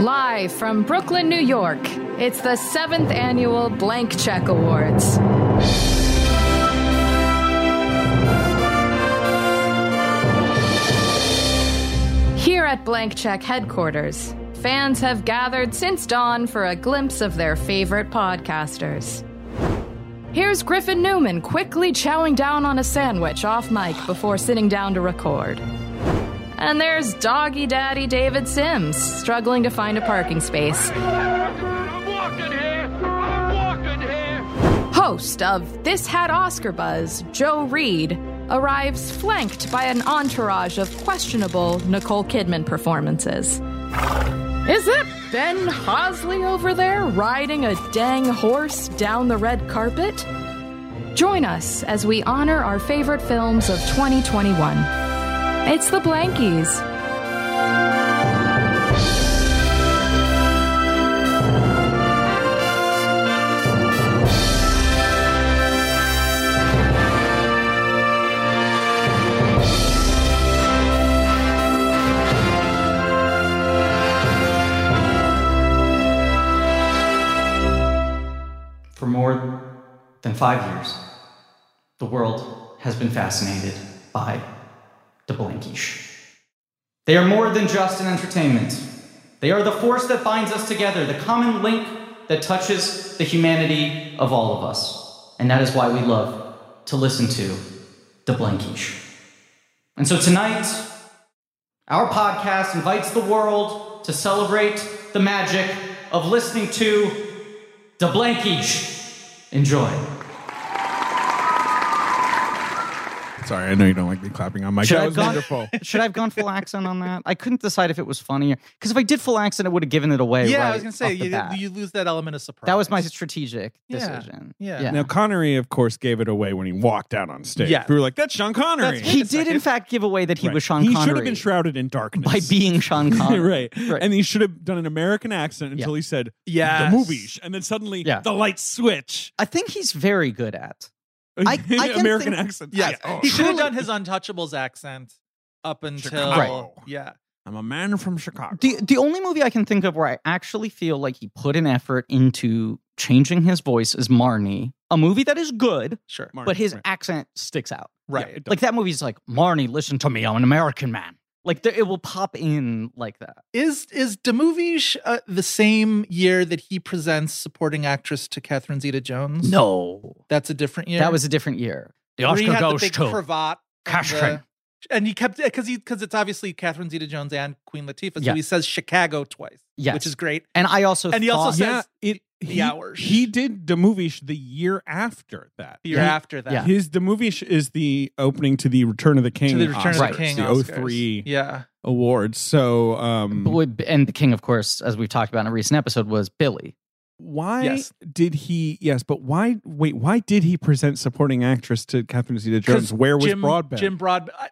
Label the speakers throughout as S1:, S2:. S1: Live from Brooklyn, New York. It's the seventh annual Blank Check Awards. Here at Blank Check headquarters, fans have gathered since dawn for a glimpse of their favorite podcasters. Here's Griffin Newman quickly chowing down on a sandwich off mic before sitting down to record. And there's doggy daddy David Sims struggling to find a parking space.
S2: I'm walking here. I'm walking here.
S1: Host of This Had Oscar Buzz, Joe Reed, arrives flanked by an entourage of questionable Nicole Kidman performances. Is that Ben Hosley over there riding a dang horse down the red carpet? Join us as we honor our favorite films of 2021. It's the Blankies.
S3: For more than five years, the world has been fascinated by the Blankish. They are more than just an entertainment. They are the force that binds us together, the common link that touches the humanity of all of us. And that is why we love to listen to the Blankish. And so tonight, our podcast invites the world to celebrate the magic of listening to the Blankish. Enjoy.
S4: Sorry, I know you don't like me clapping on mic.
S3: Should I
S4: That
S3: have
S4: was
S3: gone-
S4: wonderful.
S3: Should I have gone full accent on that? I couldn't decide if it was funnier because if I did full accent, it would have given it away.
S5: yeah,
S3: right
S5: I was gonna say
S3: off the
S5: you,
S3: bat.
S5: you lose that element of surprise.
S3: that was my strategic
S5: Yeah,
S3: decision.
S5: yeah.
S4: Now Connery, of course, gave it away when he walked out on stage.
S5: Yeah.
S4: we were like, "That's Sean Connery."
S5: That's-
S3: he
S5: Wait a
S3: did in
S5: second.
S3: fact give away that he
S4: Right.
S3: was Sean
S4: He
S3: Connery
S4: should have been shrouded in darkness
S3: by being Sean Connery.
S4: right.
S3: Right.
S4: and he should have done an American accent until he said
S5: Yes.
S4: the movies, and then suddenly
S3: Yeah.
S4: the lights switch.
S3: I think he's very good at. I- I can
S4: American
S3: think-
S4: accent.
S5: yes.
S4: Yeah. Oh,
S5: he should have
S3: truly-
S5: done his Untouchables accent up until
S4: Chicago. Right.
S5: yeah.
S4: I'm a man from Chicago.
S3: The the only movie I can think of where I actually feel like he put an effort into changing his voice is Marnie, a movie that is good,
S5: Sure.
S4: Martin,
S3: but his
S4: right.
S3: accent sticks out.
S5: Right.
S4: Yeah, it does.
S3: Like that movie's like Marnie, listen to me, I'm an American man. Like there, it will pop in like that.
S5: Is is Demovish uh, the same year that he presents supporting actress to Catherine Zeta Jones?
S3: No,
S5: That's a different year.
S3: that was a different year. The
S5: Where he
S3: Oscar
S5: had
S3: goes
S5: the big
S3: to
S5: cravat and
S3: Catherine.
S5: the- And he kept because he because it's obviously Catherine Zeta Jones and Queen Latifah. So
S3: Yeah.
S5: he says Chicago twice,
S3: Yes.
S5: which is great.
S3: and I also
S5: And he also
S3: thought-
S5: says
S4: yeah, it
S5: the
S4: he,
S5: hours.
S4: He did the movie the year after that.
S5: The year
S4: He-
S5: after that,
S3: Yeah.
S4: His the movie sh- is the opening to the Return of the King.
S5: to the Return
S3: Right.
S5: of the King,
S4: the
S5: Oscars.
S4: 03
S5: Yeah,
S4: awards. So um,
S3: Boy- and the king, of course, as we've talked about in a recent episode, was Billy.
S4: why
S5: Yes.
S4: did he? Yes, but why? Wait, why did he present supporting actress to Catherine Zeta-Jones?
S5: 'Cause
S4: Where was
S5: Jim,
S4: Broadbent?
S5: Jim Broadbent. I-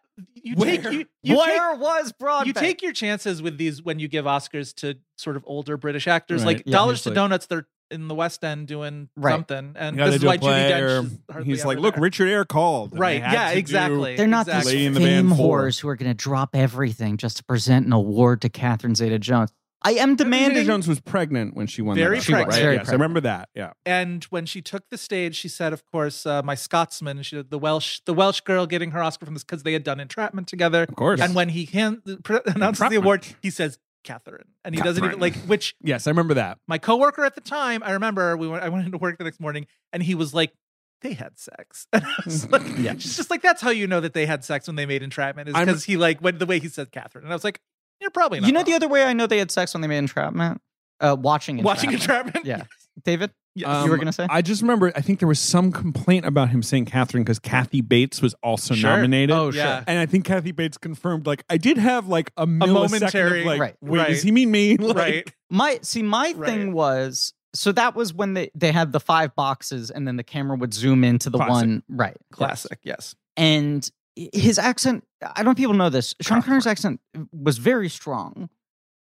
S5: You
S4: Where?
S5: take you, you take-
S3: was
S5: you
S3: Broadbent?
S5: take your chances with these when you give Oscars to sort of older British actors.
S4: Right.
S5: Like
S3: Yeah,
S5: Dollars
S4: he's
S5: to
S4: like-
S5: Donuts, they're in the West End doing
S3: Right.
S5: something, and
S4: Gotta
S5: this is
S4: do a
S5: why Judy
S4: play,
S5: Dench.
S4: or-
S5: is hardly
S4: He's
S5: ever
S4: like, look,
S5: there."
S4: Richard Eyre called. and
S5: Right?
S4: they had
S5: Yeah,
S4: to do-
S5: exactly.
S3: They're not
S5: exactly.
S4: Lady in
S3: these
S4: the Band
S3: fame
S4: four.
S3: whores who are going to drop everything just to present an award to Catherine Zeta-Jones. I am
S4: Catherine
S3: demanding.
S4: Zeta-Jones was pregnant when she won.
S5: Very
S4: that,
S5: She was,
S4: Right?
S3: very
S4: yes, I
S3: pregnant.
S4: remember that. Yeah.
S5: And when she took the stage, she said, "Of course, uh, my Scotsman, she, the Welsh, the Welsh girl, getting her Oscar from this because they had done Entrapment together. Of
S4: course.
S5: And when he hand, pr- announces the
S4: Entrapment.
S5: award, he says Catherine, and he doesn't even like
S4: Catherine.
S5: which
S4: Yes, I remember that.
S5: my coworker at the time, I remember we went, I went into work the next morning and he was like, they had sex. And I
S3: Mm.
S5: was like,
S4: Yeah.
S5: she's just like, that's how you know that they had sex when they made Entrapment is
S4: I'm-
S5: because he like went the way he said Catherine. And I was like, you're probably not.
S3: you know the
S5: wrong.
S3: other way I know they had sex when they made Entrapment. Uh, watching
S5: watching
S3: Entrapment.
S5: Entrapment?
S3: Yeah. David,
S5: Yes.
S3: you were going to say
S4: um, I just remember. I think there was some complaint about him saying Catherine because Kathy Bates was also
S5: Sure.
S4: nominated.
S3: Oh,
S5: Yeah. sure.
S4: And I think Kathy Bates confirmed. Like, I did have like a, millisecond
S5: momentary-
S4: Of, like,
S3: Right.
S4: wait,
S5: Right.
S4: does he mean me? Like,
S5: right.
S3: my see my thing
S5: Right.
S3: was so that was when they they had the five boxes and then the camera would zoom into the
S4: Classic.
S3: one right
S5: Classic. Yes.
S3: and his accent i don't know if people know this sean connery's accent was very strong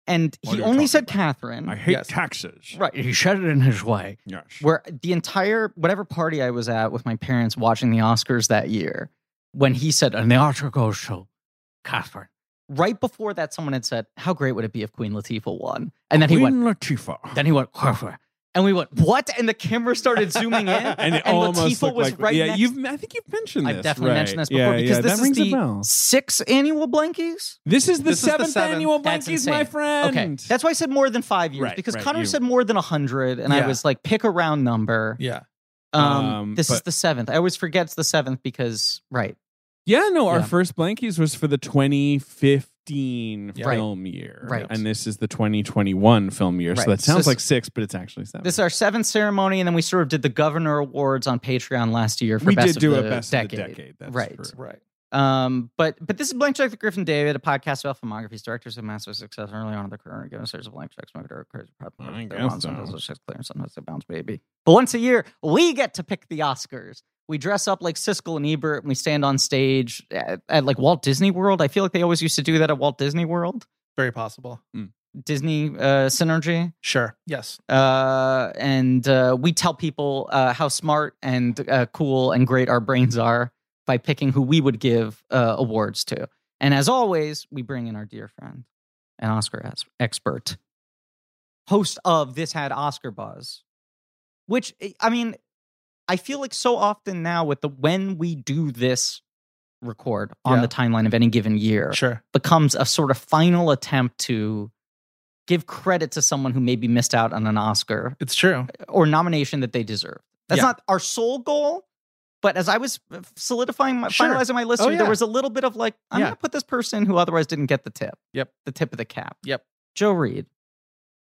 S3: and
S4: What are
S3: he
S4: you
S3: only
S4: Oh, talking
S3: said
S4: about?
S3: catherine
S4: I hate
S5: Yes.
S4: taxes.
S3: right he said it in his way
S4: Yes.
S3: where the entire whatever party i was at with my parents watching the oscars that year when he said and the oscar goes to catherine right before that, someone had said, "How great would it be if Queen Latifah won?" And then he went,
S4: Queen Latifah.
S3: then he went, and we went, "What?" And the camera started zooming in,
S4: And it almost
S3: Latifah
S4: looked
S3: was
S4: like,
S3: right
S4: yeah,
S3: next.
S4: you've, I think you've mentioned this.
S3: I've definitely
S4: right.
S3: mentioned this
S4: Yeah,
S3: before because
S4: yeah,
S3: this
S4: that
S3: is
S4: rings a
S3: the
S4: bell.
S3: sixth annual Blankies.
S4: This is the
S5: This is the
S4: seventh
S5: seventh.
S4: annual
S3: That's
S4: Blankies,
S3: insane.
S4: my friend.
S3: Okay, that's why I said more than five years
S4: Right,
S3: because
S4: right,
S3: Connor
S4: you-
S3: said more than hundred, and I
S5: Yeah.
S3: was like, pick a round number.
S5: Yeah.
S3: Um,
S4: Um,
S3: this is
S4: but-
S3: the seventh. I always forget it's the seventh because right,
S4: yeah, no, our
S3: Yeah.
S4: first Blankies was for the 2015
S5: Yeah.
S3: Right.
S4: film year.
S3: Right.
S4: And this is the 2021 film year.
S3: Right.
S4: So that
S3: So
S4: sounds
S3: this-
S4: like six, but it's actually seven.
S3: this is our seventh ceremony, and then we sort of did the Governor Awards on Patreon last year for
S4: we
S3: best
S4: did
S3: of
S4: do
S3: the
S4: a best
S3: decade.
S4: of the decade. That's
S3: Right.
S4: true.
S5: Right.
S3: Um, but but this is Blank Check the Griffin David, a podcast about filmographies, directors of massive success early on in their career, given a series of blank checks, smoke dark, crazy
S4: I
S3: problem,
S4: guess so.
S3: clearance, sometimes they bounce, baby. But once a year, we get to pick the Oscars. We dress up like Siskel and Ebert, and we stand on stage at, at like Walt Disney World. I feel like they always used to do that at Walt Disney World,
S5: Very possible.
S3: Disney uh, Synergy
S5: Sure. Yes.
S3: uh, and uh, we tell people uh, how smart and uh, cool and great our brains are by picking who we would give uh, awards to. And as always, we bring in our dear friend, an Oscar as- expert, host of This Had Oscar Buzz, which, eh, I mean, I feel like so often now with the when we do this record on
S5: Yeah.
S3: the timeline of any given year
S5: Sure.
S3: becomes a sort of final attempt to give credit to someone who maybe missed out on an Oscar
S5: It's true.
S3: or nomination that they deserve. That's
S5: Yeah.
S3: not our sole goal. But as I was uh, solidifying, my,
S5: Sure.
S3: finalizing my list,
S5: Oh,
S3: here, there
S5: yeah.
S3: was a little bit of like, I'm
S5: Yeah.
S3: going to put this person who otherwise didn't get the tip.
S5: Yep.
S3: The tip of the cap.
S5: Yep.
S3: Joe Reed,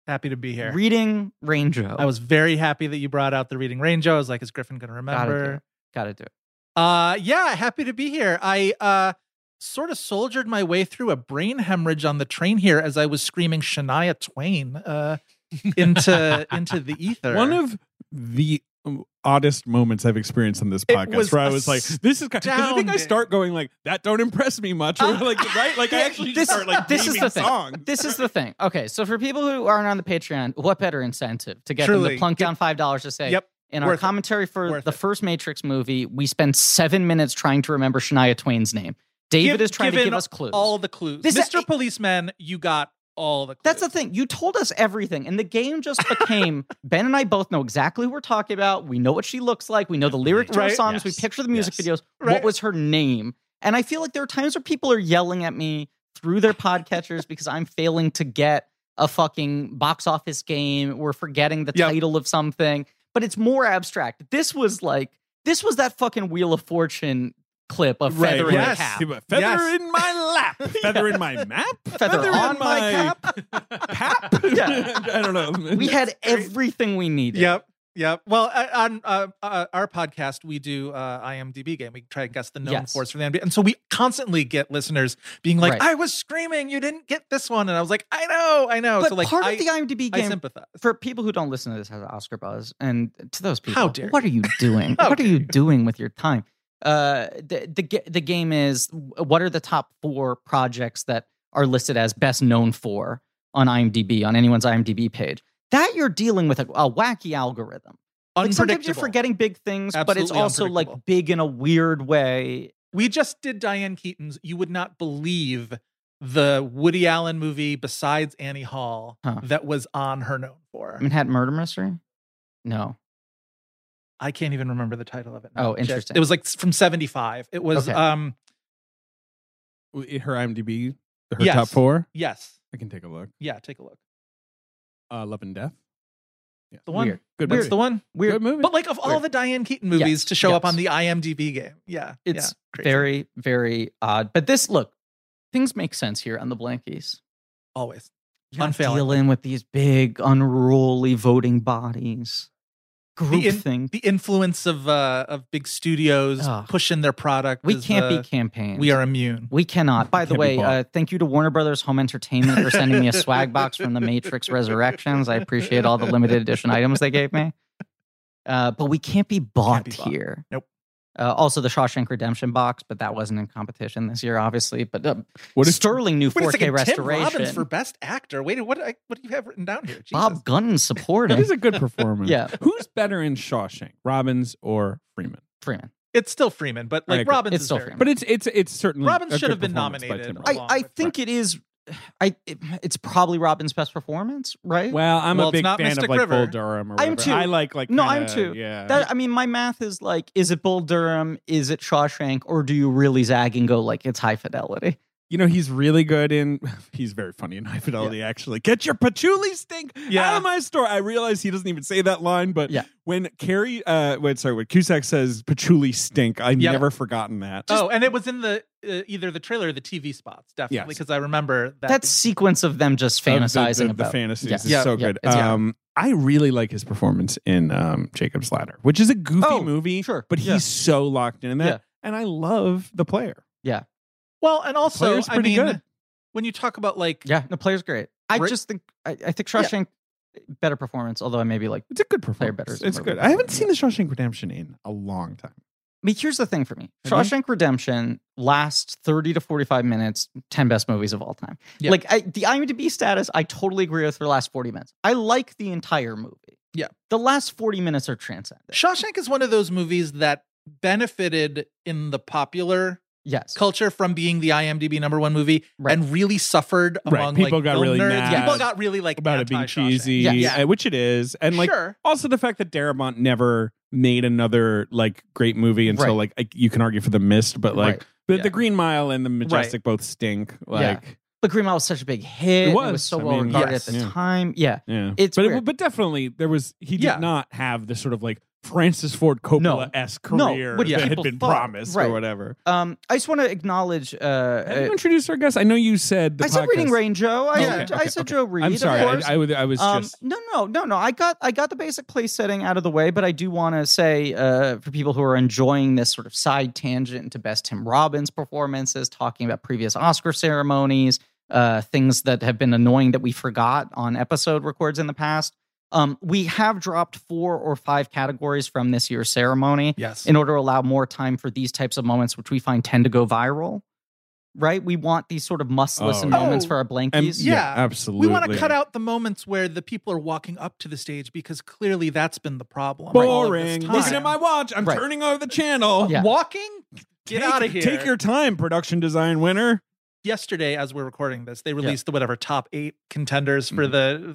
S5: Happy to be here.
S3: reading Rango.
S5: I was very happy that you brought out the reading range. I was like, is Griffin going to
S3: Gotta do
S5: remember?
S3: it. Gotta do it.
S5: Uh yeah, happy to be here. I uh sort of soldiered my way through a brain hemorrhage on the train here as I was screaming Shania Twain uh into into the ether.
S4: One of the um, oddest moments I've experienced on this
S5: It
S4: podcast,
S5: was
S4: where I was like, "This is." Kind of, I think I
S5: astounding.
S4: start going like, "That don't impress me much," or like, right? Like I actually
S3: Uh, This-
S4: start like
S3: this is
S4: naming
S3: the thing.
S4: songs.
S3: This is the thing. Okay, so for people who aren't on the Patreon, what better incentive to get them
S5: Truly.
S3: to plunk down five dollars to say,
S5: Yep.
S3: In our
S5: Worth it.
S3: commentary for
S5: Worth
S3: the
S5: it.
S3: first Matrix movie, we spend seven minutes trying to remember Shania Twain's name. David
S5: Give-
S3: is trying to
S5: given
S3: give us clues.
S5: all the clues.
S3: This-
S5: Mr. Policeman, you got all the clues.
S3: That's the thing. You told us everything, and the game just became Ben and I both know exactly who we're talking about. We know what she looks like. We know the lyric to her
S5: Right.
S3: songs. We
S6: Yes.
S3: picture the music
S6: Yes.
S3: videos. What
S5: Right.
S3: was her name? And I feel like there are times where people are yelling at me through their podcatchers because I'm failing to get a fucking box office game. We're forgetting the
S5: Yep.
S3: title of something, but it's more abstract. This was like this was that fucking Wheel of Fortune clip of
S4: Right,
S3: feather in
S4: yes.
S3: the cap.
S4: Feather
S5: Yes.
S4: in my lap. Feather in my map.
S3: Feather
S4: in
S3: on my
S4: Pap.
S3: Yeah.
S4: I don't know.
S3: We had everything we needed.
S5: Yep. Yep. Well, uh, on uh, uh, our podcast, we do uh, IMDb game. We try and guess the known
S3: Yes.
S5: force from the NBA, and so we constantly get listeners being like,
S3: Right.
S5: "I was screaming, you didn't get this one," and I was like, "I know, I know."
S3: But
S5: so like,
S3: part
S5: I,
S3: of the IMDb
S5: I
S3: game
S5: sympathize.
S3: for people who don't listen to this has Oscar buzz, and to those people,
S5: How dare
S3: what are you doing?
S5: How
S3: what are
S5: dare
S3: you
S5: you.
S3: doing with your time? Uh, the, the ga- the game is what are the top four projects that are listed as best known for on IMDb on anyone's IMDb page? That you're dealing with a, a wacky algorithm. Like sometimes you're
S5: Unpredictable.
S3: forgetting big things, but it's
S5: Absolutely
S3: also like
S5: unpredictable.
S3: big in a weird way.
S5: We just did Diane Keaton's. You would not believe the Woody Allen movie besides Annie Hall
S3: Huh. Mm.
S5: that was on her known for. I,
S3: Manhattan Murder Mystery. No,
S5: can't even remember the title of it.
S3: Oh,
S5: Just-
S3: interesting.
S5: It was like from '75. It was
S3: Okay.
S5: um
S4: her IMDb. Her
S5: Yes.
S4: top four.
S5: yes,
S4: I can take a look.
S5: yeah. Take a look.
S4: Uh, Love and Death. Yeah.
S5: The one.
S3: Weird.
S4: Good
S5: That's
S4: movie.
S5: the one.
S3: weird.
S4: Good movie.
S5: But like of all
S3: Weird.
S5: the Diane Keaton movies
S3: Yes,
S5: to show up
S3: yes.
S5: on the IMDb game. Yeah.
S3: It's
S5: yeah, crazy.
S3: very very odd. But this look, things make sense here on the Blankies.
S5: always.
S3: You're not
S5: Unfailingly.
S3: dealing with these big, unruly voting bodies. Group
S5: in-
S3: thing.
S5: The influence of uh of big studios
S3: Ugh.
S5: pushing their product.
S3: We
S5: is
S3: can't
S5: the-
S3: be campaigned.
S5: we are immune.
S3: We cannot. By the
S4: Can't be
S3: way,
S4: bought.
S3: uh, thank you to Warner Brothers Home Entertainment for sending me a swag box from the Matrix Resurrections. I appreciate all the limited edition items they gave me. Uh, but we can't be bought,
S5: be bought.
S3: here.
S5: Nope.
S3: Uh, also, the Shawshank Redemption box, but that wasn't in competition this year, obviously. But uh,
S4: What if
S3: Sterling new
S5: Wait a
S3: 4K
S5: second, Tim
S3: restoration.
S5: Robbins for best actor. Wait, what I, what do you have written down here? Jesus.
S3: Bob Gunn
S4: That
S3: supporting
S4: is a good performance.
S3: Yeah.
S4: Who's better in Shawshank, Robbins or Freeman?
S3: Freeman.
S5: It's still Freeman, but
S4: I
S5: like
S4: agree.
S5: Robbins
S3: It's
S5: is
S3: still
S5: very
S3: Freeman.
S4: But it's it's it's certainly
S5: Robbins
S4: a
S5: should
S4: good
S5: have been
S4: performance by
S5: nominated
S4: Tim
S5: a
S4: Robbins.
S5: lot.
S3: I, I
S5: with
S3: think it is. I it, it's probably Robin's best performance, right?
S4: Well, I'm
S5: Well,
S4: a
S5: it's
S4: big
S5: not
S4: fan
S5: Mystic
S4: of like
S5: River.
S4: Bull Durham. Or
S3: I'm
S4: whatever.
S3: too.
S4: I like like
S3: No, I'm too.
S4: kinda- Yeah,
S3: That I mean, my math is like: is it Bull Durham? Is it Shawshank? Or do you really zag and go like it's High Fidelity?
S4: you know he's really good in. He's very funny in High Fidelity. Actually, get your patchouli stink
S5: Yeah.
S4: out of my store. I realize he doesn't even say that line, but
S3: Yeah.
S4: when Carrie, uh, wait, sorry, when Cusack says patchouli stink, I've
S5: Yeah.
S4: never forgotten that.
S5: oh, and it was in the uh, either the trailer or the TV spots, definitely,
S4: Yes.
S5: because I remember that.
S3: That sequence of them just
S4: of the-
S3: fantasizing
S4: the, the,
S3: about
S4: fantasies
S3: Yeah.
S4: is
S5: Yeah,
S4: so
S3: yeah,
S4: good.
S3: it's- yeah.
S4: Um, I really like his performance in um, Jacob's Ladder, which is a goofy
S3: Oh,
S4: movie,
S3: sure,
S4: but
S3: yeah.
S4: he's so locked in that.
S3: Yeah.
S4: And I love the player.
S5: well, and also,
S4: player's
S5: I
S4: pretty
S5: mean,
S4: good.
S5: when you talk about like,
S3: Yeah, the player's great. I
S5: Right.
S3: just think I, I think
S5: Yeah.
S3: Shawshank better performance, although I may be like.
S4: It's a good
S3: Player
S4: performance.
S3: better is a
S4: it's
S3: movie.
S4: good. I haven't seen The Shawshank Redemption in a long time.
S3: I mean, here's the thing for me:
S4: Okay.
S3: Shawshank Redemption lasts thirty to forty-five minutes. Ten best movies of all time.
S5: Yeah.
S3: Like I, the IMDb status, I totally agree with for the last forty minutes. I like the entire movie.
S5: Yeah.
S3: the last forty minutes are transcendent.
S5: Shawshank is one of those movies that benefited in the popular
S3: yes,
S5: culture from being the IMDb number one movie
S3: Right.
S5: and really suffered
S4: Right.
S5: among
S4: People
S5: like
S4: got
S5: film
S4: really
S5: nerds.
S4: mad
S5: People got really like
S4: About it being
S5: anti-Shawshank.
S4: cheesy,
S3: Yeah.
S5: Yeah.
S4: uh, which it is. And like
S5: sure.
S4: also the fact that Darabont never made another like great movie until
S3: Right.
S4: like I, you can argue for The Mist, but like
S3: Right.
S4: the,
S5: Yeah.
S4: the Green Mile and The Majestic both stink. Like
S3: but Green Mile was such a big hit.
S4: It
S3: and
S4: was.
S3: so
S4: I
S3: well
S4: mean,
S3: regarded
S5: yes.
S3: at the
S4: Yeah.
S3: time. Yeah,
S4: Yeah,
S3: It's
S4: but
S3: weird.
S4: but definitely there was he did
S5: Yeah.
S4: not have the sort of like Francis Ford Coppola esque
S3: No,
S4: career
S3: which
S4: that had
S3: people
S4: been
S3: thought,
S4: promised
S3: right.
S4: or whatever.
S3: um, I just want to acknowledge. Uh,
S4: Have
S3: uh,
S4: you introduced our guest? I know you said the
S3: I said
S4: podcast-
S3: reading rain, Joe. I
S4: Oh,
S3: said,
S4: okay,
S3: I
S4: okay,
S3: said
S4: okay.
S3: Joe Reed.
S4: I'm sorry,
S3: Of course.
S4: I, I, would- I was
S3: Um,
S4: just
S3: no, no, no, no. I got I got the basic place setting out of the way, but I do want to say uh, for people who are enjoying this sort of side tangent into best Tim Robbins performances, talking about previous Oscar ceremonies, uh, things that have been annoying that we forgot on episode records in the past. Um, we have dropped four or five categories from this year's ceremony
S5: Yes.
S3: in order to allow more time for these types of moments, which we find tend to go viral. Right? We want these sort of must listen
S4: Oh.
S3: moments
S5: Oh,
S3: for our
S4: and-
S3: blankies.
S5: yeah,
S4: absolutely.
S5: we want to cut out the moments where the people are walking up to the stage because clearly that's been the problem. all of this
S4: boring.
S5: time.
S4: Listen to my watch. I'm
S3: Right.
S4: turning over the channel.
S3: Yeah.
S5: walking. Get
S4: Take-
S5: out of here.
S4: Take your time, production design winner.
S5: yesterday as we're recording this they released the whatever top eight contenders for
S3: Mm-hmm.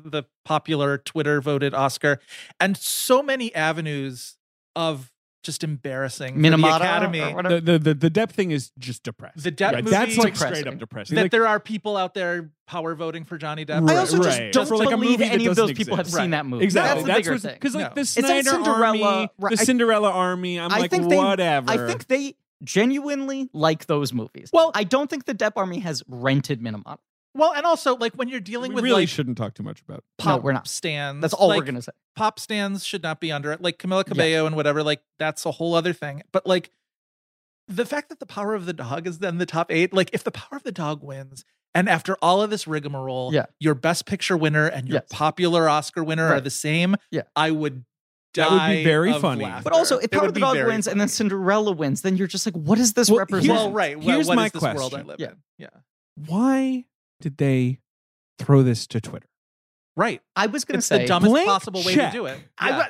S5: the the popular twitter voted oscar and so many avenues of just embarrassing for the
S3: Minamata or
S5: academy
S3: whatever.
S4: The the the, the depth thing is just depressed.
S5: The Depp movie-
S4: that's like
S3: Depressing.
S4: straight up depressing.
S5: that
S4: Like,
S5: there are people out there power voting for johnny depp
S3: I also
S4: Right.
S3: just don't
S4: For, like, a
S3: believe
S4: movie that
S3: any of those
S4: doesn't
S3: people have
S4: exist.
S3: seen that movie.
S4: Exactly.
S3: That's the bigger
S4: what's-
S3: thing.
S4: Cause like
S5: No.
S4: the
S5: It's
S3: like
S4: Snyder
S3: Cinderella-
S4: Army,
S3: right,
S4: the
S3: I-
S4: Cinderella Army. I'm
S3: I
S4: like
S3: think they-
S4: whatever.
S3: I think they genuinely like those movies.
S5: Well-
S3: I don't think the Depp Army has rented Minamata.
S5: well and also like when you're dealing
S4: we
S5: with
S4: really
S5: like
S4: shouldn't talk too much about. it.
S3: No,
S5: pop
S3: we're not.
S5: stands
S3: That's all we're
S5: like,
S3: gonna say.
S5: pop stands should not be under it like camila cabello and whatever like that's a whole other thing but like the fact that the power of the dog is then the top eight like if the power of the dog wins and after all of this rigmarole
S3: Yeah.
S5: your best picture winner and your
S3: Yes.
S5: popular oscar winner are
S3: Right.
S5: the same
S3: Yeah.
S5: i would
S4: That would be
S5: die
S4: very
S5: of
S4: funny.
S5: laughter.
S3: But also, if
S5: It
S3: Power
S5: would
S3: of the
S5: be
S3: Dog
S5: very
S3: wins and
S5: funny.
S3: then Cinderella wins, then you're just like, what does this
S4: Well,
S3: represent?
S4: here's-
S5: well right well,
S4: here's
S5: what
S4: my
S5: is this world i
S4: question.
S5: live
S3: Yeah.
S5: in yeah
S4: Why did they throw this to Twitter?
S5: right
S3: I was gonna
S5: it's
S3: say
S5: the dumbest
S4: blank
S5: possible way to
S4: check.
S5: do it
S3: I,
S5: Yeah.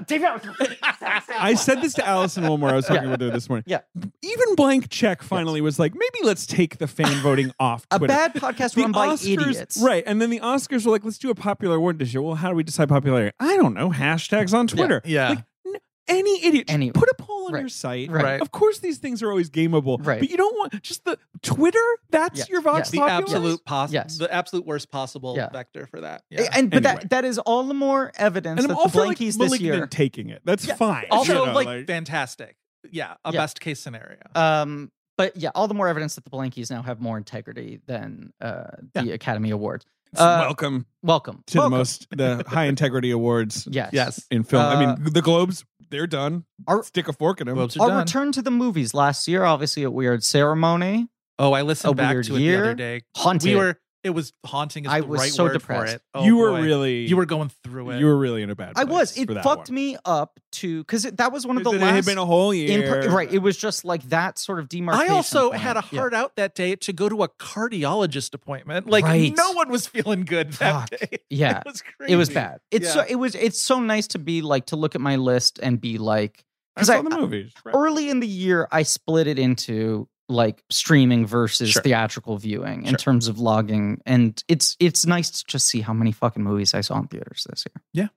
S4: I said this to Allison Wilmore. I was talking
S3: Yeah.
S4: with her this morning.
S3: Yeah.
S4: Even blank check finally was like, maybe let's take the fan voting off
S3: a
S4: Twitter.
S3: bad podcast
S4: The
S3: run by
S4: Oscars-
S3: idiots.
S4: Right. And then the Oscars were like, let's do a popular award this year. Well, how do we decide popularity? I don't know. Hashtags on Twitter.
S5: Yeah.
S4: Like, n- any idiot. just
S3: Any-
S4: Put a poll on
S3: Right.
S4: your site.
S5: Right.
S4: Of course, these things are always gameable.
S3: Right.
S4: But you don't want just the Twitter. That's
S3: Yeah.
S4: your Vox
S5: the
S4: Populi?
S5: absolute possible
S3: Yes.
S5: the absolute worst possible
S3: Yeah.
S5: vector for that yeah.
S3: And but
S4: Anyway.
S3: that that is all the more evidence
S4: And I'm
S3: that
S4: all
S3: the
S4: for like
S3: blankies this
S4: malignant
S3: year.
S4: taking it. That's
S3: Yeah. uh,
S4: fine.
S5: also
S4: You know,
S5: like, fantastic yeah a
S3: Yeah.
S5: best case scenario
S3: Um, but yeah, all the more evidence that the blankies now have more integrity than uh, the Academy Awards.
S4: it's
S3: uh,
S4: welcome
S3: Welcome
S4: to
S3: Welcome.
S4: the most the high integrity awards
S3: Yes.
S5: yes
S4: in film. I
S3: Uh,
S4: mean, the Globes they're done.
S3: Our-
S4: Stick a fork in them.
S3: Our return to the movies last year, obviously a weird ceremony.
S5: oh i
S3: a
S5: listened back
S3: weird
S5: to it
S3: year.
S5: the other day
S3: Haunted.
S5: we were it was haunting is
S3: I
S5: the
S3: was
S5: right
S3: so
S5: word
S3: depressed.
S5: for it Oh,
S4: you were
S5: boy.
S4: really
S5: you were going through it
S4: you were really in a bad.
S3: I
S4: Place
S3: was. It
S4: for that
S3: fucked
S4: one.
S3: me up to because that was one of the
S4: It
S3: last.
S4: had been a whole
S3: in
S4: year.
S3: per- right. It was just like that sort of
S5: I
S3: demarcation.
S5: also
S3: point.
S5: had a
S3: Yeah.
S5: heart out that day to go to a cardiologist appointment. Like
S3: Right.
S5: no one was feeling good that
S3: Fuck.
S5: day.
S3: Yeah.
S5: it was crazy.
S3: It was bad. It's
S5: Yeah.
S3: so it was it's so nice to be like to look at my list and be like,
S4: I
S3: 'Cause
S4: saw
S3: I-
S4: the movies. right.
S3: early in the year i split it into like streaming versus
S5: Sure.
S3: theatrical viewing in
S5: Sure.
S3: terms of logging and it's it's nice to just see how many fucking movies i saw in theaters this year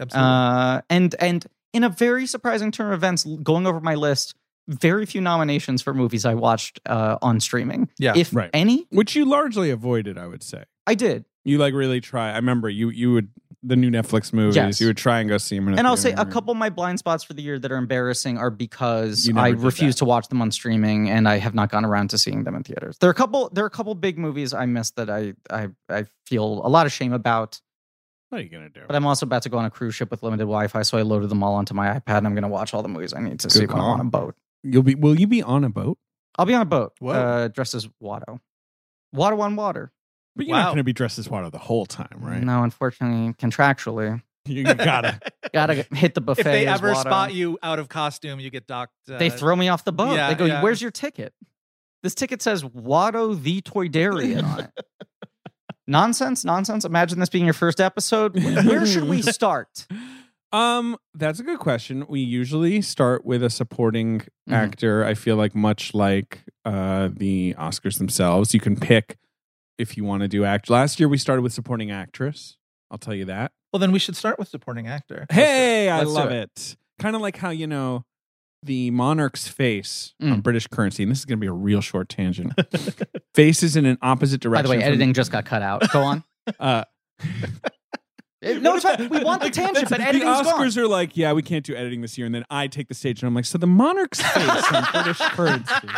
S5: Absolutely.
S3: uh, and and in a very surprising turn of events l- going over my list very few nominations for movies i watched uh, on streaming
S5: Yeah,
S3: if
S4: right.
S3: any
S4: Which you largely avoided, I would say.
S3: i did
S4: You like really try. I remember you you would the new Netflix movies.
S3: Yes.
S4: You would try and go see them. In a
S3: and I'll say
S4: theater,
S3: a
S4: right?
S3: couple of my blind spots for the year that are embarrassing are because
S4: You never
S3: I
S4: did
S3: refuse
S4: that.
S3: to watch them on streaming and I have not gone around to seeing them in theaters. There are a couple there are a couple big movies I missed that I I, I feel a lot of shame about.
S4: What are you gonna do?
S3: But I'm also about to go on a cruise ship with limited Wi-Fi, so I loaded them all onto my iPad and I'm gonna watch all the movies I need to see when I'm
S4: call.
S3: on a boat.
S4: You'll be. Will you be on a boat?
S3: I'll be on a boat
S5: Whoa.
S3: uh, dressed as Watto. Watto on water.
S4: But you're
S5: Wow.
S4: not gonna be dressed as water the whole time, right?
S3: No, unfortunately, contractually.
S4: You, you gotta.
S3: Gotta hit the buffet.
S5: if they
S3: as
S5: ever
S3: Watto.
S5: spot you out of costume, you get docked. Uh,
S3: They throw me off the boat.
S5: yeah,
S3: they go,
S5: yeah.
S3: "Where's your ticket?" This ticket says Watto the Toydarian on it. nonsense, nonsense. Imagine this being your first episode. Where should we start?
S4: Um, that's a good question. We usually start with a supporting
S3: Mhm.
S4: actor. I feel like much like uh the Oscars themselves, you can pick if you want to do act. Last year we started with supporting actress. I'll tell you that.
S5: Well, then we should start with supporting actor.
S4: Hey, I
S3: Let's do
S4: love it. Kind of like how you know the monarch's face on
S3: Mm.
S4: British currency, and this is going to be a real short tangent. Faces in an opposite
S3: By
S4: direction.
S3: the way,
S4: from-
S3: editing just got cut out. Go on.
S4: Uh,
S3: no, it's
S4: What
S3: fine.
S4: if
S3: We
S4: that-
S3: want the
S4: like,
S3: tangent,
S4: that's-
S3: but editing's
S4: The Oscars
S3: gone.
S4: are like, yeah, we can't do editing this year, and then I take the stage and I'm like, so the monarch's face on British currency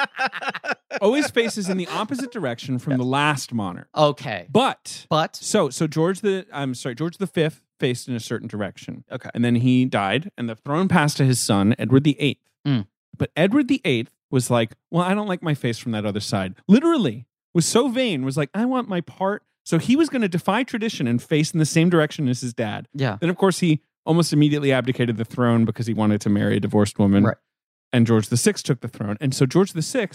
S4: always faces in the opposite direction from the last monarch.
S3: Okay,
S4: But
S3: but
S4: so so George the I'm sorry, George the Fifth faced in a certain direction.
S5: Okay.
S4: And then he died, and the throne passed to his son, Edward the Eighth.
S3: Mm.
S4: But Edward the Eighth was like, Well, I don't like my face from that other side. Literally, was so vain, was like, I want my part. So he was gonna defy tradition and face in the same direction as his dad.
S3: yeah,
S4: Then, of course, he almost immediately abdicated the throne because he wanted to marry a divorced woman.
S3: Right.
S4: And George VI took the throne. And so George VI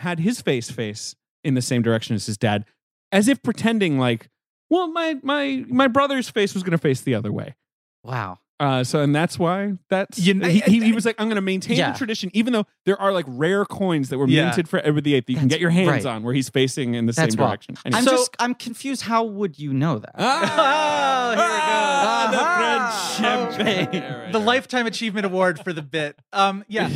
S4: had his face face in the same direction as his dad, as if pretending like, well, my my my brother's face was going to face the other way.
S3: wow.
S4: Uh, so and that's why that's
S5: You kn-
S4: he, he, he was like I'm going to maintain
S3: Yeah.
S4: the tradition even though there are like rare coins that were
S5: Yeah.
S4: minted for Edward VIII that you can
S3: That's
S4: get your hands
S3: right.
S4: on where he's facing in the
S3: That's
S4: same
S3: wild.
S4: direction.
S3: I'm
S5: So-
S3: just I'm confused. How would you know that? Oh,
S5: Oh, here we go.
S3: Uh-huh.
S4: Ah,
S3: Aha.
S4: the French champagne.
S5: the lifetime achievement award for the bit. Um, yeah.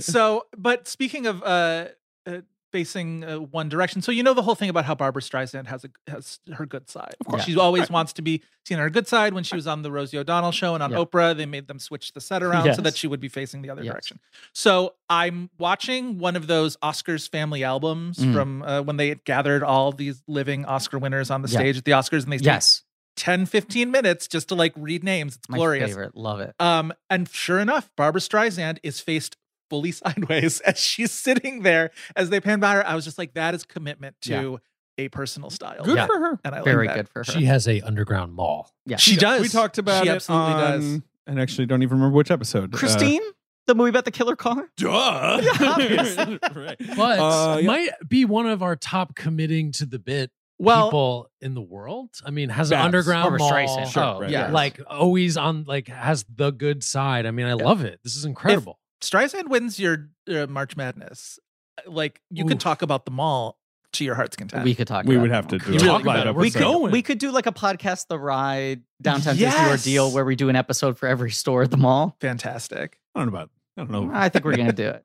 S5: so, but speaking of uh, uh facing uh, one direction, so you know the whole thing about how Barbara Streisand has a has her good side. Of
S3: course.
S5: she always wants to be seen on her good side. When she was on the Rosie O'Donnell show and on
S3: Yeah.
S5: Oprah, they made them switch the set around so that
S3: Yes.
S5: she would be facing the other
S3: Yes.
S5: direction. So I'm watching one of those Oscars family albums
S3: Mm.
S5: from uh, when they gathered all these living Oscar winners on the
S3: Yeah.
S5: stage at the Oscars, and they spent
S3: Yes,
S5: 10, 15 minutes just to like read names. It's
S3: my
S5: glorious.
S3: favorite. Love it.
S5: Um, and sure enough, Barbara Streisand is faced fully sideways as she's sitting there as they pan by her. I was just like, that is commitment to a personal style.
S4: Good
S6: Yeah.
S4: for her.
S5: And I
S3: Very
S5: like that.
S3: good for her.
S6: She has a underground mall.
S3: yeah.
S5: She does.
S4: We talked about
S5: she
S4: it um,
S5: absolutely
S4: on-
S5: does.
S4: and actually don't even remember which episode. Uh,
S3: Christine, the movie about the killer car.
S4: duh.
S3: Yeah, obviously.
S4: Right.
S6: But
S4: Uh, yeah.
S6: might be one of our top committing to the bit
S5: Well,
S6: people in the world. I mean, has an
S4: Babs.
S6: underground
S3: Barbra
S6: mall.
S3: Streisand.
S4: Sure,
S6: oh,
S4: right,
S6: yeah.
S5: yes.
S6: Like always on like has the good side. I mean, I love it. This is incredible.
S5: Streisand wins your uh, March Madness. Like you could
S6: Oof.
S5: talk about them all to your heart's content.
S3: We could talk.
S4: We
S3: about
S4: would
S3: it.
S4: have to do
S6: Talk
S4: talk
S6: about
S4: about
S6: it.
S4: it.
S6: We're
S3: We could,
S6: going.
S3: we could do like a podcast, The Ride, Downtown Disney
S5: Yes.
S3: Ordeal, where we do an episode for every store at the mall.
S5: Fantastic.
S4: I don't know about. I don't
S5: Uh,
S4: know.
S3: I think we're going to do it.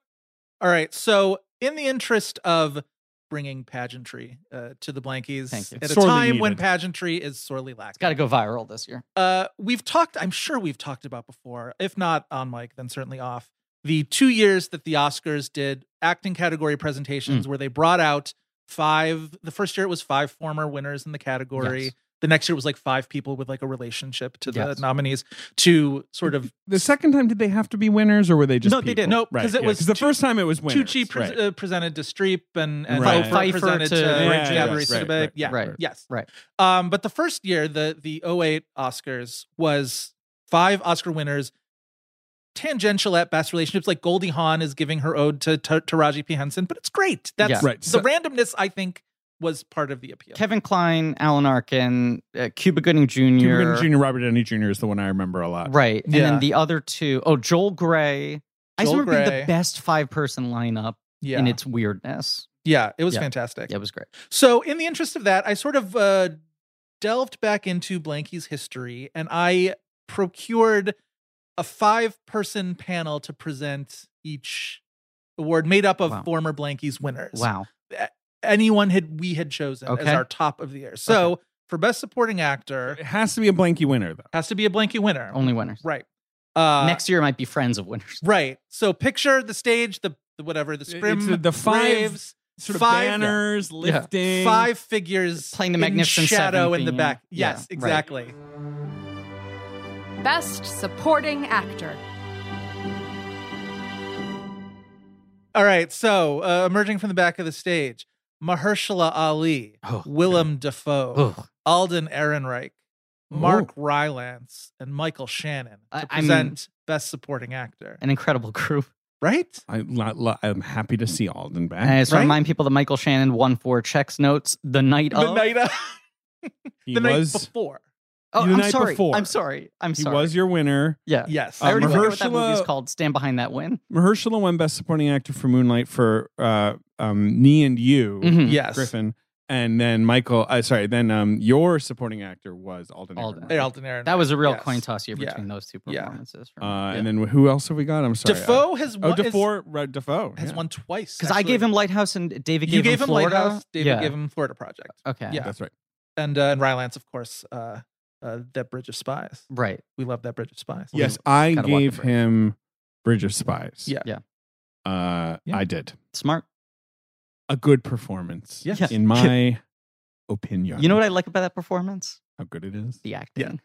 S5: All right. So, in the interest of bringing pageantry uh, to the blankies
S3: Thank you.
S5: at a
S4: Sorely
S5: time when
S4: needed.
S5: pageantry is sorely lacking.
S3: It's got to go viral this year.
S5: uh, we've talked, I'm sure we've talked about before, if not on mic, then certainly off, the two years that the Oscars did acting category
S4: Mm.
S5: presentations where they brought out five, the first year it was five former winners in the category.
S3: Yes.
S5: The next year was like five people with like a relationship to the
S3: Yes.
S5: nominees to sort of
S4: The second time, did they have to be winners, or were they just
S5: No, they
S4: people?
S5: didn't. No,
S4: right?
S5: 'cause it
S4: yeah,
S5: was
S4: the
S5: too-
S4: first time it was winners.
S5: Tucci pre-
S4: right.
S5: uh, presented to Streep and, and
S4: Right.
S5: Pfeiffer,
S3: Pfeiffer
S5: presented
S3: to-
S5: to
S3: Yeah,
S5: Ray
S4: yeah,
S5: Jabbery
S4: right,
S5: Sinbad.
S4: right,
S5: yeah,
S3: right, right.
S5: yes,
S3: Right.
S5: Um, but the first year, the the 08 Oscars was five Oscar winners, tangential at best relationships. Like Goldie Hawn is giving her ode to Ta- Taraji P Henson, but it's great. That's
S4: Yeah. Right,
S5: the
S4: so-
S5: randomness. I think was part of the appeal.
S7: Kevin Klein, Alan Arkin, uh, Cuba Gooding Jr.
S4: Cuba Gooding Jr. Robert Downey Jr. is the one I remember a lot.
S7: Right. And
S5: Yeah.
S7: then the other two, oh, Joel Gray. I just
S5: Joel
S7: remember being
S5: Gray.
S7: the best five person lineup
S5: yeah,
S7: in its weirdness.
S5: yeah, it was
S7: Yeah.
S5: fantastic.
S7: Yeah, it was great.
S5: So, in the interest of that, I sort of uh, delved back into Blanky's history and I procured a five person panel to present each award made up of
S7: Wow.
S5: former Blanky's winners.
S7: Wow.
S5: Anyone had we had chosen as
S7: Okay.
S5: our top of the year. So, for best supporting actor,
S4: It has to be a blanky winner, though.
S5: has to be a Blanky winner.
S4: Oh.
S7: Only winners.
S5: Right. Uh,
S7: Next year might be Friends of Winners.
S5: Right. So, picture the stage, the, the whatever, the
S4: It's
S5: scrim,
S4: the- the five-
S5: raves,
S4: Sort of
S5: Five-
S4: banners, lifting.
S5: five figures
S7: Playing the
S5: in
S7: Magnificent
S5: shadow
S7: Seven
S5: in the
S7: theme.
S5: back.
S7: Yeah,
S5: Yes,
S7: right.
S5: exactly.
S1: Best Supporting Actor.
S5: All right. So uh, emerging from the back of the stage, Mahershala Ali,
S7: Oh,
S5: Willem Dafoe,
S7: Ugh.
S5: Alden Ehrenreich, Mark Rylance, and Michael Shannon to
S7: I- I mean-
S5: present Best Supporting Actor.
S7: An incredible group.
S5: Right?
S4: I, lo- lo- I'm happy to see Alden back.
S7: And I just
S5: Right?
S7: Uh, remind people that Michael Shannon won four checks notes the night of.
S5: The night of,
S4: he
S5: the night
S4: was
S5: before.
S7: oh,
S4: the
S7: I'm
S4: night
S7: sorry.
S4: before.
S7: I'm sorry. I'm
S4: he
S7: sorry.
S4: was your winner.
S7: yeah.
S5: Yes.
S7: I
S4: Uh,
S7: already forget what that
S4: Mahershala-
S7: movie's called. Stand behind that win.
S4: Mahershala won Best Supporting Actor for Moonlight for uh, um, Me and You,
S7: Mhm.
S5: Mm-hmm. yes.
S4: Griffin, and then Michael. Uh, sorry, then um, your supporting actor was Alden.
S7: Alden.
S4: Ehrenreich.
S5: Alden Ehrenreich.
S7: That was a real
S5: Yes.
S7: coin toss year
S5: Yeah.
S7: between those two
S5: Yeah.
S7: performances.
S4: Uh, And then who else have we got? I'm sorry. Uh,
S5: Defoe has won.
S4: oh, Defoe. right, Defoe.
S5: Has
S4: yeah.
S5: won twice.
S7: because I
S5: actually.
S7: gave him Lighthouse and David gave
S5: you gave
S7: him
S5: him
S7: Florida.
S5: Lighthouse. David
S7: yeah.
S5: gave him Florida Project.
S7: Okay.
S5: Yeah.
S4: That's right.
S5: and uh, and Rylance, of course, uh, uh, that Bridge of Spies.
S7: Right.
S5: We love that Bridge of Spies.
S4: Yes, I
S7: Gotta walk
S4: gave
S7: the bridge.
S4: him Bridge of Spies.
S5: Yeah.
S7: Yeah.
S4: Uh,
S5: Yeah.
S4: I did.
S7: Smart.
S4: A good performance.
S5: Yes.
S4: In my opinion.
S7: You know what I like about that performance?
S4: How good it is?
S7: The acting.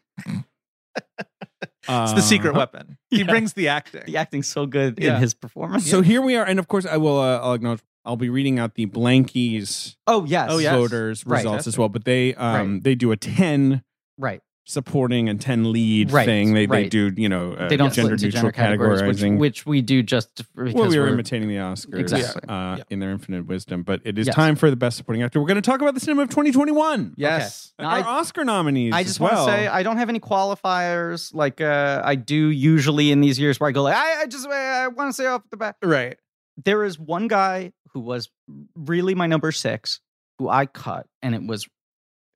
S5: it's the secret
S4: Uh,
S5: weapon. He brings the acting.
S7: The acting's so good
S5: Yeah.
S7: in his performance.
S4: So here we are, and of course, I will. Uh, I'll acknowledge. I'll be reading out the Blankies
S7: oh yes.
S5: Oh, yes.
S4: voters
S7: Right.
S4: results as well. But they um they do a ten
S7: Right.
S4: supporting and ten lead
S7: Right,
S4: thing. They
S7: right.
S4: they do you know uh,
S7: They don't
S4: gender
S7: split into
S4: neutral
S7: gender categories, which,
S4: categorizing.
S7: which we do just because
S4: well, we
S7: are
S4: were imitating the Oscars
S7: Exactly.
S4: uh,
S5: Yeah.
S4: in their infinite wisdom, but it is
S7: Yes.
S4: time for the best supporting actor. We're going to talk about the cinema of 2021.
S5: Yes.
S7: Now,
S4: Our
S7: I-
S4: Oscar nominees.
S7: I just
S4: as well.
S7: want to say I don't have any qualifiers like uh, I do usually in these years where I go like I, I just I want to say off the bat
S5: Right.
S7: there is one guy who was really my number six who I cut, and it was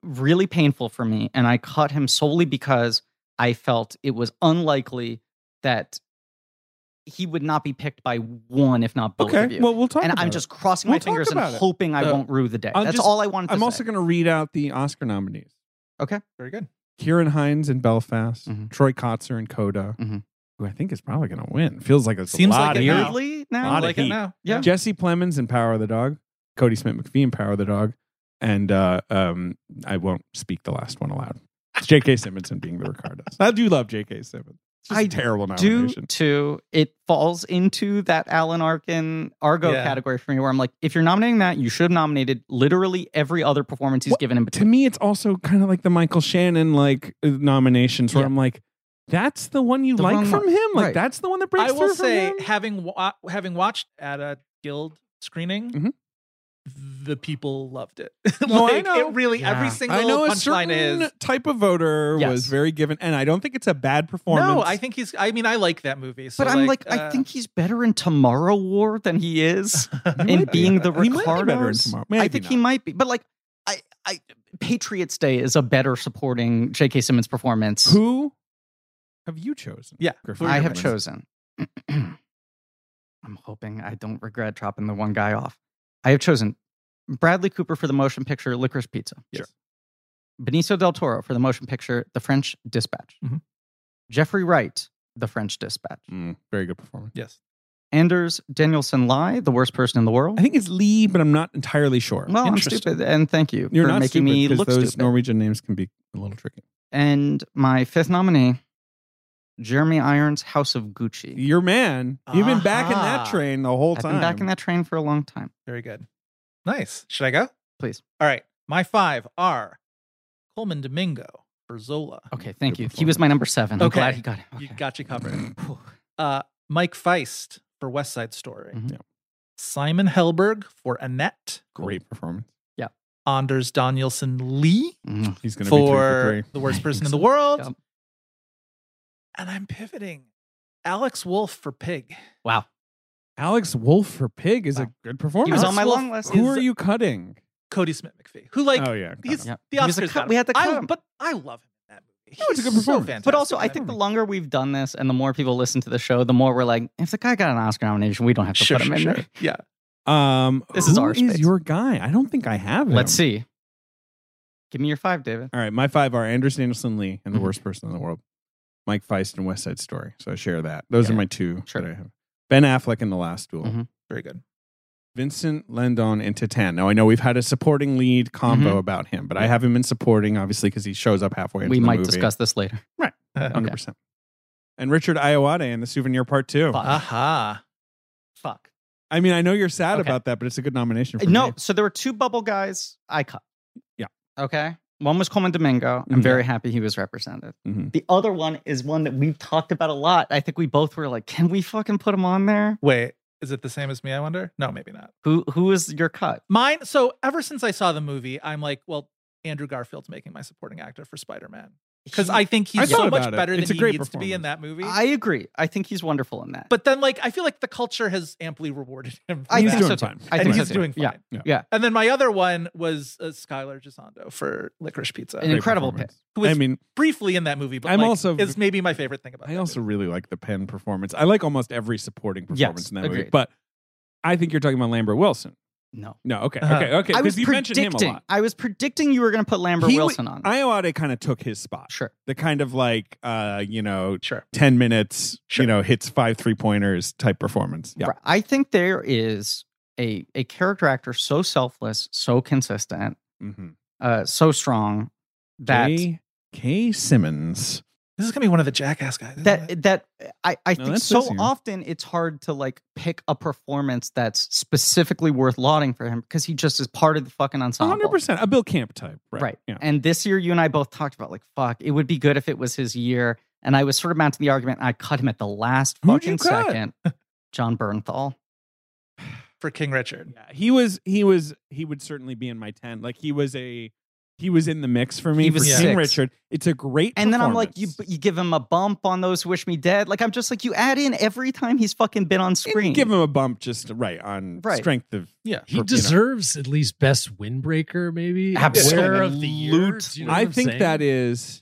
S7: really painful for me. And I cut him solely because I felt it was unlikely that he would not be picked by one, if not both of
S4: okay.
S7: you.
S4: Well, we'll talk.
S7: and
S4: about
S7: I'm
S4: it.
S7: just crossing
S4: We'll
S7: my fingers
S4: talk
S7: and
S4: about it.
S7: hoping I
S4: Uh,
S7: won't rue the day.
S4: I'll
S7: That's
S4: just-
S7: all I wanted to
S4: I'm
S7: say.
S4: also going to read out the Oscar nominees.
S5: Very good.
S4: Kieran Hines in Belfast,
S7: Mhm.
S4: Troy Kotzer in Coda,
S7: Mhm.
S4: who I think is probably going to win. Feels like it's
S5: Seems
S4: a lot
S5: like it
S4: here.
S5: now.
S7: Weirdly
S4: A
S7: now,
S4: lot of
S5: like it
S4: heat.
S5: now.
S7: Yeah.
S4: Jesse Plemons in Power of the Dog, Cody Smith McPhee in Power of the Dog, and uh, um, I won't speak the last one aloud. It's J.K. Simonson being the Ricardos. I do love J.K. Simmons. It's just a
S7: I
S4: terrible
S7: due
S4: nomination.
S7: to it falls into that Alan Arkin Argo
S5: Yeah.
S7: category for me, where I'm like, if you're nominating that, you should have nominated literally every other performance he's
S4: What-
S7: given in
S4: To
S7: between.
S4: me, it's also kind of like the Michael Shannon like uh, nominations, where
S7: Yeah.
S4: I'm like, that's the one you
S7: The
S4: like
S7: wrong
S4: from
S7: one.
S4: him. Like
S7: Right.
S4: that's the one that breaks
S5: I will
S4: through from
S5: say,
S4: him?
S5: having wa- having watched at a guild screening,
S4: Mhm.
S5: the people loved it.
S4: Mm-hmm. No, I
S5: Like,
S4: know.
S5: It really every single
S4: I know a
S5: punchline
S4: certain
S5: is.
S4: type of voter
S7: Yes.
S4: was very given, and I don't think it's a bad performance.
S5: No, I think he's. I mean, I like that movie. So
S7: But I'm like, I
S5: uh,
S7: think he's better in Tomorrow War than he is
S4: He
S7: in
S4: might be.
S7: being the
S4: He might be better in
S7: Ricardos.
S4: Tomorrow.
S7: I
S4: Maybe
S7: think
S4: not.
S7: he might be, but like, I, I, Patriots Day is a better supporting J.K. Simmons performance.
S4: Who have you chosen?
S5: Yeah.
S4: Griffin?
S7: I have chosen. I'm hoping I don't regret dropping the one guy off. I have chosen Bradley Cooper for the motion picture Licorice Pizza.
S4: Yes.
S7: Benicio del Toro for the motion picture The French Dispatch.
S4: Mm-hmm.
S5: Mhm.
S7: Jeffrey Wright, The French Dispatch.
S4: Mm, very good performance.
S5: yes.
S7: Anders Danielson Lai, The Worst Person in the World.
S4: I think it's Lee, but I'm not entirely sure.
S7: well, I'm
S5: interesting.
S7: stupid, and thank you
S4: You're
S7: for
S4: not
S7: making
S4: stupid
S7: me
S4: 'cause
S7: look
S4: those
S7: stupid.
S4: Norwegian names can be a little tricky.
S7: and my fifth nominee, Jeremy Irons, House of Gucci.
S4: Your man, you've been back in that
S5: Aha.
S4: train the whole
S7: I've
S4: time.
S7: been back in that train for a long time.
S5: Very good. Nice. Should I go?
S7: Please.
S5: All right. My five are Coleman Domingo for Zola.
S7: Okay, thank
S4: Good
S7: you. He was my number seven. I'm
S5: Okay.
S7: glad he got it.
S5: You
S7: Oh, Okay.
S5: got you covered.
S7: Phew.
S5: Uh, Mike Feist for West Side Story.
S7: Mhm.
S4: Yeah.
S5: Simon Helberg for Annette.
S4: Great performance.
S5: Anders Danielson Lee
S7: Mm.
S4: He's going to be three for
S5: for
S4: three.
S5: the worst person in the
S7: Exactly.
S5: world.
S7: Yep.
S5: And I'm pivoting. Alex Wolf for Pig.
S7: Wow.
S4: Alex Wolf for Pig is
S7: Wow.
S4: a good performance.
S7: He was on
S5: Alex
S7: my
S5: Wolf,
S7: long list.
S4: Who
S5: is-
S4: are you cutting?
S5: Cody Smith McPhee, who like
S4: oh yeah,
S5: he's
S7: Yep.
S5: the
S7: He was a
S5: Oscars.
S7: cut-
S5: got
S7: we had to
S5: I-
S7: cut him.
S5: but I love him in that movie.
S4: No, it's a
S5: He's
S4: good
S5: so
S4: performance.
S5: fantastic
S7: But also,
S5: in
S7: I
S5: that
S7: think the
S5: movie.
S7: longer we've done this and the more people listen to the show, the more we're like, if the guy got an Oscar nomination, we don't have to
S5: sure,
S7: put
S5: sure,
S7: him in
S5: sure.
S7: there.
S5: Yeah,
S4: Um,
S7: This is
S4: who
S7: our space.
S4: your guy? I don't think I have. Him.
S7: Let's see. Give me your five, David.
S4: All right, my five are Anders Danielson Lee and the
S7: Mhm.
S4: worst person in the world, Mike Feist and West Side Story. So I share that. Those
S7: Yeah.
S4: are my two
S7: Sure.
S4: that I have. Ben Affleck in The Last Duel,
S7: Mhm.
S5: very good.
S4: Vincent Landon in Titan. Now I know we've had a supporting lead combo about him, but I
S7: Mm-hmm. Yeah.
S4: have him in supporting obviously because he shows up halfway. Into
S7: We
S4: the
S7: might
S4: movie.
S7: discuss this later.
S4: hundred percent. And Richard Iowade in The Souvenir Part Two.
S7: Fuck.
S5: Aha.
S7: Fuck.
S4: I mean, I know you're sad
S7: Okay.
S4: about that, but it's a good nomination. for
S7: No,
S4: me.
S7: so there were two bubble guys I cut.
S4: Yeah.
S7: Okay. One was Coleman Domingo.
S5: Mm-hmm.
S7: I'm
S4: Mhm.
S7: very happy he was represented.
S4: Mhm.
S7: The other one is one that we've talked about a lot. I think we both were like, can we fucking put him on there?
S5: Wait, is it the same as me? I wonder. No, maybe not.
S7: Who who is your cut?
S5: Mine. So ever since I saw the movie, I'm like, well, Andrew Garfield's making my supporting actor for Spider Man because
S7: He-
S5: I think
S4: I
S5: he's
S4: thought
S5: so much
S4: about it.
S5: better
S4: It's a
S5: than he
S4: great
S5: needs to be in
S4: performance.
S5: that movie.
S7: I agree. I think he's wonderful in that.
S5: but then, like, I feel like the culture has amply rewarded him. For
S7: I
S5: that.
S4: he's
S7: think
S4: doing
S7: so too.
S4: fine.
S7: I
S5: and
S7: think
S5: he's
S7: so too.
S5: doing fine.
S7: Yeah.
S5: And then my other one was uh, Skylar Gisondo for Licorice Pizza,
S7: An incredible
S4: performance.
S5: who was
S4: I mean,
S5: briefly in that movie, but
S4: I'm
S5: like,
S4: also-
S5: is maybe my favorite thing about.
S4: I
S5: that
S4: also
S5: movie.
S4: really like the Penn performance. I like almost every supporting
S7: Yes,
S4: performance in that movie,
S7: agreed.
S4: but I think you're talking about Lambert Wilson.
S7: No.
S4: No, okay,
S5: Uh-huh.
S4: okay, okay.
S7: I
S4: Because
S7: was
S4: you mentioned him a
S7: predicting.
S4: lot.
S7: I was predicting you were going to put Lambert
S4: He w-
S7: Wilson on.
S4: Iowade kind of took his spot.
S7: sure.
S4: The kind of like, uh, you know,
S5: sure.
S4: ten minutes,
S5: Sure.
S4: you know, hits five three pointers type performance. Yeah,
S7: Right. I think there is a a character actor so selfless, so consistent,
S4: mm-hmm.
S7: uh, so strong that
S4: K. K. Simmons.
S5: This is gonna be one of the Jackass guys. isn't it?
S7: that that I, I
S4: No,
S7: think
S4: that's
S7: so
S4: this year.
S7: often it's hard to like pick a performance that's specifically worth lauding for him because he just is part of the fucking ensemble.
S4: hundred percent a Bill Camp type, right?
S7: Right.
S4: Yeah.
S7: And this year, you and I both talked about like, fuck, it would be good if it was his year. And I was sort of mounting the argument. And I cut him at the last
S4: Who'd
S7: fucking
S4: you cut?
S7: second. John Bernthal.
S5: for King Richard.
S4: Yeah, he was he was he would certainly be in my ten. Like he was a he was in the mix for me
S7: He
S4: for
S7: was
S4: King
S7: six.
S4: Richard. It's a great
S7: And then I'm like, you,
S4: performance.
S7: you give him a bump on those Wish Me Dead. Like, I'm just like, you add in every time he's fucking been on
S4: And
S7: screen.
S4: give him a bump just right on
S7: Right.
S4: strength of
S5: Yeah.
S4: you
S6: He
S4: know.
S6: deserves at least best windbreaker, maybe.
S7: Absolutely.
S6: Wear of the year. Do you know
S4: I
S6: what I'm
S4: think
S6: saying?
S4: that is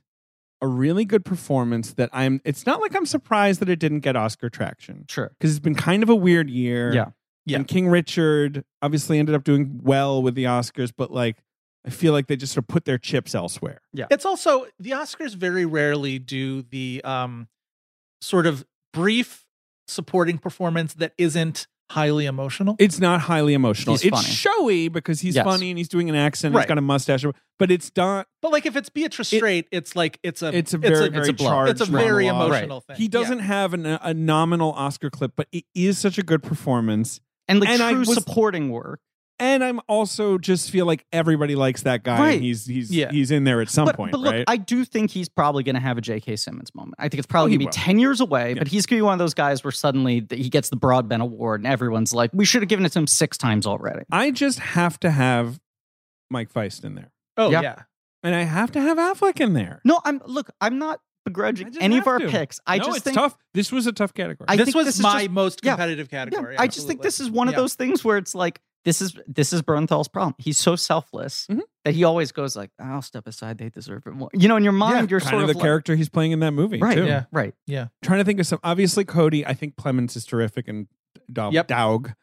S4: a really good performance that I'm it's not like I'm surprised that it didn't get Oscar traction.
S7: Sure.
S4: Because it's been kind of a weird year.
S7: Yeah.
S5: Yeah.
S4: And King Richard obviously ended up doing well with the Oscars, but like I feel like they just sort of put their chips elsewhere.
S5: It's also the Oscars very rarely do the um sort of brief supporting performance that isn't highly emotional.
S4: It's not highly emotional.
S7: He's
S4: it's
S7: funny.
S4: showy because he's
S7: Yes.
S4: funny and he's doing an accent.
S5: Right.
S4: He's got a mustache, but it's not.
S5: but like if it's Beatrice
S4: It-
S5: Straight, it's like it's a
S4: It's a very,
S5: it's
S4: very
S7: a blow.
S4: charged.
S5: it's a very
S4: monologue.
S5: emotional thing.
S4: He doesn't have an, a nominal Oscar clip, but it is such a good performance.
S7: And like
S4: And I
S7: true
S4: was-
S7: supporting work.
S4: And I'm also just feel like everybody likes that guy.
S7: Right.
S4: And he's he's
S5: Yeah.
S4: he's in there at some
S7: but,
S4: point,
S7: but look,
S4: right?
S7: I do think he's probably going to have a J.K. Simmons moment. I think it's probably
S4: Oh, he
S7: going
S4: will.
S7: to be 10 years away,
S4: Yeah.
S7: but he's going to be one of those guys where suddenly th- he gets the Broadbent Award and everyone's like, we should have given it to him six times already.
S4: I just have to have Mike Feist in there,
S5: Oh
S7: Yeah.
S5: yeah.
S4: and I have to have Affleck in there.
S7: No, I'm look, I'm not
S4: I
S7: begrudging
S4: just
S7: any of
S4: have
S7: our
S4: to.
S7: picks. I
S4: no,
S7: just
S4: it's
S7: think
S4: tough. This was a tough category.
S7: I
S5: this
S7: think
S5: was
S7: this is
S5: my
S7: just-
S5: most
S7: yeah.
S5: competitive
S7: Yeah,
S5: category.
S7: I just think
S5: absolutely.
S7: this is one of
S5: Yeah.
S7: those things where it's like this is this is Bernthal's problem. He's so selfless
S4: Mhm.
S7: that he always goes like, "I'll step aside; they deserve it more." You know, in your mind, you're
S4: kind
S7: sort
S4: of
S7: of,
S4: the
S7: like,
S4: character he's playing in that movie,
S7: right?
S4: Too.
S5: Yeah.
S7: Right.
S4: trying to think of some. Obviously, Cody. I think Clemens is terrific, and Dog
S5: Yep.
S4: Daug.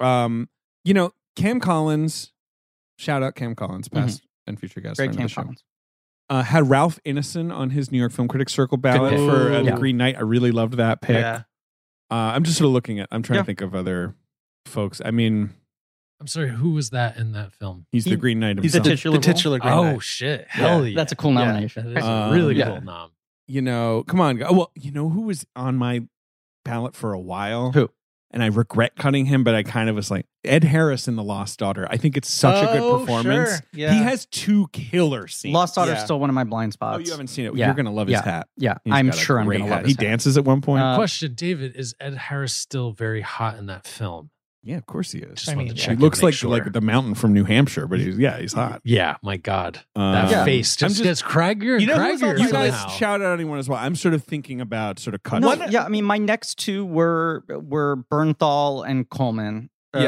S4: Um, you know, Cam Collins. Shout out Cam Collins, past and future guest
S7: Great
S4: friend
S7: Cam
S4: of the show.
S7: Collins.
S4: Uh, had Ralph Ineson on his New York Film Critics Circle ballot
S5: pick.
S4: for uh, The
S5: Yeah.
S4: Green Knight. I really loved that pick.
S5: Yeah.
S4: Uh, I'm just sort of looking at. I'm trying
S7: Yeah.
S4: to think of other folks. I mean,
S6: I'm sorry, who was that in that film?
S4: he's
S7: He-
S4: the Green Knight
S5: He's the
S4: himself.
S5: titular, the titular
S7: titular role?
S5: Green
S6: oh
S5: Knight.
S6: shit! Hell yeah,
S7: That's a cool nomination.
S6: That is
S4: Um,
S6: a really
S4: yeah.
S6: cool nom.
S4: you know, come on. gu- Well, you know who was on my ballot for a while?
S7: Who?
S4: And I regret cutting him, but I kind of was like Ed Harris in The Lost Daughter. I think it's such a
S5: Oh,
S4: good performance.
S5: sure. Yeah.
S4: He has two killer scenes.
S7: Lost Daughter's
S5: Yeah.
S7: still one of my blind
S4: Oh,
S7: spots.
S4: you haven't seen it.
S7: Yeah.
S4: You're gonna love
S7: Yeah.
S4: his hat.
S7: yeah,
S4: He's
S7: I'm
S4: got a
S7: sure I'm
S4: great
S7: going to
S4: hat.
S7: love.
S4: He
S7: his hat.
S4: dances at one point.
S7: Uh,
S6: Question, David: Is Ed Harris still very hot in that film?
S4: Yeah, of course he is.
S6: Just
S5: I
S6: wanted
S5: mean,
S6: to
S5: yeah.
S6: check
S4: he
S6: and
S4: looks
S6: make
S4: like
S6: sure.
S4: like the mountain from New Hampshire, but he's yeah, he's hot.
S6: Yeah, my God,
S4: Um,
S6: that
S7: Yeah.
S6: face
S4: I'm
S6: just,
S4: just-
S6: gets craggier and
S5: You know who was
S6: craggier.
S5: on
S4: you
S5: Right
S4: guys
S6: somehow.
S4: shout out anyone as well. I'm sort of thinking about sort of cuts.
S7: No,
S5: One-
S7: yeah, I mean, my next two were were Bernthal and Coleman.
S5: Yeah.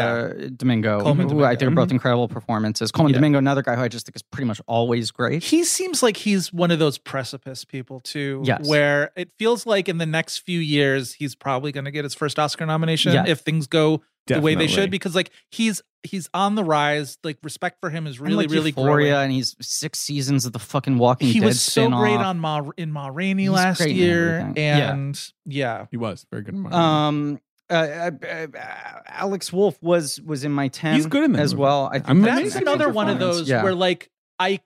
S7: uh, Domingo,
S5: Coleman
S7: who I think are
S5: Domingo. Mm-hmm.
S7: both incredible performances. Coleman
S5: Yeah.
S7: Domingo, another guy who I just think is pretty much always great.
S5: He seems like he's one of those precipice people too,
S7: Yes.
S5: where it feels like in the next few years he's probably going to get his first Oscar nomination
S7: Yeah.
S5: if things go the way they should,
S4: Definitely.
S5: because like he's he's on the rise. Like respect for him is
S7: And,
S5: really
S7: like,
S5: really
S7: Euphoria,
S5: growing.
S7: and he's six seasons of the fucking Walking
S5: He
S7: Dead.
S5: was so great
S7: spin-off.
S5: on Ma in Ma Rainey
S7: He's
S5: last
S7: great in
S5: year,
S7: everything. Yeah.
S5: and yeah.
S4: He was very good. In my opinion.
S7: Um, uh, uh, uh, Alex Wolf was was in my ten.
S4: He's good in that
S7: as
S4: movie.
S7: well. I
S4: I'm
S7: that's
S5: that's
S4: amazing
S5: another one of
S7: performance.
S5: those
S7: Yeah.
S5: where like i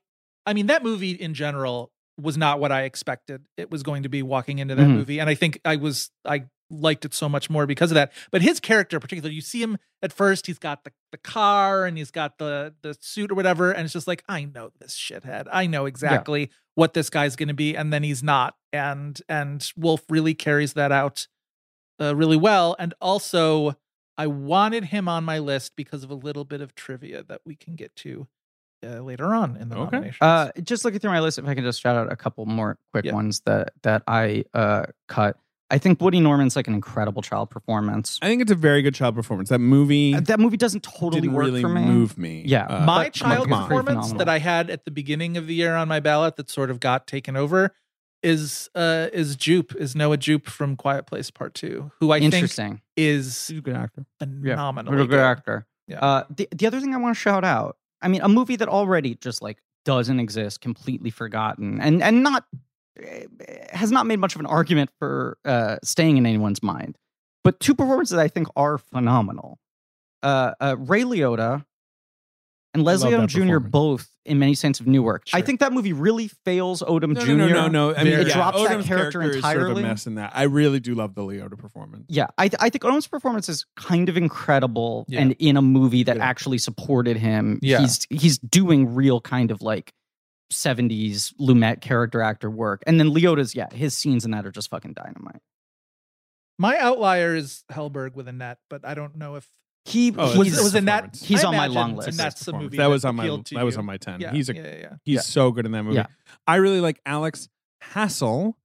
S5: i mean that movie in general was not what i expected it was going to be walking into that
S7: Mhm.
S5: movie and i think i was i liked it so much more because of that but his character particularly you see him at first he's got the, the car and he's got the the suit or whatever and it's just like i know this shithead i know exactly what this guy's going to be and then he's not and and wolf really carries that out uh, really well and also I wanted him on my list because of a little bit of trivia that we can get to uh, later on in the
S4: Okay.
S5: nominations.
S7: Uh, just looking through my list, if I can just shout out a couple more quick
S5: Yeah.
S7: ones that that I uh, cut. I think Woody Norman's like an incredible child performance.
S4: I think it's a very good child performance. That movie
S7: Uh, That movie doesn't totally
S4: didn't
S7: work
S4: really
S7: for me.
S4: move me.
S7: Yeah.
S4: Uh,
S5: my
S7: but
S5: child
S4: come on.
S5: performance
S7: Phenomenal.
S5: that I had at the beginning of the year on my ballot that sort of got taken over is uh is Jupe is Noah Jupe from Quiet Place Part 2 who I think
S7: Interesting.
S5: is
S4: he's a good actor.
S5: phenomenal.
S7: Really good actor.
S5: Yeah.
S7: Uh, the the other thing I want to shout out. I mean, a movie that already just like doesn't exist, completely forgotten, and and not eh, has not made much of an argument for uh, staying in anyone's mind. But two performances I think are phenomenal. Uh, uh, Ray Liotta and Leslie
S4: Love
S7: Odom
S4: that
S7: Jr.
S4: performance.
S7: both in many sense of new work. I
S5: Sure.
S7: think that movie really fails Odom
S4: No,
S7: Jr.
S4: no, no, no. I mean,
S5: It
S4: yeah,
S7: drops that
S4: Odom's
S7: character
S4: Is sort of
S7: entirely.
S4: a mess in that. I really do love the Leota performance.
S7: Yeah, I, th- I think Odom's performance is kind of incredible,
S5: Yeah.
S7: and in a movie that
S4: Yeah.
S7: actually supported him,
S5: Yeah.
S7: he's he's doing real kind of like '70s Lumet character actor work. And then Leota's, yeah, his scenes in that are just fucking dynamite.
S5: My outlier is Hellberg with a net, but I that know if
S7: He
S4: Oh,
S5: was,
S7: he's,
S4: that's-
S5: was in that
S4: performance.
S7: He's
S5: I
S7: on my
S5: imagine
S7: long
S5: it's
S7: list.
S5: in that's the
S4: performance.
S5: movie
S4: That was on my
S5: appealed
S4: that
S5: to
S4: was
S5: you.
S4: on my ten.
S5: Yeah,
S4: he's a
S5: yeah, yeah.
S4: he's
S7: Yeah.
S4: so good in that movie.
S7: Yeah.
S4: I really like Alex Hassel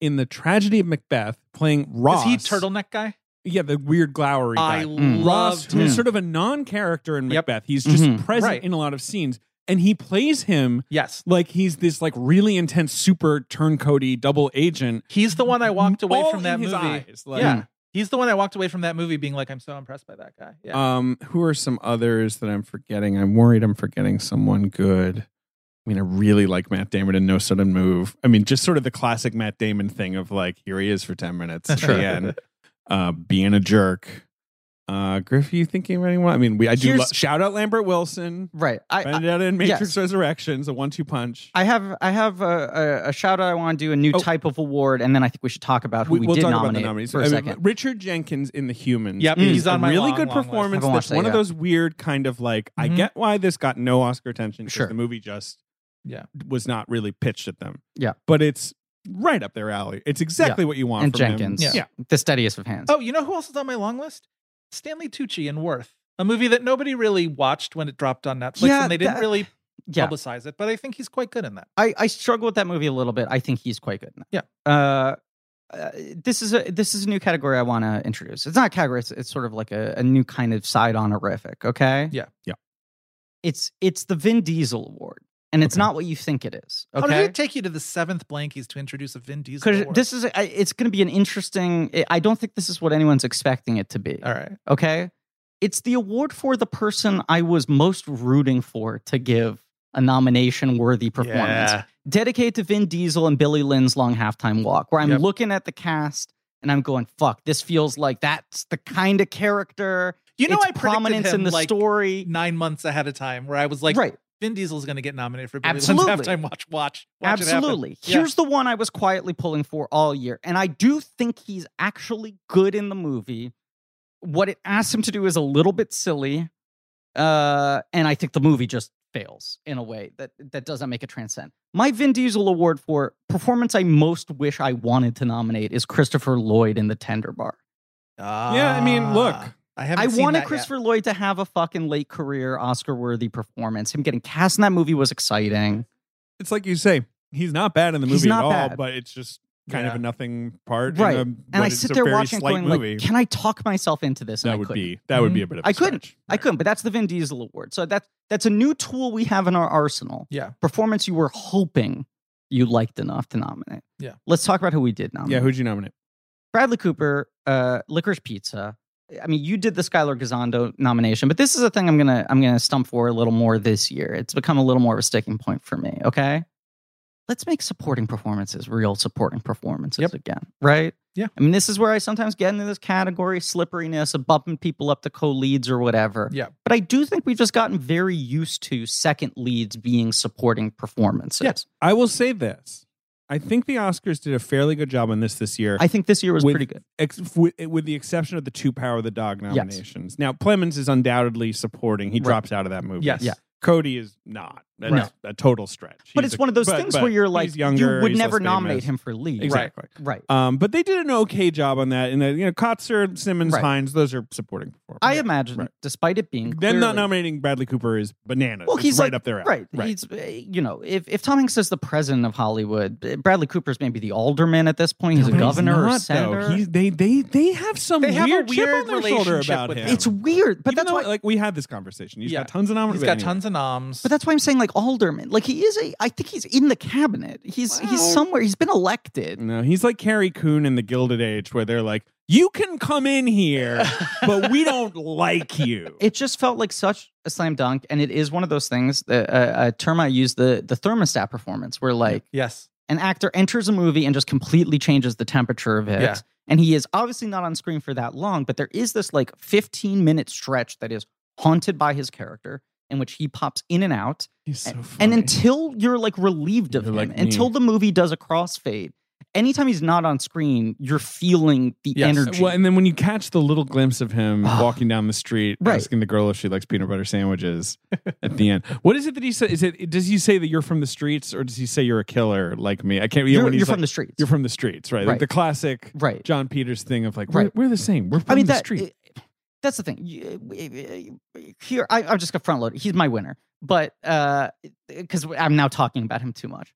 S4: in the tragedy of Macbeth playing
S5: yeah. Is
S4: Ross.
S5: he turtleneck guy?
S4: Yeah, the weird glowery
S5: I
S4: guy.
S7: Mm.
S5: love
S4: Ross,
S5: him.
S4: who's
S7: him.
S4: sort of a non-character in
S5: Yep.
S4: Macbeth. He's just
S7: Mhm.
S4: present
S5: Right.
S4: in a lot of scenes, and he plays him
S5: Yes.
S4: like he's this like really intense super turncoaty double agent.
S5: He's the one I walked away
S4: all
S5: from
S4: in
S5: that
S4: his
S5: movie.
S4: eyes, like-
S5: yeah. He's the one I walked away from that movie being like, I'm so impressed by that guy. Yeah.
S4: Um, who are some others that I'm forgetting? I'm worried I'm forgetting someone good. I mean, I really like Matt Damon in No Sudden Move. I mean, just sort of the classic Matt Damon thing of like, here he is for 10 minutes at
S5: Sure.
S4: the end, uh, being a jerk. Uh, Griff, are you thinking of anyone? I mean, we, I do
S7: Here's-
S4: lo- shout out Lambert Wilson,
S7: right. I, I
S4: Benedetta in Matrix
S7: yes.
S4: Resurrections, a one two punch.
S7: I have I have a, a, a shout out. I want to do a new
S4: Oh.
S7: type of award, and then I think we should talk about who we,
S4: will
S7: did
S4: talk about
S7: nominate
S4: the nominees
S7: for a
S4: I mean,
S7: second.
S4: Richard Jenkins in The Humans.
S5: Yep,
S4: is
S5: he's on
S4: a
S5: my
S4: really
S5: long,
S4: good
S5: long list.
S4: performance.
S7: Haven't
S4: That's
S7: watched
S4: one
S7: that
S4: of
S7: yet.
S4: those weird kind of like I
S5: Mhm.
S4: get why this got no Oscar attention because
S7: Sure.
S4: the movie just
S5: Yeah.
S4: was not really pitched at them.
S7: Yeah.
S4: but it's right up their alley. It's exactly what you want
S7: and
S4: from him.
S7: Jenkins,
S5: Yeah.
S4: Yeah.
S7: the steadiest of hands.
S5: oh, you know who else is on my long list? Stanley Tucci in Worth, a movie that nobody really watched when it dropped on Netflix
S7: Yeah,
S5: and they didn't
S7: that-
S5: really
S7: yeah,
S5: publicize it, but I think he's quite good in that.
S7: I, I struggle with that movie a little bit. I think he's quite good. In that. Yeah. Uh, uh, this is a this is a new category I want to introduce. It's not a category. It's, it's sort of like a, a new kind of side honorific. Okay.
S5: Yeah.
S4: Yeah.
S7: It's it's the Vin Diesel Award, and it's
S4: Okay.
S7: not what you think it is.
S5: How did
S7: Okay.
S5: it take you to the seventh blankies to introduce a Vin Diesel?
S7: Because
S5: award?
S7: this is I- it's going to be an interesting. I- I don't think this is what anyone's expecting it to be.
S5: all right.
S7: Okay. It's the award for the person I was most rooting for to give a nomination worthy performance dedicate to Vin Diesel and Billy Lynn's long halftime walk, where I'm
S5: Yep.
S7: looking at the cast and I'm going, fuck, this feels like that's the kind of character.
S5: You know,
S7: it's
S5: I predicted
S7: prominence in
S5: him,
S7: the
S5: like,
S7: story.
S5: nine months ahead of time, where I was like,
S7: right.
S5: Vin Diesel's going to get nominated for Billy Lynn's
S7: Absolutely.
S5: halftime watch. Watch, watch it happen.
S7: Absolutely.
S5: Yeah.
S7: Here's the one I was quietly pulling for all year. And I do think he's actually good in the movie. What it asks him to do is a little bit silly. Uh, and I think the movie just fails in a way that, that doesn't make it transcend. My Vin Diesel award for performance I most wish I wanted to nominate is Christopher Lloyd in The Tender Bar.
S4: Yeah, I mean, look,
S5: Ah. I haven't.
S7: I
S5: seen
S7: wanted
S5: that yet.
S7: Christopher Lloyd to have a fucking late career Oscar worthy performance. Him getting cast in that movie was exciting.
S4: It's like you say, he's not bad in the
S7: He's
S4: movie
S7: not
S4: at all,
S7: bad.
S4: but it's just kind
S5: Yeah.
S4: of a nothing part.
S7: Right.
S4: in a-
S7: And
S4: what
S7: I
S4: is
S7: sit
S4: a
S7: there
S4: very
S7: watching,
S4: slight
S7: going
S4: movie.
S7: like, "Can I talk myself into this?" And I
S4: that would
S7: couldn't.
S4: be that
S5: Mm-hmm.
S4: would be a bit of a
S7: I couldn't.
S4: stretch.
S7: I couldn't. But that's the Vin Diesel award. So that's that's a new tool we have in our arsenal.
S5: Yeah.
S7: performance you were hoping you liked enough to nominate.
S5: Yeah.
S7: let's talk about who we did nominate.
S4: Yeah, who'd you nominate?
S7: Bradley Cooper, uh, Licorice Pizza. I mean, you did the Skylar Gazondo nomination, but this is a thing I'm gonna I'm gonna stump for a little more this year. It's become a little more of a sticking point for me. Okay, let's make supporting performances real supporting performances
S5: Yep.
S7: again, right?
S5: Yeah.
S7: I mean, this is where I sometimes get into this category slipperiness of bumping people up to co leads or whatever.
S5: Yeah.
S7: but I do think we've just gotten very used to second leads being supporting performances.
S5: Yeah.
S4: I will say this. I think the Oscars did a fairly good job on this this year.
S7: I think this year was
S4: With-
S7: pretty good.
S4: ex- with, with the exception of the two Power of the Dog
S7: Yes.
S4: nominations. Now, Plemons is undoubtedly supporting. He
S7: Right.
S4: drops out of that movie.
S5: Yes.
S7: Yeah.
S4: Cody is not. That's
S7: Right.
S4: a total stretch.
S7: But
S4: He's a-
S7: it's one of those
S4: but-
S7: things
S4: but
S7: where you're
S4: he's
S7: like,
S4: younger,
S7: you would
S4: he's
S7: never
S4: less
S7: nominate
S4: famous.
S7: him for lead.
S4: Exactly.
S7: Right.
S4: Um, but they did an okay job on that. And uh, you know, Kotzer, Simmons,
S7: Right.
S4: Hines, those are supporting. performers.
S7: I imagine,
S4: Right.
S7: despite it being
S4: Them not
S7: clearly-
S4: nominating Bradley Cooper is bananas.
S7: Well,
S4: It's
S7: he's
S4: right
S7: like-
S4: up there.
S7: Right. He's, uh, you know, if, if Tom Hanks is the president of Hollywood, uh, Bradley Cooper's maybe the alderman at this point. He's a governor or senator.
S4: He's, they they they have some
S5: They have a
S4: weird, chip
S5: weird
S4: on their shoulder
S5: relationship
S4: about
S5: with
S4: him.
S5: him.
S7: it's weird, but
S4: Even
S7: that's
S4: though,
S7: why.
S4: like we had this conversation. He's
S5: Yeah.
S4: got tons of
S5: He's
S4: nominations.
S5: got tons of noms.
S7: but that's why I'm saying like alderman. Like he is a. I think he's in the cabinet. He's he's somewhere. He's been elected.
S4: No, he's like Carrie Coon in the Gilded Age, where they're like, "You can come in here, but we don't like you."
S7: It just felt like such a slam dunk, and it is one of those things. That, uh, a term I use the the thermostat performance, where like
S5: yes.
S7: an actor enters a movie and just completely changes the temperature of it.
S5: Yeah.
S7: And he is obviously not on screen for that long, but there is this like 15 minute stretch that is haunted by his character in which he pops in and out.
S4: He's so
S7: And
S4: funny.
S7: until you're like relieved of
S4: You're
S7: him,
S4: like me.
S7: until the movie does a crossfade, anytime he's not on screen, you're feeling the
S5: Yes.
S7: energy. Ah.
S4: well, and then when you catch the little glimpse of him walking down the street,
S7: Right.
S4: asking the girl if she likes peanut butter sandwiches at the end, what is it that he says? Is it does he say that you're from the streets, or does he say you're a killer like me? I can't. You know,
S7: you're
S4: when he's
S7: you're from
S4: like,
S7: the streets.
S4: You're from the streets, right?
S7: Right.
S4: Like the classic
S7: right.
S4: John Peters thing of like,
S7: Right.
S4: we're, we're the same. We're from
S7: I mean,
S4: the
S7: that,
S4: street.
S7: it- that's the thing. You- Here, I, I'm just gonna front load. it. He's my winner, but uh, because I'm now talking about him too much.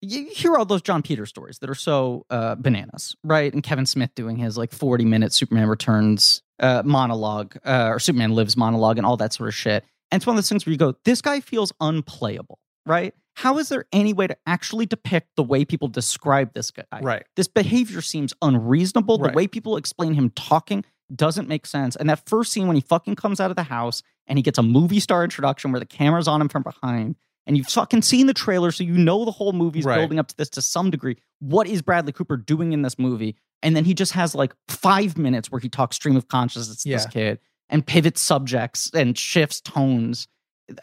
S7: You hear all those John Peter stories that are so uh, bananas, right? And Kevin Smith doing his like 40 minute Superman Returns uh, monologue uh, or Superman Lives monologue and all that sort of shit. And it's one of those things where you go, this guy feels unplayable, right? How is there any way to actually depict the way people describe this guy?
S5: Right.
S7: this behavior seems unreasonable. The
S5: Right.
S7: way people explain him talking doesn't make sense. And that first scene when he fucking comes out of the house and he gets a movie star introduction where the camera's on him from behind, and you've fucking seen the trailer, so you know the whole movie's
S5: Right.
S7: building up to this to some degree. What is Bradley Cooper doing in this movie? And then he just has like five minutes where he talks stream of consciousness to this
S5: Yeah.
S7: kid and pivots subjects and shifts tones.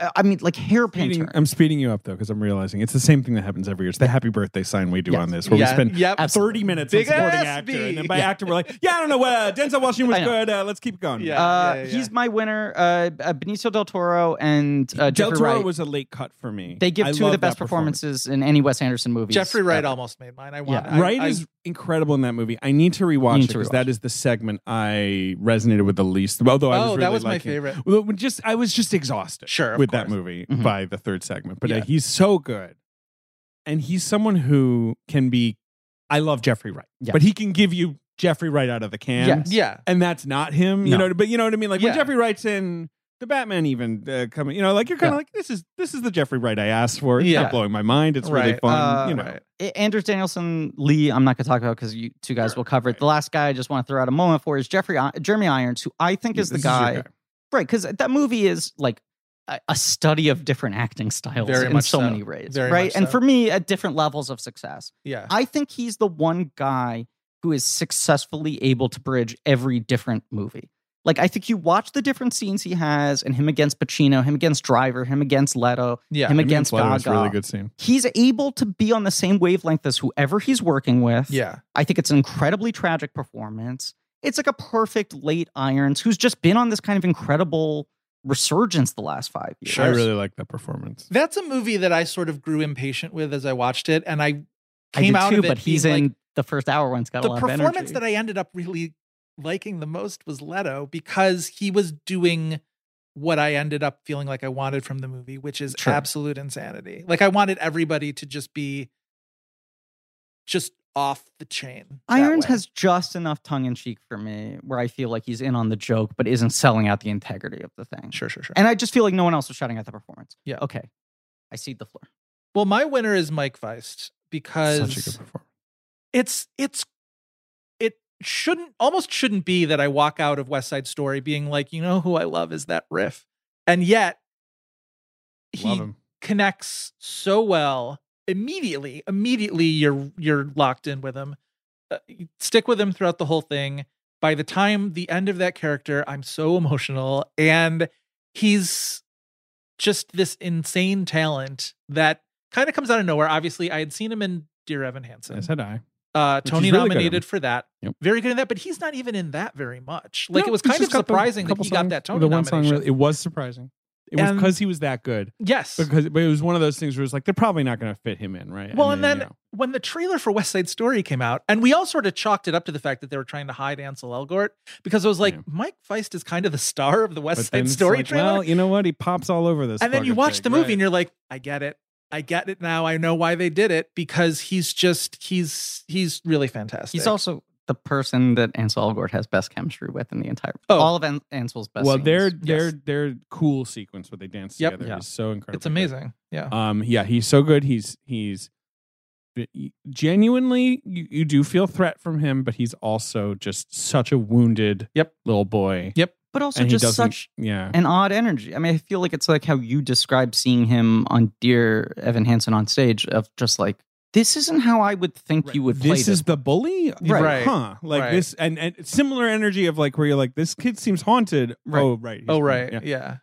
S7: I- I mean, like hairpin
S4: Speeding-
S7: turn.
S4: I'm speeding you up though because I'm realizing it's the same thing that happens every year. It's the happy birthday sign we do
S7: Yes.
S4: on this, where
S5: yeah.
S4: we spend
S5: Yep.
S7: Absolutely.
S4: 30 minutes
S5: Big
S4: on supporting
S5: ass
S4: actor,
S5: beat.
S4: and then by
S7: Yeah.
S4: actor we're like, yeah, I don't know, what uh, Denzel Washington
S7: I
S4: was
S7: know.
S4: good. Uh, let's keep it going.
S5: Yeah.
S7: Uh,
S5: yeah, yeah.
S7: He's my winner. Uh, uh, Benicio del Toro and uh,
S4: Del
S7: Jeffrey
S4: Toro
S7: Wright.
S4: was a late cut for me.
S7: They give
S4: I
S7: two of
S4: love
S7: the best
S4: that performance.
S7: performances in any Wes Anderson movie.
S5: Jeffrey Wright almost made mine. I want.
S7: Yeah.
S5: I,
S4: Wright
S5: I-
S4: is incredible in that movie. I need to rewatch
S7: You
S4: it
S7: need to
S4: because
S7: rewatch.
S4: that is the segment I resonated with the least. Although I was
S5: Oh,
S4: really
S5: that was my
S4: liking-
S5: favorite.
S4: Well, when just I was just exhausted.
S5: Sure, of
S4: with that
S5: course. Mm-hmm.
S4: movie
S7: Mhm.
S4: by the third segment, but uh,
S5: Yeah.
S4: he's so good, and he's someone who can be. I love Jeffrey Wright,
S7: Yes.
S4: but he can give you Jeffrey Wright out of the can.
S7: Yes.
S5: Yeah.
S4: and that's not him. You
S7: No.
S4: know, but you know what I mean. Like when
S5: Yeah.
S4: Jeffrey Wright's in the Batman, even uh, coming, you know, like you're kind of
S7: Yeah.
S4: like this is this is the Jeffrey Wright I asked for. It's
S5: Yeah.
S4: not blowing my mind. It's really
S5: Right.
S4: fun.
S7: Uh,
S4: you know,
S5: right.
S7: A- Anders Danielson, Lee, I'm not going to talk about because you two guys will cover it. The last guy I just want to throw out a moment for is Jeffrey I- Jeremy Irons, who I think is the
S4: This your
S7: guy, right? Because that movie is like a, a study of different acting styles
S5: Very
S7: in
S5: much
S7: so,
S5: so.
S7: many ways,
S5: Very
S7: right?
S5: much
S7: And
S5: so.
S7: for me, at different levels of success,
S5: Yeah.
S7: I think he's the one guy who is successfully able to bridge every different movie. Like I think you watch the different scenes he has, and him against Pacino, him against Driver, him against Leto,
S5: Yeah.
S7: him
S4: Him and
S7: against
S4: Flo was
S7: Gaga.
S4: Really good scene.
S7: He's able to be on the same wavelength as whoever he's working with.
S5: Yeah.
S7: I think it's an incredibly tragic performance. It's like a perfect late Irons who's just been on this kind of incredible resurgence the last five years.
S5: Sure.
S4: I really like that performance.
S5: That's a movie that I sort of grew impatient with as I watched it, and I
S7: I did
S5: came out
S7: too,
S5: of it.
S7: but he's
S5: being
S7: in
S5: like,
S7: the first hour one's got a
S5: the
S7: lot of
S5: performance
S7: energy.
S5: that I ended up really liking the most was Leto because he was doing what I ended up feeling like I wanted from the movie, which is
S3: Sure.
S5: absolute insanity. Like I wanted everybody to just be just off the chain. that
S3: Irons
S5: way.
S3: has just enough tongue in cheek for me where I feel like he's in on the joke, but isn't selling out the integrity of the thing.
S5: sure, sure, sure.
S3: And I just feel like no one else was shouting at the performance.
S5: Yeah.
S3: Okay. I cede the floor.
S5: well, my winner is Mike Feist because
S4: Such a good performance.
S5: it's it's it shouldn't almost shouldn't be that I walk out of West Side Story being like, you know who I love is that riff. And yet
S4: Love
S5: he
S4: him.
S5: connects so well immediately. Immediately you're you're locked in with him. Uh, you stick with him throughout the whole thing. By the time the end of that character, I'm so emotional and he's just this insane talent that kind of comes out of nowhere. Obviously, I had seen him in Dear Evan Hansen.
S4: As had I.
S5: Uh,
S4: Which
S5: Tony
S4: he's really good at.
S5: nominated for that.
S4: Yep.
S5: Very good in that, but he's not even in that very much. Like
S4: No,
S5: it was
S4: he's
S5: kind of
S4: just got the
S5: surprising that
S4: couple
S5: he got
S4: songs-
S5: that Tony
S4: the one song
S5: nomination.
S4: really- it was surprising. It was
S5: And-
S4: because he was that good.
S5: yes.
S4: Because but it was one of those things where it's like they're probably not going to fit him in, right?
S5: well, and then
S4: you know.
S5: when the trailer for West Side Story came out, and we all sort of chalked it up to the fact that they were trying to hide Ansel Elgort because it was like
S4: Yeah.
S5: Mike Feist is kind of the star of the West
S4: then
S5: Side
S4: it's
S5: Story
S4: like,
S5: trailer.
S4: Well, you know what? He pops all over this.
S5: and then you
S4: fucking
S5: watch
S4: thing,
S5: the movie
S4: right.
S5: and you're like, I get it. I get it now. I know why they did it because he's just he's he's really fantastic.
S3: He's also the person that Ansel Elgort has best chemistry with in the entire.
S5: Oh.
S3: All of An- Ansel's best.
S4: well,
S3: scenes.
S4: their their
S5: Yes.
S4: their cool sequence where they dance
S5: Yep.
S4: together
S3: Yeah.
S4: is so incredible.
S5: it's amazing. Yeah.
S4: Um, yeah, he's so good. He's he's genuinely you, you do feel threat from him, but he's also just such a wounded
S5: Yep.
S4: little boy.
S5: Yep.
S3: but also
S4: and he
S3: just
S4: doesn't-
S3: such
S4: Yeah.
S3: an odd energy. I mean, I feel like it's like how you describe seeing him on Dear Evan Hansen on stage of just like this isn't how I would think you would play
S4: this
S3: this.
S4: is the bully,
S5: Right.
S4: Huh? Like
S5: Right.
S4: this, and, and similar energy of like where you're like, this kid seems haunted.
S3: Right.
S4: Oh, right. he's-
S5: oh right.
S4: yeah.
S5: yeah.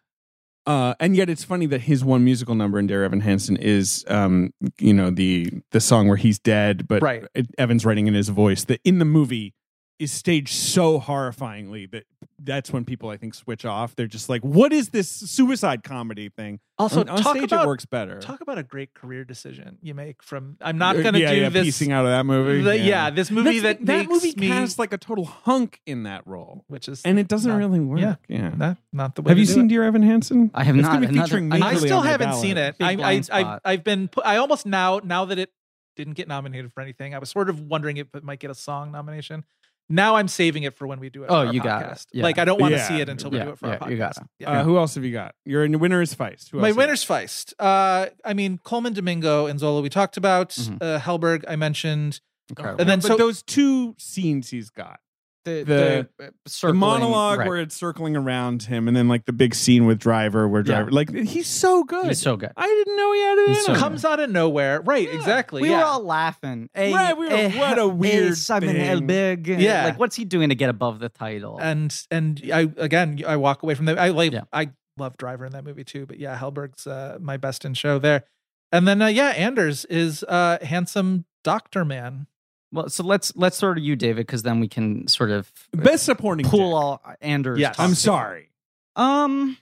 S4: Uh, and yet it's funny that his one musical number in Dear Evan Hansen is, um, you know, the the song where he's dead, but
S5: Right.
S4: it- Evan's writing in his voice that in the movie is staged so horrifyingly that that's when people I think switch off. They're just like, what is this suicide comedy thing?
S5: Also,
S4: on, on
S5: talk
S4: stage
S5: about
S4: it works better.
S5: Talk about a great career decision you make from I'm not
S4: Uh,
S5: gonna
S4: yeah,
S5: do
S4: yeah,
S5: this.
S4: piecing out of that movie.
S5: the- yeah. this movie
S4: That's-
S5: that
S4: that
S5: makes
S4: movie
S5: me,
S4: casts like a total hunk in that role,
S5: which is
S4: and it doesn't
S5: Not-
S4: really work.
S5: yeah.
S4: yeah.
S5: not not the way.
S4: Have
S5: to
S4: you
S5: do
S4: seen
S5: It.
S4: Dear Evan Hansen?
S3: I have
S4: It's
S3: not,
S4: gonna be
S3: another-
S4: featuring
S3: I
S5: I
S4: majorly
S5: still
S4: on their
S5: haven't
S4: ballot.
S5: seen it.
S3: Big
S5: I, I,
S3: blind
S5: I
S3: spot.
S5: I've been pu- I almost now now that it didn't get nominated for anything. I was sort of wondering if it might get a song nomination. Now I'm saving it for when we do it. for
S3: Oh,
S5: our
S3: you got it.
S5: podcast.
S3: Yeah.
S5: Like I don't want to
S4: Yeah.
S5: see it until we
S3: Yeah,
S5: do it for
S3: yeah,
S5: our podcast.
S3: you got it.
S5: Yeah.
S4: Uh, who else have you got? Your winner is Feist. Who
S5: My
S4: else you
S5: winner's Feist. Uh, I mean, Coleman Domingo and Zola we talked about.
S4: Mm-hmm.
S3: Mhm.
S5: Uh, Helberg I mentioned.
S3: Incredible.
S4: got?
S5: and then
S4: but
S5: so-
S4: those two scenes he's got. the-
S3: uh,
S4: The
S3: circling-
S4: monologue
S3: right.
S4: where it's circling around him, and then like the big scene with Driver, where
S3: Yeah.
S4: Driver, like he's so good.
S3: he's so good.
S4: I didn't know he had it
S3: He's
S4: in
S3: so
S4: him.
S5: comes out of nowhere. Right,
S4: Hmm. Yeah.
S5: exactly.
S3: We
S5: yeah.
S3: were all laughing. A-
S4: Right, we were, what a weird
S3: Simon
S4: thing.
S3: Helberg.
S5: Yeah.
S3: like what's he doing to get above the title?
S5: and and I again I walk away from that. I like
S3: Yeah.
S5: I love Driver in that movie too. But yeah, Helberg's uh, my best in show there. And then uh, yeah, Anders is uh, handsome doctor man.
S3: well, so let's let's sort of you, David, because then we can sort of
S4: Best supporting.
S3: pull
S4: dick.
S3: all Anders.
S5: Yes.
S3: top
S4: I'm
S3: tier.
S4: sorry.
S3: Um,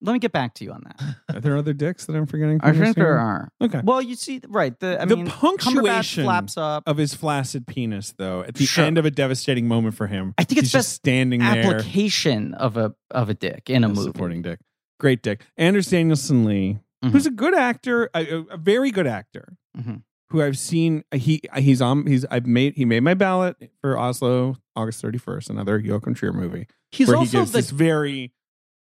S3: let me get back to you on that.
S4: Are there other dicks that I'm forgetting? from
S3: I
S4: this
S3: think there
S4: scene?
S3: are.
S4: Okay.
S3: Well, you see, right? The I
S4: The
S3: mean,
S4: punctuation
S3: Cumberbatch flaps up.
S4: Of his flaccid penis, though, at the
S3: Sure.
S4: end of a devastating moment for him,
S3: I think it's
S4: he's just
S3: best
S4: standing there.
S3: application of a of a dick in a
S4: Best
S3: movie.
S4: Supporting dick. Great dick. Anders Danielson Lee,
S3: Mhm.
S5: Mm-hmm.
S4: who's a good actor, a, a- a very good actor,
S3: Mhm.
S4: who I've seen. uh, He he's on. He's I've made he made my ballot for Oslo August thirty first. Another Joachim Trier movie
S5: He's
S4: where he
S5: also
S4: gives
S5: the Mm-hmm.
S4: this very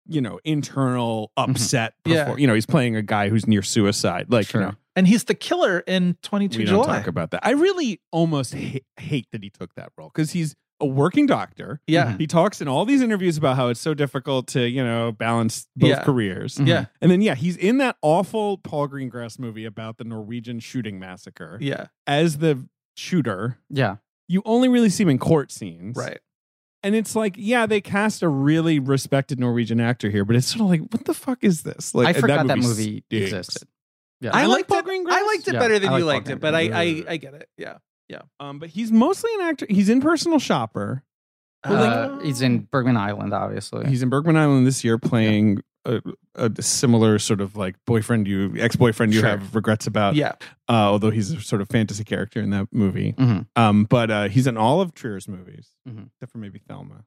S4: you know internal upset.
S5: Yeah.
S4: perform- You know he's playing a guy who's near suicide. Like
S3: Sure.
S4: you know,
S5: and he's the killer in Twenty
S4: we
S5: Two
S4: don't
S5: July.
S4: talk about that. I really almost ha- hate that he took that role because he's a working doctor.
S5: yeah,
S4: He talks in all these interviews about how it's so difficult to, you know, balance both
S5: Yeah.
S4: careers.
S3: Mhm.
S5: yeah,
S4: And then yeah, he's in that awful Paul Greengrass movie about the Norwegian shooting massacre
S5: yeah.
S4: as the shooter.
S3: Yeah,
S4: You only really see him in court scenes.
S5: Right.
S4: And it's like, yeah, they cast a really respected Norwegian actor here, but it's sort of like, what the fuck is this? Like
S3: I forgot that movie,
S4: stinks.
S3: existed. Yeah,
S5: I,
S4: I like
S5: liked
S4: Paul
S5: it.
S4: Greengrass.
S5: I liked it
S3: Yeah,
S5: better than
S3: I like
S5: you
S3: Paul
S5: liked it, but I, I
S4: Greengrass.
S5: I get it. Yeah.
S4: Um, but he's mostly an actor. He's in personal shopper.
S3: Uh, he's in Bergman Island, obviously.
S4: He's in Bergman Island this year playing a, a similar sort of like boyfriend you ex boyfriend you
S5: Sure.
S4: have regrets about.
S5: yeah.
S4: Uh, although he's a sort of fantasy character in that movie.
S3: Mhm.
S4: Um, but uh, he's in all of Trier's movies,
S3: Mhm.
S4: except for maybe Thelma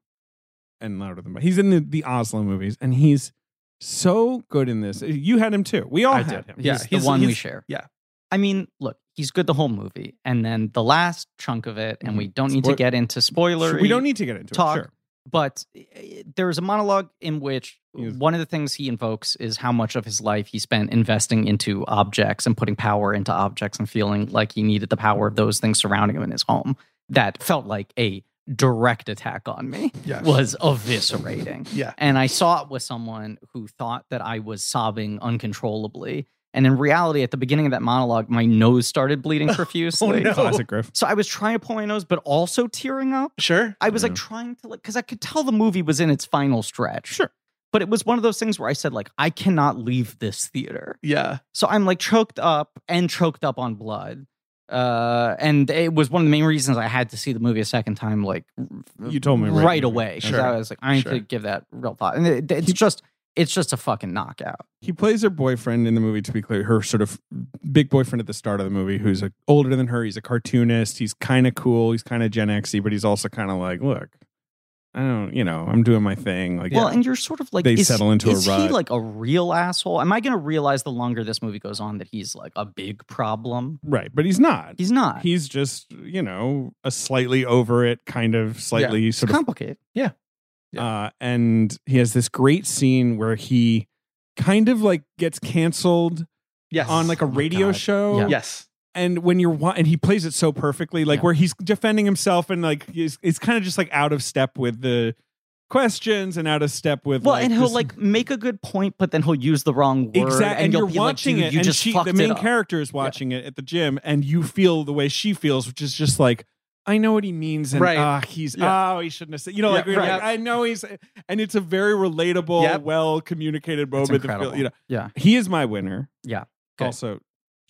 S4: and Louder Than But. He's in the, the Oslo movies, and he's so good in this. You had him too. We all
S3: I
S4: had
S3: did.
S4: him.
S3: He's
S5: Yeah,
S3: the
S5: he's-
S3: one we
S5: he's-
S3: share.
S5: yeah.
S3: I mean, look, he's good the whole movie, and then the last chunk of it, and we don't need
S4: Spoil-
S3: to get into spoiler.
S4: We don't need to get into
S3: talk.
S4: it. Sure.
S3: but eh, there is a monologue in which
S4: Yes.
S3: one of the things he invokes is how much of his life he spent investing into objects and putting power into objects and feeling like he needed the power of those things surrounding him in his home. That felt like a direct attack on me.
S5: Yes.
S3: Was eviscerating.
S5: Yeah.
S3: And I saw it with someone who thought that I was sobbing uncontrollably. And in reality, at the beginning of that monologue, my nose started bleeding profusely.
S5: Oh, no.
S4: Classic Griff.
S3: So I was trying to pull my nose, but also tearing up.
S5: Sure.
S3: I was
S4: Yeah.
S3: like trying to like because I could tell the movie was in its final stretch.
S4: Sure.
S3: But it was one of those things where I said, like, I cannot leave this theater.
S5: Yeah.
S3: So I'm like choked up and choked up on blood. Uh, and it was one of the main reasons I had to see the movie a second time, like
S4: You told me right,
S3: right,
S4: right.
S3: away. 'cause
S5: Sure.
S3: I was like, I need
S5: Sure.
S3: to give that real thought. And it, it's just, it's just a fucking knockout.
S4: He plays her boyfriend in the movie, to be clear, her sort of big boyfriend at the start of the movie, who's like, older than her. He's a cartoonist. He's kind of cool. He's kind of Gen Xy, but he's also kind of like, look, I don't, you know, I'm doing my thing. Like,
S3: Well, and you're sort of like,
S4: Mm-hmm. They
S3: is,
S4: settle into a
S3: is he
S4: rut.
S3: like a real asshole? Am I going to realize the longer this movie goes on that he's like a big problem?
S4: right. But he's not.
S3: He's not.
S4: he's just you know a slightly over it kind of slightly
S3: it's
S4: sort of
S3: complicated.
S4: uh, and he has this great scene where he kind of like gets canceled
S5: Yes.
S4: on like a
S3: Oh my
S4: radio
S3: God.
S4: show
S3: Yeah.
S5: Yes.
S4: and when you're wa- and he plays it so perfectly like
S3: Yeah.
S4: where he's defending himself and like is, is kind of just like out of step with the questions and out of step with
S3: Well,
S4: like,
S3: and he'll
S4: this-
S3: like make a good point, but then he'll use the wrong word,
S4: Exactly,
S3: and,
S4: and,
S3: you'll
S4: you're
S3: be
S4: watching
S3: like, "Dude,
S4: it,
S3: you
S4: and
S3: just
S4: she,
S3: fucked
S4: the main
S3: it up."
S4: character is watching it at the gym, and you feel the way she feels, which is just like, I know what he means, and
S5: Right.
S4: ah, he's oh, he shouldn't have said, you know,
S5: Yeah,
S4: like, we're
S5: right.
S4: like, I know he's, and it's a very relatable,
S5: Yep.
S4: well communicated
S3: It's
S4: moment. that feel-
S3: incredible.
S4: you know,
S3: yeah,
S4: he is my winner.
S3: Yeah. Good.
S4: Also,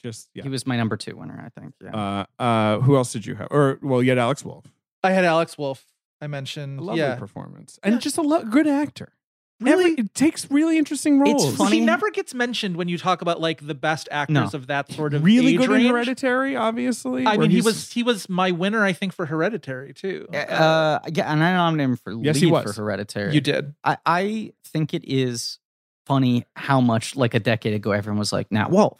S4: just yeah.
S3: he was my number two winner, I think. Yeah.
S4: Uh, uh, who else did you have? Or well, you had Alex Wolf,
S5: I had Alex Wolf. I
S4: a
S5: mentioned.
S4: lovely
S5: Yeah.
S4: performance, and
S5: Yeah.
S4: just a lo- good actor.
S5: Really?
S4: Every- it takes really interesting roles.
S3: funny.
S5: He never gets mentioned when you talk about like the best actors
S3: No.
S5: of that sort of
S4: really
S5: age
S4: good
S5: range.
S4: in Hereditary, obviously.
S5: I
S4: where
S5: mean, he
S4: he's-
S5: was he was my winner, I think, for Hereditary too.
S3: Uh, yeah, and I nominated him for
S4: Yes,
S3: lead
S4: he was.
S3: for Hereditary.
S5: you did.
S3: I, I think it is funny how much like a decade ago everyone was like, "Nat Wolf,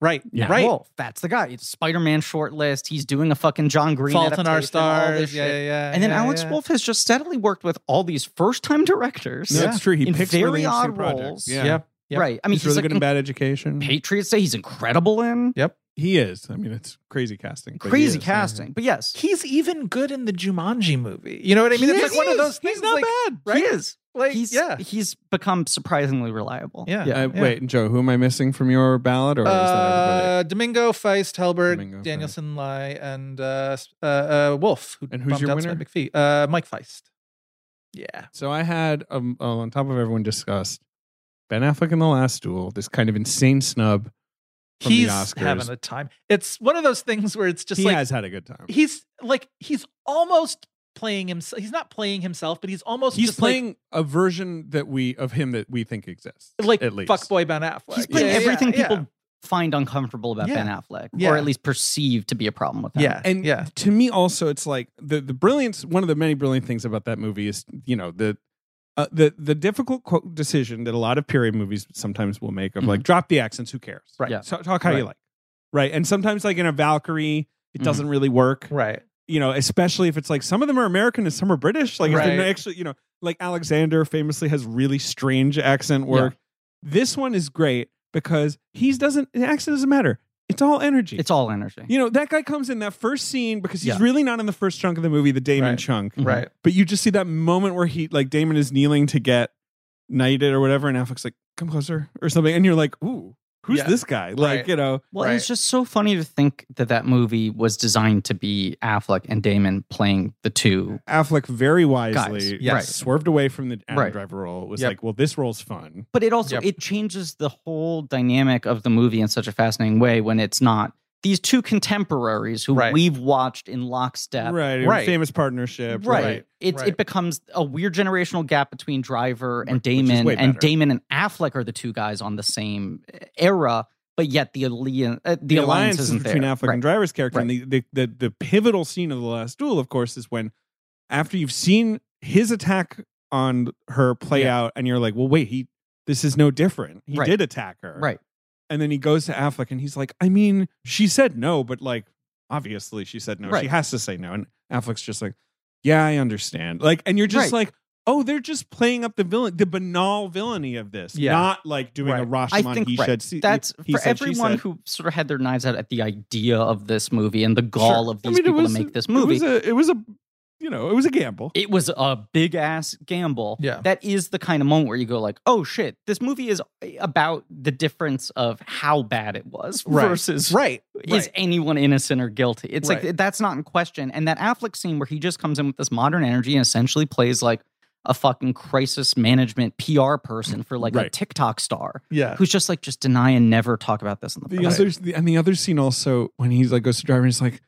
S5: Right.
S4: Yeah.
S5: Right.
S3: Wolf, that's the guy." It's Spider-Man shortlist. He's doing a fucking John Green.
S5: Fault in Our
S3: adaptation, all this
S5: Stars. Yeah,
S3: shit.
S5: yeah, yeah.
S3: And then
S5: yeah,
S3: Alex
S5: yeah.
S3: Wolf has just steadily worked with all these first-time directors.
S4: No,
S5: Yeah.
S4: it's true. He
S3: in
S4: picks
S3: very
S4: really interesting
S3: odd
S4: projects.
S3: roles.
S4: Yeah.
S5: Yep. Yep.
S3: Right. I mean,
S4: he's, really
S3: like,
S4: good in Bad Education.
S3: Patriots Day. He's incredible in
S4: He is. I mean, it's crazy casting. but he
S3: crazy
S4: is.
S3: casting. But yes,
S5: He's even good in the Jumanji movie. You know what I mean?
S3: He
S5: it's like one of
S3: is.
S5: those things.
S4: He's not
S5: like,
S4: bad.
S5: Right?
S3: he is.
S5: Like,
S3: he's
S5: yeah.
S3: he's become surprisingly reliable.
S5: Yeah.
S4: Uh,
S5: Yeah.
S4: Wait, Joe, who am I missing from your ballot? Or is that everybody?
S5: Uh, Domingo Feist, Helberg,
S4: Domingo
S5: Danielson, Lai, and uh, s- uh, uh, Wolf. Who
S4: And who's
S5: bumped
S4: your
S5: out
S4: winner?
S5: Scott McPhee. Uh, Mike Feist. Yeah.
S4: So I had, um, oh, on top of everyone discussed, Ben Affleck in The Last Duel, this kind of insane snub. From the
S5: he's
S4: Oscars.
S5: having a time. It's one of those things where it's just
S4: he
S5: like
S4: has had a good time.
S5: he's like he's almost playing himself. He's not playing himself, but he's almost
S4: He's
S5: just like-
S4: playing a version that we of him that we think exists.
S5: like,
S4: at least
S5: fuckboy Ben Affleck.
S3: he's playing
S5: Yeah,
S3: everything
S5: yeah,
S3: people find uncomfortable about
S5: Yeah.
S3: Ben Affleck,
S5: Yeah.
S3: or at least perceive to be a problem with him.
S5: Yeah.
S4: And
S5: yeah.
S4: to me, also, it's like the the brilliance. One of the many brilliant things about that movie is you know the uh, the the difficult quote decision that a lot of period movies sometimes will make of like drop the accents, who cares?
S5: Mm-hmm. Right. Mm-hmm.
S3: Yeah.
S4: So, talk how you
S3: Right.
S4: like, right? And sometimes like in a Valkyrie, it
S3: Mhm.
S4: doesn't really work,
S5: Right.
S4: you know, especially if it's like some of them are American and some are British. Like if they're
S5: Right.
S4: not actually, you know, like Alexander famously has really strange accent work. This one is great because he's doesn't the accent doesn't matter. It's all energy.
S3: it's all energy.
S4: You know, that guy comes in that first scene because he's
S3: Yeah.
S4: really not in the first chunk of the movie, the Damon
S5: Right.
S4: chunk.
S3: Mhm.
S5: Right.
S4: But you just see that moment where he, like, Damon is kneeling to get knighted or whatever, and Affleck's like, come closer or something. And you're like, ooh, who's
S5: Yeah.
S4: this guy? Like,
S5: Right.
S4: you know,
S3: Well,
S5: Right.
S3: it's just so funny to think that that movie was designed to be Affleck and Damon playing the two.
S4: Affleck very wisely
S3: Guys, yes. Right.
S4: swerved away from the Adam
S3: Right.
S4: Driver role. It was
S5: Yep.
S4: like, well, this role's fun.
S3: But it also
S5: Yep.
S3: it changes the whole dynamic of the movie in such a fascinating way when it's not
S7: these two contemporaries who
S5: Right.
S7: we've watched in lockstep.
S4: Right.
S5: Right.
S4: Famous partnership.
S7: Right.
S5: Right,
S7: It
S5: right.
S7: it becomes a weird generational gap between Driver and
S4: is
S7: Damon,
S4: way
S7: and
S4: better.
S7: Damon and Affleck are the two guys on the same era, but yet the alliance uh,
S4: The,
S7: the, alliance,
S4: alliance
S7: isn't
S4: between
S7: there.
S4: Affleck
S7: Right.
S4: and Driver's character. And the, the, the, the pivotal scene of The Last Duel, of course, is when after you've seen his attack on her play out and you're like, well, wait, he this is no different. He
S7: Right.
S4: did attack her.
S7: Right.
S4: And then he goes to Affleck and he's like, I mean, she said no, but like, obviously she said no. She
S7: Right.
S4: has to say no. And Affleck's just like, yeah, I understand. Like, and you're just like, oh, they're just playing up the villain, the banal villainy of this,
S5: Yeah.
S4: not like doing a
S7: I
S4: Rashomon.
S7: think
S4: he
S7: right.
S4: should see.
S7: that's
S4: he
S7: for
S4: said, she
S7: everyone
S4: said.
S7: who sort of had their knives out at the idea of this movie and the gall
S4: Sure.
S7: of
S4: I
S7: these
S4: mean, it
S7: people
S4: was-
S7: to make this
S4: It
S7: movie.
S4: was a, it was a, you know, it was a gamble.
S7: it was a big ass gamble.
S5: Yeah.
S7: That is the kind of moment where you go like, "Oh shit, this movie is about the difference of how bad it was
S5: Right.
S7: versus
S5: Right.
S7: is anyone innocent or guilty?" It's like
S5: Right.
S7: that's not in question. And that Affleck scene where he just comes in with this modern energy and essentially plays like a fucking crisis management PR person for like a
S4: Right.
S7: TikTok star
S5: Yeah.
S7: who's just like just deny and never talk about this in the,
S4: The
S7: press.
S4: other the, and the other scene also when he's like goes to driver and he's like,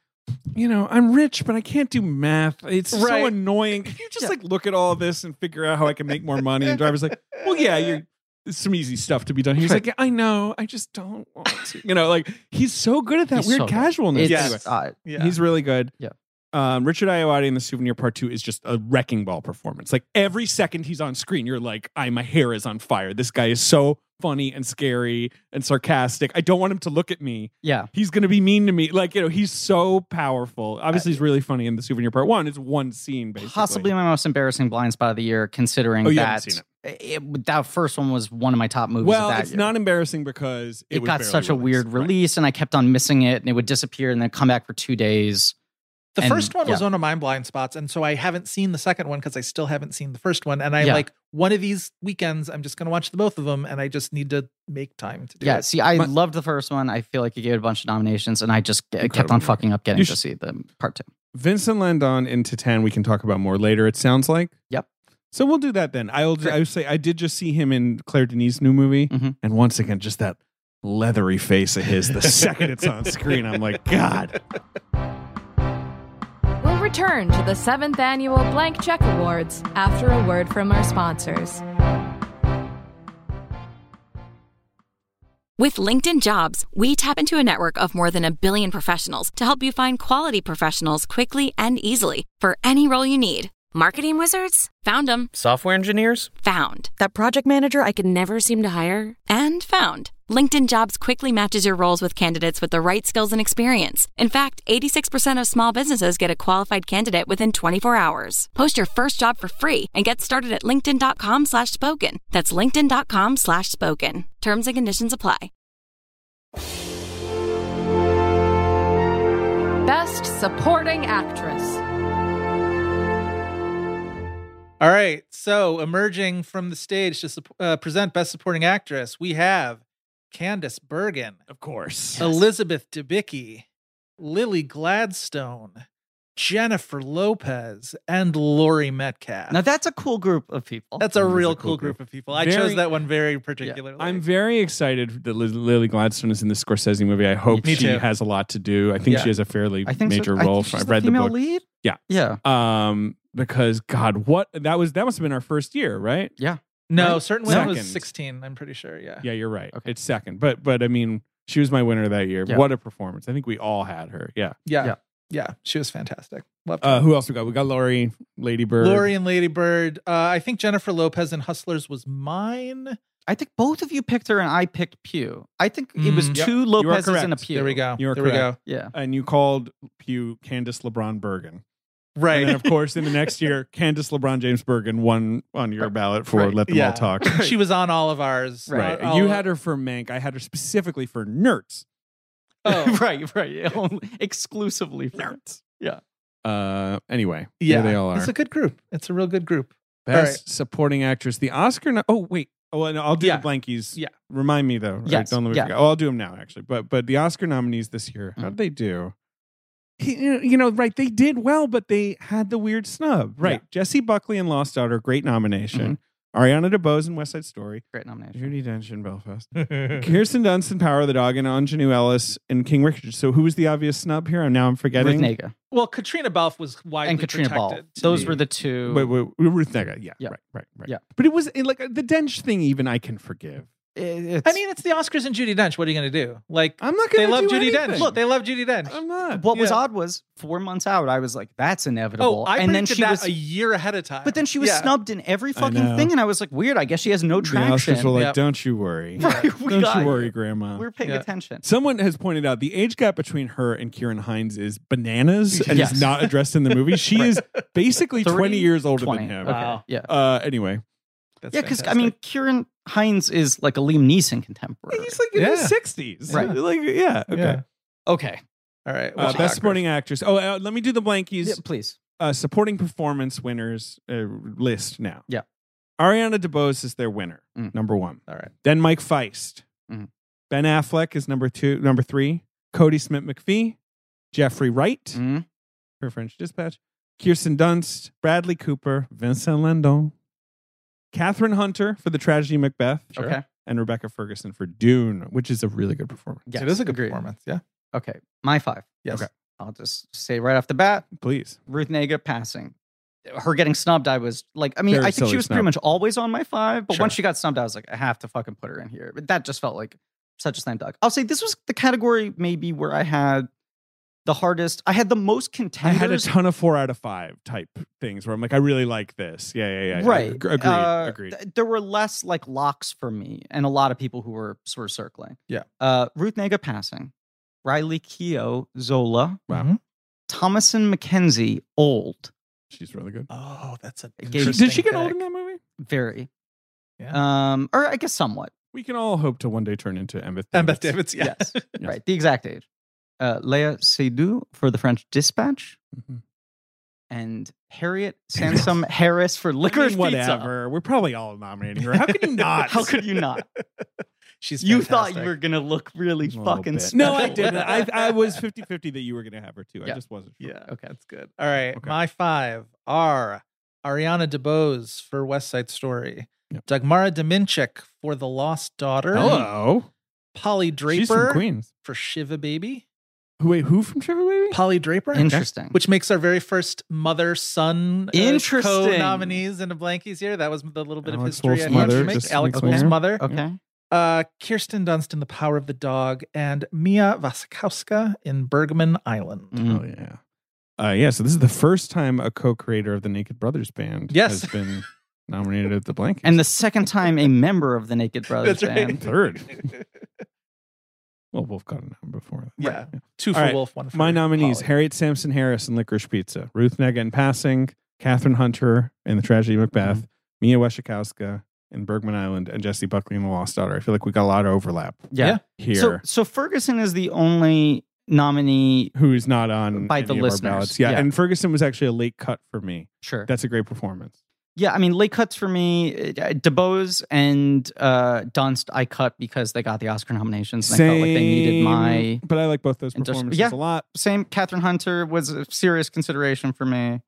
S4: you know, I'm rich, but I can't do math. It's
S5: Right.
S4: so annoying. Can you just
S7: Yeah.
S4: like look at all this and figure out how I can make more money? And driver's like, well, yeah, you're. There's some easy stuff to be done. He's
S7: Right.
S4: like, yeah, I know, I just don't want to. You know, like he's so good at that
S7: He's
S4: weird
S7: so good.
S4: casualness.
S7: It's,
S4: Anyway,
S7: uh,
S5: Yeah.
S4: He's really good.
S7: Yeah.
S4: Um, Richard Ayoade in the Souvenir Part Two is just a wrecking ball performance. Like every second he's on screen, you're like, "I my hair is on fire." This guy is so funny and scary and sarcastic. I don't want him to look at me.
S7: yeah.
S4: He's gonna be mean to me. Like you know, he's so powerful. Obviously, he's really funny in the Souvenir Part One. It's one scene, basically.
S7: Possibly my most embarrassing blind spot of the year, considering
S4: Oh, you haven't
S7: that
S4: seen
S7: it- that first one was one of my top movies.
S4: Well,
S7: of that
S4: it's
S7: year.
S4: not embarrassing because it,
S7: It,
S4: was
S7: got
S4: barely
S7: such a
S4: released.
S7: weird
S4: Right.
S7: release, and I kept on missing it, and it would disappear and then come back for two days.
S5: The
S7: And-
S5: first one was
S7: yeah.
S5: one of my blind spots, and so I haven't seen the second one because I still haven't seen the first one. And I'm
S7: Yeah.
S5: like, one of these weekends, I'm just going to watch the both of them, and I just need to make time to do
S7: yeah,
S5: it.
S7: see, I
S4: My-
S7: loved the first one. I feel like it gave it a bunch of nominations, and I just g- kept
S4: Incredible
S7: on
S4: movie.
S7: fucking up getting
S4: You
S7: to
S4: should-
S7: see the part two.
S4: Vincent Landon in Titan, we can talk about more later. It sounds like.
S7: Yep.
S4: So we'll do that then. I'll
S7: Great.
S4: I will say I did just see him in Claire Denis' new movie,
S7: Mhm.
S4: and once again, just that leathery face of his. The second it's on screen, I'm like, God.
S1: We'll return to the seventh annual Blank Check Awards after a word from our sponsors.
S8: With LinkedIn Jobs, we tap into a network of more than a billion professionals to help you find quality professionals quickly and easily for any role you need. Marketing wizards? Found them.
S9: Software engineers?
S8: Found.
S10: That project manager I could never seem to hire?
S8: And found. LinkedIn Jobs quickly matches your roles with candidates with the right skills and experience. In fact, 86% of small businesses get a qualified candidate within 24 hours. Post your first job for free and get started at linkedin.com slash spoken. That's linkedin.com slash spoken. Terms and conditions apply.
S1: Best Supporting Actress.
S5: All right. So, emerging from the stage to sup- uh, present Best Supporting Actress, we have Candace Bergen,
S4: Of course.
S5: Elizabeth Debicki, Lily Gladstone, Jennifer Lopez, and Lori Metcalf.
S7: Now that's a cool group of people.
S5: That's a
S4: That is
S5: real cool group, of people. I
S4: Very-
S5: chose that one very particularly.
S4: I'm very excited that Liz- Lily Gladstone is in this Scorsese movie. I hope
S5: Me
S4: she
S5: too.
S4: has a lot to do. I think
S5: Yeah.
S4: she has a fairly
S7: I think so.
S4: major
S7: I think
S4: role.
S7: she's
S4: I've read the
S7: female
S4: book.
S7: lead.
S4: Yeah.
S7: yeah.
S4: Um, because God, what that was that must have been our first year, right?
S5: no,
S4: right?
S5: certain women was
S4: Second.
S5: 16. I'm pretty sure. Yeah.
S4: Yeah, you're right.
S7: Okay.
S4: It's second, but but I mean, she was my winner that year.
S7: Yeah.
S4: What a performance! I think we all had her. Yeah.
S5: Yeah.
S7: Yeah.
S5: Yeah. She was fantastic. Loved her.
S4: Uh, who else we got? We got Laurie, Lady Bird.
S5: Lori and Lady Bird. Uh, I think Jennifer Lopez in Hustlers was mine.
S7: I think both of you picked her, and I picked Pew. I think it was
S5: Mm.
S4: Yep.
S7: two
S4: You are
S7: Lopez's and a
S4: correct.
S7: Pew.
S5: There we go.
S4: You are
S5: there
S4: correct.
S7: Yeah.
S4: and you called Pew Candace LeBron Bergen.
S5: we go. Right.
S4: And then, of course, in the next year, Candace LeBron James Bergen won on your ballot for
S7: Right.
S4: Let Them
S5: Uh, Yeah.
S4: All Talk.
S5: she was on all of ours.
S4: Right.
S5: All-
S4: You had her for Mank. I had her specifically for Nerds.
S5: Oh.
S7: right, right. Only- Exclusively for nerds. Yeah.
S4: Uh, anyway,
S5: Yeah.
S4: there they all are.
S5: It's a good group. It's a real good group.
S4: Best
S5: right.
S4: supporting actress. The Oscar. No- oh wait. Oh, well, no, I'll do
S5: Yeah.
S4: the blankies.
S5: Yeah.
S4: Remind me though. Right?
S7: Yes.
S4: Don't let me
S7: Yeah.
S4: forget. Oh, I'll do them now actually. But but the Oscar nominees this year, how
S7: Mhm.
S4: did they do? Mm. He- you know- you know, right? They did well, but they had the weird snub. Right. Jesse Buckley and Lost Daughter, great nomination. Ariana DeBose in West Side Story,
S7: Great nomination.
S4: Judy Dench in Belfast, Kirsten Dunst in Power of the Dog, and Anjanou Ellis in King Richard. So who was the obvious snub here? I'm now I'm
S7: Ruth
S4: forgetting.
S7: Nega
S5: Well, Katrina Balfe was widely
S7: and Katrina Ball.
S5: protected.
S7: Those were the two.
S4: Wait, wait, Ruth Nega. Yeah,
S7: Yeah.
S4: right, right, right.
S7: Yeah.
S4: But it was it, like the Dench thing. Even I can forgive.
S7: It-
S5: I
S7: it's-
S5: mean, it's the Oscars and Judy Dench. What are you going to do? Like,
S4: I'm not
S5: they
S4: gonna
S5: love
S4: do
S5: Judy
S4: anything.
S5: Dench. Look, they love Judy Dench.
S4: I'm not.
S7: what was
S5: yeah.
S7: odd was four months out. I was like, that's inevitable.
S5: oh, I
S7: and
S5: predicted
S7: then she
S5: that
S7: was,
S5: a year ahead of time.
S7: but then she was
S5: Yeah.
S7: snubbed in every fucking
S4: know.
S7: thing, and I was like, weird. I guess she has no
S4: the Oscars
S7: traction.
S4: were like,
S5: Yep.
S4: "Don't you worry,
S7: Right, we
S4: don't
S7: got
S4: you
S7: it.
S4: worry, Grandma."
S7: We're paying
S5: Yeah.
S7: attention.
S4: Someone has pointed out the age gap between her and Kieran Hines is bananas and
S7: Yes.
S4: is not addressed in the movie. She is basically
S7: 30,
S4: 20 years older
S7: 20.
S4: than him.
S7: Okay.
S5: Wow.
S7: Yeah.
S4: Uh, anyway,
S5: That's
S7: yeah, because I
S5: fantastic.
S7: mean, Kieran Hines is like a Liam Neeson contemporary.
S4: he's like in
S5: Yeah.
S4: his 60s.
S7: Right.
S4: Like, yeah. Okay.
S5: Yeah.
S7: okay,
S5: All right.
S4: Uh,
S5: well,
S4: best supporting actress. Oh, uh, let me do the blankies.
S7: Yeah, please.
S4: Uh, supporting performance winners uh, list now.
S7: Yeah.
S4: Ariana DeBose is their winner,
S7: Mm.
S4: number one.
S5: All right.
S4: Then Mike Feist.
S7: Mhm.
S4: Ben Affleck is number two, number three. Cody Smith McPhee. Jeffrey Wright.
S5: Mm-hmm.
S7: Mhm.
S4: for French Dispatch, Kirsten Dunst, Bradley Cooper, Vincent Landon, Catherine Hunter for the tragedy Macbeth,
S7: Okay.
S4: and Rebecca Ferguson for Dune, which is a really good performance.
S7: Yes,
S5: it is a good
S7: agreed.
S5: performance. Yeah.
S7: Okay, my five.
S5: Yes.
S7: Okay. I'll just say right off the bat,
S4: Please.
S7: Ruth Nega passing. Her getting snubbed, I was like, I mean,
S4: Very
S7: I think
S4: silly
S7: she was
S4: snub.
S7: pretty much always on my five, but
S4: Sure.
S7: once she got snubbed, I was like, I have to fucking put her in here. But that just felt like such a slam dunk. I'll say this was the category maybe where I had the hardest, I had the most
S4: I had a
S7: contenders.
S4: ton of four out of five type things where I'm like, I really like this. Yeah, yeah, yeah. yeah.
S7: right.
S4: Ag- Agreed.
S7: Uh,
S4: agreed.
S7: th- there were less like locks for me and a lot of people who were sort of circling.
S5: Yeah.
S7: Uh, Ruth Nega passing, Riley Keough, Zola,
S4: Wow.
S5: Mhm.
S7: Thomason McKenzie, old,
S4: She's really good.
S5: Oh, that's a.
S7: Did
S4: Did
S7: Interesting
S4: she get old in
S5: enough?
S4: that movie?
S7: very.
S5: Yeah.
S7: Um, or I guess somewhat.
S4: We can all hope to one day turn into Emmett.
S5: And Beth
S4: Davids.
S5: Davids. Yeah.
S7: Yes.
S4: Yes.
S7: Right. The exact age. Uh, Leia Seydoux for the French Dispatch
S4: Mhm.
S7: and Harriet Sansom Harris for Licorice
S4: I mean,
S7: Pizza.
S4: whatever. We're probably all nominating her. How could you not?
S7: How could you not?
S5: She's.
S7: you thought you
S5: fantastic.
S7: were going to look really
S4: Little
S7: fucking
S4: bit.
S7: special.
S4: No, I didn't. I, I was 50 50 that you were going to have her too. I
S7: Yeah.
S4: just wasn't sure.
S5: Yeah.
S7: Okay.
S5: That's good. All right.
S4: Okay.
S5: My five are Ariana DeBose for West Side Story,
S4: Yep.
S5: Dagmara Dominchik for The Lost Daughter,
S7: Oh.
S4: Hello.
S5: Polly Draper
S4: She's from Queens.
S5: for Shiva Baby,
S4: Who, wait, who from Trevor Baby?
S5: Polly Draper,
S7: Interesting.
S5: which makes our very first mother son
S7: Interesting.
S5: co nominees in the blankies here. That was the little bit
S4: Alex
S5: of history
S4: Wolf's
S5: I wanted
S7: mother,
S5: to make.
S4: just
S5: Alex
S4: makes me
S5: Wolf's
S4: nervous.
S5: mother,
S7: okay.
S5: uh, Kirsten Dunst in The Power of the Dog, and Mia Wasikowska in Bergman Island.
S7: Mm.
S4: Oh yeah. Uh, yeah, so this is the first time a co-creator of the Naked Brothers band
S5: Yes.
S4: has been nominated at the blanket.
S7: And the second time a member of the Naked Brothers
S5: That's right.
S7: band.
S4: third. well, Wolf got a nom before.
S5: Yeah.
S4: Right,
S5: Two for
S4: All right.
S5: Wolf, one for
S4: My nominees:
S5: Polly.
S4: Harriet Sampson Harris in Licorice Pizza, Ruth Nega in Passing, Catherine Hunter in The Tragedy of Macbeth,
S5: Mm-hmm.
S4: Mia Wasikowska in Bergman Island, and Jesse Buckley in The Lost Daughter. I feel like we got a lot of overlap
S5: Yeah.
S4: here.
S7: So, so Ferguson is the only nominee.
S4: who's not on
S7: By
S4: any
S7: the
S4: of our
S7: listeners,
S4: ballots. Yeah,
S7: yeah.
S4: and Ferguson was actually a late cut for me.
S7: Sure.
S4: That's a great performance.
S7: Yeah, I mean, late cuts for me, uh, DeBose and uh, Dunst, I cut because they got the Oscar nominations. And I felt like they needed my.
S4: But I like both those
S7: And just-
S4: performances a
S7: yeah.
S4: lot.
S7: Same, Catherine Hunter was a serious consideration for me.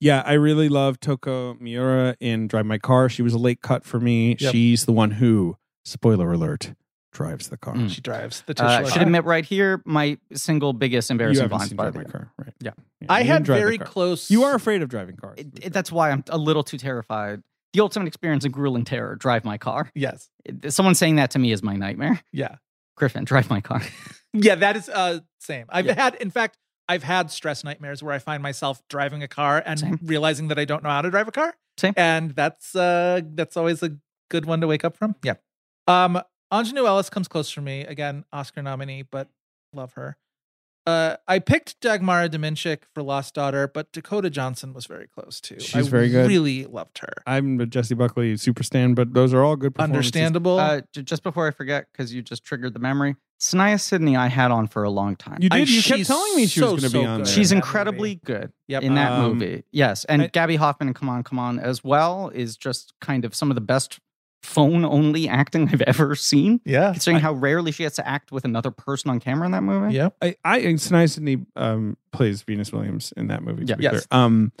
S4: Yeah, I really love Toko Miura in Drive My Car. She was a late cut for me.
S5: Yep.
S4: She's the one who, spoiler alert, drives the car.
S7: Mm.
S5: She drives the
S7: Uh,
S5: titular.
S7: should admit right here, my single biggest
S4: you
S7: embarrassing
S4: haven't
S7: blind
S4: seen
S7: spot.
S4: Drive My Car, right?
S7: Yeah.
S5: I
S4: you
S5: had
S4: didn't drive the
S5: very
S4: car.
S5: close.
S4: You are afraid of driving cars.
S7: It- it- that's why I'm a little too terrified. The ultimate experience of grueling terror, drive my car.
S5: Yes.
S7: It- Someone saying that to me is my nightmare.
S5: Yeah.
S7: Griffin, drive my car.
S5: Yeah. That is uh same. I've
S7: Yeah.
S5: had, in fact, I've had stress nightmares where I find myself driving a car and
S7: Same.
S5: realizing that I don't know how to drive a car.
S7: Same.
S5: And that's uh that's always a good one to wake up from. Yeah. Um, Anjanou Ellis comes close for me again, Oscar nominee, but love her. Uh, I picked Dagmara Dominchik for Lost Daughter, but Dakota Johnson was very close too.
S4: She's
S5: I
S4: very good.
S5: Really loved her.
S4: I'm a Jesse Buckley super stan, but those are all good performances.
S5: Understandable.
S7: Uh, j- just before I forget, because you just triggered the memory, Sanaya Sidney, I had on for a long time.
S4: You did.
S5: And
S4: you kept
S5: she's
S4: telling me she
S5: so,
S4: was going to
S5: so
S4: be on
S5: good.
S4: there.
S7: She's
S5: in that
S7: incredibly
S5: movie.
S7: good.
S5: yep.
S7: in that
S4: Um,
S7: movie. Yes, and
S4: I-
S7: Gabby Hoffman in Come On, Come On as well is just kind of some of the best phone only acting I've ever seen.
S5: yeah.
S7: Considering how rarely she has to act with another person on camera in that movie.
S5: Yep.
S4: I, I and Sinai Sidney um, plays Venus Williams in that movie. To
S7: Yeah.
S4: be
S5: Yes.
S4: clear. Um,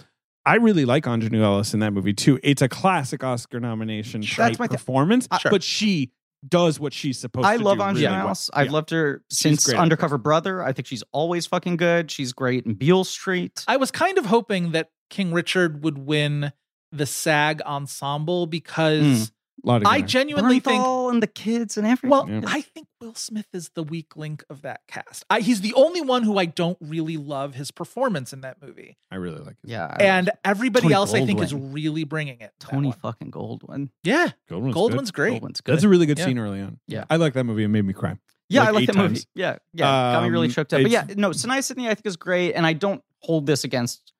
S4: I really like Anjanou Ellis in that movie too. It's a classic Oscar nomination
S7: Sure.
S4: type
S7: That's my th-
S4: performance,
S5: uh, Sure.
S4: but she does what she's supposed
S7: I
S4: to
S7: love
S4: do.
S7: Anjanou
S4: really well.
S7: Ellis. I've
S4: Yeah.
S7: loved her
S4: She's
S7: since
S4: great at
S7: Undercover Brother. I think she's always fucking good. She's great in Beale Street.
S5: I was kind of hoping that King Richard would win the SAG ensemble
S7: Hmm,
S5: because
S4: A lot of
S5: I
S4: good-
S5: genuinely think
S7: Bernthal and the kids and everything.
S5: Well,
S4: Yeah.
S5: I think Will Smith is the weak link of that cast. I, he's the only one who I don't really love his performance in that movie,
S4: I really like it.
S7: yeah, I-
S5: and everybody
S7: Tony
S5: else I think is
S7: Goldwyn.
S5: really bringing it. in that
S7: Tony
S5: one.
S7: fucking Goldwyn.
S5: yeah,
S4: Goldwyn's, good.
S5: Goldwyn's great.
S7: Goldwyn's good.
S4: That's a really good
S5: Yeah.
S4: scene early on.
S7: Yeah.
S4: I like that movie. It made me cry.
S7: Yeah,
S4: like
S7: I like
S4: eight
S7: that movie.
S4: times.
S7: Yeah, yeah, got me really
S4: Um,
S7: choked up. But yeah,
S4: it's-
S7: no, Sinai Sydney I think is great, and I don't hold this against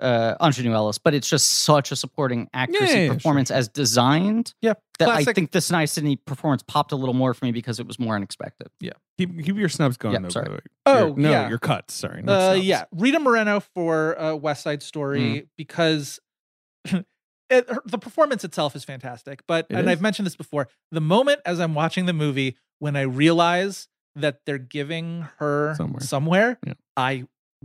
S7: uh Anjanou Ellis, but it's just such a supporting actress
S4: Yeah, yeah,
S7: and
S4: yeah,
S7: performance as designed.
S5: Yeah,
S7: that I
S5: classic.
S7: think the Sinai Sydney performance popped a little more for me because it was more unexpected.
S4: Keep, keep your snubs going
S7: Yeah,
S4: though.
S7: sorry.
S4: by the way.
S5: Oh,
S4: Your- no,
S5: yeah.
S4: your cuts. Sorry. not
S5: Uh,
S4: snubs.
S5: yeah, Rita Moreno for uh, West Side Story
S4: Mm-hmm.
S5: because it, her, the performance itself is fantastic. But
S4: It
S5: and
S4: is.
S5: I've mentioned this before. The moment as I'm watching the movie when I realize that they're giving her
S4: Somewhere.
S5: somewhere,
S4: Yeah.
S5: I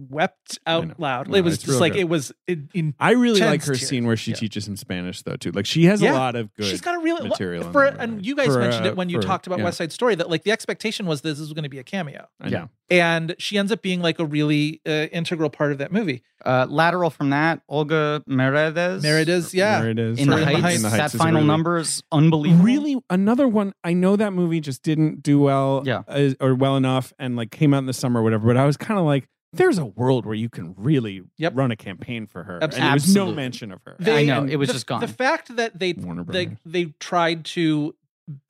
S5: wept
S4: know.
S5: out loud.
S4: No,
S5: it was
S4: it's
S5: just
S4: real
S5: like
S4: good.
S5: it was in, in
S4: I really
S5: Tense
S4: like her
S5: tears.
S4: scene where she
S5: Yeah.
S4: teaches him Spanish though too. Like she has a
S5: Yeah.
S4: lot of good.
S5: She's got a real well,
S4: material in
S5: for,
S4: that movie.
S5: and you guys
S4: For,
S5: mentioned
S4: uh,
S5: it when you
S4: for-
S5: talked about
S4: yeah.
S5: West Side Story that like the expectation was this is going to be a cameo,
S4: I know.
S5: and she ends up being like a really uh, integral part of that movie.
S7: Uh, lateral from that, Olga Meredes.
S5: There it is, yeah.
S4: There it is.
S7: In the,
S5: For In the
S7: heights,
S5: Heights. In the
S7: that
S4: is
S7: final
S4: really-
S7: number is unbelievable.
S4: Really, another one. I know that movie just didn't do well,
S7: Yeah.
S4: uh, or well enough, and like came out in the summer or whatever. But I was kind of like, there's a world where you can really
S5: Yep.
S4: run a campaign for her.
S5: Abs-
S4: And there was no
S7: Absolutely.
S4: mention of her.
S7: I know,
S5: and
S7: it was
S5: the-
S7: just gone.
S5: The fact that they
S4: Warner
S5: they
S4: Brothers.
S5: they tried to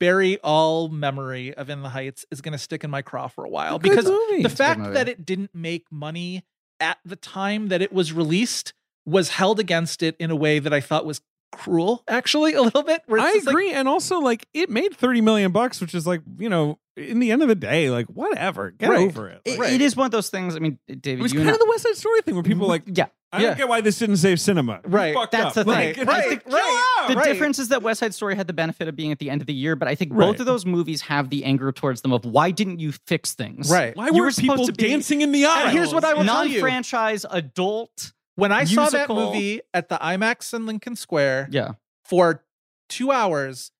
S5: bury all memory of In the Heights is going to stick in my craw for a while
S4: Good
S5: because
S4: movie.
S5: the
S7: a good
S5: fact
S7: movie.
S5: that it didn't make money at the time that it was released was held against it in a way that I thought was cruel actually a little bit where it's
S4: I
S5: just like,
S4: agree, and also like it made thirty million bucks, which is like you know, in the end of the day, like whatever, get
S5: Right.
S4: over it. Like,
S7: It- it is one of those things. I mean, David,
S4: It was
S7: you
S4: kind
S7: and
S4: of the West Side Story thing where people like,
S7: yeah,
S4: I
S5: Yeah.
S4: don't get why this didn't save cinema. You
S5: Right.
S4: fucked
S7: That's
S4: up.
S7: the
S4: Like,
S7: thing.
S4: it-
S5: Right,
S4: like, chill
S5: right.
S4: out.
S7: The
S5: Right.
S7: difference is that West Side Story had the benefit of being at the end of the year, but I think
S4: Right.
S7: both of those movies have the anger towards them of why didn't you fix things?
S5: Right.
S4: Why
S7: You
S4: were
S7: were supposed
S4: people
S7: to be-
S4: dancing in the aisles?
S5: here's what I will tell you.
S7: non-franchise adult.
S5: when I saw that
S7: musical-
S5: movie at the IMAX in Lincoln Square
S7: Yeah,
S5: for 2 hours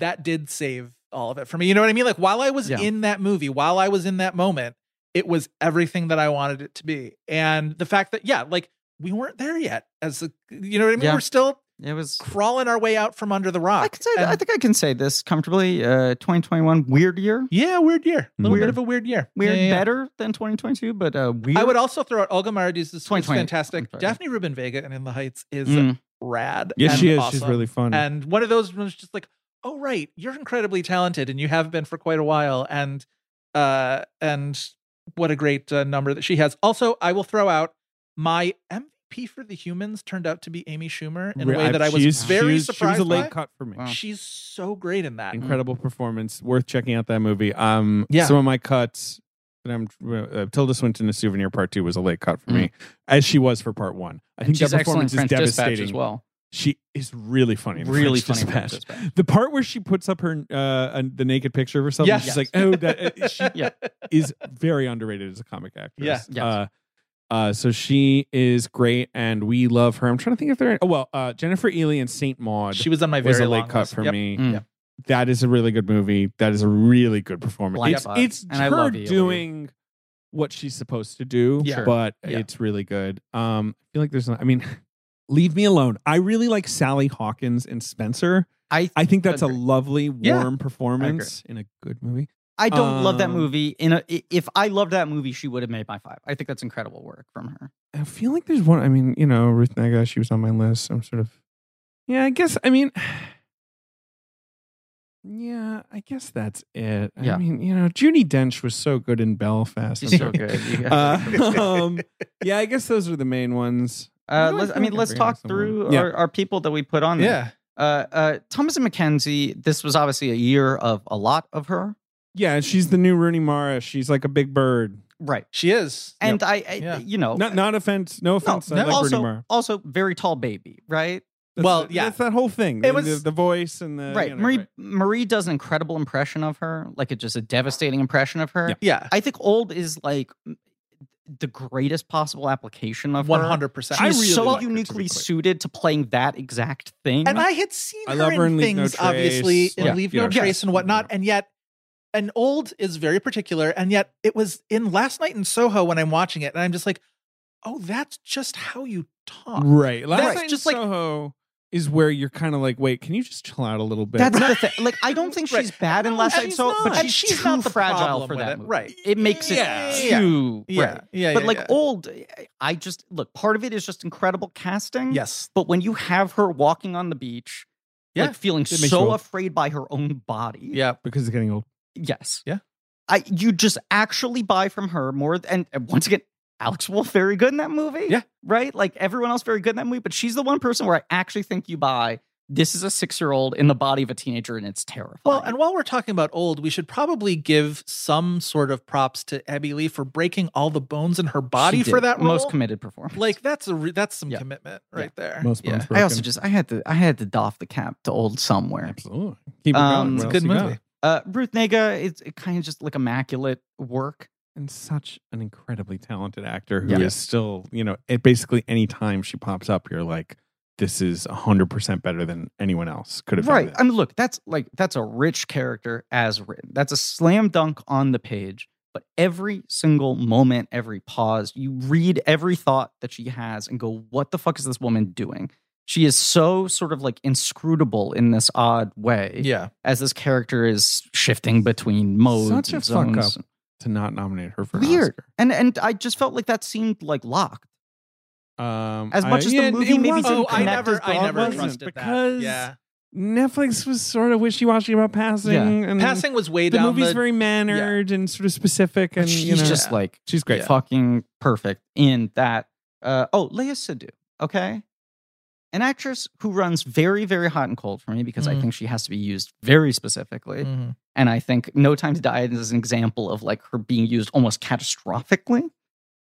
S5: that did save all of it for me you know what I mean like while I was
S7: Yeah.
S5: in that movie while I was in that moment it was everything that I wanted it to be and the fact that yeah like we weren't there yet as a, you know what I mean
S7: Yeah.
S5: we're still
S7: it was.
S5: crawling our way out from under the rock
S7: I can say.
S5: And-
S7: I think I can say this comfortably. Uh, 2021 weird year,
S5: yeah weird year a little
S7: Weird.
S5: bit of a weird year
S7: weird
S5: Yeah, yeah, yeah.
S7: better than 2022, but uh, weird.
S5: I would also throw out Olga Meredith is
S7: 2020.
S5: fantastic
S7: I'm sorry.
S5: Daphne Rubin Vega and In the Heights is
S7: Mm.
S5: rad
S4: Yes,
S5: and
S4: she is. She's
S5: awesome.
S4: really fun.
S5: And one of those was just like, oh right, you're incredibly talented, and you have been for quite a while, and uh, and what a great uh, number that she has. Also, I will throw out my MVP for the humans turned out to be Amy Schumer in a way that I was
S4: She's-
S5: very
S4: she's-
S5: surprised.
S4: She was a late
S5: by.
S4: cut for me.
S7: Wow.
S5: She's so great in
S7: Mm.
S5: that.
S4: Incredible performance. Worth checking out that movie. Um,
S5: Yeah.
S4: Some of my cuts. That I'm uh, Tilda Swinton, a souvenir part two was a late cut for me, as she was for part one. I think
S7: Mm. she's
S4: that
S7: excellent
S4: performance
S7: in
S4: is
S7: French Dispatch
S4: devastating.
S7: as well.
S4: She is really funny. in
S7: Really
S4: French
S7: funny in French
S4: Dispatch.
S7: Dispatch.
S4: The part where she puts up her uh, uh, the naked picture of herself, and
S5: Yes.
S4: she's like, "Oh, that uh, she
S7: Yeah.
S4: is very underrated as a comic actress."
S5: Yeah.
S7: Yes.
S4: Uh, uh, so she is great, and we love her. I'm trying to think if there. Are, oh well, uh, Jennifer Ely and Saint Maud
S5: She was on my very
S4: was a late
S5: long
S4: cut
S5: list.
S4: for
S5: Yep.
S4: me.
S7: Mm. Yeah.
S4: That is a really good movie. That is a really good performance.
S7: Blind
S4: it's
S7: Spot.
S4: it's
S7: uh, And I
S4: her
S7: love Ely.
S4: doing what she's supposed to do,
S7: Yeah. Sure.
S4: but
S5: Yeah.
S4: it's really good. Um, I feel like there's. Not, I mean, leave me alone. I really like Sally Hawkins and Spencer.
S7: I
S4: I think that's a
S7: Agree.
S4: lovely,
S5: Yeah.
S4: warm performance in a good movie.
S7: I don't love that
S4: Um,
S7: movie. In a, i- if I loved that movie, she would have made my five. I think that's incredible work from her.
S4: I feel like there's one. I mean, you know, Ruth Nega, she was on my list. I'm sort of, yeah, I guess. I mean, yeah, I guess that's it. I
S7: Yeah.
S4: mean, you know, Judy Dench was so good in Belfast.
S7: She's
S4: I'm
S7: so
S4: sorry.
S7: good. You guys-
S4: Uh, um, yeah, I guess those are the main ones.
S7: Uh,
S4: do I
S7: let's, I
S4: feel
S7: mean,
S4: like I
S7: let's
S4: forgot
S7: talk
S4: someone?
S7: through
S4: Yeah.
S7: our, our people that we put on there.
S5: Yeah,
S7: Uh, uh, Thomas and Mackenzie, this was obviously a year of a lot of her.
S4: Yeah, she's the new Rooney Mara. She's like a big bird.
S7: Right.
S5: she is.
S7: And I, Oh, I
S5: Yeah.
S7: you know,
S4: Not not offense. No
S7: no,
S4: offense. uh, I
S5: no,
S4: like Rooney
S7: also,
S4: Mara.
S7: also very tall baby, right?
S4: That's
S5: well,
S4: the-
S5: yeah.
S4: that's that whole thing.
S5: It
S4: The-
S5: was-
S4: the, the voice and the
S7: right.
S4: you know,
S7: Marie Marie does an incredible impression of her, like a, just a devastating impression of her.
S4: Yeah.
S5: yeah,
S7: I think old is like the greatest possible application of her.
S5: One hundred percent.
S4: I
S7: She's
S4: really
S7: so
S4: like her, to be
S7: uniquely
S4: clear.
S7: suited to playing that exact thing.
S5: And I had seen
S4: I
S5: her,
S4: love her
S5: in,
S4: in Leave No
S5: things, obviously,
S4: Trace,
S5: in
S4: like,
S5: Leave
S4: yeah.
S5: No Trace and whatnot. And yet, and old is very particular. And yet, it was in Last Night in Soho when I'm watching it, and I'm just like, oh, that's just how you talk.
S4: Right. Last
S5: That's
S4: night
S5: just
S4: in
S5: like-
S4: Soho is where you're kind of like, wait, can you just chill out a little bit?
S7: That's the thing. Like, I don't think
S5: Right.
S7: she's bad in
S4: No,
S7: Last Night
S4: she's
S7: So, but
S4: not.
S7: she's,
S5: And she's
S7: too
S5: not the
S7: fragile
S5: problem
S7: for
S5: with
S7: that.
S5: it.
S7: movie.
S5: Right.
S7: It makes it
S4: Yeah.
S7: too.
S5: Yeah,
S7: right.
S5: yeah,
S7: but
S5: yeah,
S7: like
S5: yeah.
S7: old, eh, I just look. Part of it is just incredible casting.
S5: Yes.
S7: But when you have her walking on the beach,
S5: Yeah.
S7: like feeling
S4: makes you
S7: so
S4: old.
S7: afraid by her own body.
S5: Yeah.
S4: because it's getting old.
S7: Yes.
S5: Yeah.
S7: I you just actually buy from her more th- and, and once again, Alex Wolf very good in that movie.
S5: Yeah.
S7: Right? Like everyone else very good in that movie, but she's the one person where I actually think you buy this is a six year old in the body of a teenager and it's terrifying.
S5: Well, and while we're talking about old, we should probably give some sort of props to Abby Lee for breaking all the bones in her body
S7: She
S5: for
S7: did.
S5: that role.
S7: most committed performance.
S5: like that's a re- that's some
S7: Yeah.
S5: commitment
S7: Yeah.
S5: right there.
S4: Most
S5: yeah.
S4: bones
S7: I also
S4: broken.
S7: just I had to I had to doff the cap to old somewhere.
S4: Absolutely. Keep it
S7: Um,
S4: going.
S7: it's a
S4: What
S5: good
S4: else you got?
S5: movie.
S7: Uh, Ruth Nega is kind of just like immaculate work.
S4: And such an incredibly talented actor who is
S7: Yeah.
S4: still, you know, it basically any time she pops up, you're like, this is 100% better than anyone else could have
S7: right
S4: done.
S7: i mean look that's like that's a rich character as written that's a slam dunk on the page but every single moment every pause you read every thought that she has and go what the fuck is this woman doing she is so sort of like inscrutable in this odd way
S5: Yeah.
S7: as this character is shifting between modes
S4: Such a
S7: and
S4: fuck
S7: zones.
S4: up to not nominate her for an
S7: weird
S4: Oscar.
S7: and and i just felt like that seemed like locked
S4: Um,
S7: As much as the movie
S4: it
S7: maybe
S4: wasn't
S7: didn't
S5: Oh, I
S7: connect
S5: never,
S7: as
S5: I
S7: broad
S5: never
S7: wasn't
S5: trusted
S4: because
S5: that. Yeah.
S4: Netflix was sort of wishy washy about passing.
S7: Yeah.
S4: And
S5: Passing was way
S4: The
S5: down
S4: movie's
S5: the
S4: very mannered and sort of specific.
S7: and
S4: And
S7: she's
S4: you know,
S7: just like
S4: she's great.
S7: fucking perfect in that. Uh, oh, Leia Sadu, okay? An actress who runs very, very hot and cold for me because I
S5: Mhm.
S7: think she has to be used very specifically.
S5: Mhm.
S7: And I think No Time to Die is an example of like her being used almost catastrophically.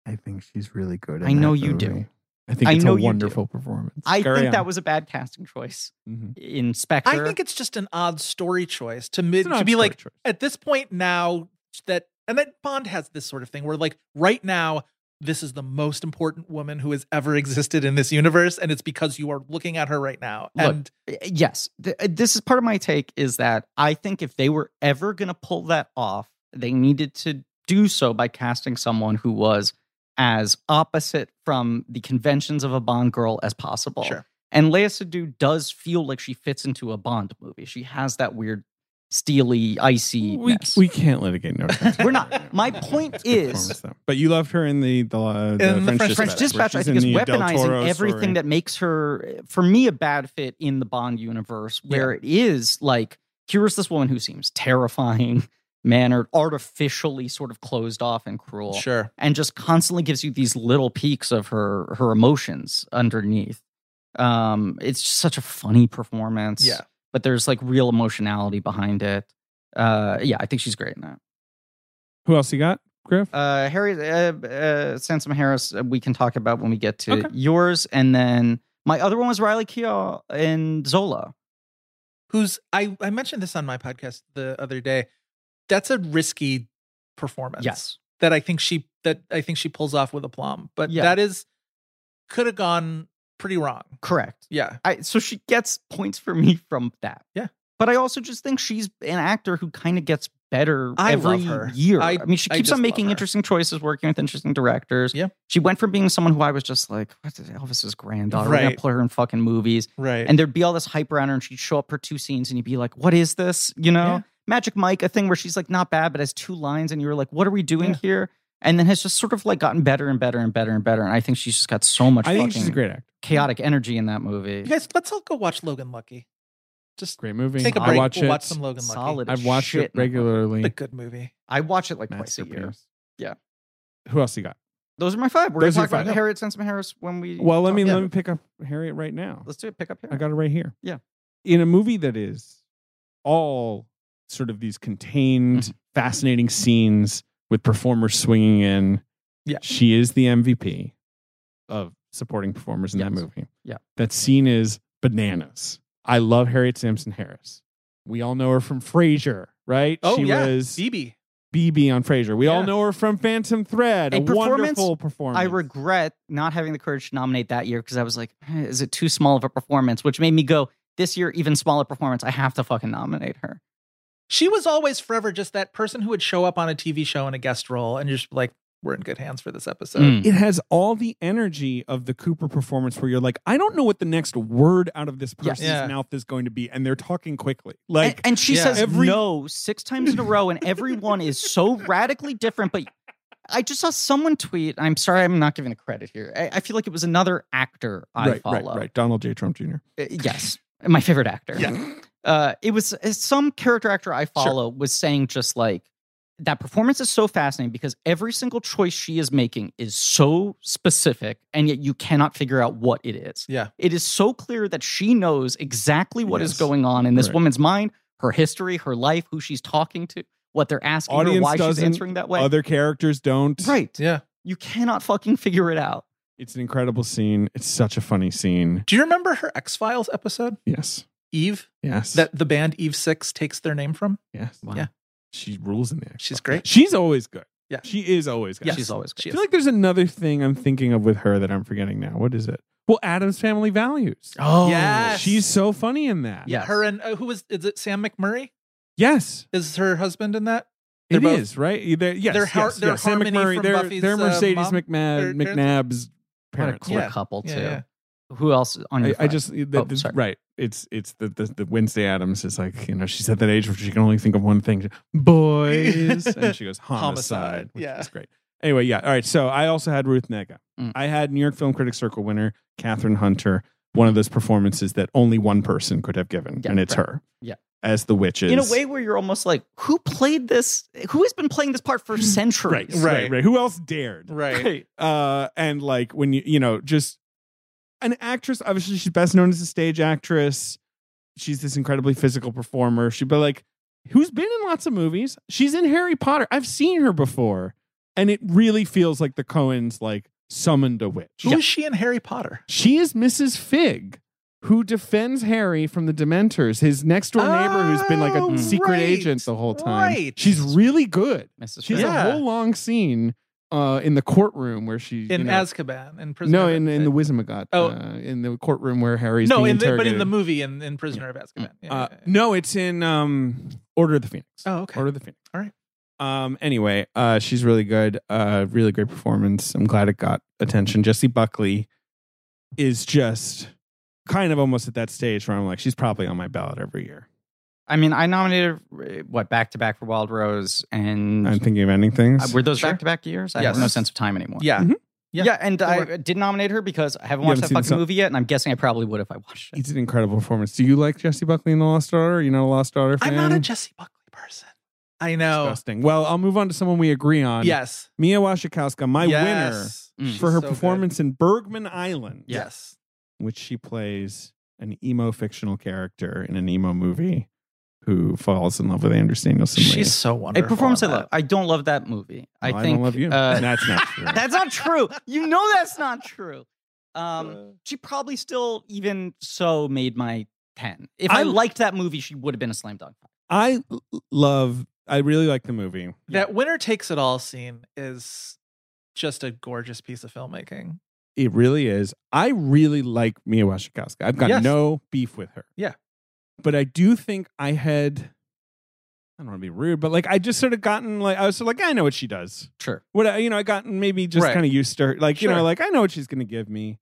S4: I think she's really good.
S7: I know you do.
S4: I think
S7: I
S4: it's
S7: know you
S4: a
S7: do.
S4: wonderful performance.
S7: I
S4: Carry
S7: think
S4: on.
S7: that was a bad casting choice
S4: Mhm.
S7: in Spectre.
S5: I think it's just an odd story choice to mid
S4: It's an
S5: to
S4: odd
S5: be
S4: story
S5: like
S4: choice.
S5: at this point now that and that Bond has this sort of thing where like right now this is the most important woman who has ever existed in this universe and it's because you are looking at her right now
S7: Look,
S5: and
S7: Eh, yes, Th- this is part of my take is that I think if they were ever going to pull that off, they needed to do so by casting someone who was as opposite from the conventions of a Bond girl as possible.
S5: sure
S7: And Leia Sadu does feel like she fits into a Bond movie. She has that weird steely, icy.
S4: we, we can't litigate no. Time to
S7: We're
S4: Die.
S7: not. My point
S4: That's good
S7: is.
S4: performance, though. but you loved her in the the, uh, the
S5: In the
S4: French,
S5: French
S4: Dispatch,
S5: Dispatch,
S7: French Dispatch,
S4: where
S7: I
S4: she's
S7: think, is
S4: in the Del Toro
S7: weaponizing everything
S4: story.
S7: that makes her, for me, a bad fit in the Bond universe, where it is like, here's this woman who seems terrifying, mannered, artificially sort of closed off and cruel,
S5: sure
S7: and just constantly gives you these little peaks of her her emotions underneath. Um, it's just such a funny performance.
S5: Yeah.
S7: but there's like real emotionality behind it. Uh, yeah, I think she's great in that.
S4: Who else you got, Griff?
S7: Uh, Harry, uh, uh, Sansom Harris, uh, we can talk about when we get to
S4: Okay.
S7: yours. And then my other one was Riley Keough in Zola.
S5: who's I I mentioned this on my podcast the other day that's a risky performance
S7: Yes.
S5: that I think she that I think she pulls off with aplomb but
S7: Yeah.
S5: that is could have gone pretty wrong
S7: Correct.
S5: yeah
S7: I, so she gets points for me from that.
S5: Yeah.
S7: But I also just think she's an actor who kind of gets better
S5: I
S7: every
S5: love her.
S7: year.
S5: I-
S7: I, mean, she
S5: I
S7: keeps
S5: just
S7: on
S5: love
S7: making
S5: her.
S7: interesting choices, working with interesting directors.
S5: Yeah.
S7: She went from being someone who I was just like, what is Elvis's granddaughter? We're going
S5: Right.
S7: to put her in fucking movies.
S5: right
S7: and there'd be all this hype around her and she'd show up for two scenes and you'd be like what is this you know
S5: Yeah.
S7: magic mike a thing where she's like not bad but has two lines and you're like what are we doing
S5: Yeah.
S7: here and then has just sort of like gotten better and better and better and better and i think she's just got so much
S4: I think
S7: fucking
S4: she's a great actor.
S7: chaotic energy in that movie
S5: You guys, let's all go watch Logan Lucky. Just
S4: Great movie.
S5: take a
S7: I
S5: break.
S4: I watch
S5: we'll
S4: it.
S5: watch some Logan Lucky.
S7: solid as
S4: I've watched it
S7: shit in that movie.
S4: regularly.
S5: It's a good movie.
S7: i watch it like twice a year
S4: Masterpiece.
S7: Yeah.
S4: Who else you got?
S7: those are my five we're
S4: Those are
S7: gonna
S4: your
S7: talk about
S4: five.
S7: harriet sansom harris when we
S4: Well, let
S7: talk.
S4: me
S7: oh, Yeah.
S4: let me pick up Harriet right now.
S7: let's do it pick up here
S4: I got it right here.
S7: Yeah.
S4: In a movie that is all sort of these
S7: Mm-hmm.
S4: contained, fascinating scenes with performers swinging in.
S5: Yeah.
S4: She is the MVP of supporting performers in that
S7: Yes.
S4: movie.
S7: Yeah.
S4: That scene is bananas. I love Harriet Sampson Harris. We all know her from Frasier, right?
S5: Oh,
S4: she
S5: yeah.
S4: was
S5: Phoebe.
S4: BB on Frasier. We all
S5: Yeah.
S4: know her from Phantom Thread.
S7: A
S4: A,
S7: performance
S4: wonderful performance.
S7: I regret not having the courage to nominate that year because I was like, "Eh, is it too small of a performance? Which made me go, this year, even smaller performance, I have to fucking nominate her.
S5: She was always forever just that person who would show up on a TV show in a guest role and you're just like, we're in good hands for this episode.
S7: Mm.
S4: It has all the energy of the Cooper performance, where you're like, I don't know what the next word out of this
S7: Yes.
S4: person's
S5: Yeah.
S4: mouth is going to be, and they're talking quickly. Like,
S7: and, and she
S5: yeah.
S7: says
S4: Every-
S7: no six times in a row, and everyone is so radically different. But I just saw someone tweet. I'm sorry, I'm not giving the credit here. I, I feel like it was another actor I
S4: right, right,
S7: follow.
S4: right. Donald J. Trump Jr.
S7: Uh, yes, my favorite actor.
S4: Yeah.
S7: Uh, it was uh, some character actor I follow was saying just like that performance is so fascinating because every single choice she is making is so specific, and yet you cannot figure out what it is
S5: Yeah.
S7: it is so clear that she knows exactly what is
S4: Yes.
S7: going on in this
S4: Right.
S7: woman's mind, her history, her life, who she's talking to, what they're asking her,
S4: Audience
S7: why she's
S4: doesn't,
S7: answering that way.
S4: Other characters don't.
S7: right.
S5: Yeah.
S7: You cannot fucking figure it out.
S4: It's an incredible scene. It's such a funny scene.
S5: Do you remember her X Files episode?
S4: Yes.
S5: Eve,
S4: Yes.
S5: that the band Eve Six takes their name from?
S4: yes.
S7: Wow.
S5: Yeah.
S4: She rules in there.
S5: She's great.
S4: She's always good.
S5: Yeah.
S4: She is always good.
S5: Yes.
S7: She's always
S5: She
S4: I
S5: is.
S4: feel like there's another thing I'm thinking of with her that I'm forgetting now. What is it? Well, Adam's Family Values.
S7: Oh,
S5: Yes.
S4: She's so funny in that.
S7: Yes.
S5: Her and uh, who was is it Sam McMurray?
S4: Yes.
S5: Is her husband in that?
S4: It
S5: They're
S4: is
S5: both-
S4: right. They're, yes,
S5: They're
S4: yes,
S5: Har-
S4: yes.
S5: they're
S4: Sam
S5: Harmony
S4: McMurray.
S5: from
S4: they're,
S5: Buffy's,
S4: they're
S5: uh,
S4: Mercedes
S5: mom-
S4: McNab-
S5: their
S4: McNabb's
S7: what a
S4: parents.
S7: cool
S5: Yeah.
S7: couple, too.
S5: Yeah, yeah.
S7: Who else on your
S4: I, I
S7: phone?
S4: just the,
S7: Oh,
S4: the-
S7: sorry.
S4: right. It's it's the, the the Wednesday Adams is like you know she's at that age where she can only think of one thing, She- boys, and she goes homicide,
S5: Homicide,
S4: which
S5: yeah.
S4: is great. Anyway, yeah. All right. So I also had Ruth Nega.
S7: Mm.
S4: I had New York Film Critics Circle winner Catherine Hunter. One of those performances that only one person could have given,
S7: Yeah,
S4: and it's
S7: right.
S4: her.
S7: Yeah.
S4: as the witches
S7: in a way where you're almost like, who played this? Who has been playing this part for
S4: Right,
S7: centuries?
S4: right, right. Who else dared?
S5: Right.
S4: uh and like when you you know just an actress obviously she's best known as a stage actress she's this incredibly physical performer she'd be like who's been in lots of movies she's in harry potter i've seen her before and it really feels like the cohens like summoned a witch
S5: Who is she in Harry Potter?
S4: she is mrs fig who defends harry from the dementors his next door neighbor who's been like
S5: Oh,
S4: a secret
S5: right,
S4: agent the whole time
S5: right.
S4: she's really good
S7: Mrs.
S4: she has
S7: Fry.
S5: Yeah.
S4: a whole long scene uh, in the courtroom where she
S5: In
S4: you know,
S5: Azkaban in Prisoner.
S4: no,
S5: of-
S4: in, in the Wisamagot.
S5: Oh.
S4: uh, in the courtroom where Harry's
S5: no,
S4: being
S5: in the, but in the
S4: interrogated.
S5: movie in, in Prisoner of Azkaban. Yeah,
S4: Uh,
S5: yeah, yeah.
S4: no, it's in um, Order of the Phoenix.
S5: Oh, okay.
S4: Order of the Phoenix.
S5: All right.
S4: Um. Anyway, uh, she's really good. Uh, really great performance. I'm glad it got attention. Jesse Buckley is just kind of almost at that stage where I'm like, she's probably on my ballot every year.
S7: I mean, I nominated uh, what back to back for Wild Rose, and
S4: I'm thinking of ending
S7: Uh,
S4: things.
S7: were those
S5: Sure.
S7: back to back years? I
S5: Yes.
S7: have no sense of time anymore.
S5: Yeah.
S4: Mhm.
S7: Yeah,
S5: Yeah.
S7: and
S5: Don't
S7: I
S5: worry.
S7: did nominate her because I haven't
S4: You haven't
S7: watched that
S4: seen
S7: fucking
S4: some-
S7: movie yet, and I'm guessing I probably would if I watched it.
S4: It's an incredible performance. Do you like Jesse Buckley in The Lost Daughter? You're not a Lost Daughter fan.
S5: I'm not a Jesse Buckley person. I know.
S4: Disgusting. Well, I'll move on to someone we agree on.
S5: Yes.
S4: Mia Wasikowska, my winner.
S5: yes. Mm.
S7: winner
S5: She's
S4: for her
S5: so good.
S4: performance in Bergman Island,
S5: Yes.
S4: which she plays an emo fictional character in an emo movie who falls in love with Anders Danielson. Lee.
S5: She's so
S7: A
S5: wonderful.
S7: performance I
S5: in that.
S7: love. I don't love that movie.
S4: Oh,
S7: I think
S4: I don't love you.
S7: uh,
S4: that's not true.
S7: that's not true. You know that's not true.
S5: Uh.
S4: Uh,
S7: Um, she probably still, even so, made my ten. If I,
S4: I-
S7: liked that movie, she would have been a slam dunk.
S4: I l- love. I really like the movie.
S5: That winner takes it all scene is just a gorgeous piece of filmmaking.
S4: It really is. I really like Mia Wasikowska. I've got
S5: Yes.
S4: no beef with her.
S5: Yeah.
S4: But I do think I had. I don't want to be rude, but like I just sort of gotten like I was sort of like I know what she does.
S7: Sure.
S4: what I, you know, I gotten maybe just
S5: Right.
S4: kind of used to her. Like, you know,
S5: Sure.
S4: like I know what she's going to give me.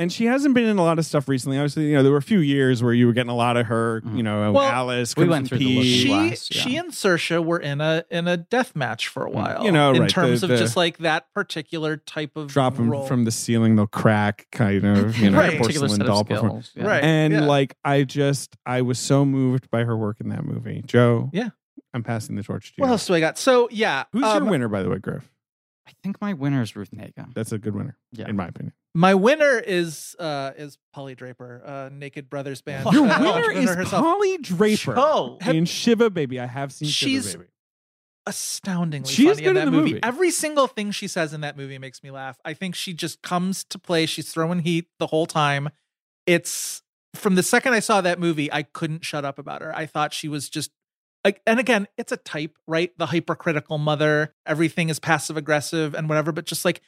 S4: And she hasn't been in a lot of stuff recently. Obviously, you know, there were a few years where you were getting a lot of her,
S7: Mhm.
S4: you know, oh,
S5: Well,
S4: Alice,
S7: we
S4: Crimson
S7: went through the
S4: Peak.
S7: look
S5: She
S7: Glass, yeah.
S5: she and Sersha were in a in a death match for a while.
S4: Mm, You know,
S5: in
S4: right, the-
S5: terms of
S4: the-
S5: just like that particular type of
S4: drop them
S5: role.
S4: from the ceiling, they'll crack, kind of, you know,
S5: Right.
S7: Particular
S4: porcelain
S7: set
S4: doll
S7: of
S4: performance.
S7: skills. yeah.
S5: Right.
S4: And
S5: yeah.
S4: like, I just, I was so moved by her work in that movie. Joe,
S5: Yeah.
S4: I'm passing the torch to you.
S5: what else do I got? So yeah,
S4: Who's
S5: um,
S4: your winner, by the way, Griff?
S7: I think my winner is Ruth Nega.
S4: That's a good winner,
S7: Yeah.
S4: in my opinion.
S5: My winner is uh is Polly Draper, uh Naked Brothers band.
S4: Your
S5: uh,
S4: winner
S5: entrepreneur
S4: is Polly Draper
S7: Oh,
S5: Have-
S4: in Shiva Baby. I have seen
S5: She's-
S4: Shiva Baby.
S5: astoundingly
S4: She is
S5: funny
S4: good
S5: in
S4: in
S5: that
S4: the
S5: movie.
S4: movie.
S5: Every single thing she says in that movie makes me laugh. I think she just comes to play. She's throwing heat the whole time. It's from the second I saw that movie, I couldn't shut up about her. I thought she was just Like, and again, it's a type, right? The hypercritical mother, everything is passive aggressive and whatever, but just like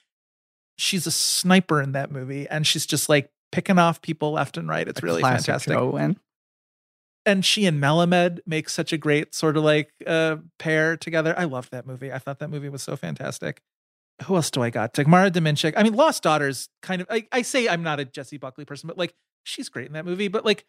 S5: she's a sniper in that movie and she's just like picking off people left and right. It's
S7: A
S5: really
S7: classic
S5: fantastic.
S7: Joanne.
S5: And she and Melamed make such a great sort of like uh, pair together. I loved that movie. I thought that movie was so fantastic. Who else do I got? Dagmara Dominchik. I mean, Lost Daughters kind of, I, I say I'm not a Jesse Buckley person, but like she's great in that movie. But like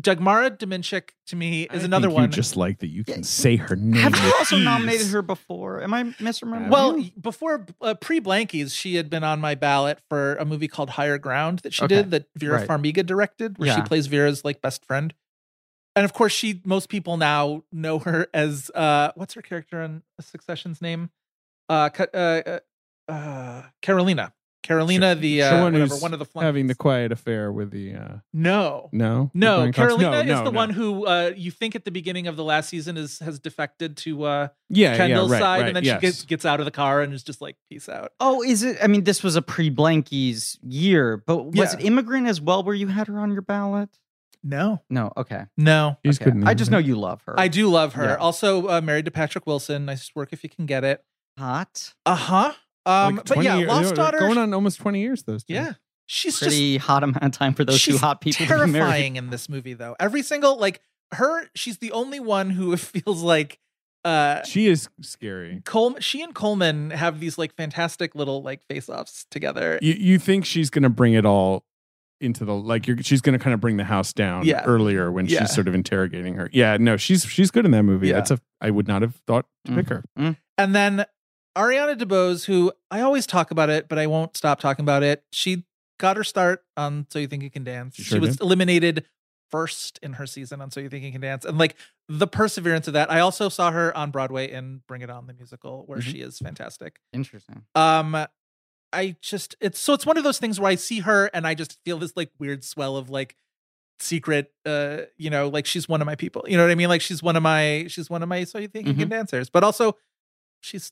S5: Dagmara Dominchik to me is
S11: I
S5: another
S11: think
S5: one.
S11: You just like that you can
S7: Yeah.
S11: say her name.
S7: Have
S11: with
S7: you also
S11: ease.
S7: nominated her before? Am I misremembering?
S5: Well, before uh, pre Blankies, she had been on my ballot for a movie called Higher Ground that she
S7: Okay.
S5: did that Vera
S7: Right.
S5: Farmiga directed, where she
S7: Yeah.
S5: plays Vera's like best friend. And of course, she most people now know her as uh, what's her character on Succession's name? Uh, Ca- uh, uh, uh, Carolina. Carolina, the uh,
S4: Someone
S5: whatever,
S4: who's
S5: one of the flunkies.
S4: having the quiet affair with the uh,
S5: no.
S4: no, With
S5: No,
S4: Brian Cox?
S5: Carolina
S4: No,
S5: is
S4: no,
S5: the
S4: no.
S5: one who uh, you think at the beginning of the last season is has defected to uh,
S4: yeah,
S5: Kendall's
S4: yeah, right,
S5: side,
S4: right,
S5: and then
S4: yes.
S5: she gets, gets out of the car and is just like, "Peace out."
S7: oh, is it? I mean, this was a pre Blankies year, but was
S5: Yeah.
S7: it immigrant as well where you had her on your ballot?
S5: No,
S7: No. Okay.
S5: no.
S4: He's
S7: okay.
S4: good in
S7: I
S4: that,
S7: just know
S4: right?
S7: you love her.
S5: I do love her.
S7: Yeah.
S5: Also, uh, married to Patrick Wilson. Nice work if you can get it.
S7: hot,
S5: Uh huh. Um,
S4: Like
S5: but
S4: 20
S5: yeah,
S4: years-
S5: Lost
S4: they're
S5: Daughter.
S4: going on almost twenty years. Those two.
S5: yeah, she's just
S7: pretty hot amount of time for those two
S5: she's
S7: hot people to be married.
S5: terrifying in this movie, though. Every single like her, she's the only one who feels like uh
S4: she is scary.
S5: Coleman. She and Coleman have these like fantastic little like face-offs together.
S4: You you think she's gonna bring it all into the like? You're, she's gonna kind of bring the house down
S5: Yeah.
S4: earlier when
S5: Yeah.
S4: she's sort of interrogating her. Yeah, no, she's she's good in that movie.
S5: Yeah.
S4: That's a I would not have thought to
S7: Mm.
S4: pick her.
S5: And then Ariana DeBose, who I always talk about it, but I won't stop talking about it. She got her start on So You Think You Can Dance.
S4: She
S5: She,
S4: sure
S5: was
S4: did.
S5: eliminated first in her season on So You Think You Can Dance. And like the perseverance of that. I also saw her on Broadway in Bring It On the musical, where
S4: Mm-hmm.
S7: Mhm.
S5: she is fantastic.
S7: Interesting.
S5: Um I just it's so it's one of those things where I see her and I just feel this like weird swell of like secret uh you know like she's one of my people you know what i mean like she's one of my she's one of my so you think you can dancers but also she's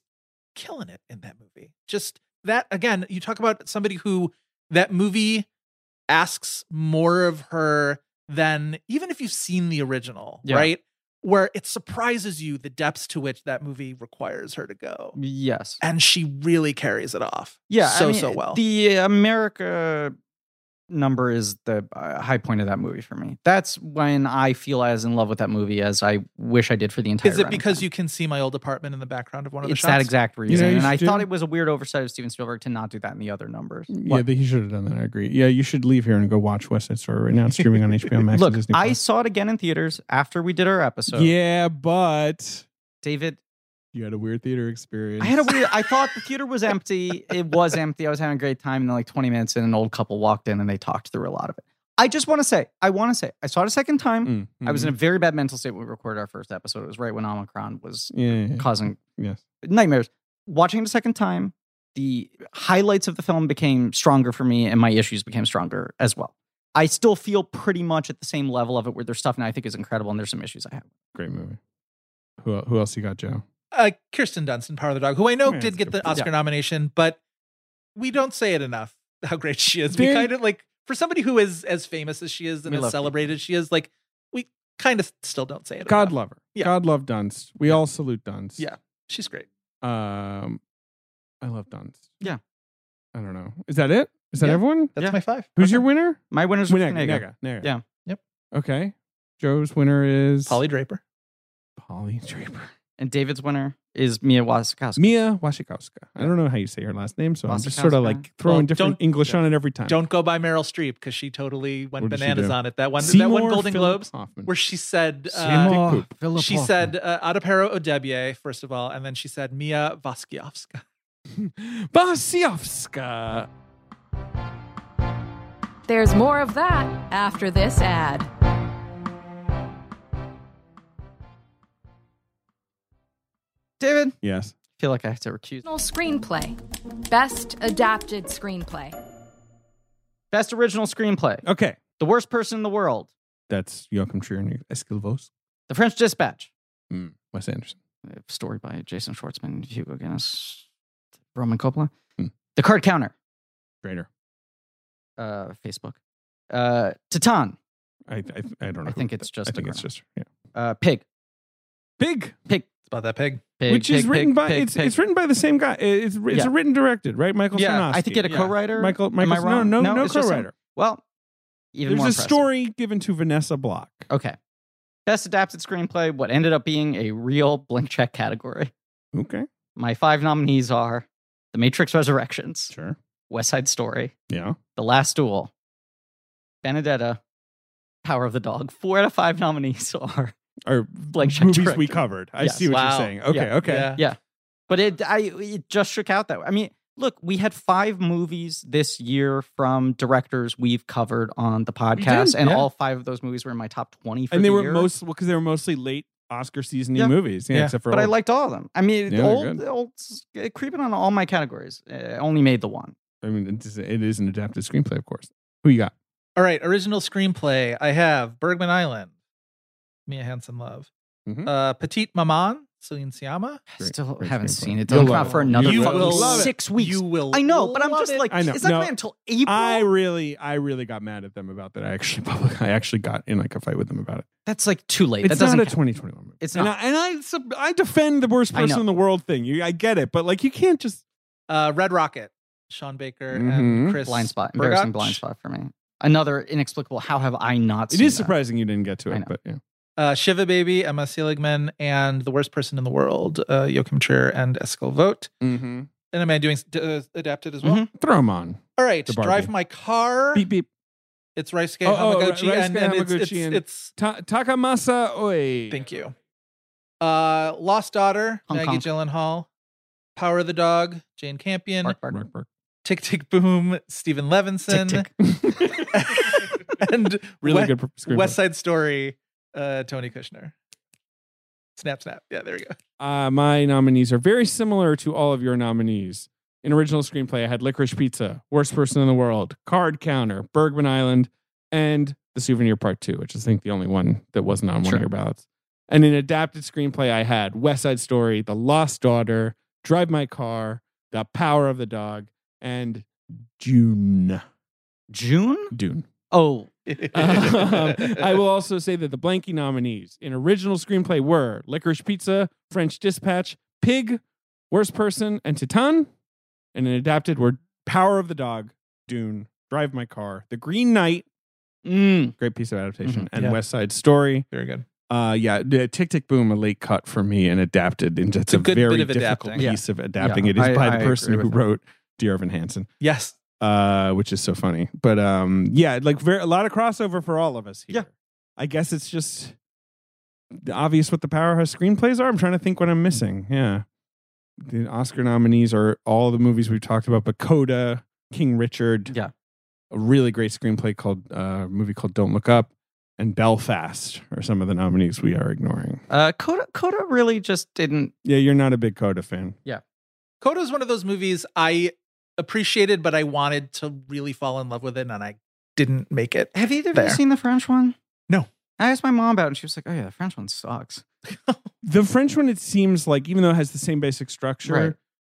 S5: killing it in that movie just that again you talk about somebody who that movie asks more of her than even if you've seen the original
S7: Yeah.
S5: right where it surprises you the depths to which that movie requires her to go
S7: Yes.
S5: and she really carries it off
S7: Yeah. I
S5: so
S7: mean,
S5: so well
S7: The America number is the uh, high point of that movie for me. That's when I feel as in love with that movie as I wish I did for the entire.
S5: is it because you can see my old apartment in the background of one of the
S7: It's
S5: shots
S7: that exact reason,
S4: you
S7: and I
S4: should do-
S7: thought it was a weird oversight of Steven Spielberg to not do that in the other numbers.
S4: Mm, Yeah,
S7: What?
S4: but he should have done that. I agree. Yeah, you should leave here and go watch West Side Story right now. It's streaming on HBO Max.
S7: Look,
S4: and Disney
S7: I
S4: Plus.
S7: saw it again in theaters after we did our episode.
S4: yeah, but
S7: David,
S4: you had a weird theater experience.
S7: I had a weird. I thought the theater was empty. It was empty. I was having a great time. And then, like 20 minutes in, an old couple walked in and they talked through a lot of it. I just want to say, I want to say, I saw it a second time.
S4: Mm,
S7: I was
S4: mhm.
S7: in a very bad mental state when we recorded our first episode. It was right when Omicron was
S4: mm-hmm. yeah, yeah,
S7: causing
S4: yes.
S7: nightmares. Watching it a second time, the highlights of the film became stronger for me and my issues became stronger as well. I still feel pretty much at the same level of it where there's stuff now I think is incredible and there's some issues I have.
S4: Great movie. Who who else you got, Joe?
S5: uh, Kirsten Dunst in Power of the Dog, who I know
S4: Yeah, it's
S5: did get
S4: good.
S5: the Oscar nomination, but we don't say it enough how great she is. We
S4: Very-
S5: kind of like for somebody who is as famous as she is and
S7: We
S5: as
S7: love
S5: celebrated she is, like we kind of still don't say it.
S4: God
S5: enough.
S4: love her.
S5: Uh, Yeah.
S4: God love Dunst. We all salute Dunst.
S5: Yeah. she's great.
S4: Um, I love Dunst.
S7: Yeah.
S4: I don't know. Is that it? Is that
S5: Yeah.
S4: everyone?
S5: That's
S7: Yeah.
S5: my five.
S4: Who's your winner?
S7: My winners were
S4: Winega.
S7: Finega.
S4: Nega. Nega.
S7: Yeah.
S5: Yep.
S4: Okay. Joe's winner is
S5: Polly Draper?
S4: Polly Draper.
S7: And David's winner is Mia Wasikowska.
S4: Mia Wasikowska. I don't know how you say her last name, so I'm just sort of
S7: Wasikowska.
S4: like throwing
S5: Well,
S4: different
S5: don't-
S4: English on it every time.
S5: Don't go by Meryl Streep because she totally went
S4: What did she
S5: bananas
S4: do?
S5: on it. That one,
S4: Seymour
S5: that one Golden
S4: Philip
S5: Globes
S4: Hoffman.
S5: where she said, uh,
S4: Seymour Dick poop.
S11: Philip
S5: she
S11: Hoffman.
S5: said uh, Adapero Odebye first of all, and then she said Mia Wasikowska.
S4: Wasiowska.
S1: There's more of that after this ad.
S7: David, I
S4: Yes.
S7: feel like I have to recuse.
S1: Original Screenplay. Best adapted screenplay.
S7: Best original screenplay.
S4: Okay.
S7: The worst person in the world.
S4: That's Joachim Trier and Eskil Vos.
S7: The French Dispatch.
S4: Mm. Wes Anderson.
S7: A story by Jason Schwartzman, Hugo Guinness, Roman Coppola.
S4: Hmm.
S7: The Card Counter.
S4: Greater.
S7: Uh, Facebook. Uh, Titan.
S4: I, I I don't know.
S7: I
S4: who
S7: think
S4: did
S7: it's
S4: that.
S7: just
S4: I think
S7: a
S4: it's
S7: girl.
S4: just yeah.
S7: Uh, Pig.
S4: Pig,
S5: It's about that pig.
S7: Pig,
S4: which is
S7: pig,
S4: written
S7: pig,
S4: by
S7: pig,
S4: it's,
S7: pig.
S4: it's written by the same guy. It's it's
S7: Yeah.
S4: written directed, right? Michael
S7: yeah,
S4: Sarnowski.
S7: I think it had a
S4: Yeah.
S7: co-writer.
S4: Michael
S7: Am
S4: Michael
S7: I wrong?
S4: no no no
S7: it's just him.
S4: co-writer.
S7: Well, even
S4: There's
S7: more
S4: a
S7: impressive.
S4: story given to Vanessa Block.
S7: Okay. Best adapted screenplay, what ended up being a real blank check category.
S4: Okay,
S7: My five nominees are The Matrix Resurrections,
S4: sure.
S7: West Side Story,
S4: Yeah.
S7: The Last Duel, Benedetta, Power of the Dog. Four out of five nominees are
S4: Or
S7: blank check
S4: movies we
S7: directed.
S4: covered. I
S7: Yes.
S4: see what
S5: Wow.
S4: you're saying. Okay,
S7: Yeah.
S4: okay.
S5: Yeah.
S7: But it, I, it just shook out that way. I mean, look, we had five movies this year from directors we've covered on the podcast, and
S4: yeah.
S7: all five of those movies were in my top twenty. For
S4: And they
S7: the
S4: were
S7: year.
S4: most because they were mostly late Oscar season
S7: Yeah.
S4: movies. Yeah,
S5: Yeah.
S4: except for
S7: but I
S4: old-
S7: liked all of them. I mean,
S4: Yeah, they're
S7: old,
S4: good.
S7: old, uh, creeping on all my categories. Uh, only made the one.
S4: I mean, it is, it is an adapted screenplay, of course. Who you got?
S5: All right, original screenplay. I have Bergman Island, Mia Hansen Love,
S7: Mm-hmm.
S4: Mhm.
S5: uh, Petite Maman, Celine Siama.
S4: Great-
S7: Still
S4: great
S7: haven't
S4: screenplay.
S7: seen it.
S4: You'll
S7: Don't come
S4: love
S7: out for
S4: it.
S7: another
S4: You
S7: fucking
S4: will love it.
S7: six weeks.
S5: You will.
S7: I know, but I'm
S5: love
S7: just
S5: it.
S7: like,
S4: I know.
S7: it's not
S4: No.
S7: coming out until April.
S4: I really, I really got mad at them about that. I actually, public, I actually got in like a fight with them about it.
S7: That's like too late.
S4: It's
S7: that
S4: not
S7: doesn't.
S4: a
S7: count.
S4: 2021 movie.
S7: It's
S4: And
S7: not.
S4: I, and I, sub- I defend the worst
S7: I
S4: person
S7: know.
S4: in the world thing. You, I get it, but like, you can't just.
S5: uh, Red Rocket, Sean Baker
S4: Mhm.
S5: and Chris
S7: blind spot.
S5: Bergach.
S7: Embarrassing blind spot for me. Another inexplicable. How have I not?
S4: It
S7: seen
S4: is
S7: that?
S4: surprising you didn't get to
S7: I
S4: it,
S7: know.
S4: but yeah.
S5: Uh, Shiva Baby, Emma Seligman, and the worst person in the world, uh, Joachim Trier and Eskel Vogt.
S4: Mm-hmm.
S5: And am I doing uh, adapted as well?
S7: Mhm.
S4: Throw them on.
S5: All right,
S4: The Barbie.
S5: Drive My Car.
S4: Beep beep.
S5: It's Raisuke
S4: Oh, oh,
S5: Hamaguchi,
S4: Ra-
S5: and,
S4: Raisuke
S5: and it's,
S4: Hamaguchi
S5: it's,
S4: and-
S5: it's-
S4: Ta- Takamasa Oi.
S5: thank you. Uh, Lost Daughter,
S7: Hong
S5: Maggie Gyllenhaal. Power of the Dog, Jane Campion.
S7: Bark, bark.
S4: Bark, bark.
S5: Tick Tick Boom, Stephen Levinson,
S7: Tick,
S5: and
S4: Really
S5: Wes-
S4: good pr- screenplay.
S5: West Side Story, uh, Tony Kushner. Snap, snap. Yeah, there we go.
S4: uh, my nominees are very similar to all of your nominees. In original screenplay, I had Licorice Pizza, Worst Person in the World, Card Counter, Bergman Island, and The Souvenir Part Two, which is I think the only one that wasn't on one
S7: Sure.
S4: of your ballots. And in adapted screenplay, I had West Side Story, The Lost Daughter, Drive My Car, The Power of the Dog, and Dune.
S7: June.
S4: Dune.
S7: Oh,
S4: Um, I will also say that the blankie nominees in original screenplay were Licorice Pizza, French Dispatch, Pig, Worst Person, and Titan. And in adapted were Power of the Dog, Dune, Drive My Car, The Green Knight,
S7: mm,
S4: great piece of adaptation, and
S5: Yeah.
S4: West Side Story.
S5: Very good.
S4: Uh, yeah, the Tick Tick Boom, a late cut for me, and adapted into it's
S5: a
S4: a,
S5: good
S4: very
S5: bit of
S4: difficult
S5: adapting.
S4: piece of adapting.
S7: Yeah,
S4: It is
S7: I-
S4: by the
S7: I
S4: person
S7: agree
S4: who
S7: with that.
S4: wrote Dear Evan Hansen,
S5: Yes.
S4: uh, which is so funny. But um, yeah, like very, a lot of crossover for all of us here.
S7: Yeah.
S4: I guess it's just obvious what the powerhouse screenplays are. I'm trying to think what I'm missing. Yeah. The Oscar nominees are all the movies we've talked about but Coda, King Richard.
S7: Yeah.
S4: A really great screenplay called, uh, movie called Don't Look Up, and Belfast are some of the nominees we are ignoring.
S7: uh, Coda. Coda really just didn't.
S4: Yeah, you're not a big Coda fan.
S5: Coda is one of those movies I appreciated, but I wanted to really fall in love with it, and I didn't make it.
S7: Have either of
S5: Fair.
S7: you seen the French one?
S5: No.
S7: I asked my mom about it, and she was like, "Oh yeah, the French one sucks."
S4: The French one, it seems like, even though it has the same basic structure,
S7: Right.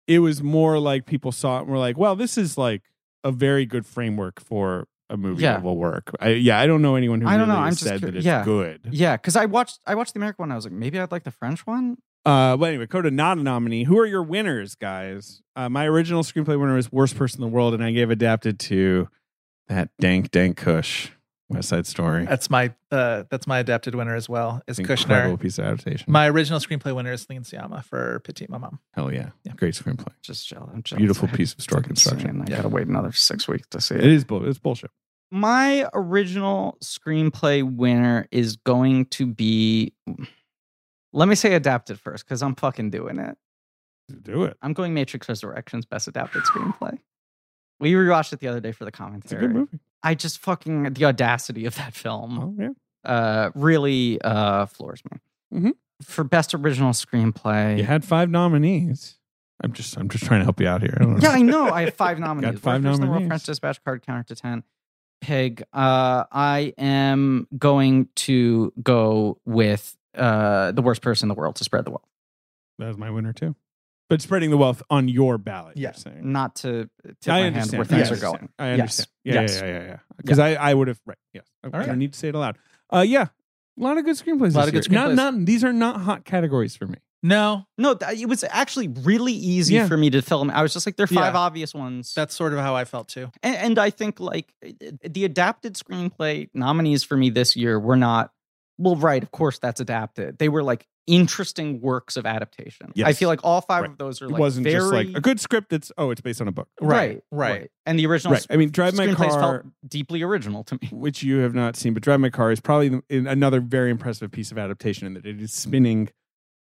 S4: it was more like people saw it and were like, well, this is like a very good framework for a movie
S7: Yeah.
S4: that will work. I, yeah, I don't know anyone who
S7: I don't
S4: really has
S7: know. I'm just
S4: said
S7: cur-
S4: that it's
S7: yeah.
S4: good.
S7: Yeah, because I watched I watched the American one. I was like, maybe I'd like the French one.
S4: Uh, but anyway, Coda not a nominee. Who are your winners, guys? Uh, my original screenplay winner was Worst Person in the World, and I gave adapted to that dank, dank Kush West Side Story.
S5: That's my uh, that's my adapted winner as well. Is
S4: incredible
S5: Kushner.
S4: piece of adaptation.
S5: My original screenplay winner is Lean Siama for Petite Maman.
S4: Hell yeah.
S5: Yeah.
S4: great screenplay.
S7: Just jealous. I'm jealous.
S4: Beautiful
S7: I haven't
S4: piece of story
S7: seen it,
S4: construction.
S7: and I
S5: Yeah.
S7: gotta wait another six weeks to see
S4: It
S7: it.
S4: is bull- it's bullshit.
S7: my original screenplay winner is going to be let me say adapted first because i'm fucking doing it
S4: Do it.
S7: i'm going matrix resurrections best adapted screenplay we rewatched it the other day for the
S4: It's a
S7: commentary
S4: good movie.
S7: i just fucking the audacity of that film
S4: Oh, yeah.
S7: uh really uh floors me
S4: Mhm.
S7: for best original screenplay
S4: You had five nominees. I'm just I'm just trying to help you out here. I don't know.
S7: yeah, I know. I have five nominees.
S4: Got five
S7: Worst Person in the World,
S4: nominees.
S7: French Dispatch card counter to ten. Pig. Uh, I am going to go with uh, the worst person in the world to spread the wealth,
S4: That was my winner too. But spreading the wealth on your ballot.
S5: Yeah.
S4: You're saying.
S7: not to tip
S4: I
S7: my hand
S4: understand.
S7: where things
S4: I
S7: are going.
S4: understand. I
S7: Yes.
S4: understand. Yeah,
S7: Yes.
S4: yeah, yeah, yeah. Because I, I would have. Right. Yes. I
S5: right.
S4: don't need to say it aloud. Uh, yeah. A lot of good screenplays.
S5: Lot
S4: this
S5: of good
S4: year.
S5: screenplays.
S4: Not, not, these are not hot categories for me.
S5: No,
S7: No, th- it was actually really easy
S4: Yeah.
S7: for me to film. I was just like, there are five
S5: Yeah.
S7: obvious ones.
S5: that's sort of how I felt too.
S7: and, and I think like eh, the adapted screenplay nominees for me this year were not well, right? Of course, that's adapted. They were like interesting works of adaptation. I
S4: Yes.
S7: feel like all five
S4: Right.
S7: of those are
S4: It
S7: like
S4: wasn't
S7: very
S4: just like a good script that's oh, it's based on a book,
S7: right,
S5: right.
S7: And the original,
S4: right? I mean, Drive My
S7: screenplays
S4: Car,
S7: felt deeply original to me.
S4: which you have not seen, but Drive My Car is probably the- in another very impressive piece of adaptation in that it is spinning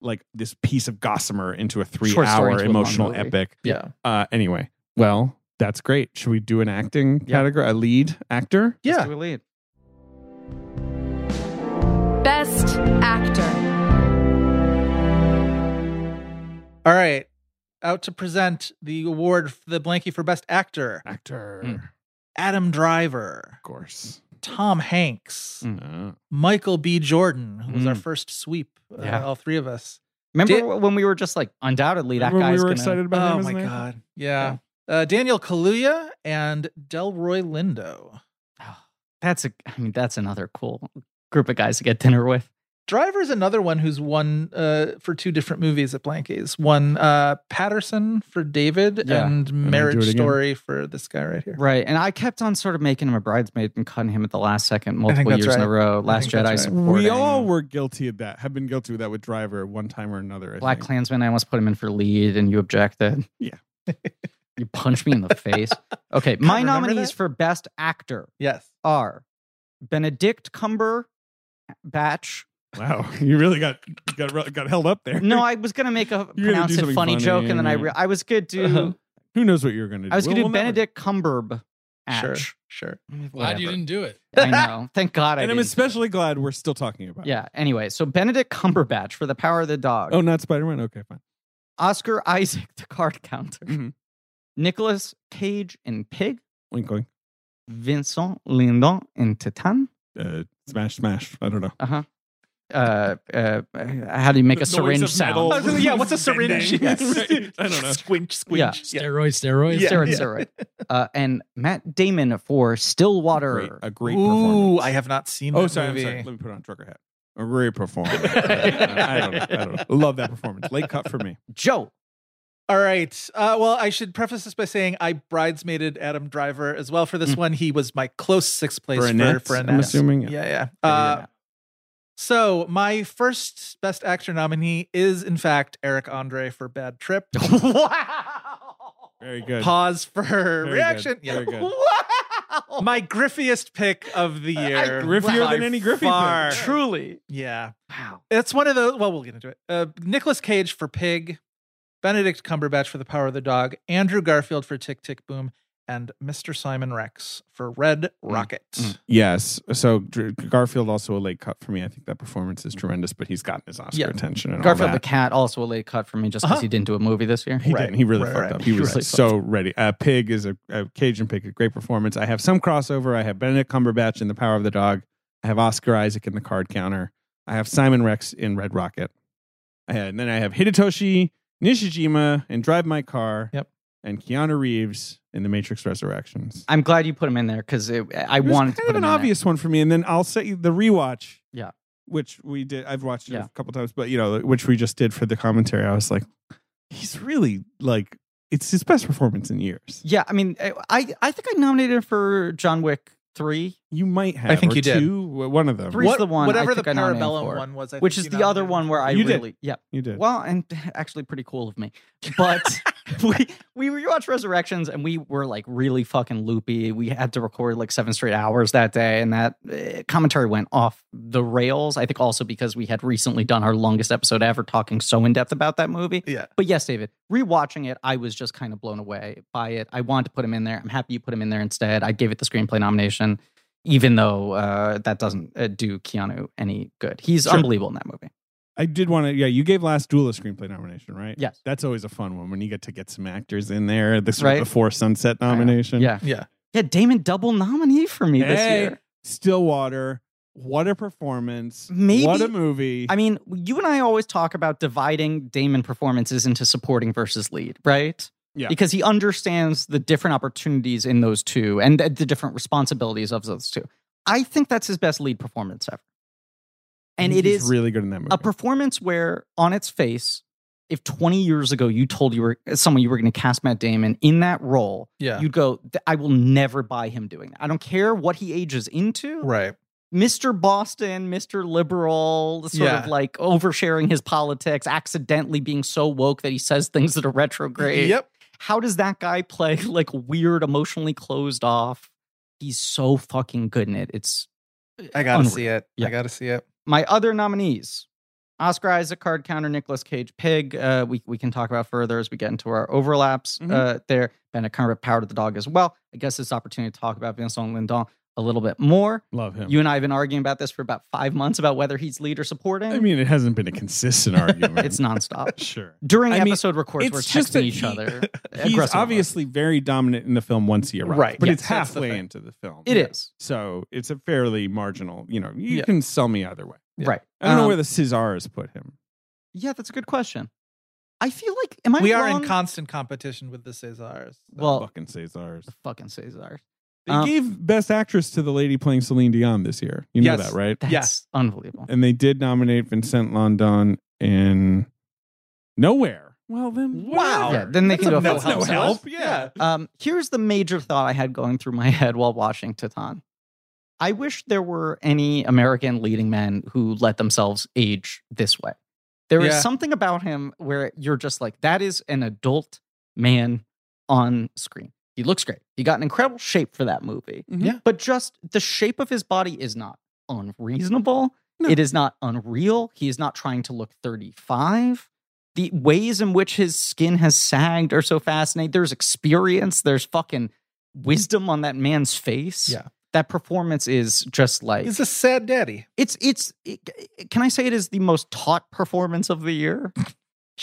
S4: like this piece of gossamer into a
S7: story
S4: three-hour
S7: into a long
S4: emotional
S7: movie.
S4: epic.
S5: Yeah.
S4: Uh, anyway, well, that's great. Should we do an acting
S7: Yeah.
S4: category, a lead actor?
S7: Let's
S5: Yeah.
S7: do a lead.
S1: Best Actor.
S5: All right. Out to present the award for the Blanky for Best Actor
S4: Actor,
S7: Mm.
S4: of
S5: Adam Driver,
S4: course.
S5: Tom Hanks,
S4: Uh,
S5: Michael B. Jordan, who was our
S7: Mm.
S5: first sweep, uh,
S7: Yeah.
S5: all three of us.
S7: Remember
S5: Did-
S7: when we were just like, undoubtedly that
S4: remember
S7: guy's
S4: we were
S7: gonna,
S4: excited about him
S5: Oh
S4: as
S5: my
S4: an actor?
S5: God. Yeah. Uh, Daniel Kaluuya and Delroy Lindo.
S7: That's a, I mean, that's another cool group of guys to get dinner with.
S5: Driver's another one who's won uh, for two different movies at Blankies. One uh, Patterson for David
S7: Yeah.
S5: and
S4: Do It
S5: Marriage
S4: Again.
S5: Story for this guy right here.
S7: Right. And I kept on sort of making him a bridesmaid and cutting him at the last second multiple
S5: that's
S7: years in a
S5: right.
S7: row. Last
S5: think
S7: Jedi
S5: that's right.
S7: supporting.
S4: We all were guilty of that. Have been guilty of that with Driver one time or another. I
S7: Black
S4: think.
S7: Klansman. I almost put him in for lead and you objected.
S4: Yeah.
S7: you punched me in the face. Okay. My
S5: remember
S7: nominees
S5: that?
S7: for best actor
S5: Yes.
S7: are Benedict Cumber Batch.
S4: Wow, you really got got re- got held up there.
S7: No, I was going to make a
S4: You were gonna do
S7: pronounce it
S4: something
S7: funny,
S4: funny,
S7: joke and then I
S4: yeah.
S7: re- I was going to do
S4: Who knows what you're going to do?
S7: I was going to
S4: We'll-
S7: do
S4: we'll never-
S7: Benedict Cumberbatch.
S5: Sure. Sure.
S6: Glad you
S7: Whatever.
S6: didn't do it.
S7: I know. Thank God I
S4: And I'm
S7: didn't.
S4: especially glad we're still talking about. it.
S7: Yeah. Anyway, so Benedict Cumberbatch for The Power of the Dog.
S4: Oh, not Spider Man. Okay, fine.
S7: Oscar Isaac, The Card Counter.
S4: Mhm.
S7: Nicholas Cage in Pig.
S4: Wink, wink.
S7: Vincent Lindon in Titan.
S4: Uh, smash, smash. I don't know.
S7: Uh-huh. Uh, uh, how do you make
S4: The
S7: a syringe
S4: noise of
S7: sound?
S4: metal. Oh,
S5: I was gonna- yeah, what's a syringe?
S4: Bending. Right.
S5: Yes.
S4: I don't know.
S5: Squinch, squinch.
S7: Yeah.
S6: Steroids, steroids.
S5: Yeah.
S7: Syringe, syringe. Uh, and Matt Damon for Stillwater.
S4: Great, a great
S5: Ooh,
S4: performance.
S5: I have not seen.
S4: Oh,
S5: that
S4: sorry, I'm
S5: movie.
S4: sorry. Let me put on a trucker hat. A great performance. I don't know. I don't know. Love that performance. Late cut for me.
S7: Joe.
S5: All right. Uh, well, I should preface this by saying I bridesmaided Adam Driver as well for this
S7: Mm.
S5: one. He was my close sixth place
S4: For Annette,
S5: for, for
S4: I'm
S5: Annette.
S4: assuming,
S5: Yeah,
S4: yeah.
S5: yeah.
S7: Yeah,
S5: Uh,
S7: yeah.
S5: So my first Best Actor nominee is, in fact, Eric Andre for Bad Trip.
S7: wow.
S4: Very good.
S5: Pause for
S4: good.
S5: reaction. Yeah.
S4: Very good.
S7: Wow.
S5: My griffiest pick of the year.
S4: Griffier
S5: by
S4: than any Griffey.
S5: far.
S4: pick.
S7: Truly.
S5: Yeah.
S7: Wow.
S5: It's one of those. Well, we'll get into it. Uh, Nicholas Cage for Pig, Benedict Cumberbatch for The Power of the Dog, Andrew Garfield for Tick Tick Boom, and Mr. Simon Rex for Red Rocket.
S7: Mm.
S4: Yes. So Dr- Garfield also a late cut for me. I think that performance is tremendous, but he's gotten his Oscar
S5: Yeah.
S4: attention and
S7: Garfield
S4: all
S7: the
S4: that.
S7: Cat, also a late cut for me just because
S5: Uh-huh.
S7: he didn't do a movie this year.
S4: He
S5: Right,
S4: didn't. He really
S5: right,
S4: fucked
S5: right.
S4: up. He was
S7: Really fucked
S4: so ready. Uh, Pig is a, a Cajun pig, a great performance. I have some crossover. I have Benedict Cumberbatch in The Power of the Dog. I have Oscar Isaac in The Card Counter. I have Simon Rex in Red Rocket. I had- and then I have Hidetoshi Nishijima in Drive My Car.
S5: Yep.
S4: And Keanu Reeves in The Matrix Resurrections.
S7: I'm glad you put him in there because I
S4: It was
S7: wanted
S4: kind
S7: to put
S4: of an
S7: him in there.
S4: obvious one for me. And then I'll say the rewatch.
S7: Yeah.
S4: Which we did. I've watched it
S7: Yeah.
S4: a couple times, but you know, which we just did for the commentary. I was like, he's really like, it's his best performance in years.
S7: Yeah, I mean, I- I I think I nominated him for John Wick three,
S4: You might have.
S5: I think
S4: or
S5: you did.
S4: Two, w- one of them.
S7: Three's
S5: What-
S7: the one I
S5: Whatever the
S7: think I nominated
S5: Parabellum
S7: for,
S5: one was, I
S7: which
S5: think
S7: is
S5: you
S7: the other
S5: nominated
S7: one where I
S4: You did.
S7: really yeah.
S4: You did.
S7: Well, and actually pretty cool of me, but we we rewatched Resurrections and we were like really fucking loopy. We had to record like seven straight hours that day, and that uh, commentary went off the rails. I think also because we had recently done our longest episode ever, talking so in depth about that movie.
S5: Yeah.
S7: But yes, David, rewatching it, I was just kind of blown away by it. I wanted to put him in there. I'm happy you put him in there instead. I gave it the screenplay nomination, even though uh, that doesn't uh, do Keanu any good. He's
S4: Sure.
S7: unbelievable in that movie.
S4: I did want to. Yeah, you gave Last Duel a screenplay nomination, right?
S7: Yes.
S4: That's always a fun one when you get to get some actors in there. This
S7: Right.
S4: right. before sunset nomination.
S7: Yeah.
S5: Yeah.
S7: Yeah. Damon double nominee for me this
S4: Hey,
S7: year.
S4: Stillwater. What a performance.
S7: Maybe-
S4: What a movie.
S7: I mean, you and I always talk about dividing Damon performances into supporting versus lead, right?
S4: Yeah.
S7: Because he understands the different opportunities in those two and the, the different responsibilities of those two. I think that's his best lead performance ever. and it is
S4: really good in that movie.
S7: a performance where on its face if 20 years ago you told you were someone you were going to cast Matt Damon in that role
S5: Yeah.
S7: you'd go "Th- I will never buy him doing that I don't care what he ages into
S5: right.
S7: Mr. Boston Mr. Liberal sort
S5: Yeah.
S7: of like oversharing his politics accidentally being so woke that he says things that are retrograde
S5: Yep.
S7: how does that guy play like weird emotionally closed off he's so fucking good in it it's
S5: I gotta
S7: Onward.
S5: see it.
S7: Yeah.
S5: I gotta see it.
S7: my other nominees Oscar Isaac, Card Counter, Nicolas Cage, Pig. Uh, we, we can talk about further as we get into our overlaps
S5: Mm-hmm.
S4: Mhm.
S7: uh, there. Bennett Cumberbatch, Power to the Dog as well. I guess this opportunity to talk about Vincent Lindon a little bit more.
S4: Love him.
S7: You and I have been arguing about this for about five months about whether he's lead or supporting.
S4: I mean, it hasn't been a consistent argument.
S7: it's nonstop.
S4: sure.
S7: During
S4: I mean,
S7: episode records, we're
S4: it's just
S7: texting
S4: that
S7: each
S4: he-
S7: other.
S4: He's
S7: aggressively.
S4: obviously very dominant in the film once he arrives,
S5: Right,
S4: But
S5: yeah,
S4: it's
S5: so that's the
S4: halfway
S5: thing.
S4: into the film.
S7: It
S4: Yeah.
S7: is.
S4: So it's a fairly marginal. You know, you
S5: Yeah.
S4: can sell me either way.
S7: Right.
S4: I don't know
S7: Um,
S4: where the Cesars put him.
S7: Yeah, that's a good question. I feel like, am I
S5: we are in
S7: wrong?
S5: constant competition with the Cesars.
S7: Well,
S4: Fucking Cesars.
S7: the fucking Cesar.
S4: They
S7: Um,
S4: gave Best Actress to the lady playing Celine Dion this year. You know
S5: Yes.
S4: that, right?
S7: That's
S5: Yes.
S7: unbelievable.
S4: And they did nominate Vincent London in Nowhere. Well, then,
S5: Wow.
S7: Yeah, then they
S5: That's
S7: can go
S5: a no
S7: fuck
S5: help.
S7: themselves.
S5: No help.
S4: Yeah.
S7: Um, here's the major thought I had going through my head while watching Titan. I wish there were any American leading men who let themselves age this way. There is
S5: Yeah.
S7: something about him where you're just like, that is an adult man on screen. He looks great. He got an incredible shape for that movie.
S4: Mhm.
S5: Yeah.
S7: But just the shape of his body is not unreasonable.
S4: No.
S7: It is not unreal. He is not trying to look 35 the ways in which his skin has sagged are so fascinating. There's experience, there's fucking wisdom on that man's face.
S5: Yeah.
S7: That performance is just like
S5: He's a sad daddy.
S7: it's it's it- can I say it is the most taut performance of the year?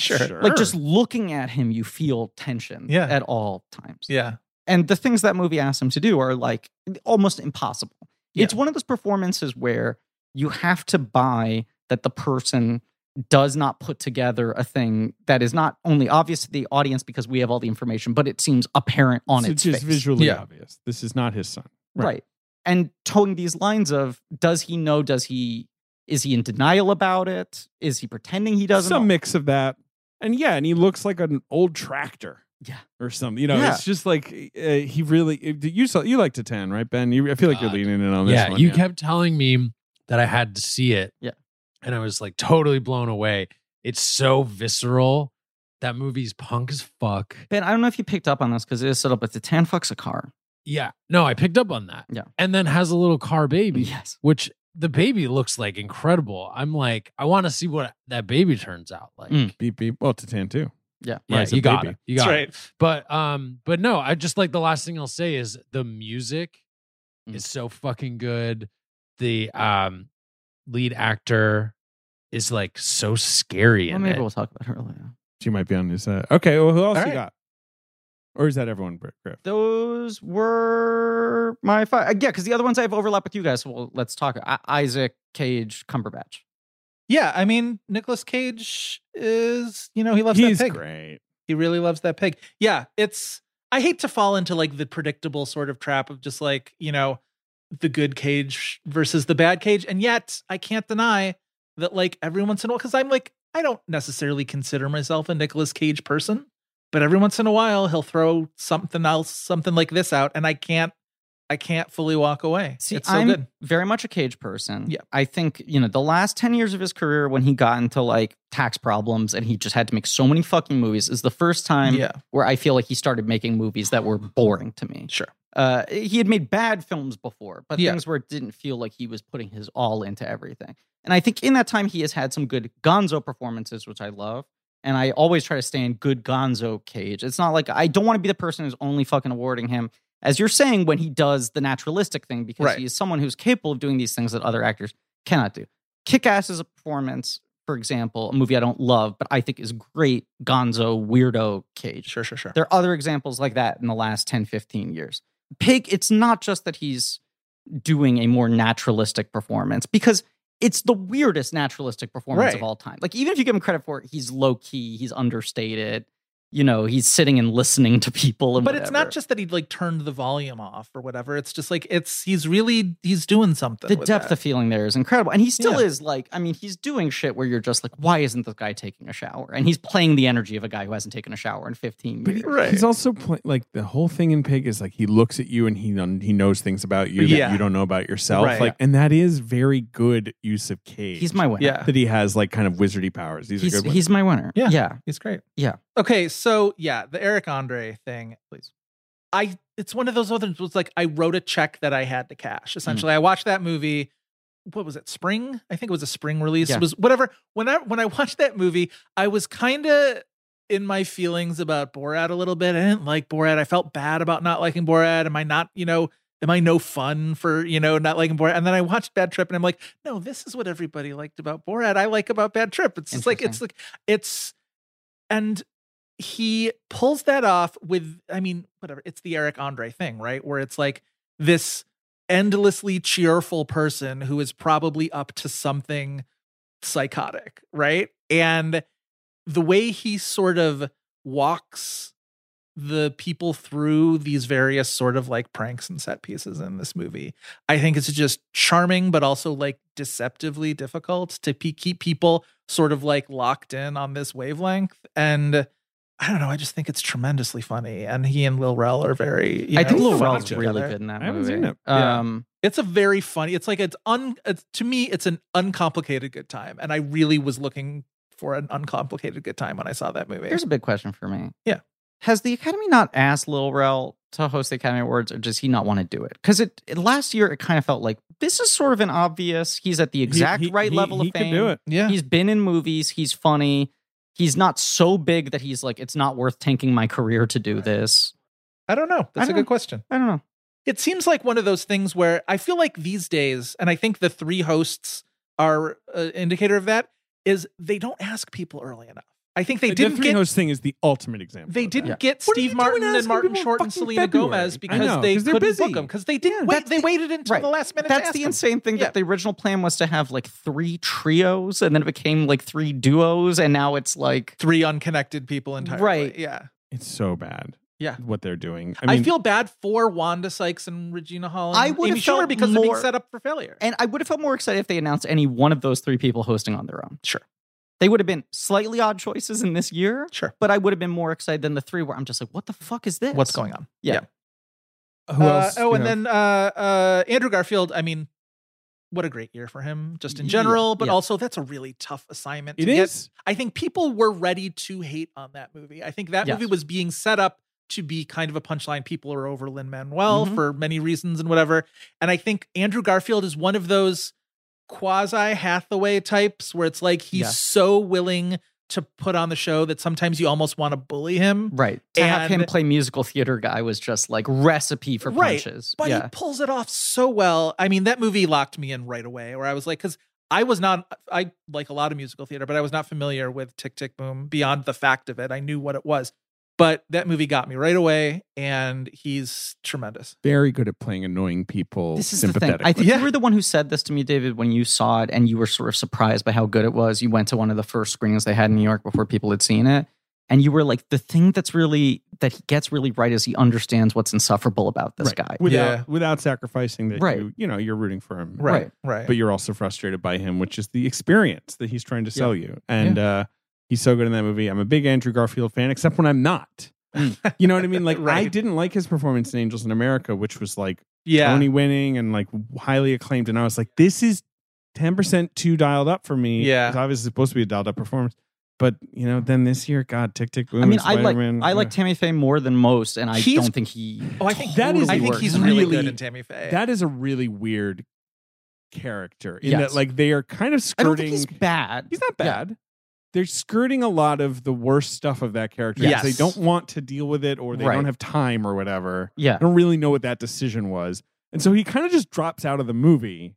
S7: Like just looking at him you feel tension
S5: Yeah.
S7: at all times.
S5: Yeah.
S7: And the things that movie asks him to do are like almost impossible.
S5: Yeah.
S7: It's one of those performances where you have to buy that the person does not put together a thing that is not only obvious to the audience because we have all the information, but it seems apparent on
S4: So
S7: its
S4: just
S7: face.
S4: visually
S5: Yeah.
S4: obvious. This is not his son.
S7: right. And towing these lines of does he know? Does he is he in denial about it? Is he pretending he doesn't?
S4: Some mix of that. And yeah, and he looks like an old tractor.
S7: Yeah.
S4: Or something. You know,
S7: Yeah.
S4: it's just like uh, he really. You saw you liked to ten, right, Ben? You, I feel like you're
S6: God.
S4: leaning in on Oh, this
S6: yeah,
S4: one.
S6: you kept telling me that I had to see it.
S7: Yeah.
S6: And I was like totally blown away. It's so visceral. That movie's punk as fuck.
S7: Ben, I don't know if you picked up on this because it is set up, but the tan fucks a car.
S6: Yeah. No, I picked up on that.
S7: Yeah.
S6: And then has a little car baby,
S7: Yes.
S6: which the baby looks like incredible. I'm like, I want to see what that baby turns out like.
S7: Mm.
S4: beep beep. Well, to ten too.
S7: Yeah.
S6: Yeah,
S4: Rise
S6: you
S4: of
S6: got
S4: Baby.
S6: it. You got it. But um, but no, I just like the last thing I'll say is the music
S7: Mm.
S6: is so fucking good. The um lead actor is like so scary
S7: Well,
S6: in
S7: maybe
S6: it.
S7: we'll talk about it earlier.
S4: She might be on his. Uh, okay. Well, who else
S5: All
S4: you
S5: right.
S4: got? Or is that everyone? Griff?
S7: those were my five. uh, Yeah, because the other ones I have overlap with you guys. So well, let's talk. I- Isaac, Cage, Cumberbatch.
S5: Yeah. I mean, Nicolas Cage is, you know, he loves
S4: He's
S5: that pig.
S4: great.
S5: He really loves that pig. Yeah. It's, I hate to fall into like the predictable sort of trap of just like, you know, the good cage versus the bad cage. And yet I can't deny that like every once in a while, because I'm like, I don't necessarily consider myself a Nicolas Cage person, but every once in a while he'll throw something else, something like this out, and I can't, I can't fully walk away.
S7: See,
S5: it's so
S7: I'm
S5: good.
S7: very much a Cage person.
S5: Yeah.
S7: I think you know the last ten years of his career when he got into like tax problems and he just had to make so many fucking movies is the first time
S5: yeah,
S7: where I feel like he started making movies that were boring to me.
S5: sure.
S7: uh, he had made bad films before, but
S5: Yeah.
S7: things where it didn't feel like he was putting his all into everything. And I think in that time he has had some good Gonzo performances, which I love. And I always try to stay in good Gonzo cage. It's not like I don't want to be the person who's only fucking awarding him, as you're saying, when he does the naturalistic thing, because
S5: Right.
S7: he is someone who's capable of doing these things that other actors cannot do. Kick Ass is a performance, for example, a movie I don't love, but I think is great Gonzo weirdo cage.
S5: Sure, sure, sure.
S7: There are other examples like that in the last 10, 15 years. Pig, it's not just that he's doing a more naturalistic performance because it's the weirdest naturalistic performance of
S5: Right.
S7: all time. Like, even if you give him credit for it, he's low key, he's understated. you know, he's sitting and listening to people and
S5: but it's not
S7: whatever.
S5: just that he like turned the volume off or whatever. It's just like it's he's really he's doing something.
S7: the
S5: with
S7: depth
S5: that.
S7: of feeling there is incredible. And he still
S5: Yeah.
S7: is like, I mean, he's doing shit where you're just like, why isn't this guy taking a shower? And he's playing the energy of a guy who hasn't taken a shower in 15
S4: But he-
S7: years.
S5: Right.
S4: he's also play, like the whole thing in Pig is like he looks at you and he un- he knows things about you that
S5: Yeah.
S4: you don't know about yourself.
S5: Right.
S4: Like, and that is very good use of Cage.
S7: He's my winner.
S5: Yeah.
S4: that he has like kind of wizardy powers. These
S7: He's,
S4: are good ones.
S7: he's my winner.
S5: Yeah.
S7: Yeah.
S5: He's great.
S7: Yeah.
S5: Okay, so yeah, the Eric Andre thing, please. I it's one of those other was like I wrote a check that I had to cash. Essentially, I watched that movie. What was it? Spring? I think it was a spring release.
S7: Yeah.
S5: It was whatever. When I when I watched that movie, I was kind of in my feelings about Borat a little bit. I didn't like Borat. I felt bad about not liking Borat. Am I not, you know, am I no fun for, you know, not liking Borat? And then I watched Bad Trip and I'm like, no, this is what everybody liked about Borat. I like about Bad Trip. It's just like it's
S7: Interesting.
S5: like it's and he pulls that off with i mean whatever it's the eric andre thing right where it's like this endlessly cheerful person who is probably up to something psychotic right and the way he sort of walks the people through these various sort of like pranks and set pieces in this movie i think it's just charming but also like deceptively difficult to pe- keep people sort of like locked in on this wavelength and I don't know. I just think it's tremendously funny, and he and Lil Rel are very. you
S7: I
S5: know,
S7: think Lil
S5: fun
S7: Rel's
S5: together.
S7: really good in that
S4: I haven't
S7: movie.
S4: seen it. Yeah.
S7: Um,
S5: It's a very funny. It's like it's un. It's, to me, it's an uncomplicated good time, and I really was looking for an uncomplicated good time when I saw that movie.
S7: Here's a big question for me.
S5: Yeah.
S7: Has the Academy not asked Lil Rel to host the Academy Awards, or does he not want to do it? Because it, it- last year, it kind of felt like this is sort of an obvious. He's at the exact
S4: He- he-
S7: right
S4: he-
S7: level
S4: he
S7: of fame.
S4: Could do it.
S5: yeah,
S7: He's been in movies. He's funny. He's not so big that he's like, it's not worth tanking my career to do this.
S5: I don't know. That's a
S7: don't
S5: good
S7: know.
S5: question.
S7: I don't know.
S5: It seems like one of those things where I feel like these days, and I think the three hosts are an indicator of that, is they don't ask people early enough. I think they
S4: the
S5: didn't
S4: three
S5: get
S4: host thing is the ultimate example.
S5: They
S4: of
S5: didn't
S4: that.
S5: get
S4: What are you doing
S5: Steve Martin and
S4: asking
S5: Martin
S4: people in
S5: Short and
S4: fucking
S5: Selena
S4: February?
S5: Gomez
S4: I
S5: because
S4: know,
S5: they
S4: 'cause they're
S5: couldn't
S4: busy.
S5: book them because they didn't
S7: Yeah,
S5: wait.
S7: that's
S5: They
S7: the-
S5: waited until
S7: right.
S5: the last minute. to
S7: That's
S5: ask
S7: the
S5: them.
S7: insane thing
S5: Yeah.
S7: that the original plan was to have like three trios, and then it became like three duos, and now it's like
S5: Three unconnected people entirely.
S7: Right.
S5: Yeah.
S4: It's so bad.
S5: Yeah.
S4: what they're doing.
S5: I,
S4: I mean,
S5: feel bad for Wanda Sykes and Regina Hall and
S7: I would've
S5: Amy Schumer
S7: felt
S5: because they're being
S7: more-
S5: set up for failure.
S7: And I would have felt more excited if they announced any one of those three people hosting on their own.
S5: Sure.
S7: They would have been slightly odd choices in this year,
S5: sure.
S7: but I would have been more excited than the three where I'm just like, what the fuck is this?
S5: What's going on?
S7: Yeah.
S4: who
S5: Uh,
S4: else?
S5: oh,
S4: you
S5: and
S4: know?
S5: then uh, uh, Andrew Garfield. I mean, what a great year for him, just in
S7: Yeah,
S5: general, but
S7: yeah.
S5: also that's a really tough assignment.
S4: it
S5: to get.
S4: is.
S5: I think people were ready to hate on that movie. I think that
S7: Yes.
S5: movie was being set up to be kind of a punchline. People are over Lin Manuel
S7: Mhm.
S5: for many reasons and whatever. And I think Andrew Garfield is one of those quasi Hathaway types where it's like he's
S7: Yes.
S5: so willing to put on the show that sometimes you almost want to bully him.
S7: Right. To have him
S5: And-
S7: play musical theater guy was just like recipe for
S5: Right,
S7: punches.
S5: But
S7: yeah.
S5: he pulls it off so well. I mean, that movie locked me in right away where I was like, because I was not, I like a lot of musical theater, but I was not familiar with Tick Tick Boom beyond the fact of it. I knew what it was. But that movie got me right away, and he's tremendous.
S4: very good at playing annoying people.
S7: this is the thing.
S4: sympathetically.
S7: I think
S5: Yeah.
S7: you were the one who said this to me, David, when you saw it and you were sort of surprised by how good it was. You went to one of the first screenings they had in New York before people had seen it. And you were like, the thing that's really, that he gets really right is he understands what's insufferable about this
S4: Right.
S7: guy.
S4: without
S5: Yeah.
S4: without sacrificing that
S7: Right.
S4: you you know you're rooting for him,
S7: Right.
S5: Right.
S4: But you're also frustrated by him, which is the experience that he's trying to sell you. And uh, he's so good in that movie. I'm a big Andrew Garfield fan, except when I'm not. Mm. You know what I mean? Like I
S5: Right.
S4: didn't like his performance in Angels in America, which was like
S5: yeah.
S4: Tony winning and like highly acclaimed. And I was like, this is 10% too dialed up for me.
S5: Yeah.
S4: It's obviously supposed to be a dialed up performance. But, you know, then this year, God, tick, tick, boom. uh,
S7: I mean, I
S4: Spider
S7: like
S4: Man.
S7: I like Tammy Faye more than most, and I
S5: He's-
S7: don't think he.
S5: oh, I think
S4: That is-
S5: I think
S7: totally
S5: he's
S7: works.
S5: really,
S4: Really-
S5: good in Tammy Faye.
S4: That is a really weird character in
S7: Yes.
S4: that, like, they are kind of
S7: I
S4: skirting.
S7: don't think he's bad.
S4: He's not
S7: Yeah.
S4: bad. They're skirting a lot of the worst stuff of that character. 'cause They
S5: Yes.
S4: don't want to deal with it or they
S7: Right.
S4: don't have time or whatever.
S7: Yeah,
S4: I don't really know what that decision was. And so he kind of just drops out of the movie.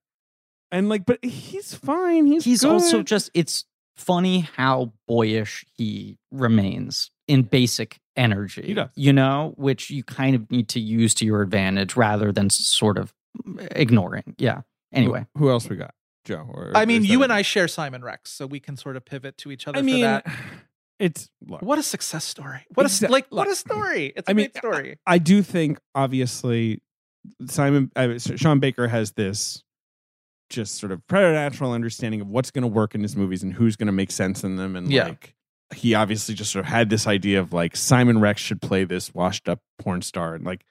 S4: And like, but he's fine. He's
S7: he's also
S4: good.
S7: just. It's funny how boyish he remains in basic energy.
S4: He does.
S7: You know, which you kind of need to use to your advantage rather than sort of ignoring. Yeah. Anyway,
S4: Who, who else we got? Joe? Or,
S5: I mean,
S4: is
S5: you
S4: that
S5: and
S4: it?
S5: I share Simon Rex, so we can sort of pivot to each other
S4: I
S5: for
S4: mean,
S5: that.
S4: it's look,
S5: What a success story. What a s-
S4: Exac-
S5: like what a story. It's a
S4: I mean,
S5: great story.
S4: I do think obviously Simon uh, Sean Baker has this just sort of preternatural understanding of what's going to work in his movies and who's going to make sense in them and
S5: Yeah.
S4: like he obviously just sort of had this idea of like Simon Rex should play this washed up porn star and like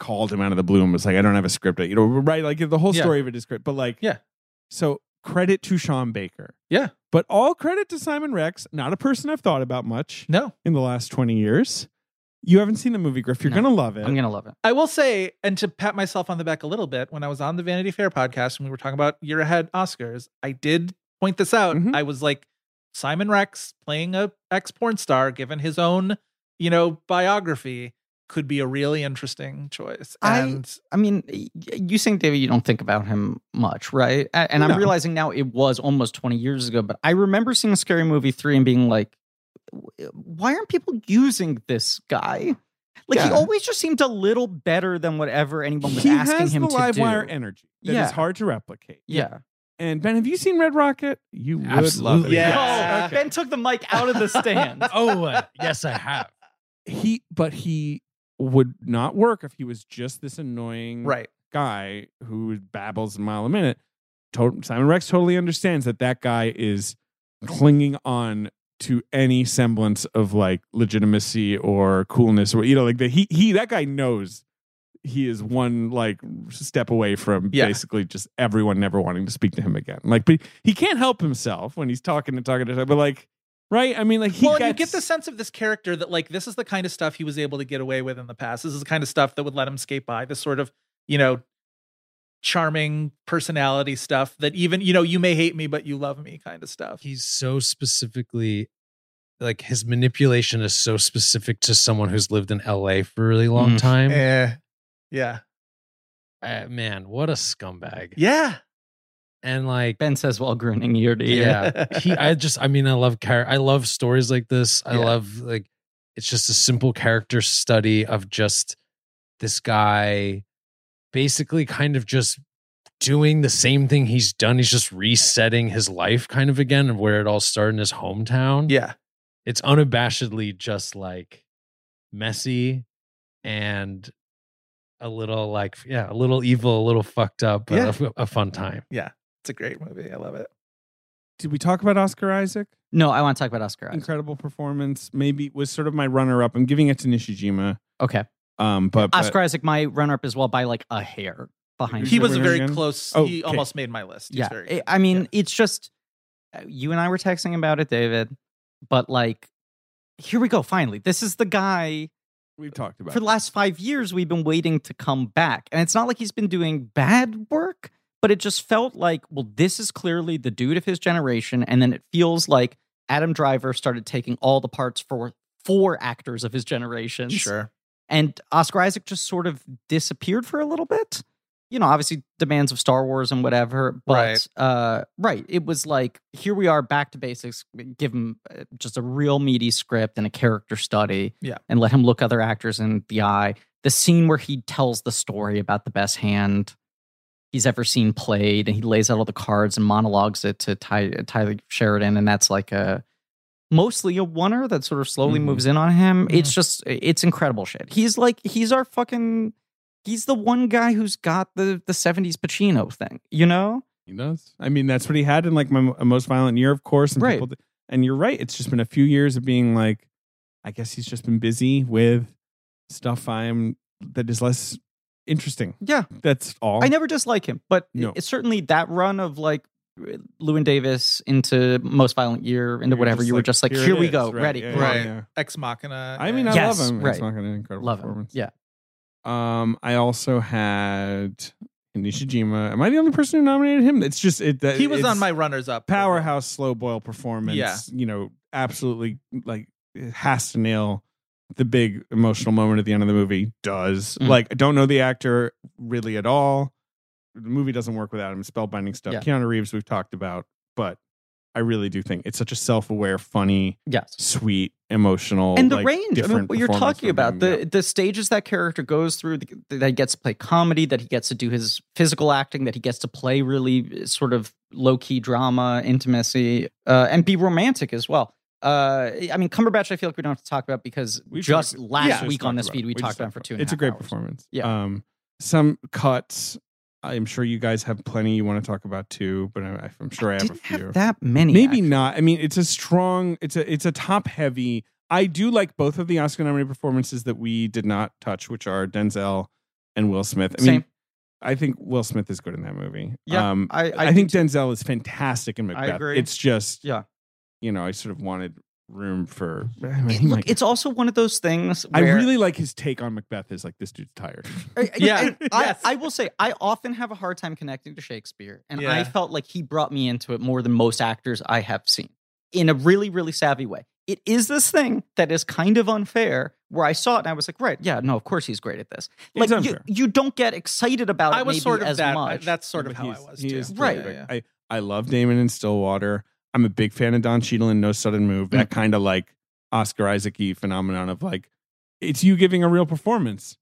S4: called him out of the blue and was like I don't have a script you know right like the whole
S5: Yeah.
S4: story of it is great but like
S5: Yeah.
S4: so credit to Sean Baker
S5: Yeah.
S4: but all credit to Simon Rex not a person I've thought about much
S5: no.
S4: in the last 20 years. You haven't seen the movie, Griff. You're
S7: No.
S4: going to love it.
S7: I'm gonna love it.
S5: I will say, and to pat myself on the back a little bit, when I was on the Vanity Fair podcast and we were talking about year ahead Oscars, I did point this out.
S4: Mhm.
S5: I was like, Simon Rex playing a ex porn star, given his own, you know, biography, could be a really interesting choice.
S7: I-
S5: And
S7: I mean, y- you saying David, you don't think about him much, right? A- And
S4: No.
S7: I'm realizing now it was almost 20 years ago, but I remember seeing Scary Movie 3 and being like, "W- why aren't people using this guy? Like, he
S4: Yeah.
S7: always just seemed a little better than whatever anyone was
S4: he
S7: asking
S4: has
S7: him
S4: the
S7: to
S4: live
S7: do.
S4: wire energy that is
S7: Yeah.
S4: hard to replicate.
S7: yeah.
S4: And Ben, have you seen Red Rocket? You would love
S6: Absolutely.
S4: it.
S5: Yeah.
S7: Oh, Ben took the mic out of the stand.
S6: oh, uh, yes, I have.
S4: He, but he would not work if he was just this annoying
S5: right.
S4: guy who babbles a mile a minute. To- Simon Rex totally understands that that guy is clinging on to any semblance of like legitimacy or coolness or you know like that he he that guy knows he is one like step away from
S5: Yeah.
S4: basically just everyone never wanting to speak to him again like but he can't help himself when he's talking and talking to but like right i mean like he
S5: well,
S4: gets,
S5: you get the sense of this character that like this is the kind of stuff he was able to get away with in the past. This is the kind of stuff that would let him skate by. This sort of, you know, charming personality stuff that even, you know, you may hate me, but you love me kind of stuff.
S6: He's so specifically like his manipulation is so specific to someone who's lived in LA for a really long
S7: Mm.
S6: time.
S5: Eh. Yeah.
S6: Uh, man, what a scumbag.
S5: Yeah.
S6: And like
S7: Ben says while grinning ear to ear.
S6: yeah he i just i mean i love char- i love stories like this i
S5: Yeah.
S6: love like it's just a simple character study of just this guy basically kind of just doing the same thing he's done he's just resetting his life kind of again of where it all started in his hometown
S5: Yeah.
S6: it's unabashedly just like messy and a little like yeah a little evil a little fucked up but
S5: Yeah.
S6: a, a fun time
S5: It's a great movie. I love it.
S4: did we talk about oscar isaac
S7: No, I want to talk about Oscar. Isaac.
S4: incredible performance maybe was sort of my runner up i'm giving it to nishijima
S7: Okay.
S4: um but, but
S7: Oscar Isaac, my runner up as well by like a hair behind
S4: Who's
S5: He
S4: the
S5: was
S4: winner
S5: very
S4: again?
S5: close.
S4: Oh,
S5: he
S4: okay.
S5: almost made my list. He's
S7: yeah
S5: very
S7: I-
S5: good.
S7: i mean
S5: Yeah.
S7: it's just uh, you and i were texting about it david but like here we go finally this is the guy
S4: we've talked about
S7: for the
S4: it.
S7: last five years we've been waiting to come back and it's not like he's been doing bad work but it just felt like well this is clearly the dude of his generation and then it feels like adam driver started taking all the parts for four actors of his generation
S5: sure.
S7: and Oscar Isaac just sort of disappeared for a little bit. You know, obviously demands of Star Wars and whatever, but uh, right, it was like here we are back to basics. Give him uh, just a real meaty script and a character study,
S5: Yeah.
S7: and let him look other actors in the eye. The scene where he tells the story about the best hand he's ever seen played, and he lays out all the cards and monologues it to Ty- uh, Tyler Sheridan, and that's like a mostly a oneer that sort of slowly
S4: Mhm.
S7: moves in on him.
S5: Yeah.
S7: It's just it's incredible shit. He's like he's our fucking he's the one guy who's got the the 70s Pacino thing, you know?
S4: He does. I mean, that's what he had in like my Mo- most violent year, of course. And
S7: Right.
S4: people d- and you're right. It's just been a few years of being like, I guess he's just been busy with stuff I'm that is less interesting.
S7: Yeah.
S4: That's all.
S7: I never dislike him, but
S4: Oh. No.
S7: it's certainly that run of like uh, Lewin Davis into Most Violent Year into
S4: You're
S7: whatever
S4: just
S7: you were just like here,
S4: it
S7: we
S4: is,"
S7: go,
S4: right?
S7: ready.
S4: Yeah,
S7: come on.
S5: Right.
S4: yeah.
S5: Ex Machina.
S4: I mean, I
S7: Yes,
S4: love him.
S7: right.
S4: It's not an incredible
S7: Love him.
S4: performance.
S7: Yeah.
S4: Um, I also had Nishijima. Am I the only person who nominated him? It's just it. That,
S5: he was
S4: it's-
S5: on my runners up.
S4: powerhouse slow boil performance.
S5: Yeah.
S4: You know, absolutely like it has to nail the big emotional moment at the end of the movie. Does
S7: Mm.
S4: like I don't know the actor really at all. The movie doesn't work without him. Spellbinding stuff.
S7: Yeah.
S4: Keanu Reeves we've talked about, but I really do think it's such a self-aware, funny,
S7: Yes.
S4: sweet, emotional,
S7: and the
S4: like,
S7: range. I mean,
S4: different
S7: what you're
S4: performance
S7: talking
S4: from
S7: about
S4: him.
S7: the
S4: Yeah.
S7: the stages that character goes through, th- that he gets to play comedy, that he gets to do his physical acting, that he gets to play eh, really sort of low key drama, intimacy, uh, and be romantic as well. Uh, Uh, I mean, Cumberbatch, I feel like we don't have to talk about because
S4: We've
S7: just
S4: talked-
S7: last
S4: yeah,
S7: week
S4: just
S7: on
S4: talked
S7: this
S4: about
S7: feed,
S4: it.
S7: we,
S4: just
S7: talked about it for two and a half
S4: It's a great
S7: hours.
S4: performance.
S7: Yeah.
S4: Um, some cuts. I'm sure you guys have plenty you want to talk about too, but I, I'm sure I, have a
S7: Didn't
S4: few.
S7: have that many.
S4: Maybe
S7: actually.
S4: not. I mean, it's a strong. It's a it's a top heavy. I do like both of the Oscar nominated performances that we did not touch, which are Denzel and Will Smith. I mean,
S7: Same.
S4: I think Will Smith is good in that movie.
S7: Yeah,
S4: um,
S7: I- I
S4: I,
S7: do
S4: think Denzel is fantastic in Macbeth.
S7: agree.
S4: It's just
S7: Yeah.
S4: you know, I sort of wanted room for. I mean,
S7: It-
S4: he
S7: look,
S4: might-
S7: it's also one of those things.
S4: I
S7: where-
S4: really like his take on Macbeth. Is like this dude's tired.
S7: I- I-
S5: Yeah.
S7: and Uh, I,
S5: Yes.
S7: I will say I often have a hard time connecting to Shakespeare, and I
S5: Yeah.
S7: felt like he brought me into it more than most actors I have seen in a really, really savvy way. It is this thing that is kind of unfair. Where I saw it and I was like, right, yeah, no, of course he's great at this.
S4: It's
S7: Like you,
S4: unfair.
S7: you don't get excited about it
S5: I was
S7: maybe
S5: sort of
S7: as
S5: that. I-
S7: much.
S5: that's sort
S4: But
S5: of how I
S4: he's-
S5: was
S4: he
S5: too.
S4: is
S7: Right.
S4: terrific. I, I love Damon and Stillwater. I'm a big fan of Don Cheadle and No Sudden Move.
S5: Mm.
S4: That kind of like Oscar Isaac y phenomenon of like, it's you giving a real performance.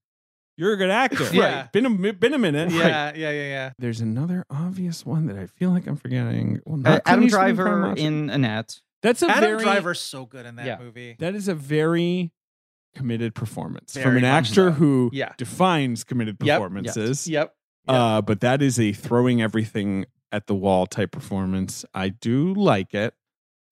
S4: You're a good actor.
S5: Yeah.
S4: Right. Been a, been a minute. Right.
S5: Yeah, yeah, yeah, yeah.
S4: There's another obvious one that I feel like I'm forgetting. Well,
S7: Uh,
S4: not
S7: Adam
S4: Clint Eastwood and Prime
S7: Driver
S4: Motion.
S7: in Annette.
S4: That's a
S5: Adam
S4: very,
S5: Driver's so good in that
S7: Yeah.
S5: movie.
S4: That is a very committed performance from
S5: Very
S4: an
S5: much
S4: actor
S5: so.
S4: who
S5: Yeah.
S4: defines committed
S5: Yep. Yep.
S4: performances.
S5: Yep.
S4: Uh, but that is a throwing everything at the wall type performance. I do like it.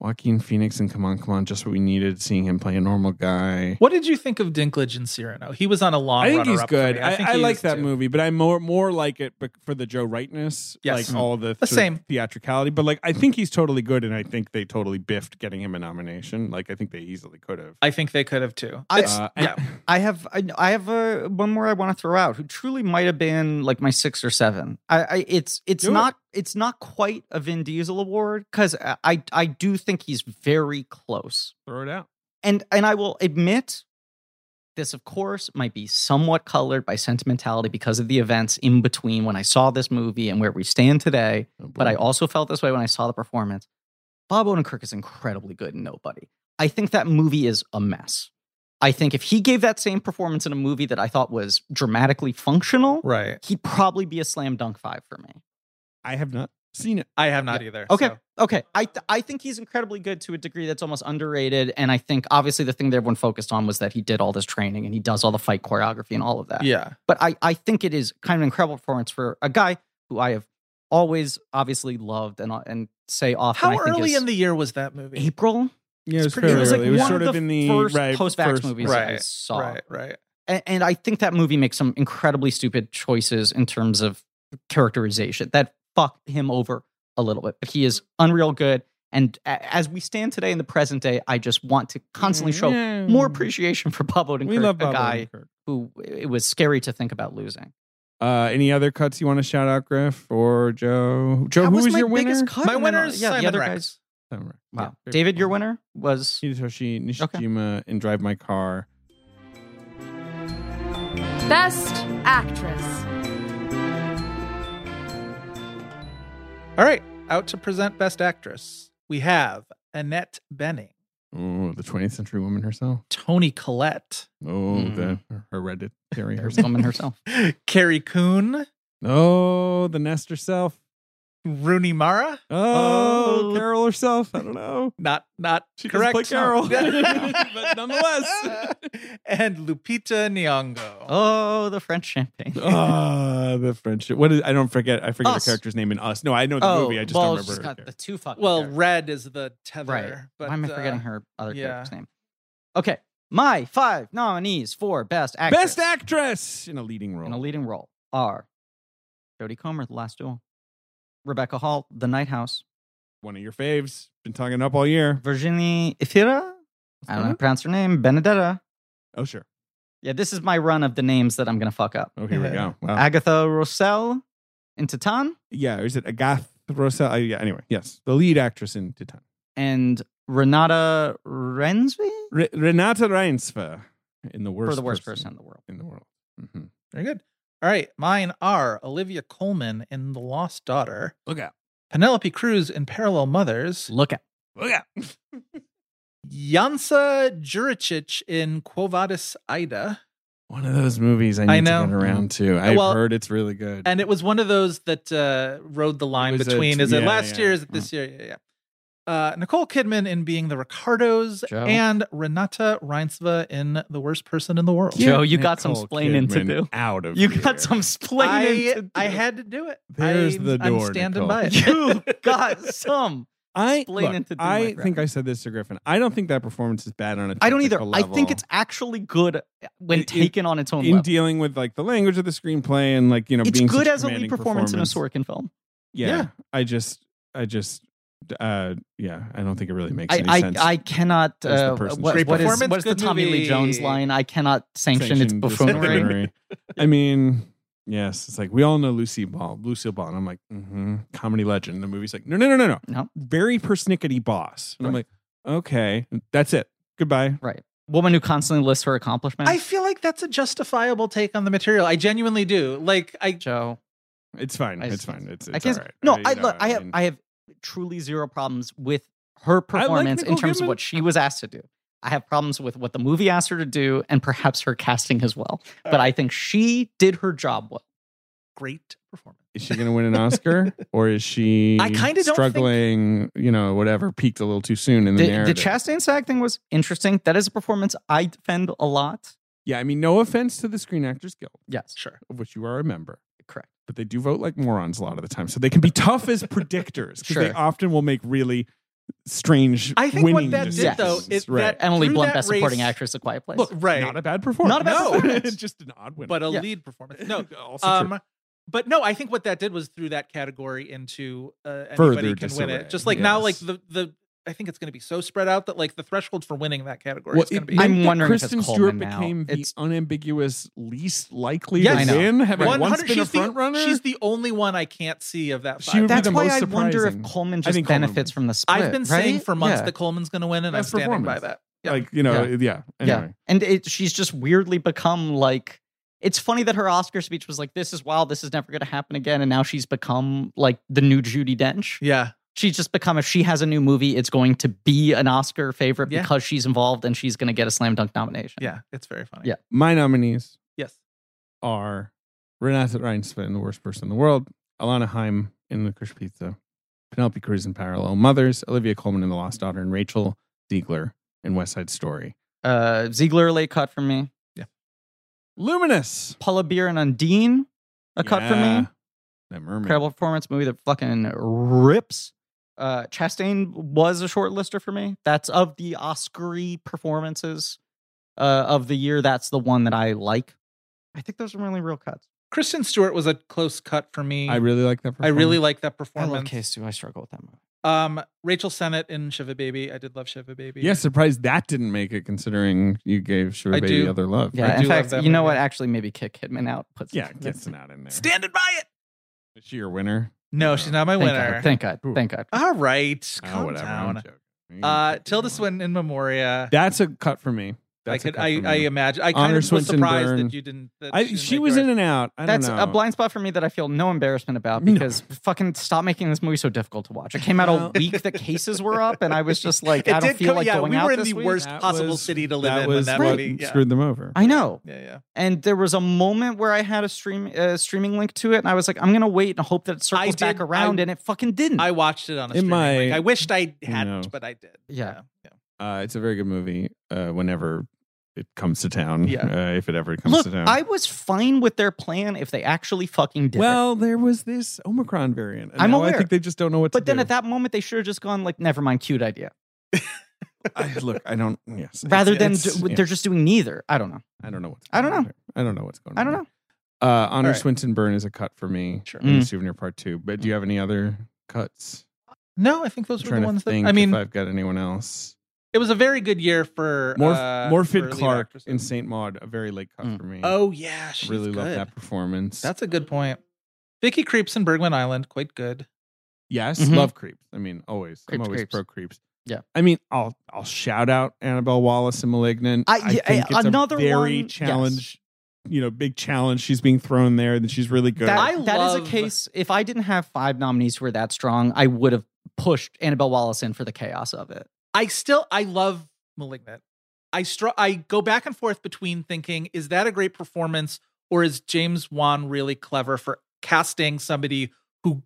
S4: Joaquin Phoenix and Come On, Come On, just what we needed. Seeing him play a normal guy.
S5: What did you think of Dinklage and Cyrano? He was on a long.
S4: I think
S5: runner
S4: he's
S5: up for
S4: good.
S5: me.
S4: I,
S5: think
S4: I
S5: he
S4: like
S5: is,
S4: that
S5: too.
S4: movie, but I more more like it bec- for the Joe Rightness,
S5: Yes. Mm-hmm.
S4: like all the,
S5: The
S4: sort of
S5: same.
S4: theatricality. But like, I think he's totally good, and I think they totally biffed getting him a nomination. Like, I think they easily could have.
S5: I think they could have too.
S7: I-
S5: It's-
S4: Uh, and-
S5: yeah.
S7: I have I, I have uh one more I want to throw out who truly might have been like my six or seven. I, I it's it's
S4: Do it.
S7: not it's not quite a Vin Diesel award because I, I I do think he's very close.
S4: Throw it out.
S7: And and I will admit, this of course might be somewhat colored by sentimentality because of the events in between when I saw this movie and where we stand today.
S4: oh,
S7: But I also felt this way when I saw the performance. Bob Odenkirk is incredibly good in Nobody. I think that movie is a mess. I think if he gave that same performance in a movie that I thought was dramatically functional,
S5: Right.
S7: he'd probably be a slam dunk five for me.
S4: I have not seen it.
S5: I have not either.
S7: Okay.
S5: so.
S7: Okay. I, th- I think he's incredibly good to a degree that's almost underrated. And I think obviously the thing that everyone focused on was that he did all this training and he does all the fight choreography and all of that.
S5: Yeah.
S7: But I, I think it is kind of an incredible performance for a guy who I have always obviously loved and, uh, and say often.
S5: How
S7: I think
S5: early
S7: is
S5: in the year was that movie?
S7: April?
S4: Yeah,
S5: It's pretty- it was,
S4: early.
S5: like,
S4: it was
S5: one
S4: sort
S7: of
S4: of,
S7: the
S4: in the
S7: first
S4: right,
S7: post-vax
S4: first-
S7: movies.
S4: Right.
S7: I saw.
S5: Right. Right.
S7: and, and I think that movie makes some incredibly stupid choices in terms of characterization that fuck him over a little bit. But he is unreal good. And a- as we stand today in the present day, I just want to constantly show
S4: Mm-hmm. Yeah.
S7: more appreciation for Bob Odenkirk,
S4: We love
S7: a
S4: Bob
S7: guy
S4: Odenkirk.
S7: who it was scary to think about losing.
S4: Uh, any other cuts you want to shout out, Griff or Joe? Joe,
S7: That
S4: who
S7: was
S4: was
S7: my
S4: your winner?
S7: biggest cut,
S5: My
S7: and then,
S5: winner
S7: uh,
S5: is
S7: yeah,
S5: Simon
S7: the other
S5: Rex.
S7: guys.
S4: Summer.
S7: Wow,
S4: Yeah.
S7: David, your winner was
S4: Hitoshi Nishijima in Drive My Car.
S1: Best Actress.
S5: All right. Out to present Best Actress, we have Annette Benning,
S4: Oh, the 20th century woman herself.
S5: Tony Collette,
S4: Oh,
S7: Mm.
S4: the hereditary
S7: there's
S4: herself.
S7: woman herself.
S5: Carrie Coon,
S4: Oh, the nest herself.
S5: Rooney Mara.
S4: Oh,
S7: Oh.
S4: Carol herself. I don't know.
S5: Not not
S4: She doesn't
S5: correct.
S4: play Carol.
S5: No.
S4: But nonetheless.
S5: and Lupita Nyong'o.
S7: Oh, the French champagne.
S4: Ah, the friendship. What is? I don't forget. I forget
S7: Us.
S4: the character's name in Us. No, I know the
S7: Oh,
S4: movie. I just
S7: well,
S4: don't remember.
S7: it's just
S4: her
S7: got the
S4: character.
S7: two fucking
S5: Well,
S7: characters.
S5: red is the tether.
S7: Right.
S5: But,
S7: Why am I
S5: uh,
S7: forgetting her other
S5: yeah.
S7: character's name? Okay. My five nominees for Best Actress
S4: Best actress in a leading role.
S7: in a leading role are Jodie Comer, The Last Duel, Rebecca Hall, The Night House,
S4: One of your faves. Been talking up all year.
S7: Virginie Ifira, I don't know how to pronounce her name, Benedetta.
S4: Oh, sure.
S7: Yeah, this is my run of the names that I'm going to fuck up.
S4: Oh, here we go. Wow.
S7: Agatha Rossell in Titan
S4: yeah, or is it Agath Rosa? Uh, yeah, anyway, yes. The lead actress in Titan.
S7: and Renata Rensby
S4: Re- Renata Reinsfer in the worst
S7: for the worst person in the world.
S4: in the world. Mhm.
S5: Very good. All right. Mine are Olivia Coleman in The Lost Daughter,
S4: Look out.
S5: Penelope Cruz in Parallel Mothers,
S7: Look at
S4: Look out.
S5: Jansa Juricic in Quo Vadis Ida.
S4: One of those movies I need
S5: I know.
S4: to get around to.
S7: Uh,
S4: I've
S5: Well,
S4: heard it's really good.
S5: And it was one of those that uh, rode the line
S4: was a
S5: between
S4: tw-
S5: is it
S4: yeah,
S5: last
S4: yeah.
S5: year, is it this year? Yeah, yeah. uh, Nicole Kidman in Being the Ricardos
S4: Oh.
S11: Joe.
S5: and Renata Reinsva in The Worst Person in the World.
S7: Joe, you got some
S4: Nicole
S7: splaining to
S4: Kidman
S7: do.
S4: Out of
S7: You
S4: here.
S7: got some splaining to
S5: I,
S7: do.
S5: I had to do it.
S4: There's
S5: I,
S4: the door,
S5: I'm standing
S4: Nicole.
S5: by it.
S7: You got some.
S4: I
S7: Explain
S4: look,
S7: it to do, my
S4: I
S7: friend.
S4: think I said this to Griffin. I don't think that performance is bad on a
S7: I don't either.
S4: technical
S7: I
S4: level.
S7: think it's actually good when
S4: It- it-
S7: taken on its own.
S4: in
S7: level.
S4: dealing with like the language of the screenplay and like you know
S7: It's
S4: being
S7: good
S4: such
S7: as a lead
S4: commanding
S7: performance, in a Sorkin film.
S4: Yeah,
S5: Yeah.
S4: I just, I just, uh, yeah, I don't think it really makes
S7: I,
S4: any
S7: I,
S4: sense.
S7: I cannot.
S4: As the
S7: Uh,
S4: person's
S7: what,
S5: Great
S7: what is
S5: performance,
S7: what is the
S5: good
S7: Tommy Lee
S5: movie.
S7: Jones line? I cannot sanction, its
S4: Sanction this
S7: buffoonery.
S4: buffoonery. I mean, yes, it's like we all know Lucy Ball, Lucille Ball, and I'm like, mm-hmm, comedy legend. And the movie's like, no, no, no, no, no,
S7: No.
S4: very persnickety boss, and I'm like, okay, that's it, goodbye.
S7: Woman who constantly lists her accomplishments.
S5: I feel like that's a justifiable take on the material. I genuinely do. Like I
S7: Joe,
S4: It's fine,
S7: I-
S4: it's fine, it's,
S7: I
S4: it's all
S7: can't.
S4: right.
S7: No,
S4: you
S7: I
S4: know,
S7: look. I have.
S4: mean,
S7: I have truly zero problems with her
S4: like
S7: performance in
S4: Nicole
S7: terms
S4: Kidman.
S7: of what she was asked to do. I have problems with what the movie asked her to do, and perhaps her casting as well. But I think she did her job well.
S5: great performance.
S4: is she going to win an Oscar or is she?
S5: I kinda don't think-
S4: struggling. You know, whatever peaked a little too soon in the,
S7: The, the
S4: narrative.
S7: Chastain Sag thing was interesting. That is a performance I defend a lot.
S4: yeah, I mean, no offense to the Screen Actors Guild,
S7: Yes,
S5: Sure.
S4: of which you are a member.
S7: correct.
S4: but they do vote like morons a lot of the time. So they can be tough as predictors because they
S7: Sure.
S4: often will make really strange.
S5: I think what
S4: winning
S5: that
S7: did, though,
S4: decisions.
S5: is
S4: right.
S5: that-
S7: Emily
S5: Through
S7: Blunt,
S5: that
S7: best supporting
S5: race-
S7: actress, A Quiet Place.
S5: Look, right.
S4: not a bad performance.
S7: Not a bad
S5: No.
S7: performance.
S4: just an odd winner.
S5: but a
S7: Yeah.
S5: lead performance. No.
S4: also true.
S5: um but no, I think what that did was threw that category into uh,
S4: Further
S5: anybody can win
S4: disarray,
S5: it. Just like now like
S4: yes.
S5: the the I think it's going to be so spread out that like the threshold for winning that category
S4: Well,
S5: is going
S4: it
S5: to be
S4: meant
S7: I'm
S4: that
S7: wondering if it's
S4: Kristen Stewart
S7: Coleman now.
S4: became the
S7: It's-
S4: unambiguous least likely
S5: Yes. I
S4: to
S7: know.
S4: win, having
S5: 100
S4: once been a
S5: she's the-
S4: front runner.
S5: She's the only one I can't see of that.
S4: She
S5: five.
S4: would be
S7: That's
S4: the
S7: why
S4: most
S7: I wonder if
S4: surprising.
S7: Coleman
S4: I
S7: just
S4: think Coleman
S7: benefits
S4: would.
S7: from the split.
S5: I've been saying
S7: right?
S5: for months
S11: Yeah.
S5: that Coleman's going to win, and
S4: Best
S5: I'm standing by
S4: performance.
S5: that.
S4: like you know,
S7: Yeah.
S4: yeah.
S7: Yeah.
S4: Anyway.
S7: And it, she's just weirdly become like. It's funny that her Oscar speech was like, "This is wild. This is never going to happen again." And now she's become like the new Judy Dench.
S5: Yeah,
S7: She's just become if she has a new movie, it's going to be an Oscar favorite
S5: Yeah.
S7: because she's involved and she's going to get a slam dunk nomination.
S5: yeah, it's very funny.
S7: Yeah.
S4: My nominees
S5: Yes.
S4: are Renata Reinsva in The Worst Person in the World, Alana Heim in Licorice Pizza, Penelope Cruz in Parallel Mothers, Olivia Colman in The Lost Daughter, and Rachel Ziegler in West Side Story.
S7: Uh, Ziegler a late cut for me.
S4: Luminous!
S7: Paula Beer and Undine a cut for
S4: Yeah.
S7: me.
S4: That mermaid.
S7: Incredible performance movie that fucking rips. Uh, Chastain was a shortlister for me. That's of the Oscar-y performances uh, of the year. That's the one that I like. I think those are really real cuts.
S5: Kristen Stewart was a close cut for me.
S4: I really like that
S5: I
S4: performance.
S5: really like that
S7: I love
S5: performance.
S7: Case too. I struggle with that movie.
S5: Um, Rachel Sennett in Shiva Baby. I did love Shiva Baby.
S4: Yeah, surprised that didn't make it considering you gave Shiva
S5: I
S4: Baby
S5: do.
S4: Other Love.
S7: Yeah,
S5: I
S7: in
S5: do love
S7: fact, you
S5: that
S7: know
S5: movie.
S7: what? Actually, maybe kick Hitman out. Puts
S4: Yeah, gets not in there.
S5: standing by it.
S4: Is she your winner?
S5: No, she's not my
S7: Thank
S5: winner.
S7: God. Thank God.
S4: Cool.
S7: Thank God.
S5: All right,
S4: Oh,
S5: calm
S4: whatever. I'm
S5: down.
S4: joking. You can
S5: Uh,
S4: pick whatever
S5: Tilda
S4: you want.
S5: Swinton in Memoria.
S4: That's a cut for me.
S5: I
S4: That's a
S5: could.
S4: cut
S5: I,
S4: for
S5: I
S4: me.
S5: imagine. I
S4: Honor
S5: kind of was
S4: Swinton
S5: surprised
S4: Burn.
S5: that you didn't. That
S4: I,
S5: didn't
S4: she
S5: make
S4: was
S5: yours.
S4: in and out. I don't
S7: That's
S4: know.
S7: a blind spot for me that I feel no embarrassment about
S4: No.
S7: because fucking stop making this movie so difficult to watch. It came out
S4: No.
S7: a week that cases were up, and I was just like,
S5: It
S7: I don't
S5: did
S7: feel
S5: come-
S7: like
S5: yeah,
S7: going
S5: we
S7: out
S5: were in
S7: this
S5: the
S7: week.
S5: worst possible city to live
S4: that
S5: in when
S4: Was
S5: that
S4: what
S5: movie- yeah.
S4: Screwed them over.
S7: I know.
S5: Yeah, yeah.
S7: and there was a moment where I had a stream uh, streaming link to it, and I was like, I'm gonna wait and hope that it circles
S5: did-
S7: back around,
S5: I-
S7: and it fucking didn't.
S5: I watched it on a
S4: It
S5: streaming
S4: might-
S5: link. I wished I hadn't,
S4: know.
S5: but I did.
S7: Yeah.
S5: yeah.
S4: Uh, it's a very good movie. Uh, whenever it comes to town,
S5: Yeah.
S4: uh, if it ever comes
S7: Look,
S4: to town.
S7: I was fine with their plan if they actually fucking did. it.
S4: well, there was this Omicron variant. and
S7: I'm
S4: now I
S7: aware.
S4: think they just don't know what
S7: but
S4: to
S7: then at
S4: do.
S7: that moment, they should have just gone like, never mind, cute idea,
S4: I, look, I don't. Yes,
S7: rather
S4: it's-
S7: than
S4: it's-
S7: d-
S4: yeah,
S7: they're just doing neither. I don't know.
S4: I don't know what's.
S7: I don't
S4: going on
S7: know.
S4: there. I don't know what's going. on.
S7: I don't know.
S4: there. Uh, Honor
S5: All right.
S4: Swinton Byrne is a cut for me.
S5: Sure.
S4: In
S7: Mm.
S4: Souvenir Part Two. But do you have any other cuts?
S5: No, I think those
S4: I'm
S5: were
S4: trying
S5: the ones
S4: to think
S5: that. I mean,
S4: if I've got anyone else.
S5: it was a very good year for
S4: Morph,
S5: uh, for
S4: Morphid
S5: lead
S4: Clark
S5: actresses.
S4: in Saint Maud, a very late cut
S7: Mm.
S4: for me.
S5: Oh yeah, she's
S4: Mm-hmm. really
S5: good.
S4: love that performance.
S5: That's a good point. Vicky Creeps in Bergman Island, quite good.
S4: Yes,
S7: Mhm.
S4: love creeps. I mean, always. I'm
S7: Creeps,
S4: always
S7: creeps.
S4: pro creeps.
S7: Yeah.
S4: I mean, I'll I'll shout out Annabelle Wallace and *Malignant*.
S7: I- yeah, another
S4: a very
S7: one-
S4: challenge. You know, big challenge. Sheshe's being thrown there, and she's really good.
S7: That,
S5: I
S7: that is
S5: love-
S7: a case. If I didn't have five nominees who were that strong, I would have pushed Annabelle Wallace in for the chaos of it.
S5: I still I love Malignant. I str- I go back and forth between thinking is that a great performance or is James Wan really clever for casting somebody who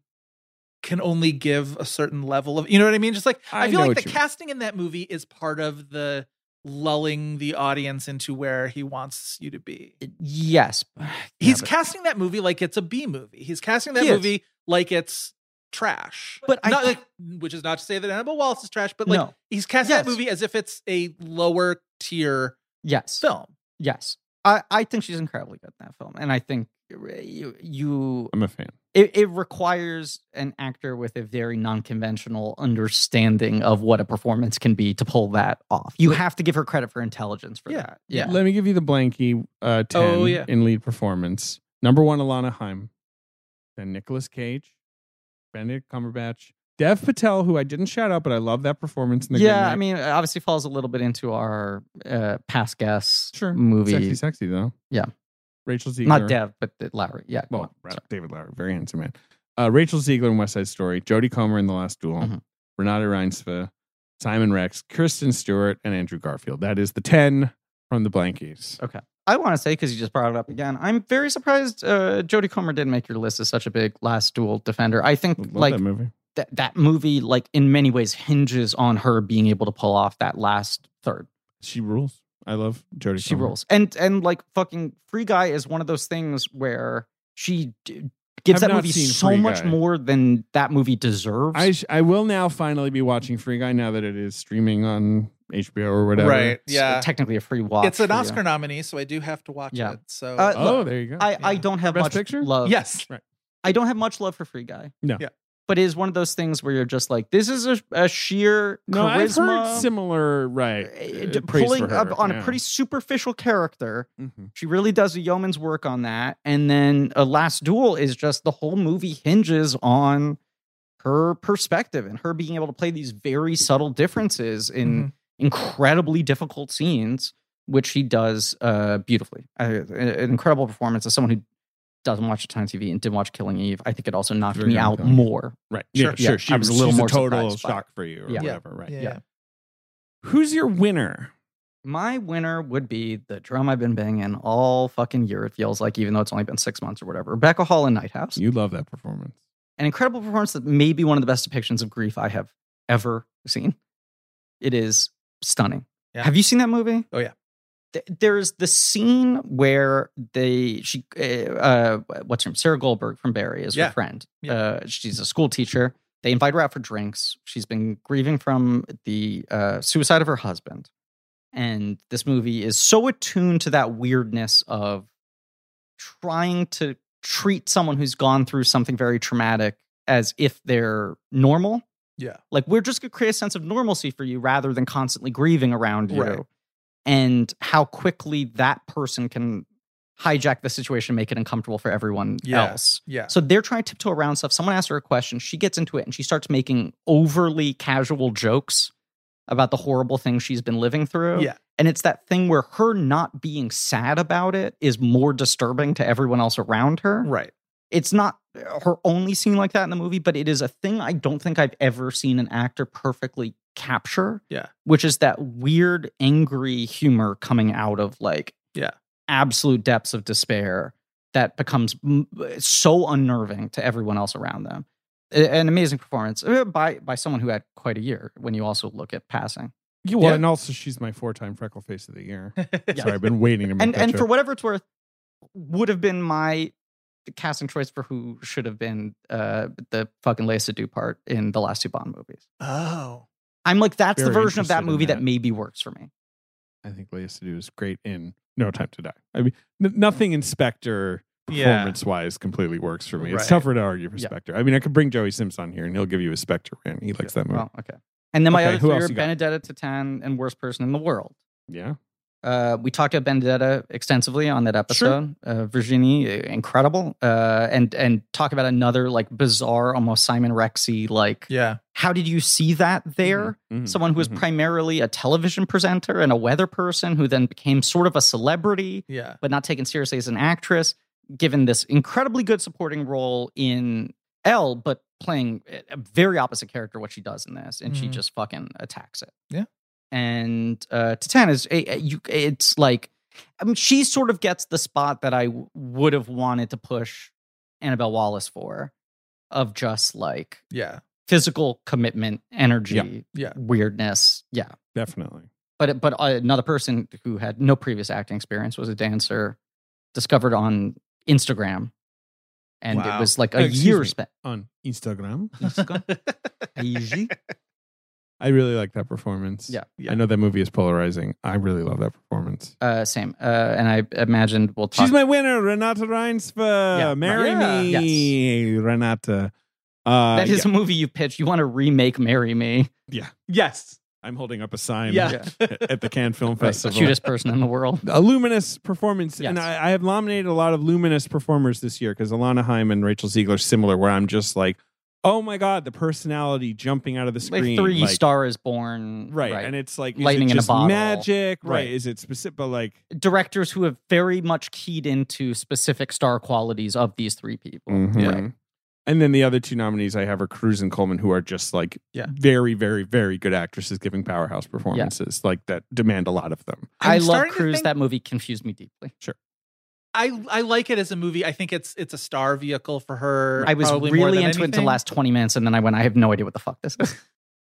S5: can only give a certain level of you know what I mean? Just like I,
S4: I know
S5: feel like
S4: what
S5: the
S4: you mean.
S5: casting in that movie is part of the lulling the audience into where he wants you to be.
S7: Yes. Yeah,
S5: He's
S7: but-
S5: casting that movie like it's a B movie. He's casting that
S7: He is.
S5: movie like it's trash.
S7: But I
S5: not
S7: th-
S5: like which is not to say that Annabelle Wallace is trash, but like
S7: No.
S5: he's casting
S7: Yes.
S5: that movie as if it's a lower tier
S7: yes.
S5: film.
S7: Yes. I, I think she's incredibly good in that film. And I think eh, you, you
S4: I'm a fan.
S7: it, it requires an actor with a very non-conventional understanding of what a performance can be to pull that off. You have to give her credit for intelligence for
S5: Yeah.
S7: that. Yeah.
S4: Let me give you the blankie uh, 10
S5: Oh, yeah.
S4: in lead performance. Number one, Alana Heim. Then Nicolas Cage, Benedict Cumberbatch, Dev Patel, who I didn't shout out, but I love that performance in the Good
S7: yeah,
S4: Knight.
S7: I mean, it obviously falls a little bit into our uh, past guests
S4: sure.
S7: movie.
S4: Sexy, sexy, though.
S7: Yeah.
S4: Rachel Ziegler.
S7: Not Dev, but the Lowry. Yeah. come on.
S4: Well, Ra- David Lowry, very handsome man. Uh, Rachel Ziegler in West Side Story, Jodie Comer in The Last Duel,
S7: Mhm.
S4: Renata Reinsve, Simon Rex, Kirsten Stewart, and Andrew Garfield. That is the 10 from the Blankies.
S7: I want to say because you just brought it up again. I'm very surprised uh, Jodie Comer didn't make your list as such a big last duel defender. I think
S4: Love
S7: like
S4: that movie.
S7: that that movie like in many ways hinges on her being able to pull off that last third.
S4: She rules. I love Jodie
S7: She
S4: Comer.
S7: rules, and and like fucking Free Guy is one of those things where she d- gives
S4: Have
S7: that
S4: not
S7: movie
S4: seen
S7: so
S4: Free
S7: much
S4: Guy.
S7: more than that movie deserves.
S4: I sh- I will now finally be watching Free Guy now that it is streaming on HBO or whatever.
S7: It's technically a free watch.
S5: It's an
S7: for you.
S5: Oscar nominee, so I do have to watch
S7: Yeah.
S5: it. So
S7: Uh,
S4: Oh,
S7: Look,
S4: there you go.
S7: I, I
S5: Yeah.
S7: don't have
S4: Best
S7: much
S4: Picture?
S7: love.
S5: yes.
S7: I don't have much love for Free Guy.
S4: No.
S5: Yeah.
S7: But it is one of those things where you're just like, this is a, a sheer
S4: no, I've heard
S7: charisma
S4: similar right
S7: uh,
S4: uh, praise
S7: pulling
S4: for her,
S7: up on
S4: yeah.
S7: a pretty superficial character.
S4: Mhm.
S7: She really does a yeoman's work on that. And then a last duel is just the whole movie hinges on her perspective and her being able to play these very subtle differences in incredibly difficult scenes, which he does uh, beautifully. Uh, an incredible performance as someone who doesn't watch a ton of TV and did watch Killing Eve. I think it also knocked
S4: Very
S7: me
S4: good
S7: out
S4: film.
S7: more.
S4: right.
S5: Sure.
S4: Yeah, sure.
S7: Yeah,
S4: She
S7: I
S4: was,
S7: was a little
S4: she's
S7: more
S4: total
S7: surprised by
S4: shock for you or
S7: Yeah.
S4: whatever, right?
S5: Yeah.
S4: Who's your winner?
S7: My winner would be the drum I've been banging all fucking year. It feels like, even though it's only been six months or whatever. Rebecca Hall in Nighthouse,
S4: You love that performance.
S7: an incredible performance that may be one of the best depictions of grief I have ever seen. It is stunning.
S5: Yeah.
S7: Have you seen that movie?
S5: Oh, yeah.
S7: Th- There's the scene where they she uh, uh what's her name Sarah Goldberg from Barry is
S5: Yeah.
S7: her friend.
S5: Yeah.
S7: Uh, she's a school teacher. They invite her out for drinks. She's been grieving from the uh, suicide of her husband, and this movie is so attuned to that weirdness of trying to treat someone who's gone through something very traumatic as if they're normal.
S5: Yeah.
S7: Like we're just gonna create a sense of normalcy for you rather than constantly grieving around you.
S5: Right.
S7: And how quickly that person can hijack the situation, make it uncomfortable for everyone
S5: Yeah.
S7: else.
S5: Yeah.
S7: So they're trying to tiptoe around stuff. Someone asks her a question. She gets into it and she starts making overly casual jokes about the horrible things she's been living through.
S5: Yeah.
S7: And it's that thing where her not being sad about it is more disturbing to everyone else around her.
S5: Right.
S7: It's not uh, her only scene like that in the movie, but it is a thing I don't think I've ever seen an actor perfectly capture.
S5: Yeah.
S7: Which is that weird, angry humor coming out of like
S5: Yeah.
S7: absolute depths of despair that becomes m- uh, so unnerving to everyone else around them. A- An amazing performance uh, by by someone who had quite a year when you also look at passing.
S4: Yeah, well,
S5: Yeah.
S4: and also she's my four-time freckle face of the year. Sorry, I've been waiting to make
S7: and
S4: that
S7: and
S4: joke.
S7: for whatever it's worth, would have been my casting choice for who should have been uh, the fucking Lisa Seydoux part in the last two Bond movies.
S5: Oh.
S7: I'm like, that's the
S4: Very
S7: version of
S4: interested
S7: that
S4: in
S7: movie that.
S4: that.
S7: maybe works for me.
S4: I think Leia Sadu is great in No Time to Die. I mean, n- nothing Inspector
S5: Yeah.
S4: performance wise completely works for me. It's
S5: Right.
S4: tougher to argue for
S7: Yeah.
S4: Spectre. I mean, I could bring Joey Sims on here and he'll give you a Spectre rant. He likes that movie.
S7: Well, okay. And then my
S4: Okay,
S7: other
S4: who
S7: three
S4: else
S7: are
S4: you got?
S7: Benedetta Titan and Worst Person in the World.
S4: yeah.
S7: Uh, we talked about Benedetta extensively on that episode. Uh, Virginie, uh, incredible. Uh, and and talk about another like bizarre, almost Simon Rexy. Like,
S5: Yeah.
S7: how did you see that there?
S4: Mhm.
S7: Someone who was
S4: Mhm.
S7: primarily a television presenter and a weather person, who then became sort of a celebrity,
S5: Yeah.
S7: but not taken seriously as an actress, given this incredibly good supporting role in L, but playing a- a very opposite character what she does in this, and she
S5: Mhm.
S7: just fucking attacks it.
S5: Yeah.
S7: And uh, Titan is a, a- you. It's like, I mean, she sort of gets the spot that I w- would have wanted to push Annabelle Wallace for. of just like
S5: Yeah.
S7: physical commitment, energy,
S5: Yeah.
S7: weirdness. Yeah.
S4: Definitely.
S7: But but another person who had no previous acting experience was a dancer discovered on Instagram. And
S4: Wow.
S7: it was like
S4: Oh,
S7: a
S4: excuse
S7: year
S4: me.
S7: spent.
S4: On Instagram.
S7: Easy.
S4: I really like that performance.
S7: Yeah.
S4: I know that movie is polarizing. I really love that performance.
S7: Uh, same. Uh, and I imagined we'll talk.
S4: She's my winner, Renata Reinsva.
S7: Yeah.
S4: Marry
S5: Yeah.
S4: me, Renata. Uh,
S7: that is
S4: yeah.
S7: a movie you pitched. You want to remake "Marry Me"?
S4: Yeah. Yes. I'm holding up a sign
S5: Yeah.
S4: at the Cannes Film
S7: Right,
S4: Festival.
S7: cutest person in the world.
S4: a luminous performance. And
S7: Yes.
S4: I, I have nominated a lot of luminous performers this year because Alana Haim and Rachel Ziegler are similar, where I'm just like, oh my God, the personality jumping out of the
S7: Like
S4: screen.
S7: three
S4: like-
S7: Star is Born.
S4: Right. And it's like, is
S7: Lightning
S4: it
S7: in a
S4: just
S7: bottle.
S4: magic? Right.
S7: Right.
S4: Is it specific? But like,
S7: directors who have very much keyed into specific star qualities of these three people.
S4: Right. And then the other two nominees I have are Cruz and Coleman, who are just like
S5: Yeah.
S4: very, very, very good actresses giving powerhouse performances, like that demand a lot of them.
S5: I'm
S7: I love
S5: starting to
S7: Cruise.
S5: think-
S7: That movie confused me deeply.
S5: I I like it as a movie. I think it's it's a star vehicle for her.
S7: I was
S5: probably
S7: really
S5: more
S7: into
S5: than
S7: it until
S5: anything.
S7: the last 20 minutes, and then I went, I have no idea what the fuck this is.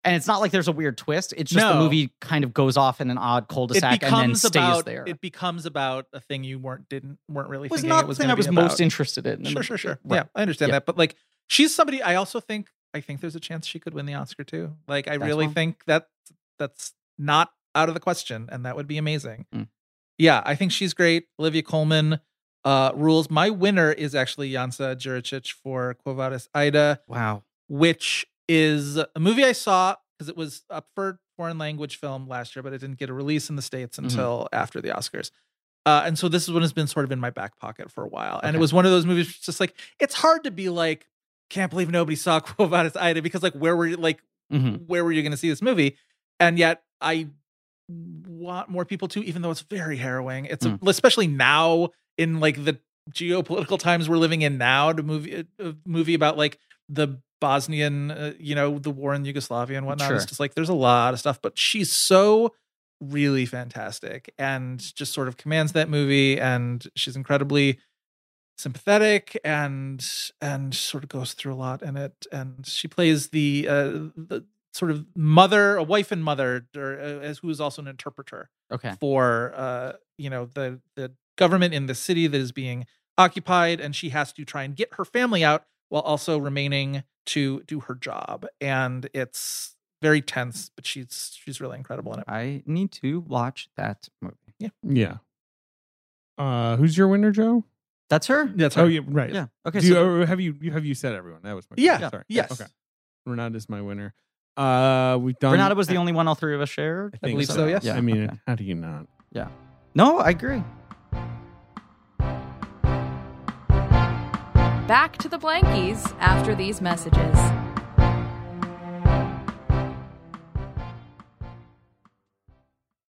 S7: and it's not like there's a weird twist. It's just the
S5: No.
S7: movie kind of goes off in an odd
S5: It
S7: cul-de-sac and then
S5: becomes
S7: stays
S5: about
S7: there.
S5: it becomes about a thing you weren't didn't weren't really
S7: It was
S5: thinking
S7: not
S5: it
S7: the
S5: was
S7: thing
S5: gonna
S7: I was
S5: be
S7: most
S5: about.
S7: interested in.
S5: Sure, sure, sure.
S7: Right.
S5: Yeah, I understand
S7: Yeah.
S5: that. But like, she's somebody. I also think I think there's a chance she could win the Oscar too. Like, I
S7: That's
S5: really
S7: fine.
S5: think that that's not out of the question, and that would be amazing.
S7: Mm.
S5: Yeah, I think she's great. Olivia Coleman uh, rules. My winner is actually Jansa Juricic for Quo Vadis Ida,
S7: Wow.
S5: which is a movie I saw because it was up for foreign language film last year, but it didn't get a release in the states until after the Oscars. Uh, and so this is one has been sort of in my back pocket for a while. And it
S7: Okay.
S5: was one of those movies it's just like it's hard to be like, can't believe nobody saw Quo Vadis Ida because like where were you like
S7: hmm
S5: where were you going to see this movie? And yet I want more people to, even though it's very harrowing. It's a- especially now in like the geopolitical times we're living in now to movie a movie about like the Bosnian, uh, you know, the war in Yugoslavia and whatnot. It's
S7: Sure.
S5: just like there's a lot of stuff, but she's so really fantastic and just sort of commands that movie and she's incredibly sympathetic and and sort of goes through a lot in it and she plays the uh the sort of mother a wife and mother or, uh, as who is also an interpreter
S7: Okay.
S5: for uh you know the the government in the city that is being occupied and she has to try and get her family out while also remaining to do her job and it's very tense but she's she's really incredible in it
S7: I need to watch that movie.
S4: Yeah. Uh, who's your winner, Joe?
S7: That's her?
S5: that's
S4: Oh, yeah, right.
S7: Yeah. Okay.
S4: Do you,
S7: so-
S4: uh, have you you- have you said everyone? That was my
S5: Yeah.
S4: question. Sorry.
S5: yes
S4: Okay. Renata's my winner. Uh, we've done.
S7: Renata was the only one all three of us shared.
S4: think
S5: believe so, yes.
S4: I mean,
S7: okay.
S4: how do you not?
S7: no, I agree.
S1: Back to the Blankies after these messages.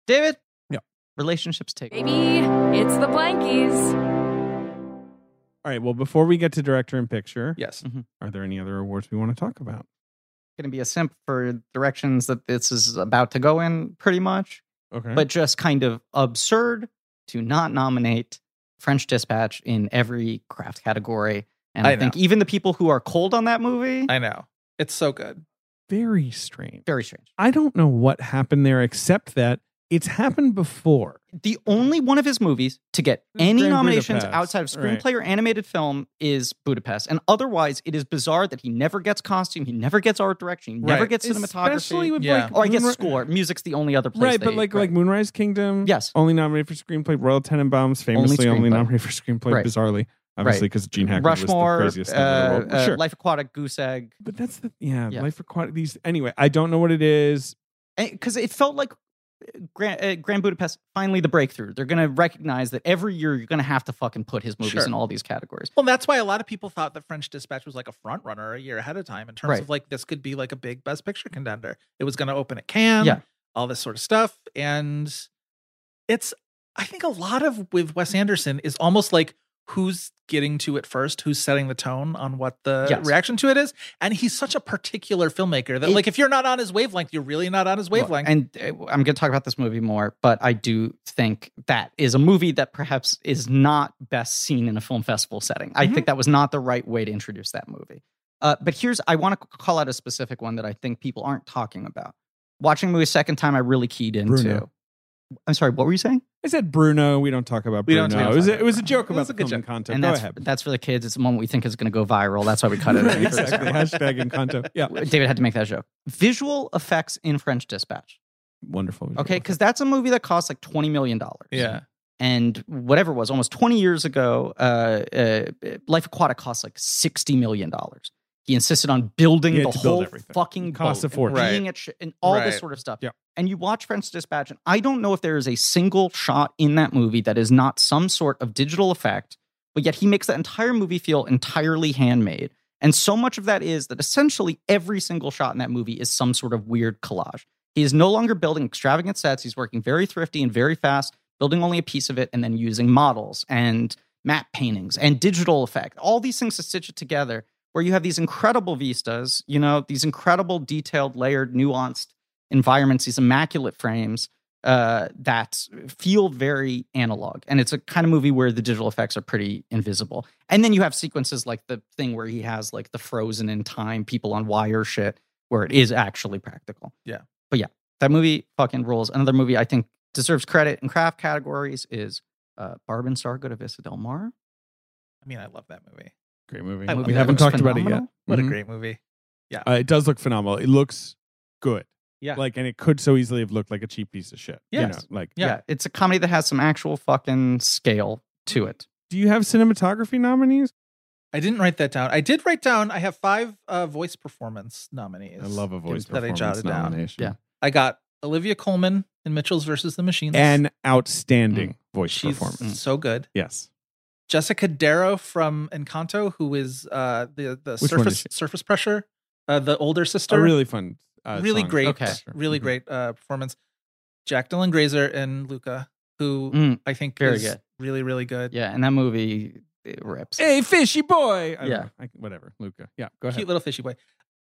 S7: David?
S4: Yeah.
S7: Relationships take.
S1: Baby, it's the Blankies.
S4: All right. Well, before we get to director and picture,
S5: yes
S4: are there any other awards we want to talk about?
S7: going to be a simp for directions that this is about to go in, pretty much,
S4: Okay.
S7: but just kind of absurd to not nominate French Dispatch in every craft category. And I,
S5: I know.
S7: think even the people who are cold on that movie,
S5: i know it's so good
S4: very strange.
S7: very strange.
S4: I don't know what happened there, except that it's happened before.
S7: The only one of his movies to get any
S4: Grand
S7: nominations
S4: Budapest,
S7: outside of
S4: right.
S7: screenplay or animated film is Budapest. And otherwise, it is bizarre that he never gets costume, he never gets art direction, he never
S5: Right.
S7: gets cinematography.
S4: Especially with
S5: Yeah.
S4: like
S7: or I guess
S4: Moonri-
S7: score. Music's the only other place.
S4: Right,
S7: they-
S4: but like like Moonrise Kingdom,
S7: Yes.
S4: only nominated for screenplay. Royal Tenenbaums, famously only,
S7: screenplay.
S4: nominated for screenplay,
S7: Right.
S4: bizarrely, obviously because Gene Hackman
S7: Rushmore,
S4: was the craziest
S7: uh,
S4: thing in the world.
S7: uh,
S4: sure,
S7: Life Aquatic, Goose Egg,
S4: but that's the yeah,
S7: Yeah.
S4: Life Aquatic. These anyway, I don't know what it is.
S7: because Eh, it felt like uh, Grand, uh, Grand Budapest finally the breakthrough. They're gonna recognize that every year you're gonna have to fucking put his movies
S5: Sure.
S7: in all these categories.
S5: Well, that's why a lot of people thought that French Dispatch was like a front runner a year ahead of time in terms
S7: Right.
S5: of like this could be like a big Best Picture contender. It was going to open at Cannes,
S7: Yeah.
S5: all this sort of stuff, and it's I think a lot of with Wes Anderson is almost like who's getting to it first, who's setting the tone on what the
S7: Yes.
S5: reaction to it is, and he's such a particular filmmaker that
S7: It-
S5: like if you're not on his wavelength, you're really not on his wavelength.
S7: And uh, I'm gonna talk about this movie more, but I do think that is a movie that perhaps is not best seen in a film festival setting. I
S5: Mhm.
S7: think that was not the right way to introduce that movie. Uh, but here's I want to call out a specific one that I think people aren't talking about. Watching the movie a second time, I really keyed into.
S4: Bruno.
S7: I'm sorry, what were you saying?
S4: I said Bruno. We don't talk about
S5: We
S4: Bruno.
S5: don't talk
S4: it, was
S5: about
S4: a, it was a joke
S5: It
S4: about
S5: was
S4: the
S5: a good
S4: film and
S5: joke.
S4: content.
S7: And
S4: Go
S7: that's
S4: ahead.
S7: that's for the kids. It's the moment we think is going to go viral. That's why we cut it.
S4: Right,
S7: out.
S4: exactly. Hashtag and content. Yeah.
S7: David had to make that joke. Visual effects in French Dispatch.
S4: Wonderful.
S7: Okay, because that's a movie that cost like twenty million dollars.
S5: Yeah.
S7: and whatever it was almost 20 years ago uh, uh, life aquatic cost like 60 million dollars he insisted on building
S4: Yeah,
S7: the
S4: to build
S7: whole
S4: everything.
S7: fucking
S4: Cost
S7: boat
S4: a fortune.
S7: and, being at sh- and all this
S5: Right.
S7: sort of stuff
S4: Yeah.
S7: and you watch french dispatch and i don't know if there is a single shot in that movie that is not some sort of digital effect but yet he makes that entire movie feel entirely handmade and so much of that is that essentially every single shot in that movie is some sort of weird collage he is no longer building extravagant sets he's working very thrifty and very fast building only a piece of it and then using models and map paintings and digital effect all these things to stitch it together where you have these incredible vistas you know these incredible detailed layered nuanced environments these immaculate frames uh, that feel very analog and it's a kind of movie where the digital effects are pretty invisible and then you have sequences like the thing where he has like the frozen in time people on wire shit where it is actually practical
S5: Yeah.
S7: but yeah that movie fucking rules another movie i think deserves credit in craft categories is uh, Barb and Star Go to Vista Del Mar.
S5: I mean, I love that movie.
S4: Great movie.
S5: I love
S4: Oh, We
S5: that.
S4: haven't
S5: It looks
S4: talked about it yet.
S7: phenomenal.
S5: What
S4: Mhm.
S5: a great movie.
S4: Uh, it does look phenomenal. It looks good.
S5: Yeah.
S4: Like, and it could so easily have looked like a cheap piece of shit. You
S5: Yes.
S4: know, like,
S5: Yeah.
S7: it's a comedy that has some actual fucking scale to it.
S4: do you have cinematography nominees?
S5: I didn't write that down. I did write down. I have five uh, voice performance nominees.
S4: I love a voice
S5: that I
S4: performance
S5: jotted down.
S4: nomination.
S7: Yeah.
S5: I got Olivia Coleman in Mitchell's versus the Machines.
S4: An outstanding Mm. voice
S5: she's
S4: performance.
S5: so good.
S4: Yes.
S5: Jessica Darrow from Encanto, who is uh, the the
S4: Which one is
S5: surface
S4: she?
S5: surface pressure, uh, the older sister.
S4: A really fun, uh,
S5: really
S4: song.
S5: great,
S7: Okay.
S5: really
S4: Mhm.
S5: great uh, performance. Jack Dylan Grazer and Luca, who
S7: Mm,
S5: I think
S7: very
S5: is
S7: good.
S5: really really good.
S7: Yeah, and that movie it rips.
S4: Hey, fishy boy. I don't
S7: Yeah.
S4: know. I, whatever. Luca. Yeah. Go
S5: Cute
S4: ahead.
S5: little fishy boy.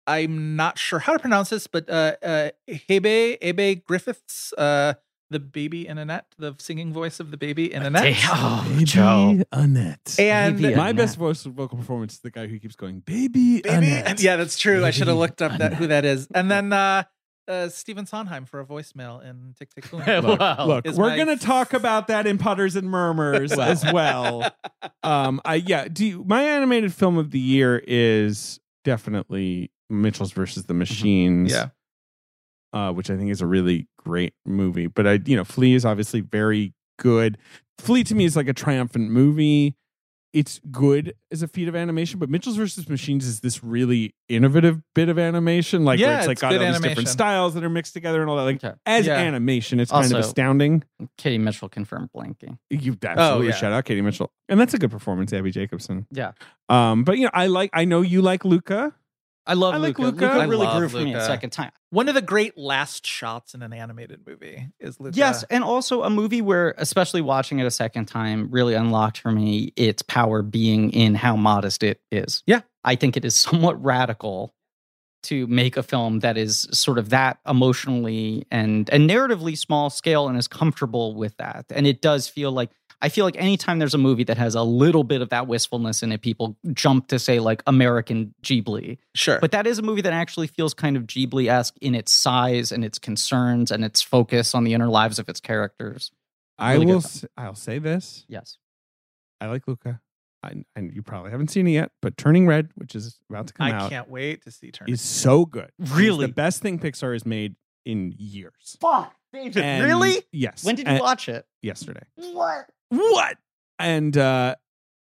S5: I'm not sure how to pronounce this, but uh, uh, Hebe Hebe Griffiths, uh, the baby in Annette, the singing voice of the baby
S7: Uh,
S5: in Annette,
S7: Oh,
S4: Baby Annette.
S5: and
S7: Baby
S4: My
S7: Annette.
S4: best voice vocal performance is the guy who keeps going, Baby,
S5: Baby.
S4: Annette.
S5: And- yeah, that's true. I should have
S4: Baby
S5: looked up that who that is. And then uh, uh, Stephen Sondheim for a voicemail in Tick Tick Boom.
S4: Look, look,
S5: Is
S4: we're
S5: my-
S4: gonna talk about that in Putters and Murmurs as well. Um, I yeah. Do you, my animated film of the year is definitely Mitchell's versus the Machines.
S5: Mm-hmm. Yeah.
S4: uh, which I think is a really great movie. But I, you know, Flea is obviously very good. Flea to me is like a triumphant movie. It's good as a feat of animation, but Mitchell's versus Machines is this really innovative bit of animation, like where
S5: Yeah,
S4: it's like
S5: it's
S4: got all
S5: good
S4: these different
S5: animation.
S4: styles that are mixed together and all that. Like
S7: Okay.
S4: as
S5: Yeah.
S4: animation, it's kind of
S7: Also- Oh,
S4: astounding.
S7: Katie Mitchell confirmed blanking.
S4: You absolutely
S5: yeah.
S4: shout out Katie Mitchell, and that's a good performance, Abby Jacobson.
S7: Yeah.
S4: Um, but you know, I like I know you like Luca.
S7: I love
S4: I like Luca.
S7: Luca.
S4: I
S7: really
S5: love
S7: grew for me a
S5: Luca.
S7: second time.
S5: One of the great last shots in an animated movie is Luca.
S7: Yes, and also a movie where, especially watching it a second time, really unlocked for me its power being in how modest it is.
S5: Yeah.
S7: I think it is somewhat radical to make a film that is sort of that emotionally and and narratively small scale and is comfortable with that. And it does feel like I feel like anytime there's a movie that has a little bit of that wistfulness in it, people jump to say like American Ghibli.
S5: sure.
S7: But that is a movie that actually feels kind of Ghibli esque in its size and its concerns and its focus on the inner lives of its characters.
S4: I
S7: Really good
S4: will.
S7: film.
S4: s- I'll say this.
S7: Yes.
S4: I like Luca. I, and you probably haven't seen it yet, but Turning Red, which is about to come
S5: I
S4: out,
S5: can't wait to see Turner.
S4: is so good. It's
S7: Really?
S4: the best thing Pixar has made in years.
S7: Fuck, David.
S4: And-
S7: really?
S4: Yes.
S7: When did you
S4: And-
S7: watch it?
S4: Yesterday.
S7: What?
S4: What? And uh,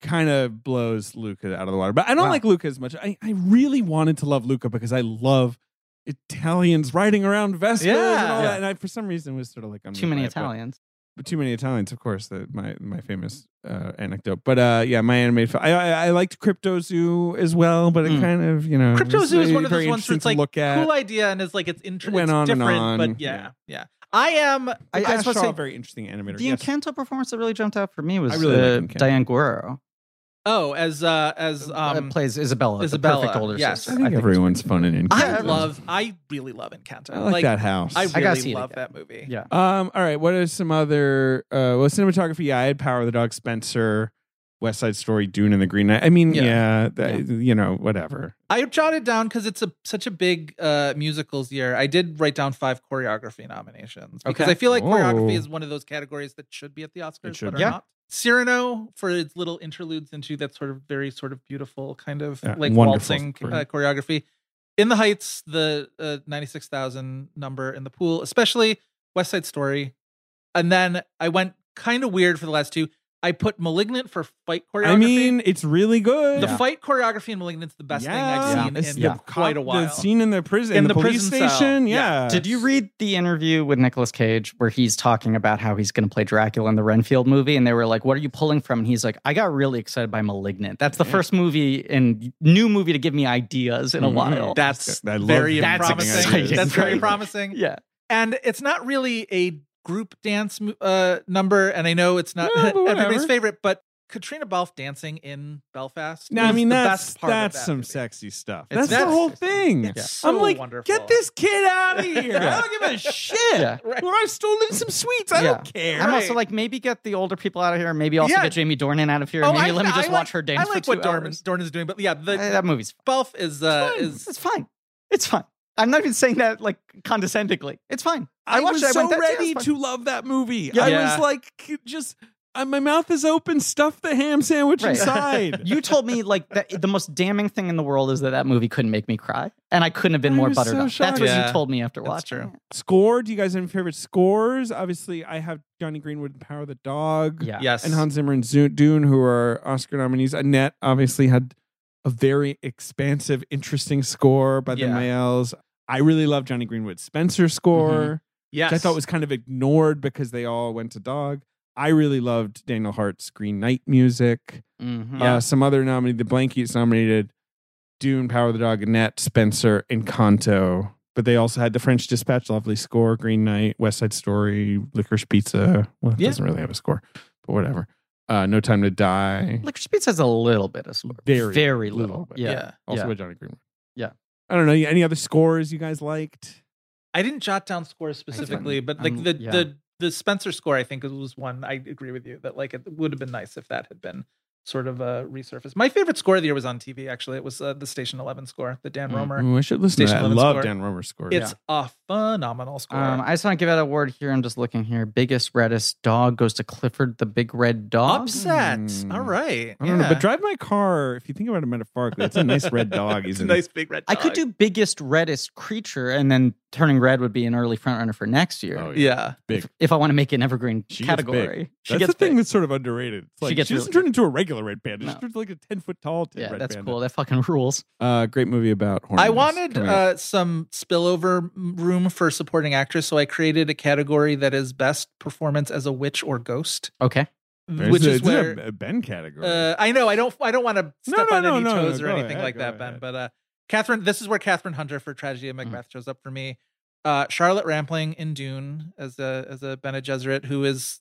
S4: kind of blows Luca out of the water. But I don't
S7: Wow.
S4: like Luca as much. I, I really wanted to love Luca because I love Italians riding around Vespas and
S5: Yeah.
S4: all
S5: Yeah.
S4: that. And I, for some reason, was sort of like
S7: Too many
S4: unmoved by it, but-
S7: Italians.
S4: but too many Italians, of course. The, my my famous uh, anecdote, but uh, yeah, my animated. fi- I, I I liked Crypto Zoo as well, but it
S7: Mm.
S4: kind of you know
S5: Crypto Zoo is
S4: was
S5: one of
S4: very
S5: those ones
S4: interesting
S5: where it's
S4: to look
S5: like
S4: at.
S5: cool idea and it's like it's interesting,
S4: Went on and
S5: different,
S4: on.
S5: but yeah, yeah, I am.
S7: I, I was supposed to say,
S4: very interesting animator.
S7: the
S4: yes.
S7: Encanto performance that really jumped out for me was
S4: I really
S7: uh,
S4: like Encanto.
S7: Diane Guerrero.
S5: Oh, as uh, as
S7: uh,
S5: um,
S7: plays Isabella,
S5: Isabella,
S7: the perfect older
S5: yes.
S4: I
S7: sister.
S4: think
S7: it's
S4: everyone's fun and
S5: I
S4: interesting.
S5: love. I really love Encanto.
S4: I like, that house.
S5: I
S7: gotta
S5: really
S7: see it
S5: love
S7: again.
S5: that movie.
S7: Yeah.
S4: um. All right. What are some other? Uh, well, cinematography. Yeah, I had Power of the Dog, Spencer. West Side Story, Dune, and The Green Knight. I mean, yeah,
S5: Yeah.
S4: that- you know, whatever.
S5: I jotted down because it's a such a big uh, musicals year. I did write down five choreography nominations because
S7: Okay.
S5: I feel like choreography
S4: Oh.
S5: is one of those categories that should be at the Oscars,
S4: should
S5: but are
S4: be. Yeah.
S5: not. Cyrano for its little interludes into that sort of very sort of beautiful kind of
S4: Yeah,
S5: like
S4: wonderful
S5: waltzing
S4: chore-
S5: uh, choreography. In the Heights, the uh, ninety six thousand number in the pool, especially West Side Story, and then I went kind of weird for the last two. I put Malignant for fight choreography.
S4: I mean, it's really good.
S5: The fight choreography in Malignant's the best thing
S4: Yeah.
S5: I've seen
S4: It's
S5: in
S4: the
S5: quite a
S4: cop-
S5: while.
S4: The scene in the prison, in
S5: In
S4: the,
S5: the
S4: police
S5: prison cell.
S4: station.
S5: Yeah.
S4: Yeah.
S7: Did you read the interview with Nicolas Cage where he's talking about how he's going to play Dracula in the Renfield movie? And they were like, What are you pulling from? And he's like, I got really excited by Malignant. That's the first movie and new movie to give me ideas in a
S4: Mhm.
S7: while.
S5: That's
S4: I love
S5: very
S7: that's
S5: promising.
S7: exciting,
S5: That's very
S7: right?
S5: promising.
S7: yeah.
S5: And it's not really a group dance mo- uh, number, and I know it's not
S4: No, but whatever.
S5: everybody's favorite, but Katrina Balfe dancing in Belfast.
S4: No, I
S5: is
S4: mean
S5: the
S4: that's
S5: best part of
S4: that's
S5: that
S4: some
S5: movie.
S4: sexy stuff.
S5: It's-
S4: That's, the
S5: that's-
S4: whole thing.
S5: It's so
S4: I'm like,
S5: wonderful.
S4: get this kid out of here.
S5: Yeah.
S4: I don't give a shit.
S7: Yeah.
S5: Right.
S4: Well, I've stolen some sweets. I don't care.
S7: I'm also like, maybe get the older people out of here. Maybe also
S5: Yeah.
S7: get Jamie Dornan out of here.
S5: Oh, I-
S7: maybe let me
S5: I
S7: just
S5: like-
S7: watch her dance
S5: I like
S7: for two
S5: what Dorn,
S7: hours.
S5: Dorn is doing, but yeah, the
S7: Uh, that movie's
S5: Belf is uh,
S7: fine.
S5: is
S7: it's fine. It's fine. I'm not even saying that like condescendingly. It's fine.
S4: I,
S7: watched
S4: was
S7: it. I
S4: so
S7: went, "That's- yeah,
S4: ready
S7: it's fine."
S4: to love that movie.
S5: Yeah.
S4: I
S5: Yeah.
S4: was like, c- just uh, my mouth is open. Stuff the ham sandwich
S7: Right.
S4: inside.
S7: You told me like that the most damning thing in the world is that that movie couldn't make me cry, and I couldn't have been
S4: I
S7: more
S4: was
S7: buttered
S4: so
S7: up.
S4: shocked.
S7: That's what
S5: Yeah.
S7: you told me after
S5: That's
S7: watching.
S5: true.
S4: Score? Do you guys have any favorite scores? Obviously, I have Johnny Greenwood, and Power of the Dog.
S7: Yeah.
S5: yes.
S4: and Hans Zimmer and Zo- Dune, who are Oscar nominees. Annette obviously had a very expansive, interesting score by the
S5: Yeah.
S4: males. I really love Johnny Greenwood's Spencer
S7: Mm-hmm.
S4: score,
S5: yes.
S4: which I thought was kind of ignored because they all went to Dog. I really loved Daniel Hart's Green Knight music.
S5: Mm-hmm.
S7: Mhm.
S4: Uh, some other nominee, the Blankies nominated Dune, Power of the Dog, Annette, Spencer, and Kanto. But they also had the French Dispatch, lovely score, Green Knight, West Side Story, Licorice Pizza. Well, it
S5: Yeah.
S4: doesn't really have a score, but whatever. Uh, no Time to Die.
S7: Like Spitz has a little bit of score,
S4: Very
S7: very
S4: little
S7: little.
S4: bit.
S7: Yeah,
S5: Yeah.
S4: Also
S7: Yeah.
S4: with Johnny Greenwood.
S7: Yeah.
S4: I don't know. Any other scores you guys liked?
S5: I didn't jot down scores
S7: fine.
S5: specifically, but like
S7: Um,
S5: the
S7: yeah.
S5: the the Spencer score, I think was one. I agree with you that like it would have been nice if that had been sort of uh, resurfaced. My favorite score of the year was on TV. Actually, it was uh, the Station Eleven score, the Dan
S7: Mm.
S5: Romer.
S4: Ooh, I should listen
S5: Station
S4: to that. I
S5: Eleven
S4: love
S5: score.
S4: Dan Romer's score.
S5: It's a phenomenal score.
S7: Um, I just want to give out a word here. I'm just looking here. Biggest reddest dog goes to Clifford the Big Red Dog.
S5: Upset.
S4: Mm.
S5: All right.
S4: I don't know,
S5: Yeah.
S4: but drive my car. If you think about it metaphorically, it's a nice red dog.
S5: It's
S4: He's
S5: a
S4: in
S5: nice big red.
S7: I could
S5: dog.
S7: do biggest reddest creature, and then turning red would be an early frontrunner for next year.
S4: Oh,
S5: Yeah.
S4: big.
S7: If I want to make it an evergreen
S4: She gets
S7: category, she
S4: that's
S7: gets
S4: the thing
S7: big.
S4: that's sort of underrated. It's
S7: She
S4: like she,
S7: gets
S4: doesn't
S7: really
S4: turn into a regular red panda. She
S7: No.
S4: turns into like a ten foot tall. t-
S7: yeah,
S4: red
S7: that's
S4: panda.
S7: cool. That fucking rules.
S4: Uh, great movie about hornets.
S5: I wanted
S4: coming out.
S5: uh, some spillover m- room for supporting actress, so I created a category that is best performance as a witch or ghost,
S7: Okay.
S4: There's
S5: which
S4: a-
S5: is
S4: it's in
S5: where
S4: a, a Ben category.
S5: Uh, I know I don't I don't want to
S4: No,
S5: step
S4: no,
S5: on
S4: no,
S5: any
S4: no, no,
S5: toes or
S4: go
S5: anything
S4: ahead,
S5: like
S4: go
S5: that, Ben.
S4: ahead. Mm.
S5: But uh, Catherine, this is where Catherine Hunter for Tragedy of Macbeth shows up for me. Uh, Charlotte Rampling in Dune as a as a Bene Gesserit who is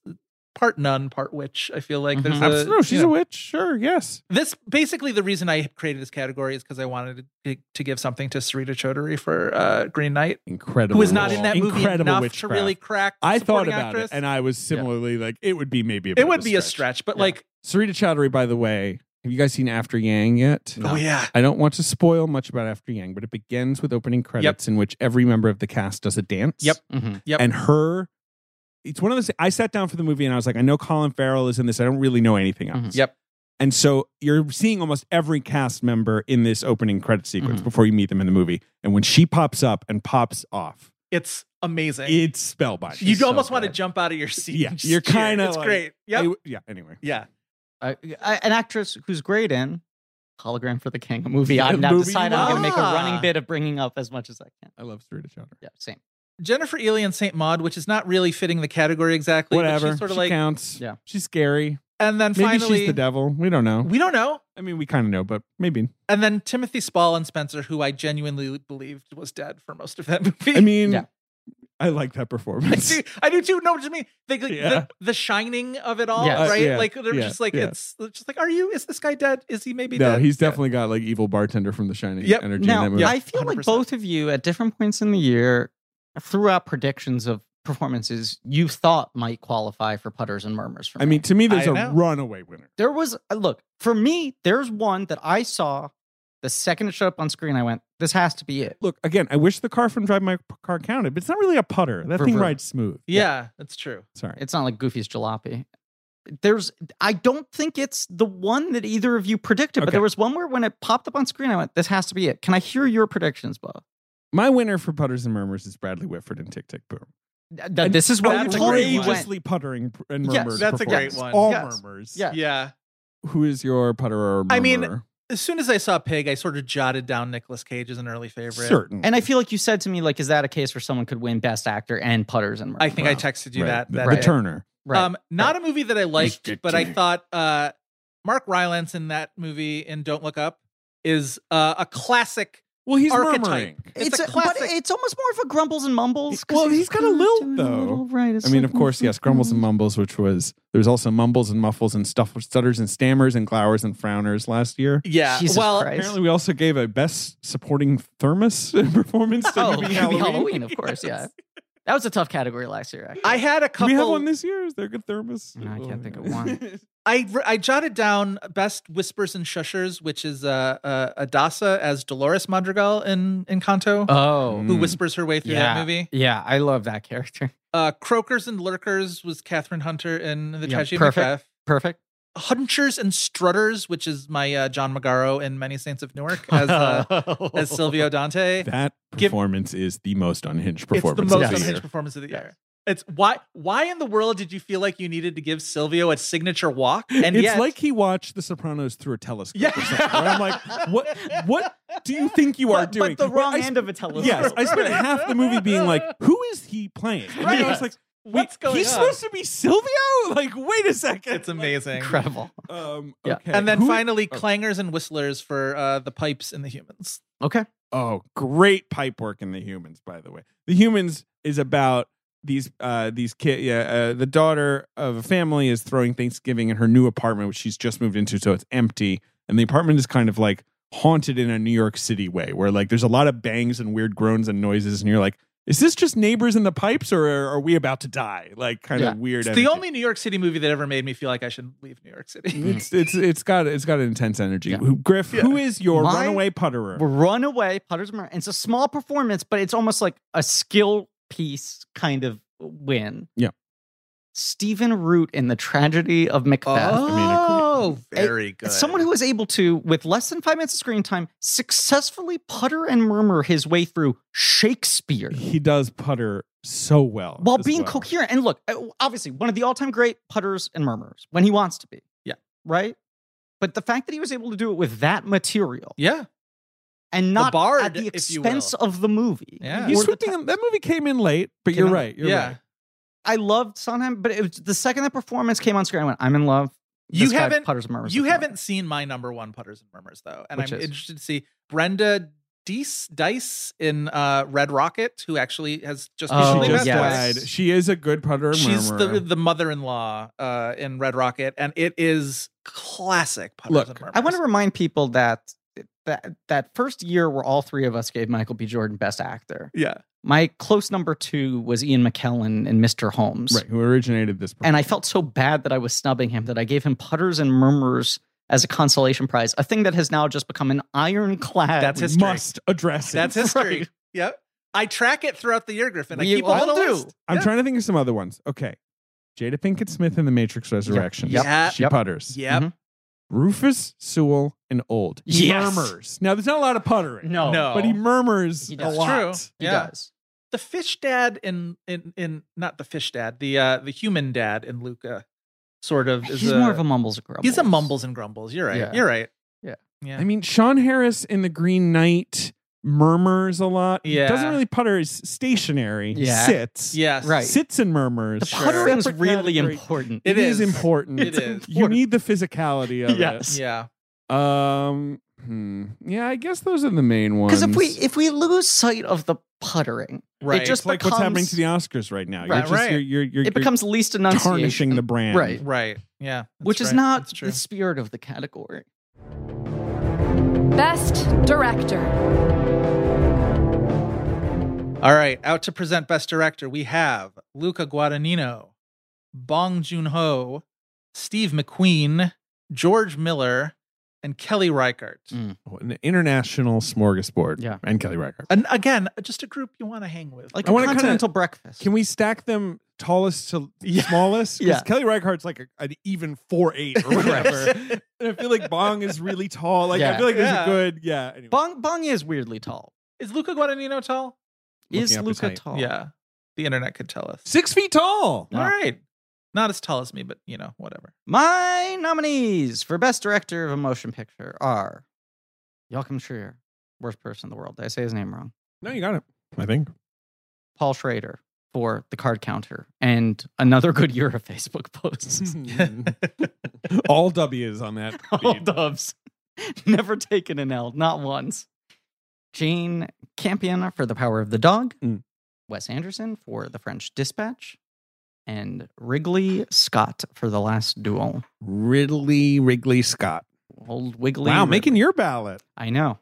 S5: part nun, part witch. I feel like
S7: Mhm.
S5: there's
S4: Abs-
S5: a,
S4: no, Mm-hmm. she's
S5: yeah.
S4: a witch. Sure, yes.
S5: This basically the reason I created this category is because I wanted to, to give something to Sarita Choudhury for uh, Green Knight,
S4: Incredible.
S5: who was not in
S4: role.
S5: that movie
S4: Incredible
S5: enough
S4: witchcraft.
S5: to really crack.
S4: I thought
S5: supporting
S4: about
S5: actress.
S4: it, and I was similarly like, it would be maybe. A bit
S5: it would
S4: of
S5: be a stretch, but
S4: Yeah.
S5: like,
S4: Sarita Chowdhury, by the way, have you guys seen After Yang yet?
S5: oh yeah,
S4: I don't want to spoil much about After Yang, but it begins with opening credits in which every member of the cast does a dance.
S5: Yep.
S7: hmm
S5: Yep.
S4: And her, it's one of those. I sat down for the movie and I was like, I know Colin Farrell is in this. I don't really know anything else.
S7: Mhm.
S5: Mm-hmm. Yep.
S4: And so you're seeing almost every cast member in this opening credit sequence
S5: Mm-hmm.
S7: Mhm.
S4: before you meet them in the movie. And when she pops up and pops off,
S5: it's amazing.
S4: it's spellbinding.
S5: you
S7: so
S5: almost want to
S7: good.
S5: jump out of your seat.
S4: Yeah,
S5: and just
S4: you're
S5: cheer.
S4: kinda
S5: It's
S4: like-
S5: great. Yep.
S4: I- yeah. Anyway.
S5: yeah.
S7: I, I, an actress who's great in Hologram for the King, a movie
S4: Yeah,
S7: I've now
S4: movie you
S7: decided I'm going to make a
S5: love.
S7: running bit of bringing up as much as I can.
S4: I love Sarita Chowdhury.
S7: Yeah, same.
S5: Jennifer Ely and Saint Maud, which is not really fitting the category exactly. but
S4: Whatever.
S5: She's sort of
S4: she
S5: like,
S4: counts.
S7: Yeah.
S4: She's scary.
S5: and then
S4: Maybe
S5: finally,
S4: she's the devil. We don't know.
S5: we don't know.
S4: I mean, we kind of know, but maybe.
S5: And then Timothy Spall and Spencer, who I genuinely believed was dead for most of that movie.
S4: I mean,
S7: Yeah.
S4: I like that
S5: I
S4: performance.
S5: do, I do too. No, just me. Like, like,
S4: Yeah.
S5: the, the shining of it all, right?
S7: Yes. Uh,
S4: yeah,
S5: like they're
S4: yeah,
S5: just like
S4: yeah.
S5: it's it's just like, are you? Is this guy dead? Is he maybe
S4: no,
S5: dead?
S4: he's
S5: Yeah.
S4: definitely got like evil bartender from The Shining
S5: Yep.
S4: energy in
S7: Now,
S4: that movie.
S7: I feel like
S5: 100%.
S7: both of you at different points in the year threw out predictions of performances you thought might qualify for putters and murmurs. For
S4: I mean, to me, there's
S5: I
S4: a
S5: know.
S4: runaway winner.
S7: there was uh, look for me. There's one that I saw the second it showed up on screen. I went, "This has to be it."
S4: Look, again, I wish the car from Drive My Car counted, but it's not really a putter. That thing
S7: Vroom.
S4: rides smooth.
S5: Yeah, that's true.
S4: Sorry.
S7: It's not like Goofy's Jalopy. There's, I don't think it's the one that either of you predicted, but
S4: Okay.
S7: there was one where when it popped up on screen, I went, "This has to be it." Can I hear your predictions, Bo?
S4: My winner for putters and murmurs is Bradley Whitford and Tick Tick Boom.
S7: Th- th- this
S4: oh,
S7: is what
S5: That's
S7: we
S5: a
S7: told
S5: great
S7: you.
S5: one.
S7: went.
S4: outrageously puttering pr- and
S7: Yes,
S4: murmurs.
S5: that's a great
S4: performance.
S5: one.
S4: All
S7: Yes.
S4: murmurs.
S7: Yeah.
S5: Yeah.
S4: Who is your putter or murmurer?
S5: I mean, As soon as I saw Pig, I sort of jotted down Nicolas Cage as an early favorite.
S4: certainly.
S7: And I feel like you said to me, like, is that a case where someone could win Best Actor and putters and murmurs?
S5: I think I texted you
S4: Right.
S5: that.
S4: the,
S5: that
S4: the
S5: day.
S4: Turner.
S7: Right.
S5: Um, not a movie that I liked, but I thought uh, Mark Rylance in that movie in Don't Look Up is uh, a classic.
S4: Well, he's
S5: Archetype.
S4: murmuring.
S5: It's a
S7: But
S5: classic.
S7: it's almost more of a grumbles and mumbles. 'cause
S4: Well, he's got a
S7: kinda
S4: lilt,
S7: doing a
S4: though.
S7: little- right, it's
S4: I mean,
S7: like-
S4: of course, yes, grumbles
S5: Mm-hmm.
S4: and mumbles, which was there was also mumbles and muffles and stuff, stutters and stammers and glowers and frowners last year.
S5: Yeah.
S7: Jesus
S5: well,
S7: Christ.
S4: Apparently, we also gave a best supporting thermos performance to
S7: Oh,
S4: Halloween.
S7: Halloween, Halloween, of course. Yeah, that was a tough category last year. Actually.
S5: I had a
S4: Do
S5: couple.
S4: we have one this year? Is there a good thermos?
S7: No, I
S4: Oh,
S7: can't think of
S4: yeah.
S7: one.
S5: I I jotted down best whispers and shushers, which is uh, uh Adasa as Dolores Madrigal in in Encanto,
S7: Oh,
S5: who
S4: Mm.
S5: whispers her way through that movie.
S7: Yeah, I love that character.
S5: Uh, Croakers and lurkers was Catherine Hunter in The
S7: Yeah,
S5: Tragedy of
S7: perfect.
S5: Macbeth.
S7: Perfect.
S5: Hunchers and strutters, which is my uh, John Magaro in Many Saints of Newark as uh, as Silvio Dante.
S4: That
S5: Give-
S4: performance is the most unhinged
S5: It's the
S4: performance
S5: most
S4: of the
S5: unhinged
S4: year.
S5: performance of the year. It's why why in the world did you feel like you needed to give Silvio a signature walk? And
S4: it's
S5: yet,
S4: like he watched The Sopranos through a telescope.
S5: Yeah.
S4: Or something, where I'm like, what? What do you think you are
S7: but,
S4: doing?
S7: but the
S4: Well,
S7: wrong
S4: I
S7: end of a telescope.
S4: Yes, I spent half the movie being like, "Who is he playing?" And then I was
S5: Right.
S4: like, wait,
S5: What's going
S4: He's
S5: on?
S4: supposed to be Silvio. Like, wait a second.
S5: it's amazing.
S7: Incredible.
S4: Um,
S7: Yeah.
S4: okay.
S5: And then
S4: Who-
S5: finally,
S4: oh.
S5: clangers and whistlers for uh, the pipes and the humans.
S7: Okay.
S4: Oh, great pipe work in the humans, by the way. The humans is about these uh these kid yeah uh, the daughter of a family is throwing Thanksgiving in her new apartment which she's just moved into so it's empty and the apartment is kind of like haunted in a New York City way where like there's a lot of bangs and weird groans and noises and you're like is this just neighbors in the pipes or are we about to die like kind
S7: Yeah.
S4: of weird
S5: It's the
S4: energy. Mm.
S5: only New York City movie that ever made me feel like I should leave New York City.
S4: it's it's it's got it's got an intense energy.
S7: Yeah.
S4: Who Griff, who is your
S7: My-
S4: runaway putterer?
S7: Runaway, Putter's Murder. It's a small performance, but it's almost like a skill piece kind of win.
S4: Yeah.
S7: Stephen Root in the tragedy of Macbeth.
S5: Oh, very good.
S7: It's Someone who was able to, with less than five minutes of screen time, successfully putter and murmur his way through Shakespeare
S4: he does putter so well
S7: while
S4: as
S7: being
S4: well.
S7: coherent. And look, uh, obviously, one of the all time great putters and murmurs when he wants to be.
S5: Yeah.
S7: Right? But the fact that he was able to do it with that material
S5: yeah,
S7: and not
S5: bard,
S7: at the
S5: if you
S7: expense
S5: will.
S7: of the movie.
S5: Yeah.
S4: He's
S7: or the
S4: sweeping
S7: ti-
S4: him. That movie came in late, but
S7: Came
S4: you're
S7: in
S4: right. You're
S5: yeah.
S4: right.
S7: I loved Sondheim, but it was the second that performance came on screen, I went, I'm in love.
S5: You
S7: This guy
S5: haven't-
S7: putters and murmurs
S5: You
S7: is in love.
S5: haven't seen my number one putters and murmurs though, and
S7: Which
S5: I'm
S7: is?
S5: interested to see Brenda Deese Dice in uh, Red Rocket, who actually has just
S7: Oh,
S4: she
S5: recently
S4: just
S5: passed away.
S7: yes.
S4: died. She is a good putter. and
S5: She's the
S4: murmurer.
S5: the mother in law uh, in Red Rocket, and it is classic putters
S4: Look,
S5: and murmurs.
S7: I want to remind people that that that first year where all three of us gave Michael B. Jordan Best Actor,
S5: yeah,
S7: my close number two was Ian McKellen in Mr. Holmes.
S4: right who originated this.
S7: And I
S4: performance.
S7: felt so bad that I was snubbing him that I gave him putters and murmurs as a consolation prize, a thing that has now just become an ironclad.
S5: That's
S4: we
S5: history.
S4: must address it.
S5: that's history. Yep, I track it throughout the year, Griffin. I
S7: You
S5: keep a
S7: all
S5: little
S7: do.
S5: list.
S4: I'm
S5: Yeah.
S4: trying to think of some other ones. Okay, Jada Pinkett Smith in The Matrix Resurrections.
S7: Yep.
S5: Yeah.
S4: She
S7: Yep.
S4: putters.
S5: Yep.
S7: Mhm.
S4: Rufus Sewell and Old. He
S7: Yes.
S4: Murmurs. Now there's not a lot of puttering.
S7: No,
S5: No.
S4: But he murmurs
S7: Oh, He
S4: a
S7: does.
S4: lot.
S5: True.
S7: he
S5: Yeah.
S7: does.
S5: the fish dad in in in not the fish dad the uh the human dad in Luca sort of is
S7: He's more of a mumbles and grumbles.
S5: he's a mumbles and grumbles you're right
S7: Yeah.
S5: you're right Yeah.
S4: I mean, Sean Harris in The Green Knight murmurs a lot. He
S5: Yeah.
S4: Doesn't really putter. He's stationary. He
S7: Yeah.
S4: Sits.
S5: yes
S7: Right.
S4: Sits and murmurs.
S7: The
S5: Sure.
S7: puttering's
S4: Separate
S7: really
S4: category.
S7: important.
S5: It
S4: it is.
S5: is.
S4: important.
S5: It is.
S4: You need the physicality of
S7: Yes.
S5: yeah
S4: it. Um. hmm. Yeah, I guess those are the main ones.
S7: Because if we if we lose sight of the puttering,
S5: right
S7: it
S4: It's
S7: just
S4: like
S7: becomes
S4: what's happening to the Oscars right now,
S7: Right,
S4: you're just,
S5: right.
S4: You're, you're, you're,
S7: it becomes least
S4: you're
S7: enunciation.
S4: tarnishing the brand.
S7: Right.
S5: right yeah that's
S7: which is
S5: right.
S7: not
S5: That's true
S7: the spirit of the category.
S1: Best Director.
S5: All right, out to present Best Director, we have Luca Guadagnino, Bong Joon Ho, Steve McQueen, George Miller, and Kelly Reichardt.
S7: Mm.
S4: An international smorgasbord.
S7: Yeah.
S4: And Kelly Reichardt.
S5: And again, just a group you want to hang with.
S7: Like
S4: I
S7: a
S4: wanna kinda-
S7: continental breakfast.
S4: Can we stack them tallest to
S5: Yeah.
S4: smallest? 'Cause
S7: Yeah.
S4: Kelly Reichardt's like a, an even four eight or whatever. and I feel like Bong is really tall. Like I
S7: Yeah.
S4: feel like there's
S5: Yeah.
S4: a good yeah. Anyway.
S7: Bong Bong is weirdly tall.
S5: is Luca Guadagnino tall?
S4: Looking
S7: is
S4: up his
S7: Luca
S4: height.
S7: tall?
S5: Yeah, the internet could tell us.
S4: Six feet tall.
S5: All right, not as tall as me, but you know, whatever.
S7: My nominees for best director of a motion picture are Joachim Trier, worst person in the world. Did I say his name wrong?
S4: No, you got it. I think.
S7: Paul Schrader for The Card Counter and another good year of Facebook posts.
S4: Hmm. All W's on that.
S7: All dubs. Never taken an L, not once. Jane Campion for The Power of the Dog,
S4: Mm.
S7: Wes Anderson for The French Dispatch, and Wrigley Scott for The Last Duel.
S4: Ridley Wrigley Scott.
S7: Old Wiggly.
S4: Wow,
S7: Wrigley.
S4: making your ballot.
S7: I know.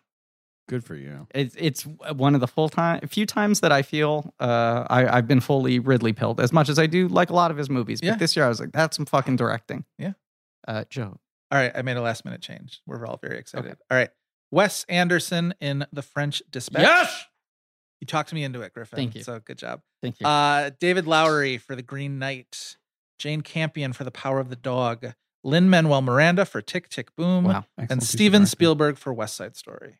S4: Good for you.
S7: It's it's one of the full time few times that I feel uh, I I've been fully Ridley pilled as much as I do like a lot of his movies. But
S5: Yeah.
S7: this year I was like, that's some fucking directing.
S5: Yeah.
S7: uh, Joe.
S5: All right, I made a last minute change. We're all very excited. All right, Wes Anderson in The French Dispatch.
S6: Yes!
S5: you talked me into it, Griffin.
S7: Thank you.
S5: So good job.
S7: Thank you.
S5: Uh, David Lowery for The Green Knight, Jane Campion for The Power of the Dog, Lynn Manuel Miranda for Tick Tick Boom,
S7: wow,
S5: and Steven Spielberg for West Side Story.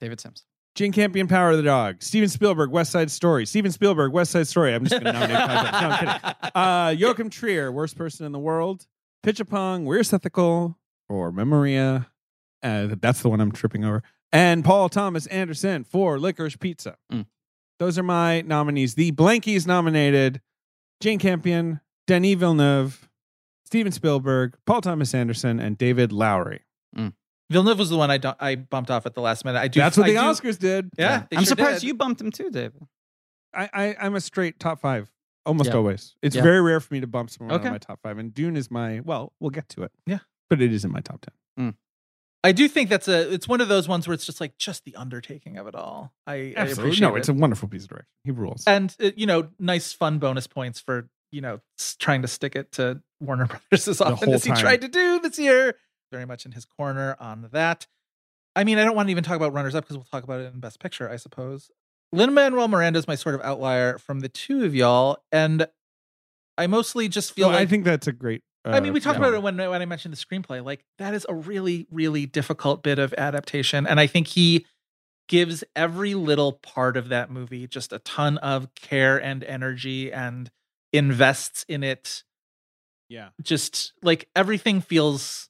S7: David Sims.
S4: Gene Campion, Power of the Dog. Steven Spielberg, West Side Story. Steven Spielberg, West Side Story. I'm just going to nominate five. No, I'm kidding. Uh, Joachim Trier, Worst Person in the World. Pitchapong, Weirdest Ethical, or Memoria. Uh, that's the one I'm tripping over. And Paul Thomas Anderson for Licorice Pizza.
S7: Mm.
S4: Those are my nominees. The Blankies nominated Jane Campion, Denis Villeneuve, Steven Spielberg, Paul Thomas Anderson, and David Lowry.
S5: Villeneuve was the one I don't, I bumped off at the last minute. I do.
S4: That's what
S5: I
S4: the
S5: do-
S4: Oscars did.
S5: Yeah, they
S7: I'm
S5: sure
S7: surprised
S5: did.
S7: you bumped him too, David.
S4: I, I I'm a straight top five almost
S7: Yeah.
S4: always. It's
S7: Yeah.
S4: very rare for me to bump someone
S7: Okay.
S4: on my top five, and Dune is my well. We'll get to it.
S5: Yeah.
S4: but it is in my top ten.
S5: I do think that's a. It's one of those ones where it's just like just the undertaking of it all. I, I appreciate
S4: no,
S5: it.
S4: it's a wonderful piece of direction. He rules.
S5: and uh, you know, nice fun bonus points for you know s- trying to stick it to Warner Brothers as often
S4: whole
S5: as he
S4: time.
S5: tried to do this year. Very much in his corner on that. I mean, I don't want to even talk about runners up because we'll talk about it in Best Picture, I suppose. Lin Manuel Miranda is my sort of outlier from the two of y'all, and I mostly just feel
S4: Well, I
S5: like
S4: think that's a great. Uh,
S5: I mean, we talked
S4: yeah.
S5: about it when when I mentioned the screenplay. Like that is a really, really difficult bit of adaptation, and I think he gives every little part of that movie just a ton of care and energy, and invests in it.
S4: Yeah.
S5: Just like everything feels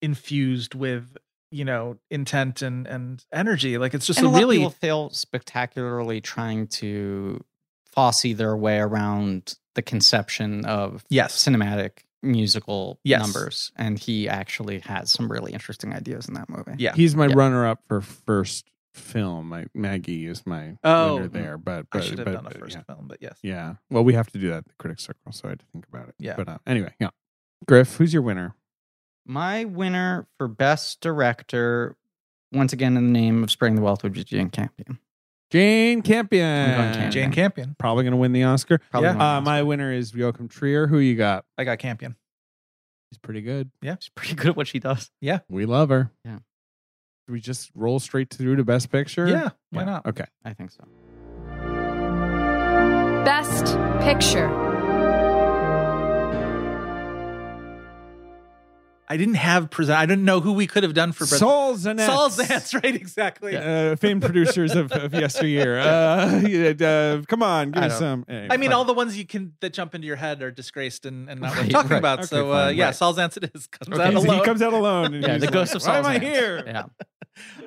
S5: infused with you know intent and and energy. Like it's just
S7: and
S5: a
S7: a lot
S5: really
S7: of people fail spectacularly trying to fossy their way around the conception of
S5: yes.
S7: cinematic musical
S5: Yes.
S7: numbers, and he actually has some really interesting ideas in that movie.
S5: Yeah.
S4: He's my
S7: Yeah.
S4: runner-up for first film. My Maggie is my
S5: Oh,
S4: winner there, but
S5: I
S4: but,
S5: should have
S4: but-
S5: done a
S4: but,
S5: first
S4: yeah.
S5: film, but yes.
S4: Yeah. Well, we have to do that at the Critics Circle, so I had to think about it.
S5: Yeah.
S4: But uh, anyway, yeah. Griff, who's your winner?
S7: My winner for best director, once again in the name of Spreading the Wealth, would be Jane Campion.
S4: Jane Campion.
S7: going Campion.
S5: Jane Campion.
S4: Probably going to win the Oscar.
S7: Probably
S5: Yeah.
S7: one of
S4: Uh,
S7: those.
S4: my winner is Joachim Trier. Who you got?
S5: I got Campion.
S4: He's pretty good.
S7: she's pretty good at what she does.
S4: We love her.
S7: Yeah.
S4: Do we just roll straight through to Best Picture?
S5: Yeah. Why
S4: Yeah.
S5: not?
S4: Okay.
S7: I think so.
S1: Best Picture.
S5: I didn't have present. I didn't know who we could have done for.
S4: Saul Zanet.
S5: Saul Zantz, right? Exactly.
S4: Uh, famed producers of, of yesteryear. Uh, yeah, uh, come on, give
S5: I
S4: me
S5: don't-
S4: some. Anyway,
S5: I mean,
S4: fine.
S5: all the ones you can that jump into your head are disgraced and, and not worth
S7: Right,
S5: talking
S7: right.
S5: about.
S4: Okay,
S5: so uh,
S4: fine,
S5: yeah,
S4: right.
S5: Saul Zantz it is comes
S4: Okay,
S5: out
S4: so
S5: alone.
S4: he comes out alone. and
S7: Yeah,
S4: he's
S7: the ghost
S4: like,
S7: of Saul
S4: Why am
S7: Zanet.
S4: I here?
S7: Yeah,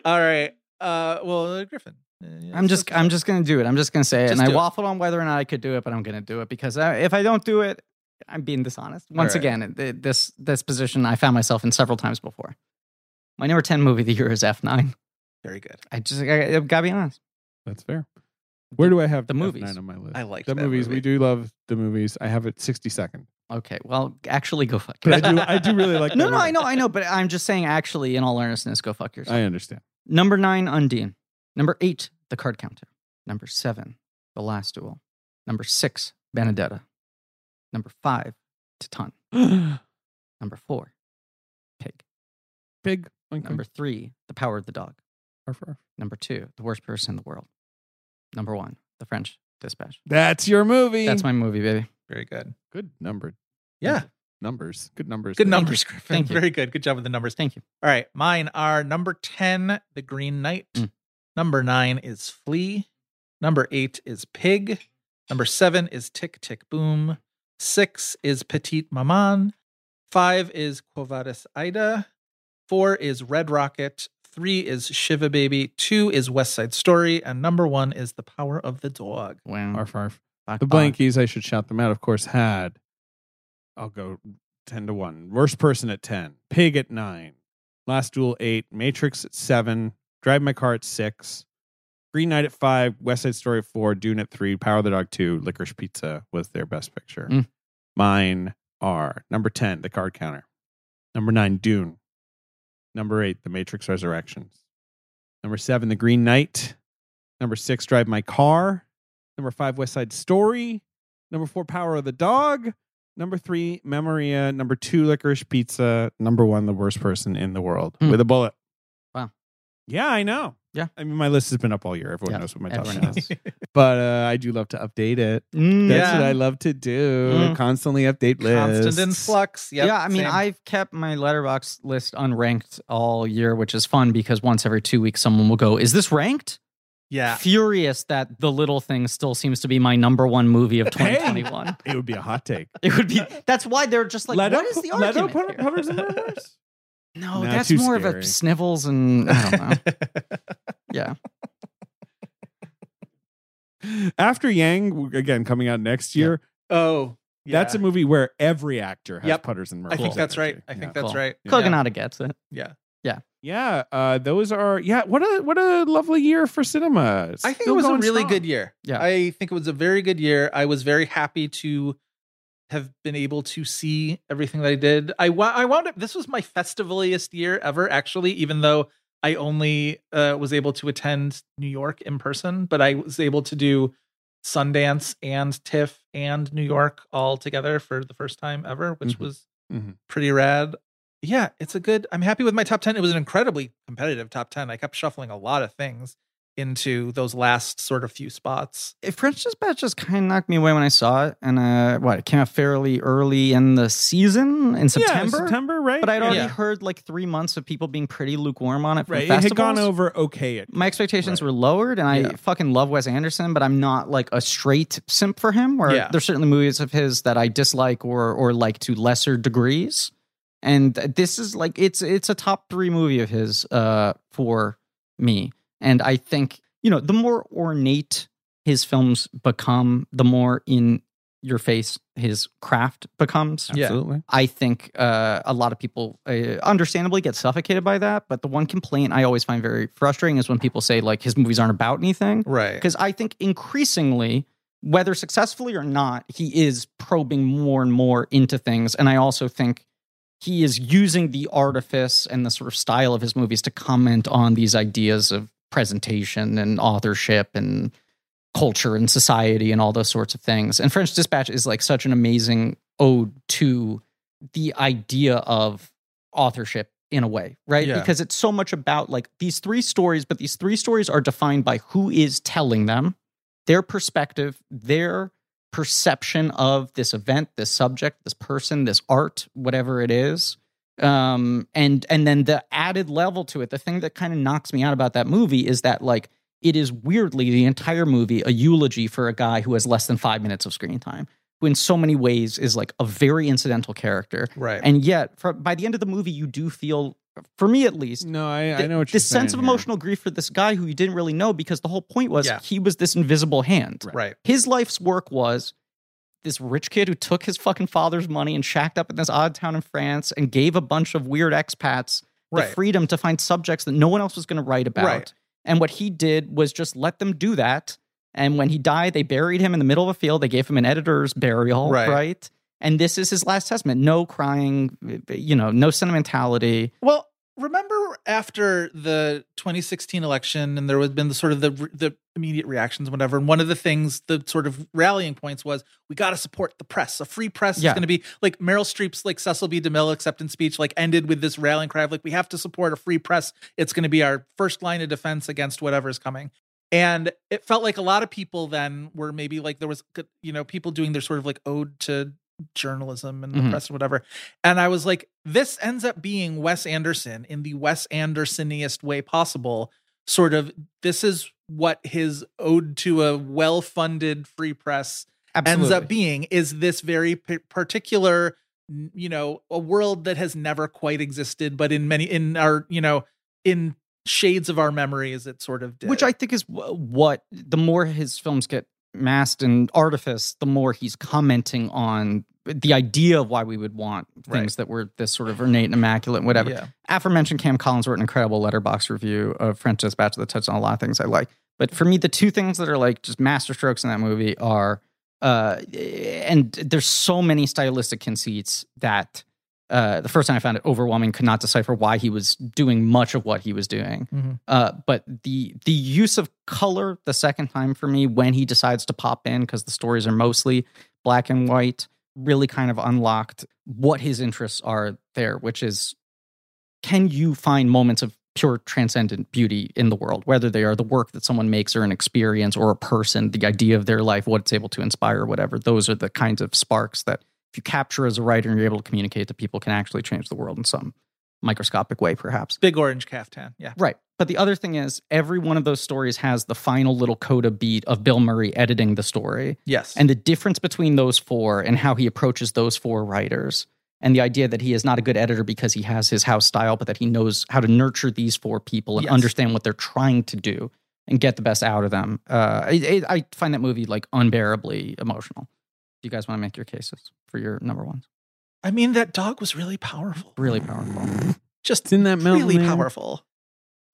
S5: All right. Uh, well, uh, Griffin. uh, yeah,
S7: I'm just, I'm just gonna do it. I'm just gonna say it,
S5: Just
S7: and I
S5: do it.
S7: waffled on whether or not I could do it, but I'm gonna do it because I, if I don't do it, I'm being dishonest. Once
S5: right.
S7: again, th- this this position I found myself in several times before. My number ten movie of the year is F9.
S5: very good.
S7: I just, I, I gotta be honest.
S4: That's fair. Where do I have
S7: The
S4: F9
S7: movies.
S4: on my list?
S5: I liked
S4: the
S5: that
S4: movies.
S5: movie.
S4: We do love the movies. I have it 60 second.
S7: Okay, well, actually, go fuck
S4: But
S7: yourself.
S4: I do, I do really like
S7: No,
S4: that
S7: no, I
S4: movie.
S7: know, I know, but I'm just saying. Actually, in all earnestness, go fuck yourself.
S4: I understand.
S7: Number nine, Undine. Number eight, The Card Counter. Number seven, The Last Duel. Number six, Benedetta. Number five, Titan. Number four, Pig.
S4: Big. oink,
S7: Number
S4: oink,
S7: three, The Power of the Dog.
S4: arf, arf.
S7: Number two, The Worst Person in the World. Number one, The French Dispatch.
S4: That's your movie.
S7: That's my movie, baby.
S5: Very good.
S4: good number.
S5: Yeah.
S4: Numbers. Good numbers.
S5: Good
S4: there.
S5: numbers, Griffin.
S7: Thank you.
S5: Very good. Good job with the numbers.
S7: Thank you.
S5: All right. Mine are number 10, The Green Knight.
S7: Mm.
S5: Number nine is Flea. Number eight is Pig. Number seven is Tick Tick Boom. Six is Petite Maman. Five is Quo Vadis Ida. Four is Red Rocket. Three is Shiva Baby. Two is West Side Story. And number one is The Power of the Dog.
S7: Wow.
S4: Arf, arf.
S7: Bach,
S4: The
S7: bach.
S4: blankies, I should shout them out, of course, had I'll go 10 to 1. Worst person at 10, pig at 9, last duel 8, matrix at 7, drive my car at 6, Green Knight at 5, West Side Story at 4, Dune at 3, Power of the Dog 2, Licorice Pizza was their best picture.
S7: Mm.
S4: Mine are number 10, The Card Counter, number 9, Dune, number 8, The Matrix Resurrections, number 7, The Green Knight, number 6, Drive My Car, Number five, West Side Story. Number four, Power of the Dog. Number three, Memoria. Number two, Licorice Pizza. Number one, The Worst Person in the World
S7: Hmm.
S4: with a Bullet.
S7: Wow.
S4: Yeah, I know.
S7: Yeah.
S4: I mean, my list has been up all year. Everyone
S7: Yeah,
S4: knows what my top ten
S7: everyone
S4: is. But uh, I do love to update it.
S7: Mm,
S4: That's
S5: Yeah.
S4: what I love to do.
S7: Mm.
S4: Constantly update lists.
S5: Constant in flux. Yep,
S7: yeah, I mean,
S5: same.
S7: I've kept my letterbox list unranked all year, which is fun because once every two weeks, someone will go, Is this ranked?
S5: Yeah.
S7: Furious that The Little Thing still seems to be my number one movie of
S4: Hey.
S7: 2021.
S4: It would be a hot take.
S7: It would be. That's why they're just like, What is the
S4: Leto
S7: argument?
S4: put-
S7: here?"
S4: covers and rumors.
S7: No,
S4: Nah,
S7: that's
S4: too
S7: more of
S4: scary.
S7: a snivels and I don't know. yeah.
S4: After Yang, again coming out next year,
S5: oh.
S4: that's a
S5: yeah.
S4: movie where every actor has
S5: Yep.
S4: putters and murmurs.
S5: I think
S4: in
S5: that's
S4: their
S5: right.
S4: shoe.
S5: I
S4: Yeah.
S5: think that's
S7: Cool.
S5: right. Yeah.
S7: Koganada gets eh? it.
S4: Yeah, uh, those are yeah. What a what a lovely year for cinema.
S5: I think it was a really good year.
S7: Yeah.
S5: I think it was a very good year. I was very happy to have been able to see everything that I did. I wa- I wound up this was my festivaliest year ever actually even though I only uh, was able to attend New York in person, but I was able to do Sundance and TIFF and New York all together for the first time ever, which
S4: Mhm.
S5: was
S4: Mhm.
S5: pretty rad. Yeah, it's a good. I'm happy with my top 10. It was an incredibly competitive top 10. I kept shuffling a lot of things into those last sort of few spots.
S7: If French Dispatch just kind of knocked me away when I saw it, and uh, what it came out fairly early in the season in September.
S4: Yeah, September, right?
S7: But I'd already
S5: Yeah.
S7: heard like three months of people being pretty lukewarm on it. From
S4: right. It had
S7: festivals.
S4: gone over okay. At,
S7: My expectations
S4: Right.
S7: were lowered, and I
S5: Yeah.
S7: fucking love Wes Anderson, but I'm not like a straight simp for him. Where
S5: Yeah.
S7: there's certainly movies of his that I dislike or or like to lesser degrees, and this is like it's it's a top three movie of his uh, for me, and I think you know the more ornate his films become, the more in your face his craft becomes.
S5: Yeah.
S4: Absolutely.
S7: I think uh, a lot of people, uh, understandably, get suffocated by that. But the one complaint I always find very frustrating is when people say like his movies aren't about anything,
S5: Right.
S7: because I think increasingly, whether successfully or not, he is probing more and more into things. And I also think he is using the artifice and the sort of style of his movies to comment on these ideas of presentation and authorship and culture and society and all those sorts of things. And French Dispatch is like such an amazing ode to the idea of authorship in a way, right?
S5: Yeah.
S7: Because it's so much about like these three stories, but these three stories are defined by who is telling them, their perspective, their perception of this event, this subject, this person, this art, whatever it is. Um, and and then the added level to it, the thing that kind of knocks me out about that movie is that like it is weirdly the entire movie a eulogy for a guy who has less than five minutes of screen time, who in so many ways is like a very incidental character.
S5: Right.
S7: And yet, for, by the end of the movie, you do feel, for me at least,
S4: No, I, I
S7: th-
S4: know what you're
S7: this sense of
S4: saying
S7: emotional grief for this guy who you didn't really know because the whole point was
S5: Yeah.
S7: he was this invisible hand.
S5: right.
S7: His life's work was this rich kid who took his fucking father's money and shacked up in this odd town in France and gave a bunch of weird expats
S5: Right.
S7: the freedom to find subjects that no one else was going to write about.
S5: Right.
S7: And what he did was just let them do that. And when he died, they buried him in the middle of a field. They gave him an editor's burial,
S5: Right.
S7: right? And this is his last testament. No crying, you know, no sentimentality.
S5: Well, remember after the 2016 election and there was been the sort of the the immediate reactions and whatever and one of the things the sort of rallying points was we got to support the press a free press
S7: Yeah.
S5: is going to be like meryl streep's like cecil b demille acceptance speech like ended with this rallying cry of like we have to support a free press it's going to be our first line of defense against whatever is coming and it felt like a lot of people then were maybe like there was you know people doing their sort of like ode to journalism and
S7: Mhm.
S5: the press or whatever and I was like, this ends up being Wes Anderson in the Wes Andersoniest way possible. Sort of, this is what his ode to a well funded free press ends up being is this very p- particular, n- you know, a world that has never quite existed, but in many, in our, you know, in shades of our memories, it sort of did.
S7: Which I think is wh- what the more his films get masked in artifice, the more he's commenting on the idea of why we would want things
S5: Right.
S7: that were this sort of innate and immaculate, and whatever.
S5: Yeah.
S7: Aforementioned Cam Collins wrote an incredible letterbox review of French Dispatch that touched on a lot of things I like. But for me, the two things that are like just masterstrokes in that movie are, uh, and there's so many stylistic conceits that uh, the first time I found it overwhelming, could not decipher why he was doing much of what he was doing.
S5: Mhm.
S7: Uh, but the the use of color the second time for me when he decides to pop in because the stories are mostly black and white really kind of unlocked what his interests are there, which is can you find moments of pure transcendent beauty in the world, whether they are the work that someone makes or an experience or a person, the idea of their life, what it's able to inspire, whatever. Those are the kinds of sparks that if you capture as a writer and you're able to communicate to people can actually change the world in some microscopic way, perhaps.
S5: Big orange caftan. Yeah.
S7: Right. But the other thing is, every one of those stories has the final little coda beat of Bill Murray editing the story.
S5: Yes.
S7: And the difference between those four and how he approaches those four writers and the idea that he is not a good editor because he has his house style, but that he knows how to nurture these four people and
S5: Yes.
S7: understand what they're trying to do and get the best out of them. Uh, I, I I find that movie like unbearably emotional. Do you guys want to make your cases for your number ones?
S5: I mean, that dog was really powerful.
S7: Really powerful.
S5: Just
S4: It's in that mountain.
S5: really
S4: there.
S5: powerful.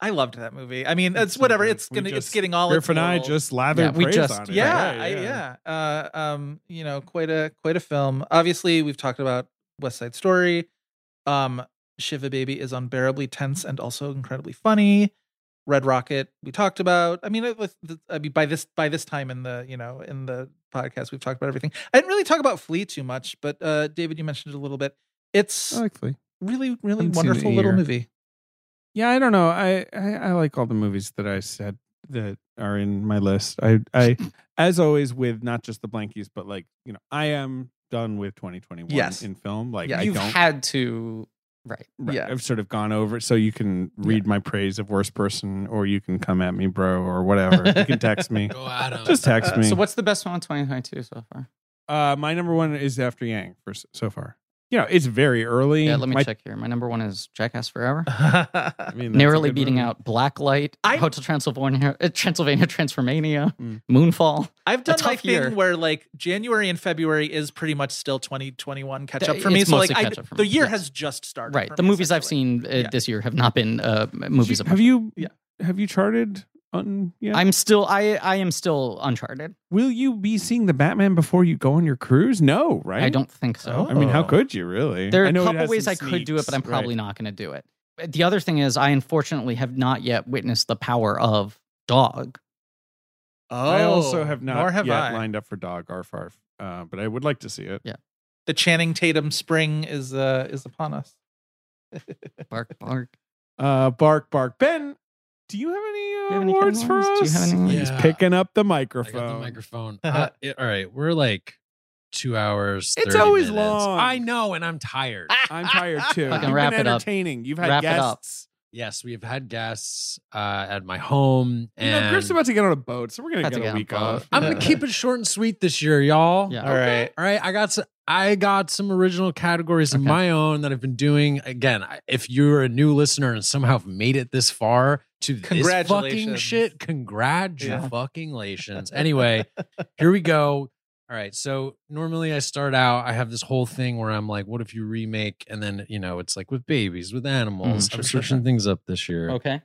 S5: I loved that movie. I mean, it's
S4: so
S5: whatever.
S4: good.
S5: It's
S4: We
S5: gonna. it's
S4: just-
S5: getting all.
S4: Griff
S5: its
S4: and I
S5: little-
S4: just lathered
S7: Yeah, we
S4: praise
S7: just-
S4: on it.
S5: Yeah, I- yeah. Uh, um, you know, quite a quite a film. Obviously, we've talked about West Side Story. Um, Shiva Baby is unbearably tense and also incredibly funny. Red Rocket, we talked about. I mean, it was, I mean, by this by this time in the you know in the podcast, we've talked about everything. I didn't really talk about Flea too much, but uh, David, you mentioned it a little bit. It's
S4: I like Flea.
S5: really, really
S4: Oh, haven't seen it in
S5: wonderful
S4: a
S5: little
S4: year.
S5: movie.
S4: Yeah, I don't know. I, I I like all the movies that I said that are in my list. I I as always with not just the blankies, but like you know, I am done with 2021
S5: Yes.
S4: in film. Like
S5: Yeah,
S4: I
S7: You've
S4: don't.
S7: had to, right.
S4: right,
S5: yeah.
S4: I've sort of gone over it, so you can read my praise of worst person, or you can come at me, bro, or whatever. you can text me.
S6: Go Adam.
S4: Just text me.
S7: uh, So, what's the best one in 2022 so far?
S4: Uh, my number one is after Yang for s- so far. You know, it's very early.
S7: Yeah, let me
S4: My-
S7: check here. My number one is Jackass Forever.
S4: I mean, that's a
S7: narrowly
S4: good
S7: beating
S4: movie.
S7: out Blacklight,
S5: I-
S7: Hotel Transylvania, uh, Transylvania, Transformania,
S4: Mm.
S7: Moonfall.
S5: I've done my
S7: tough year.
S5: thing where like January and February is pretty much still 2021 catch up
S7: Th-
S5: for me.
S7: Uh, it's
S5: So like
S7: mostly
S5: I,
S7: catch up for
S5: the
S7: me,
S5: year
S7: yes.
S5: has just started.
S7: Right,
S5: for
S7: the
S5: me,
S7: movies I've
S5: essentially.
S7: seen uh,
S5: Yeah.
S7: this year have not been uh, m- movies. of
S4: Have you?
S5: Yeah.
S4: Have you charted? On, yeah.
S7: I'm still I I am still uncharted.
S4: Will you be seeing the Batman before you go on your cruise? No, right?
S7: I don't think so.
S4: I mean, how
S5: Oh.
S4: could you really?
S7: There are
S4: I
S7: a
S4: know it
S7: couple
S4: has
S7: ways
S4: some
S7: I could do it, but I'm
S4: sneaks,
S7: probably
S4: right.
S7: not going to do it. The other thing is, I unfortunately have not yet witnessed the power of dog.
S5: Oh,
S4: I also have not
S5: Nor have
S4: yet
S5: I.
S4: lined up for Dog Arfarf, uh, but I would like to see it.
S5: the Channing Tatum spring is uh is upon us.
S7: Bark, bark.
S4: Uh, bark, bark. Ben, do you have any, uh,
S7: you have any
S4: awards for
S7: categories? Do you
S4: us?
S7: have any-
S4: He's
S6: Yeah.
S4: picking up the
S6: I got the
S4: microphone.
S6: microphone. Uh, it- all right, we're like two hours.
S4: It's
S6: 30
S4: always
S6: minutes.
S4: long. Ah!
S6: I know, and I'm tired.
S4: I'm tired too.
S7: Fucking
S4: You've
S7: wrap
S4: been
S7: it up.
S4: entertaining. You've had
S7: Wrap it up.
S4: guests.
S6: yes, we have had guests uh, at my home,
S4: You know,
S6: and
S4: Griff's about to get on a boat, so we're gonna
S7: About
S4: get
S7: to
S4: a
S7: get on a
S4: week
S7: boat.
S4: off. Uh,
S6: I'm gonna keep it short and sweet this year, y'all.
S7: Yeah.
S5: All right.
S6: All right, I got some, I got some original categories of
S7: Okay.
S6: my own that I've been doing. Again, I- if you're a new listener and somehow have made it this far to this fucking
S5: Congratulations.
S6: shit, congratulations. anyway, here we go. All right, so normally I start out. I have this whole thing where I'm like, "What if you remake?" And then you know, it's like with babies, with animals.
S7: Mhm.
S6: I'm switching things up this year.
S7: Okay,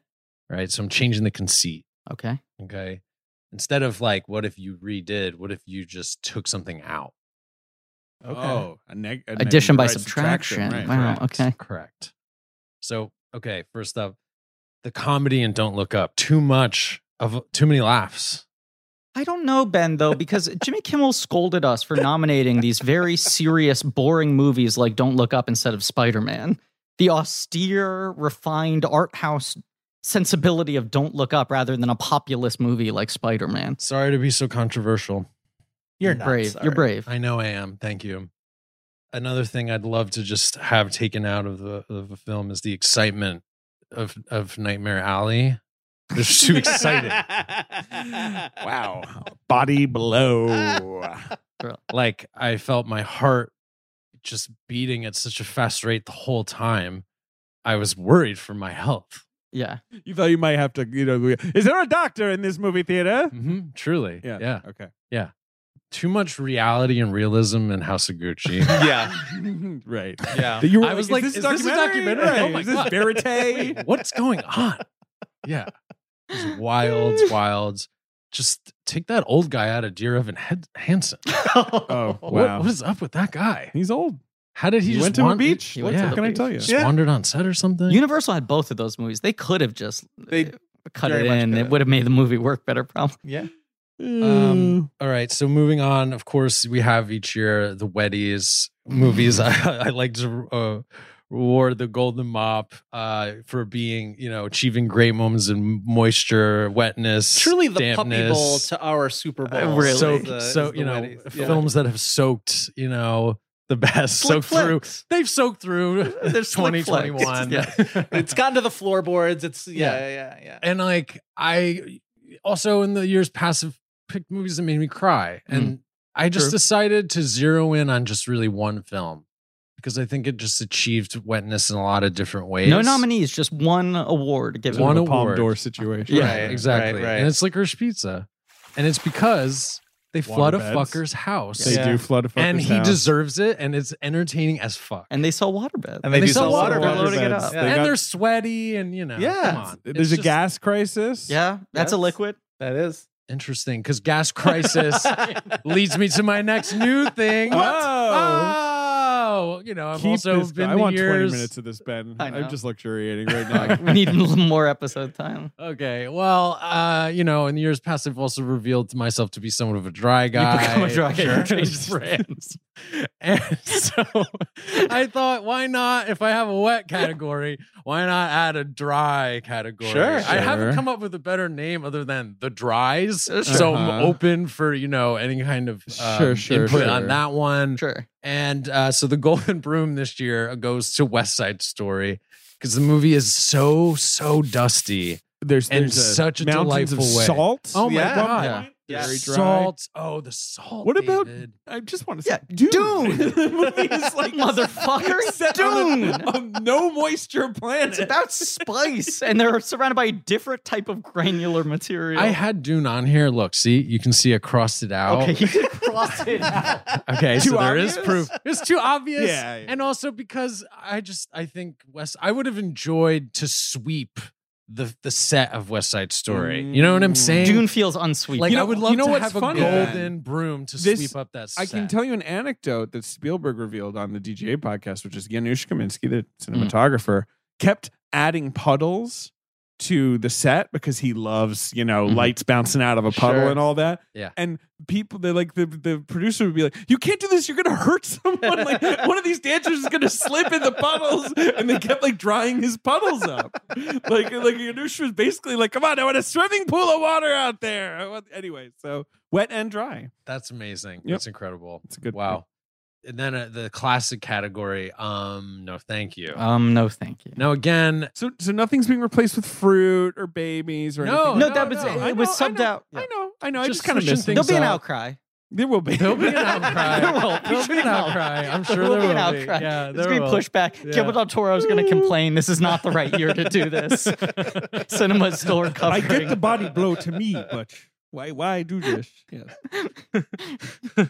S6: All right, so I'm changing the conceit.
S7: okay.
S6: Okay. Instead of like, what if you redid? What if you just took something out?
S4: Oh, a neg- a neg-
S7: Addition by
S4: right,
S7: subtraction.
S4: right,
S7: wow.
S4: right.
S7: Okay.
S6: Correct. So okay, first up, the comedy and Don't Look Up. Too much of too many laughs.
S7: I don't know, Ben, though, because Jimmy Kimmel scolded us for nominating these very serious, boring movies like Don't Look Up instead of Spider Man. The austere, refined art house sensibility of Don't Look Up rather than a populist movie like Spider Man.
S6: Sorry to be so controversial.
S5: You're not
S7: brave.
S5: sorry.
S7: You're brave.
S6: I know I am. Thank you. Another thing I'd love to just have taken out of the of the film is the excitement of of Nightmare Alley. They're just too excited.
S4: wow. Body blow.
S6: like I felt my heart just beating at such a fast rate the whole time. I was worried for my health.
S7: Yeah.
S4: You thought you might have to, you know, is there a doctor in this movie theater?
S6: hmm truly. Yeah. yeah.
S4: Okay.
S6: Too much reality and realism in House of Gucci.
S4: Yeah. right.
S6: yeah.
S4: You were
S6: I was like,
S4: is this a
S6: is this a
S4: documentary?
S6: documentary? Oh
S4: Right.
S6: my
S4: is this
S6: God.
S4: verite?
S6: Wait, what's going on? Yeah. It's wild, wild. Just take that old guy out of Dear Evan Hed- Hansen.
S4: Oh,
S6: What-
S4: wow.
S6: what is up with that guy?
S4: He's old.
S6: How did he,
S4: He,
S6: just
S4: went to a
S6: wan-
S4: beach.
S7: He
S4: what
S7: went to
S4: the-
S7: the
S4: can I
S7: beach.
S4: tell you?
S6: Just
S4: Yeah.
S6: wandered on set or something?
S7: Universal had both of those movies. They could have just uh,
S5: They
S7: cut it
S5: very much
S7: in.
S5: could
S7: It
S5: have.
S7: would have made the movie work better, probably.
S5: Yeah. Mm.
S6: Um, all right. So moving on, of course, we have each year the Weddies movies.
S5: Mm.
S6: I, I like to uh, reward the Golden Mop uh, for being, you know, achieving great moments in moisture, wetness,
S5: Truly the puppy
S6: dampness. Uh,
S5: bowl to our Super Bowl.
S7: Uh, really.
S5: is
S6: so,
S5: the- is
S6: so
S5: the
S6: you know,
S5: Weddies. Yeah.
S6: films that have soaked, you know, the best
S5: Slick
S6: soaked through.
S5: flicks.
S6: They've soaked through
S5: They're slick flicks.
S6: 2021.
S5: Yeah. It's gotten to the floorboards. It's yeah,
S6: Yeah.
S5: yeah, yeah.
S6: and like I also in the years past have picked movies that made me cry, and I just
S7: True.
S6: decided to zero in on just really one film because I think it just achieved wetness in a lot of different ways.
S7: No nominees, just one award given.
S6: One
S4: a palm
S6: award.
S4: door situation.
S6: yeah,
S5: Right,
S6: exactly,
S5: right, right.
S6: and it's licorice pizza, and it's because they flood a
S4: Waterbeds.
S6: fucker's house,
S4: They
S5: Yeah.
S4: do flood a fucker's
S6: and he
S4: house.
S6: deserves it, and it's entertaining as fuck.
S7: And they sell waterbed.
S5: And they,
S6: They
S5: do
S6: sell
S5: sell water.
S6: water
S5: bottles.
S7: bottles. loading it
S4: Waterbeds.
S7: up.
S4: They
S6: and
S4: got-
S6: they're sweaty, and you know,
S5: Yeah.
S6: come on.
S4: there's
S6: It's
S4: a
S6: just
S4: gas crisis.
S7: yeah, that's a
S5: Yes.
S7: liquid.
S5: That is.
S6: Interesting, because gas crisis leads me to my next new thing.
S4: What?
S6: Oh, you know, I've
S4: Keep
S6: also
S4: this-
S6: been
S4: I
S6: the
S4: want
S6: years.
S4: 20 minutes of this, Ben.
S7: I
S4: I'm
S7: know.
S4: just luxuriating right now.
S7: we need more episode time.
S6: Okay, well, uh, you know, in the years past, I've also revealed myself to be somewhat of a dry guy.
S7: you become a drug
S6: Sure.
S7: addict. change brands.
S6: and so I thought, why not? If I have a wet category, why not add a dry category?
S4: Sure.
S6: I haven't
S4: Sure.
S6: come up with a better name other than the dries. So I'm
S4: Uh-huh.
S6: open for you know any kind of um,
S4: Sure, sure,
S6: input
S4: sure.
S6: on that one.
S7: Sure.
S6: And uh, so the Golden Broom this year goes to West Side Story because the movie is so so dusty.
S4: There's,
S6: And
S4: there's a
S6: such a
S4: mountains of
S6: delightful way.
S4: salt.
S6: Oh my
S5: Yeah.
S6: god!
S7: Yeah.
S5: Yeah.
S4: Very dry.
S6: Salt. Oh, the salt.
S4: What about-
S6: David.
S4: I just want to
S7: Yeah,
S4: say, dude,
S7: Dune.
S4: the movie is like
S7: Motherfucker,
S4: set on a-
S7: Dune.
S4: a no moisture planet.
S7: It's about spice, and they're surrounded by a different type of granular material.
S6: I had Dune on here. Look, see, you can see I crossed it out.
S7: okay, he did cross it out.
S6: Okay, so
S4: Too
S6: there is
S4: obvious?
S6: proof. It's too obvious.
S4: Yeah, yeah.
S6: And also because I just I think West I would have enjoyed to sweep the the set of West Side Story. You know what I'm
S4: Mm.
S6: saying?
S7: Dune feels unsweet.
S6: like
S4: You know-
S6: I would
S4: you
S6: love
S4: know
S6: to
S4: what's
S6: have a
S4: funny?
S6: golden broom to
S4: This-
S6: sweep up that set.
S4: I can tell you an anecdote that Spielberg revealed on the DGA podcast, which is Janusz Kaminski, the
S6: Hmm.
S4: cinematographer, kept adding puddles to the set because he loves, you know,
S6: Mhm.
S4: lights bouncing out of a puddle
S5: Sure.
S4: and all that.
S6: Yeah.
S4: And people, they like the, the producer would be like, "You can't do this. You're going to hurt someone. Like one of these dancers is going to slip in the puddles." And they kept like drying his puddles up. like like Janusz was basically like, "Come on, I want a swimming pool of water out there." I want- Anyway, so wet and dry.
S6: That's amazing.
S4: Yep.
S6: That's incredible.
S4: It's a good
S6: wow. And then uh, the classic category. Um, no, thank you.
S4: Uh,
S7: um, no, thank you.
S6: now again,
S4: So, so nothing's being replaced with fruit or babies or
S6: No,
S4: anything.
S7: No,
S6: no,
S7: that was
S6: no,
S7: it.
S4: I
S7: it was
S4: know, I
S7: subbed
S4: know,
S7: out.
S4: I know, I know. I
S6: Just
S4: just kind of
S6: switching
S4: missed
S7: There'll
S4: things.
S6: things
S7: be an
S6: up.
S7: outcry.
S4: There will be.
S6: there'll be an outcry.
S7: There will be.
S6: There'll be an outcry. I'm sure there
S7: will
S6: will
S7: be an outcry.
S6: Yeah,
S7: It's
S6: there
S7: going
S6: will.
S7: pushback.
S6: Yeah.
S7: Guillermo del Toro is going to complain. This is not the right year to do this. Cinema is still
S4: I
S7: recovering.
S4: get the body blow to me, but why? Why do this? Yes.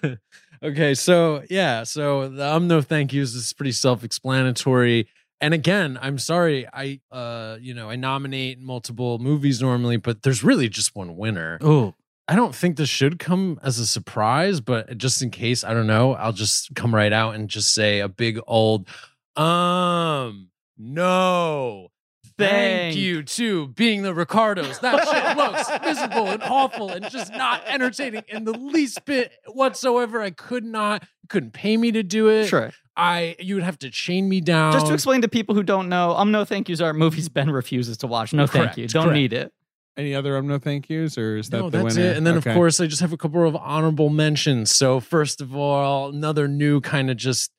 S6: okay, so yeah, so the um no thank yous is pretty self-explanatory. And again, I'm sorry, I uh you know, I nominate multiple movies normally, but there's really just one winner.
S7: Oh,
S6: I don't think this should come as a surprise, but just in case, I don't know, I'll just come right out and just say a big old um no.
S7: Thank
S6: Thank you to being the Ricardos. That shit looks miserable and awful and just not entertaining in the least bit whatsoever. I could not, you couldn't pay me to do it.
S7: Sure.
S6: I, you would have to chain me down.
S7: Just to explain to people who don't know, um, no thank yous are movies Ben refuses to watch. No thank
S6: Correct,
S7: you. Don't
S6: correct.
S7: need it.
S4: Any other um no thank yous, or is that
S6: no,
S4: the
S6: that's
S4: winner?
S6: it. And then,
S4: Okay.
S6: of course, I just have a couple of honorable mentions. So, first of all, another new kind of just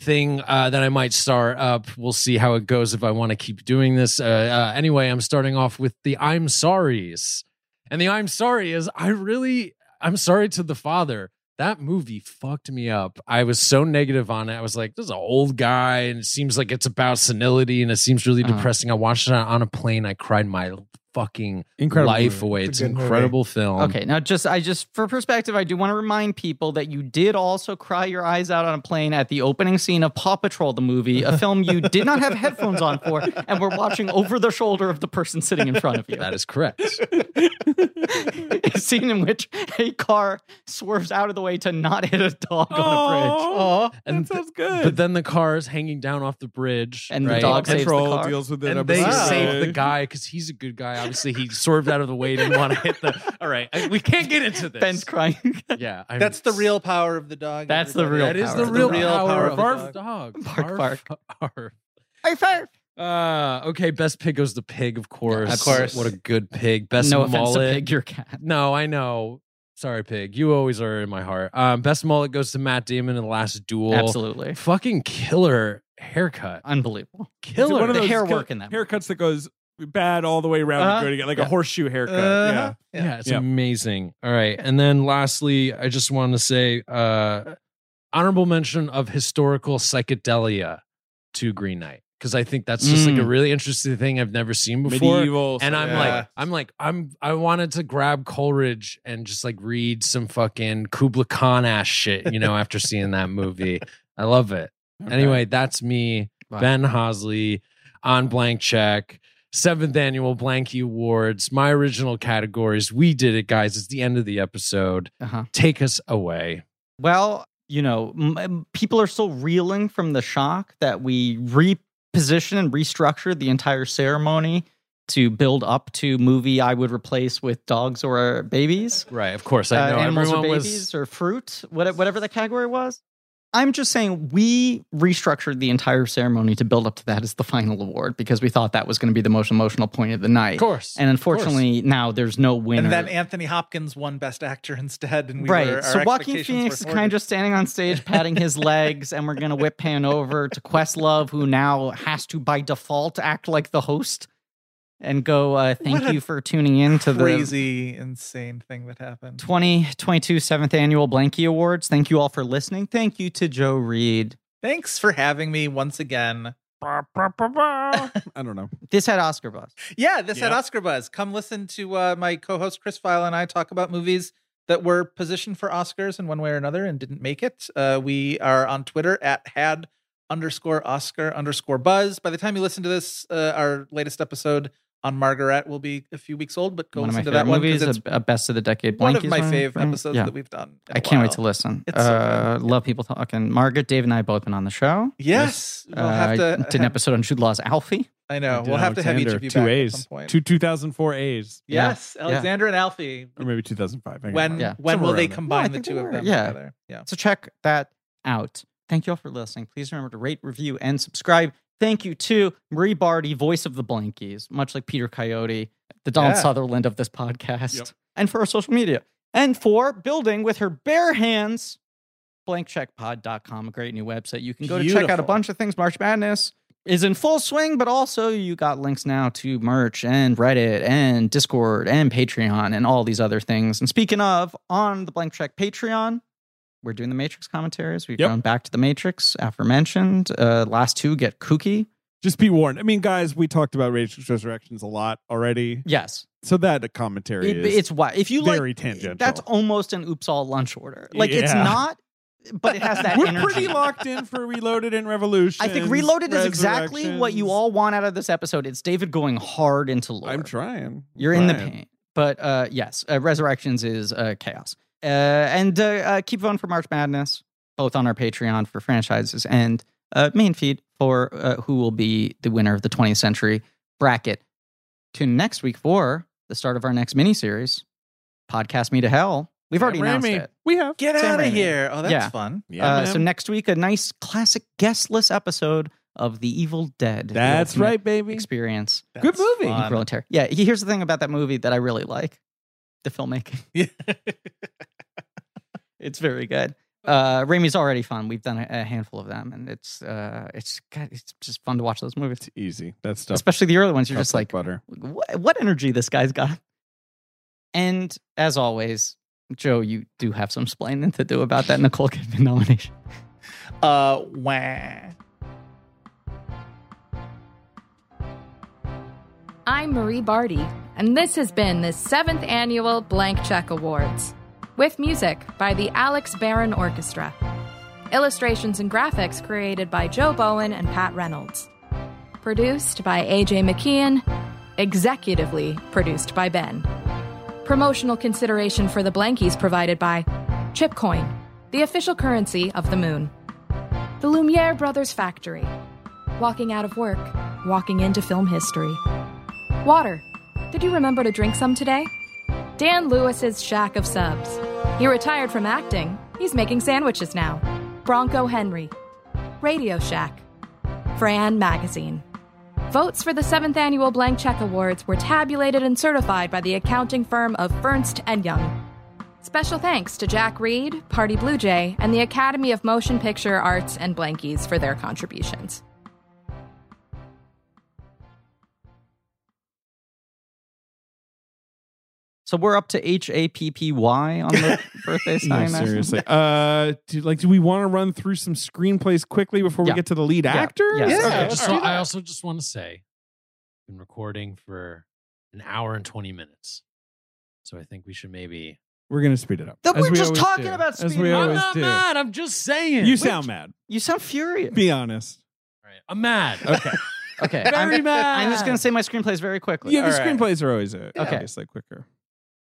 S6: thing uh, that I might start up. We'll see how it goes if I want to keep doing this. Uh, uh, anyway, I'm starting off with the I'm sorries. And the I'm sorry is I really, I'm sorry to the father. That movie fucked me up. I was so negative on it. I was like, this is an old guy, and it seems like it's about senility and it seems really
S7: Uh-huh.
S6: depressing. I watched it on a plane. I cried my fucking
S4: incredible
S6: life
S4: movie.
S6: away.
S11: It's a
S6: It's,
S11: good
S6: an
S11: movie.
S6: incredible film.
S7: Okay, now just I just for perspective, I do want to remind people that you did also cry your eyes out on a plane at the opening scene of Paw Patrol the movie, a film you did not have headphones on for, and were watching over the shoulder of the person sitting in front of you.
S6: That is correct.
S7: a scene in which a car swerves out of the way to not hit a dog on a bridge.
S4: Oh,
S6: And
S4: that sounds good.
S6: but then the car is hanging down off the bridge.
S7: And the
S6: right?
S7: dog
S6: and,
S7: saves the
S4: Patrol
S7: car.
S4: deals with it.
S6: and
S4: up
S6: they
S4: a side.
S6: save the guy because he's a good guy. Obviously, he swerved out of the way, didn't want to hit the. All right, I- we can't get into this.
S7: Ben's crying.
S6: yeah, I'm-
S5: That's the real power of the dog.
S7: That's the
S5: everybody.
S7: real
S6: That is
S7: power
S6: the
S7: of
S6: real,
S7: the
S6: power,
S5: of
S6: of
S5: the
S6: our
S5: dog.
S6: dog.
S7: Bark,
S6: Arf, arf. Uh, okay, best pig goes the pig, of course.
S7: Of course.
S6: What a good pig. Best
S7: no offense to
S6: mullet.
S7: pig, your cat.
S6: No, I know. Sorry, pig. You always are in my heart. Um, best mullet goes to Matt Damon in the last duel.
S7: Absolutely.
S6: Fucking killer haircut.
S7: Unbelievable.
S4: Is it
S6: Killer.
S4: one of
S7: The
S4: those
S7: hair
S4: cut-
S7: work in that movie.
S4: haircuts that goes bad all the way around
S7: Uh-huh.
S4: and go together, like
S7: Yeah.
S4: a horseshoe haircut.
S5: Uh-huh.
S6: yeah. it's
S4: Yeah.
S6: amazing. All right. And then lastly, I just want to say uh honorable mention of historical psychedelia to Green Knight. Because I think that's just like a
S7: Mm.
S6: really interesting thing I've never seen
S4: Yeah,
S6: before.
S4: medieval.
S6: and I'm
S5: Yeah.
S6: like, I'm like, I'm I wanted to grab Coleridge and just like read some fucking Kubla Khan ass shit, you know, after seeing that movie. I love it.
S4: Okay.
S6: Anyway, that's me,
S7: Wow.
S6: Ben Hosley, on blank check. Seventh annual Blanky Awards. My original categories. We did it, guys. It's the end of the episode.
S7: Uh-huh.
S6: Take us away.
S7: Well, you know, m- m- people are still reeling from the shock that we reposition and restructured the entire ceremony to build up to movie I would replace with dogs or babies,
S6: Right. Of course, I
S7: uh,
S6: know
S7: animals
S6: everyone
S7: or babies
S6: was.
S7: or fruit, what- whatever the category was. I'm just saying we restructured the entire ceremony to build up to that as the final award because we thought that was going to be the most emotional point of the night.
S6: Of course.
S7: And unfortunately, now there's no winner.
S5: And then Anthony Hopkins won Best Actor instead, and we
S7: right.
S5: Were,
S7: so
S5: our
S7: Joaquin
S5: expectations were
S7: Phoenix is kind of
S5: thwarted.
S7: just standing on stage, patting his legs, and we're gonna whip pan over to Questlove, who now has to by default act like the host and go. Uh, thank
S5: What a
S7: you for tuning in to the
S5: crazy, insane thing that happened.
S7: 2022 seventh annual Blanky Awards. Thank you all for listening. Thank you to Joe Reed.
S5: Thanks for having me once again.
S4: I don't know.
S7: This had Oscar buzz.
S5: Yeah, this had
S4: Yep.
S5: Oscar buzz. Come listen to uh, my co-host Chris File and I talk about movies that were positioned for Oscars in one way or another and didn't make it. Uh, we are on Twitter at had underscore Oscar underscore buzz. By the time you listen to this, uh, our latest episode on Margaret will be a few weeks old, but go
S7: one of my
S5: listen to
S7: favorite
S5: that one
S7: movies,
S5: because it's
S7: a, a best of the decade.
S5: one of
S7: Blankies
S5: my fave
S7: right?
S5: episodes
S7: Yeah.
S5: that we've done. in
S7: I
S5: a
S7: can't wait
S5: while.
S7: to listen.
S5: It's so good.
S7: uh, love people talking. Margaret, Dave, and I have both been on the show.
S5: Yes, we'll have
S7: Uh, I
S5: to.
S7: did an episode on Jude Law's Alfie.
S5: I know.
S4: Did
S5: We'll have to have each
S4: uh, Alexander,
S5: of you
S4: two
S5: back
S4: A's,
S5: at some point.
S4: two 2004 A's,
S7: Yeah.
S5: Yes,
S7: Yeah.
S5: Alexander and Alfie.
S4: or maybe 2005. Hang on.
S5: When
S7: Yeah.
S5: when will
S4: Somewhere
S5: they
S4: around there.
S5: combine
S7: No, I
S5: the
S7: think
S5: two
S7: they
S5: of
S7: were.
S5: them
S7: Yeah.
S5: together? Yeah.
S7: So check that out. Thank you all for listening. Please remember to rate, review, and subscribe. Thank you to Marie Barty, voice of the Blankies, much like Peter Coyote, the Donald
S5: Yeah.
S7: Sutherland of this podcast,
S4: Yep.
S7: and for our social media, and for building with her bare hands blankcheckpod.com, a great new website. You can go to check out a
S5: Beautiful.
S7: bunch of things. March Madness is in full swing, but also you got links now to merch and Reddit and Discord and Patreon and all these other things. And speaking of, on the Blank Check Patreon, we're doing the Matrix commentaries. We've
S4: Yep.
S7: gone back to the Matrix, aforementioned. Uh, last two get kooky.
S4: Just be warned. I mean, guys, we talked about Rage Against Resurrections a lot already,
S7: Yes,
S4: so that commentary
S7: it,
S4: is
S7: it's why if you
S4: very
S7: like,
S4: tangential.
S7: that's almost an oops all lunch order. Like it's
S4: Yeah.
S7: not, but it has that.
S4: We're
S7: energy.
S4: pretty locked in for Reloaded and Revolution.
S7: I think Reloaded is exactly what you all want out of this episode. It's David going hard into lore.
S4: I'm trying.
S7: You're in the
S4: Trying.
S7: paint. But uh, yes, uh, Resurrections is uh, chaos. Uh, and uh, uh, keep voting for March Madness, both on our Patreon for franchises and uh, main feed for uh, who will be the winner of the 20th century bracket. Tune next week for the start of our next miniseries, Podcast Me to Hell. We've already announced
S4: Raimi.
S7: it.
S4: We have.
S5: Get
S7: Sam
S5: out of
S7: Raimi.
S5: here. Oh, that's
S7: Yeah.
S5: fun.
S11: Yeah,
S7: uh,
S11: man.
S7: so next week, a nice classic guestless episode of The Evil Dead. the
S4: That's
S7: ultimate
S4: right, baby.
S7: Experience.
S4: Good
S5: That's
S4: movie.
S5: fun.
S7: Grill and Terror. Yeah, he- here's the thing about that movie that I really like the filmmaking. it's very good. Uh, Raimi's already fun. We've done a, a handful of them, and it's uh, it's God, it's just fun to watch those movies,
S4: It's easy. That stuff.
S7: especially the early ones. You're
S4: cuts
S7: just like,
S4: butter.
S7: what, what energy this guy's got. And as always, Joe, you do have some splaining to do about that Nicole Kidman nomination.
S5: Uh, wah.
S1: I'm Marie Barty, and this has been the seventh annual Blank Check Awards, with music by the Alex Barron Orchestra. Illustrations and graphics created by Joe Bowen and Pat Reynolds. Produced by AJ McKeon, executively produced by Ben. Promotional consideration for the blankies provided by Chipcoin, the official currency of the moon. The Lumiere Brothers Factory. Walking out of work, walking into film history. Water. Did you remember to drink some today? Dan Lewis's Shack of Subs. He retired from acting. He's making sandwiches now. Bronco Henry. Radio Shack. Fran Magazine. Votes for the 7th annual Blank Check Awards were tabulated and certified by the accounting firm of Ernst and Young. Special thanks to Jack Reed, Party Blue Jay, and the Academy of Motion Picture Arts and Blankies for their contributions.
S7: So we're up to H A P P Y on the birthday
S4: No,
S7: sign.
S4: seriously. Uh, do, like, do we want to run through some screenplays quickly before we
S7: Yeah.
S4: get to the lead
S7: Yeah.
S4: actor?
S7: Yeah.
S6: Okay,
S7: Yeah,
S6: just
S4: all
S6: so-
S4: right.
S6: I also just want to say, I've been recording for an hour and 20 minutes. So I think we should maybe.
S4: We're gonna speed it up.
S7: Then
S4: As
S7: we're
S4: we
S7: just
S4: always
S7: talking
S4: do.
S7: about
S4: As
S7: speed.
S4: we
S7: I'm
S4: always do.
S6: I'm just saying.
S4: You sound mad.
S7: You sound furious.
S4: Be honest.
S6: All right, I'm mad.
S4: Okay.
S7: Okay, I'm,
S4: mad.
S7: I'm just gonna say my screenplays very quickly.
S4: Yeah, the
S7: All right.
S4: screenplays are always uh,
S7: Okay.
S4: obviously quicker.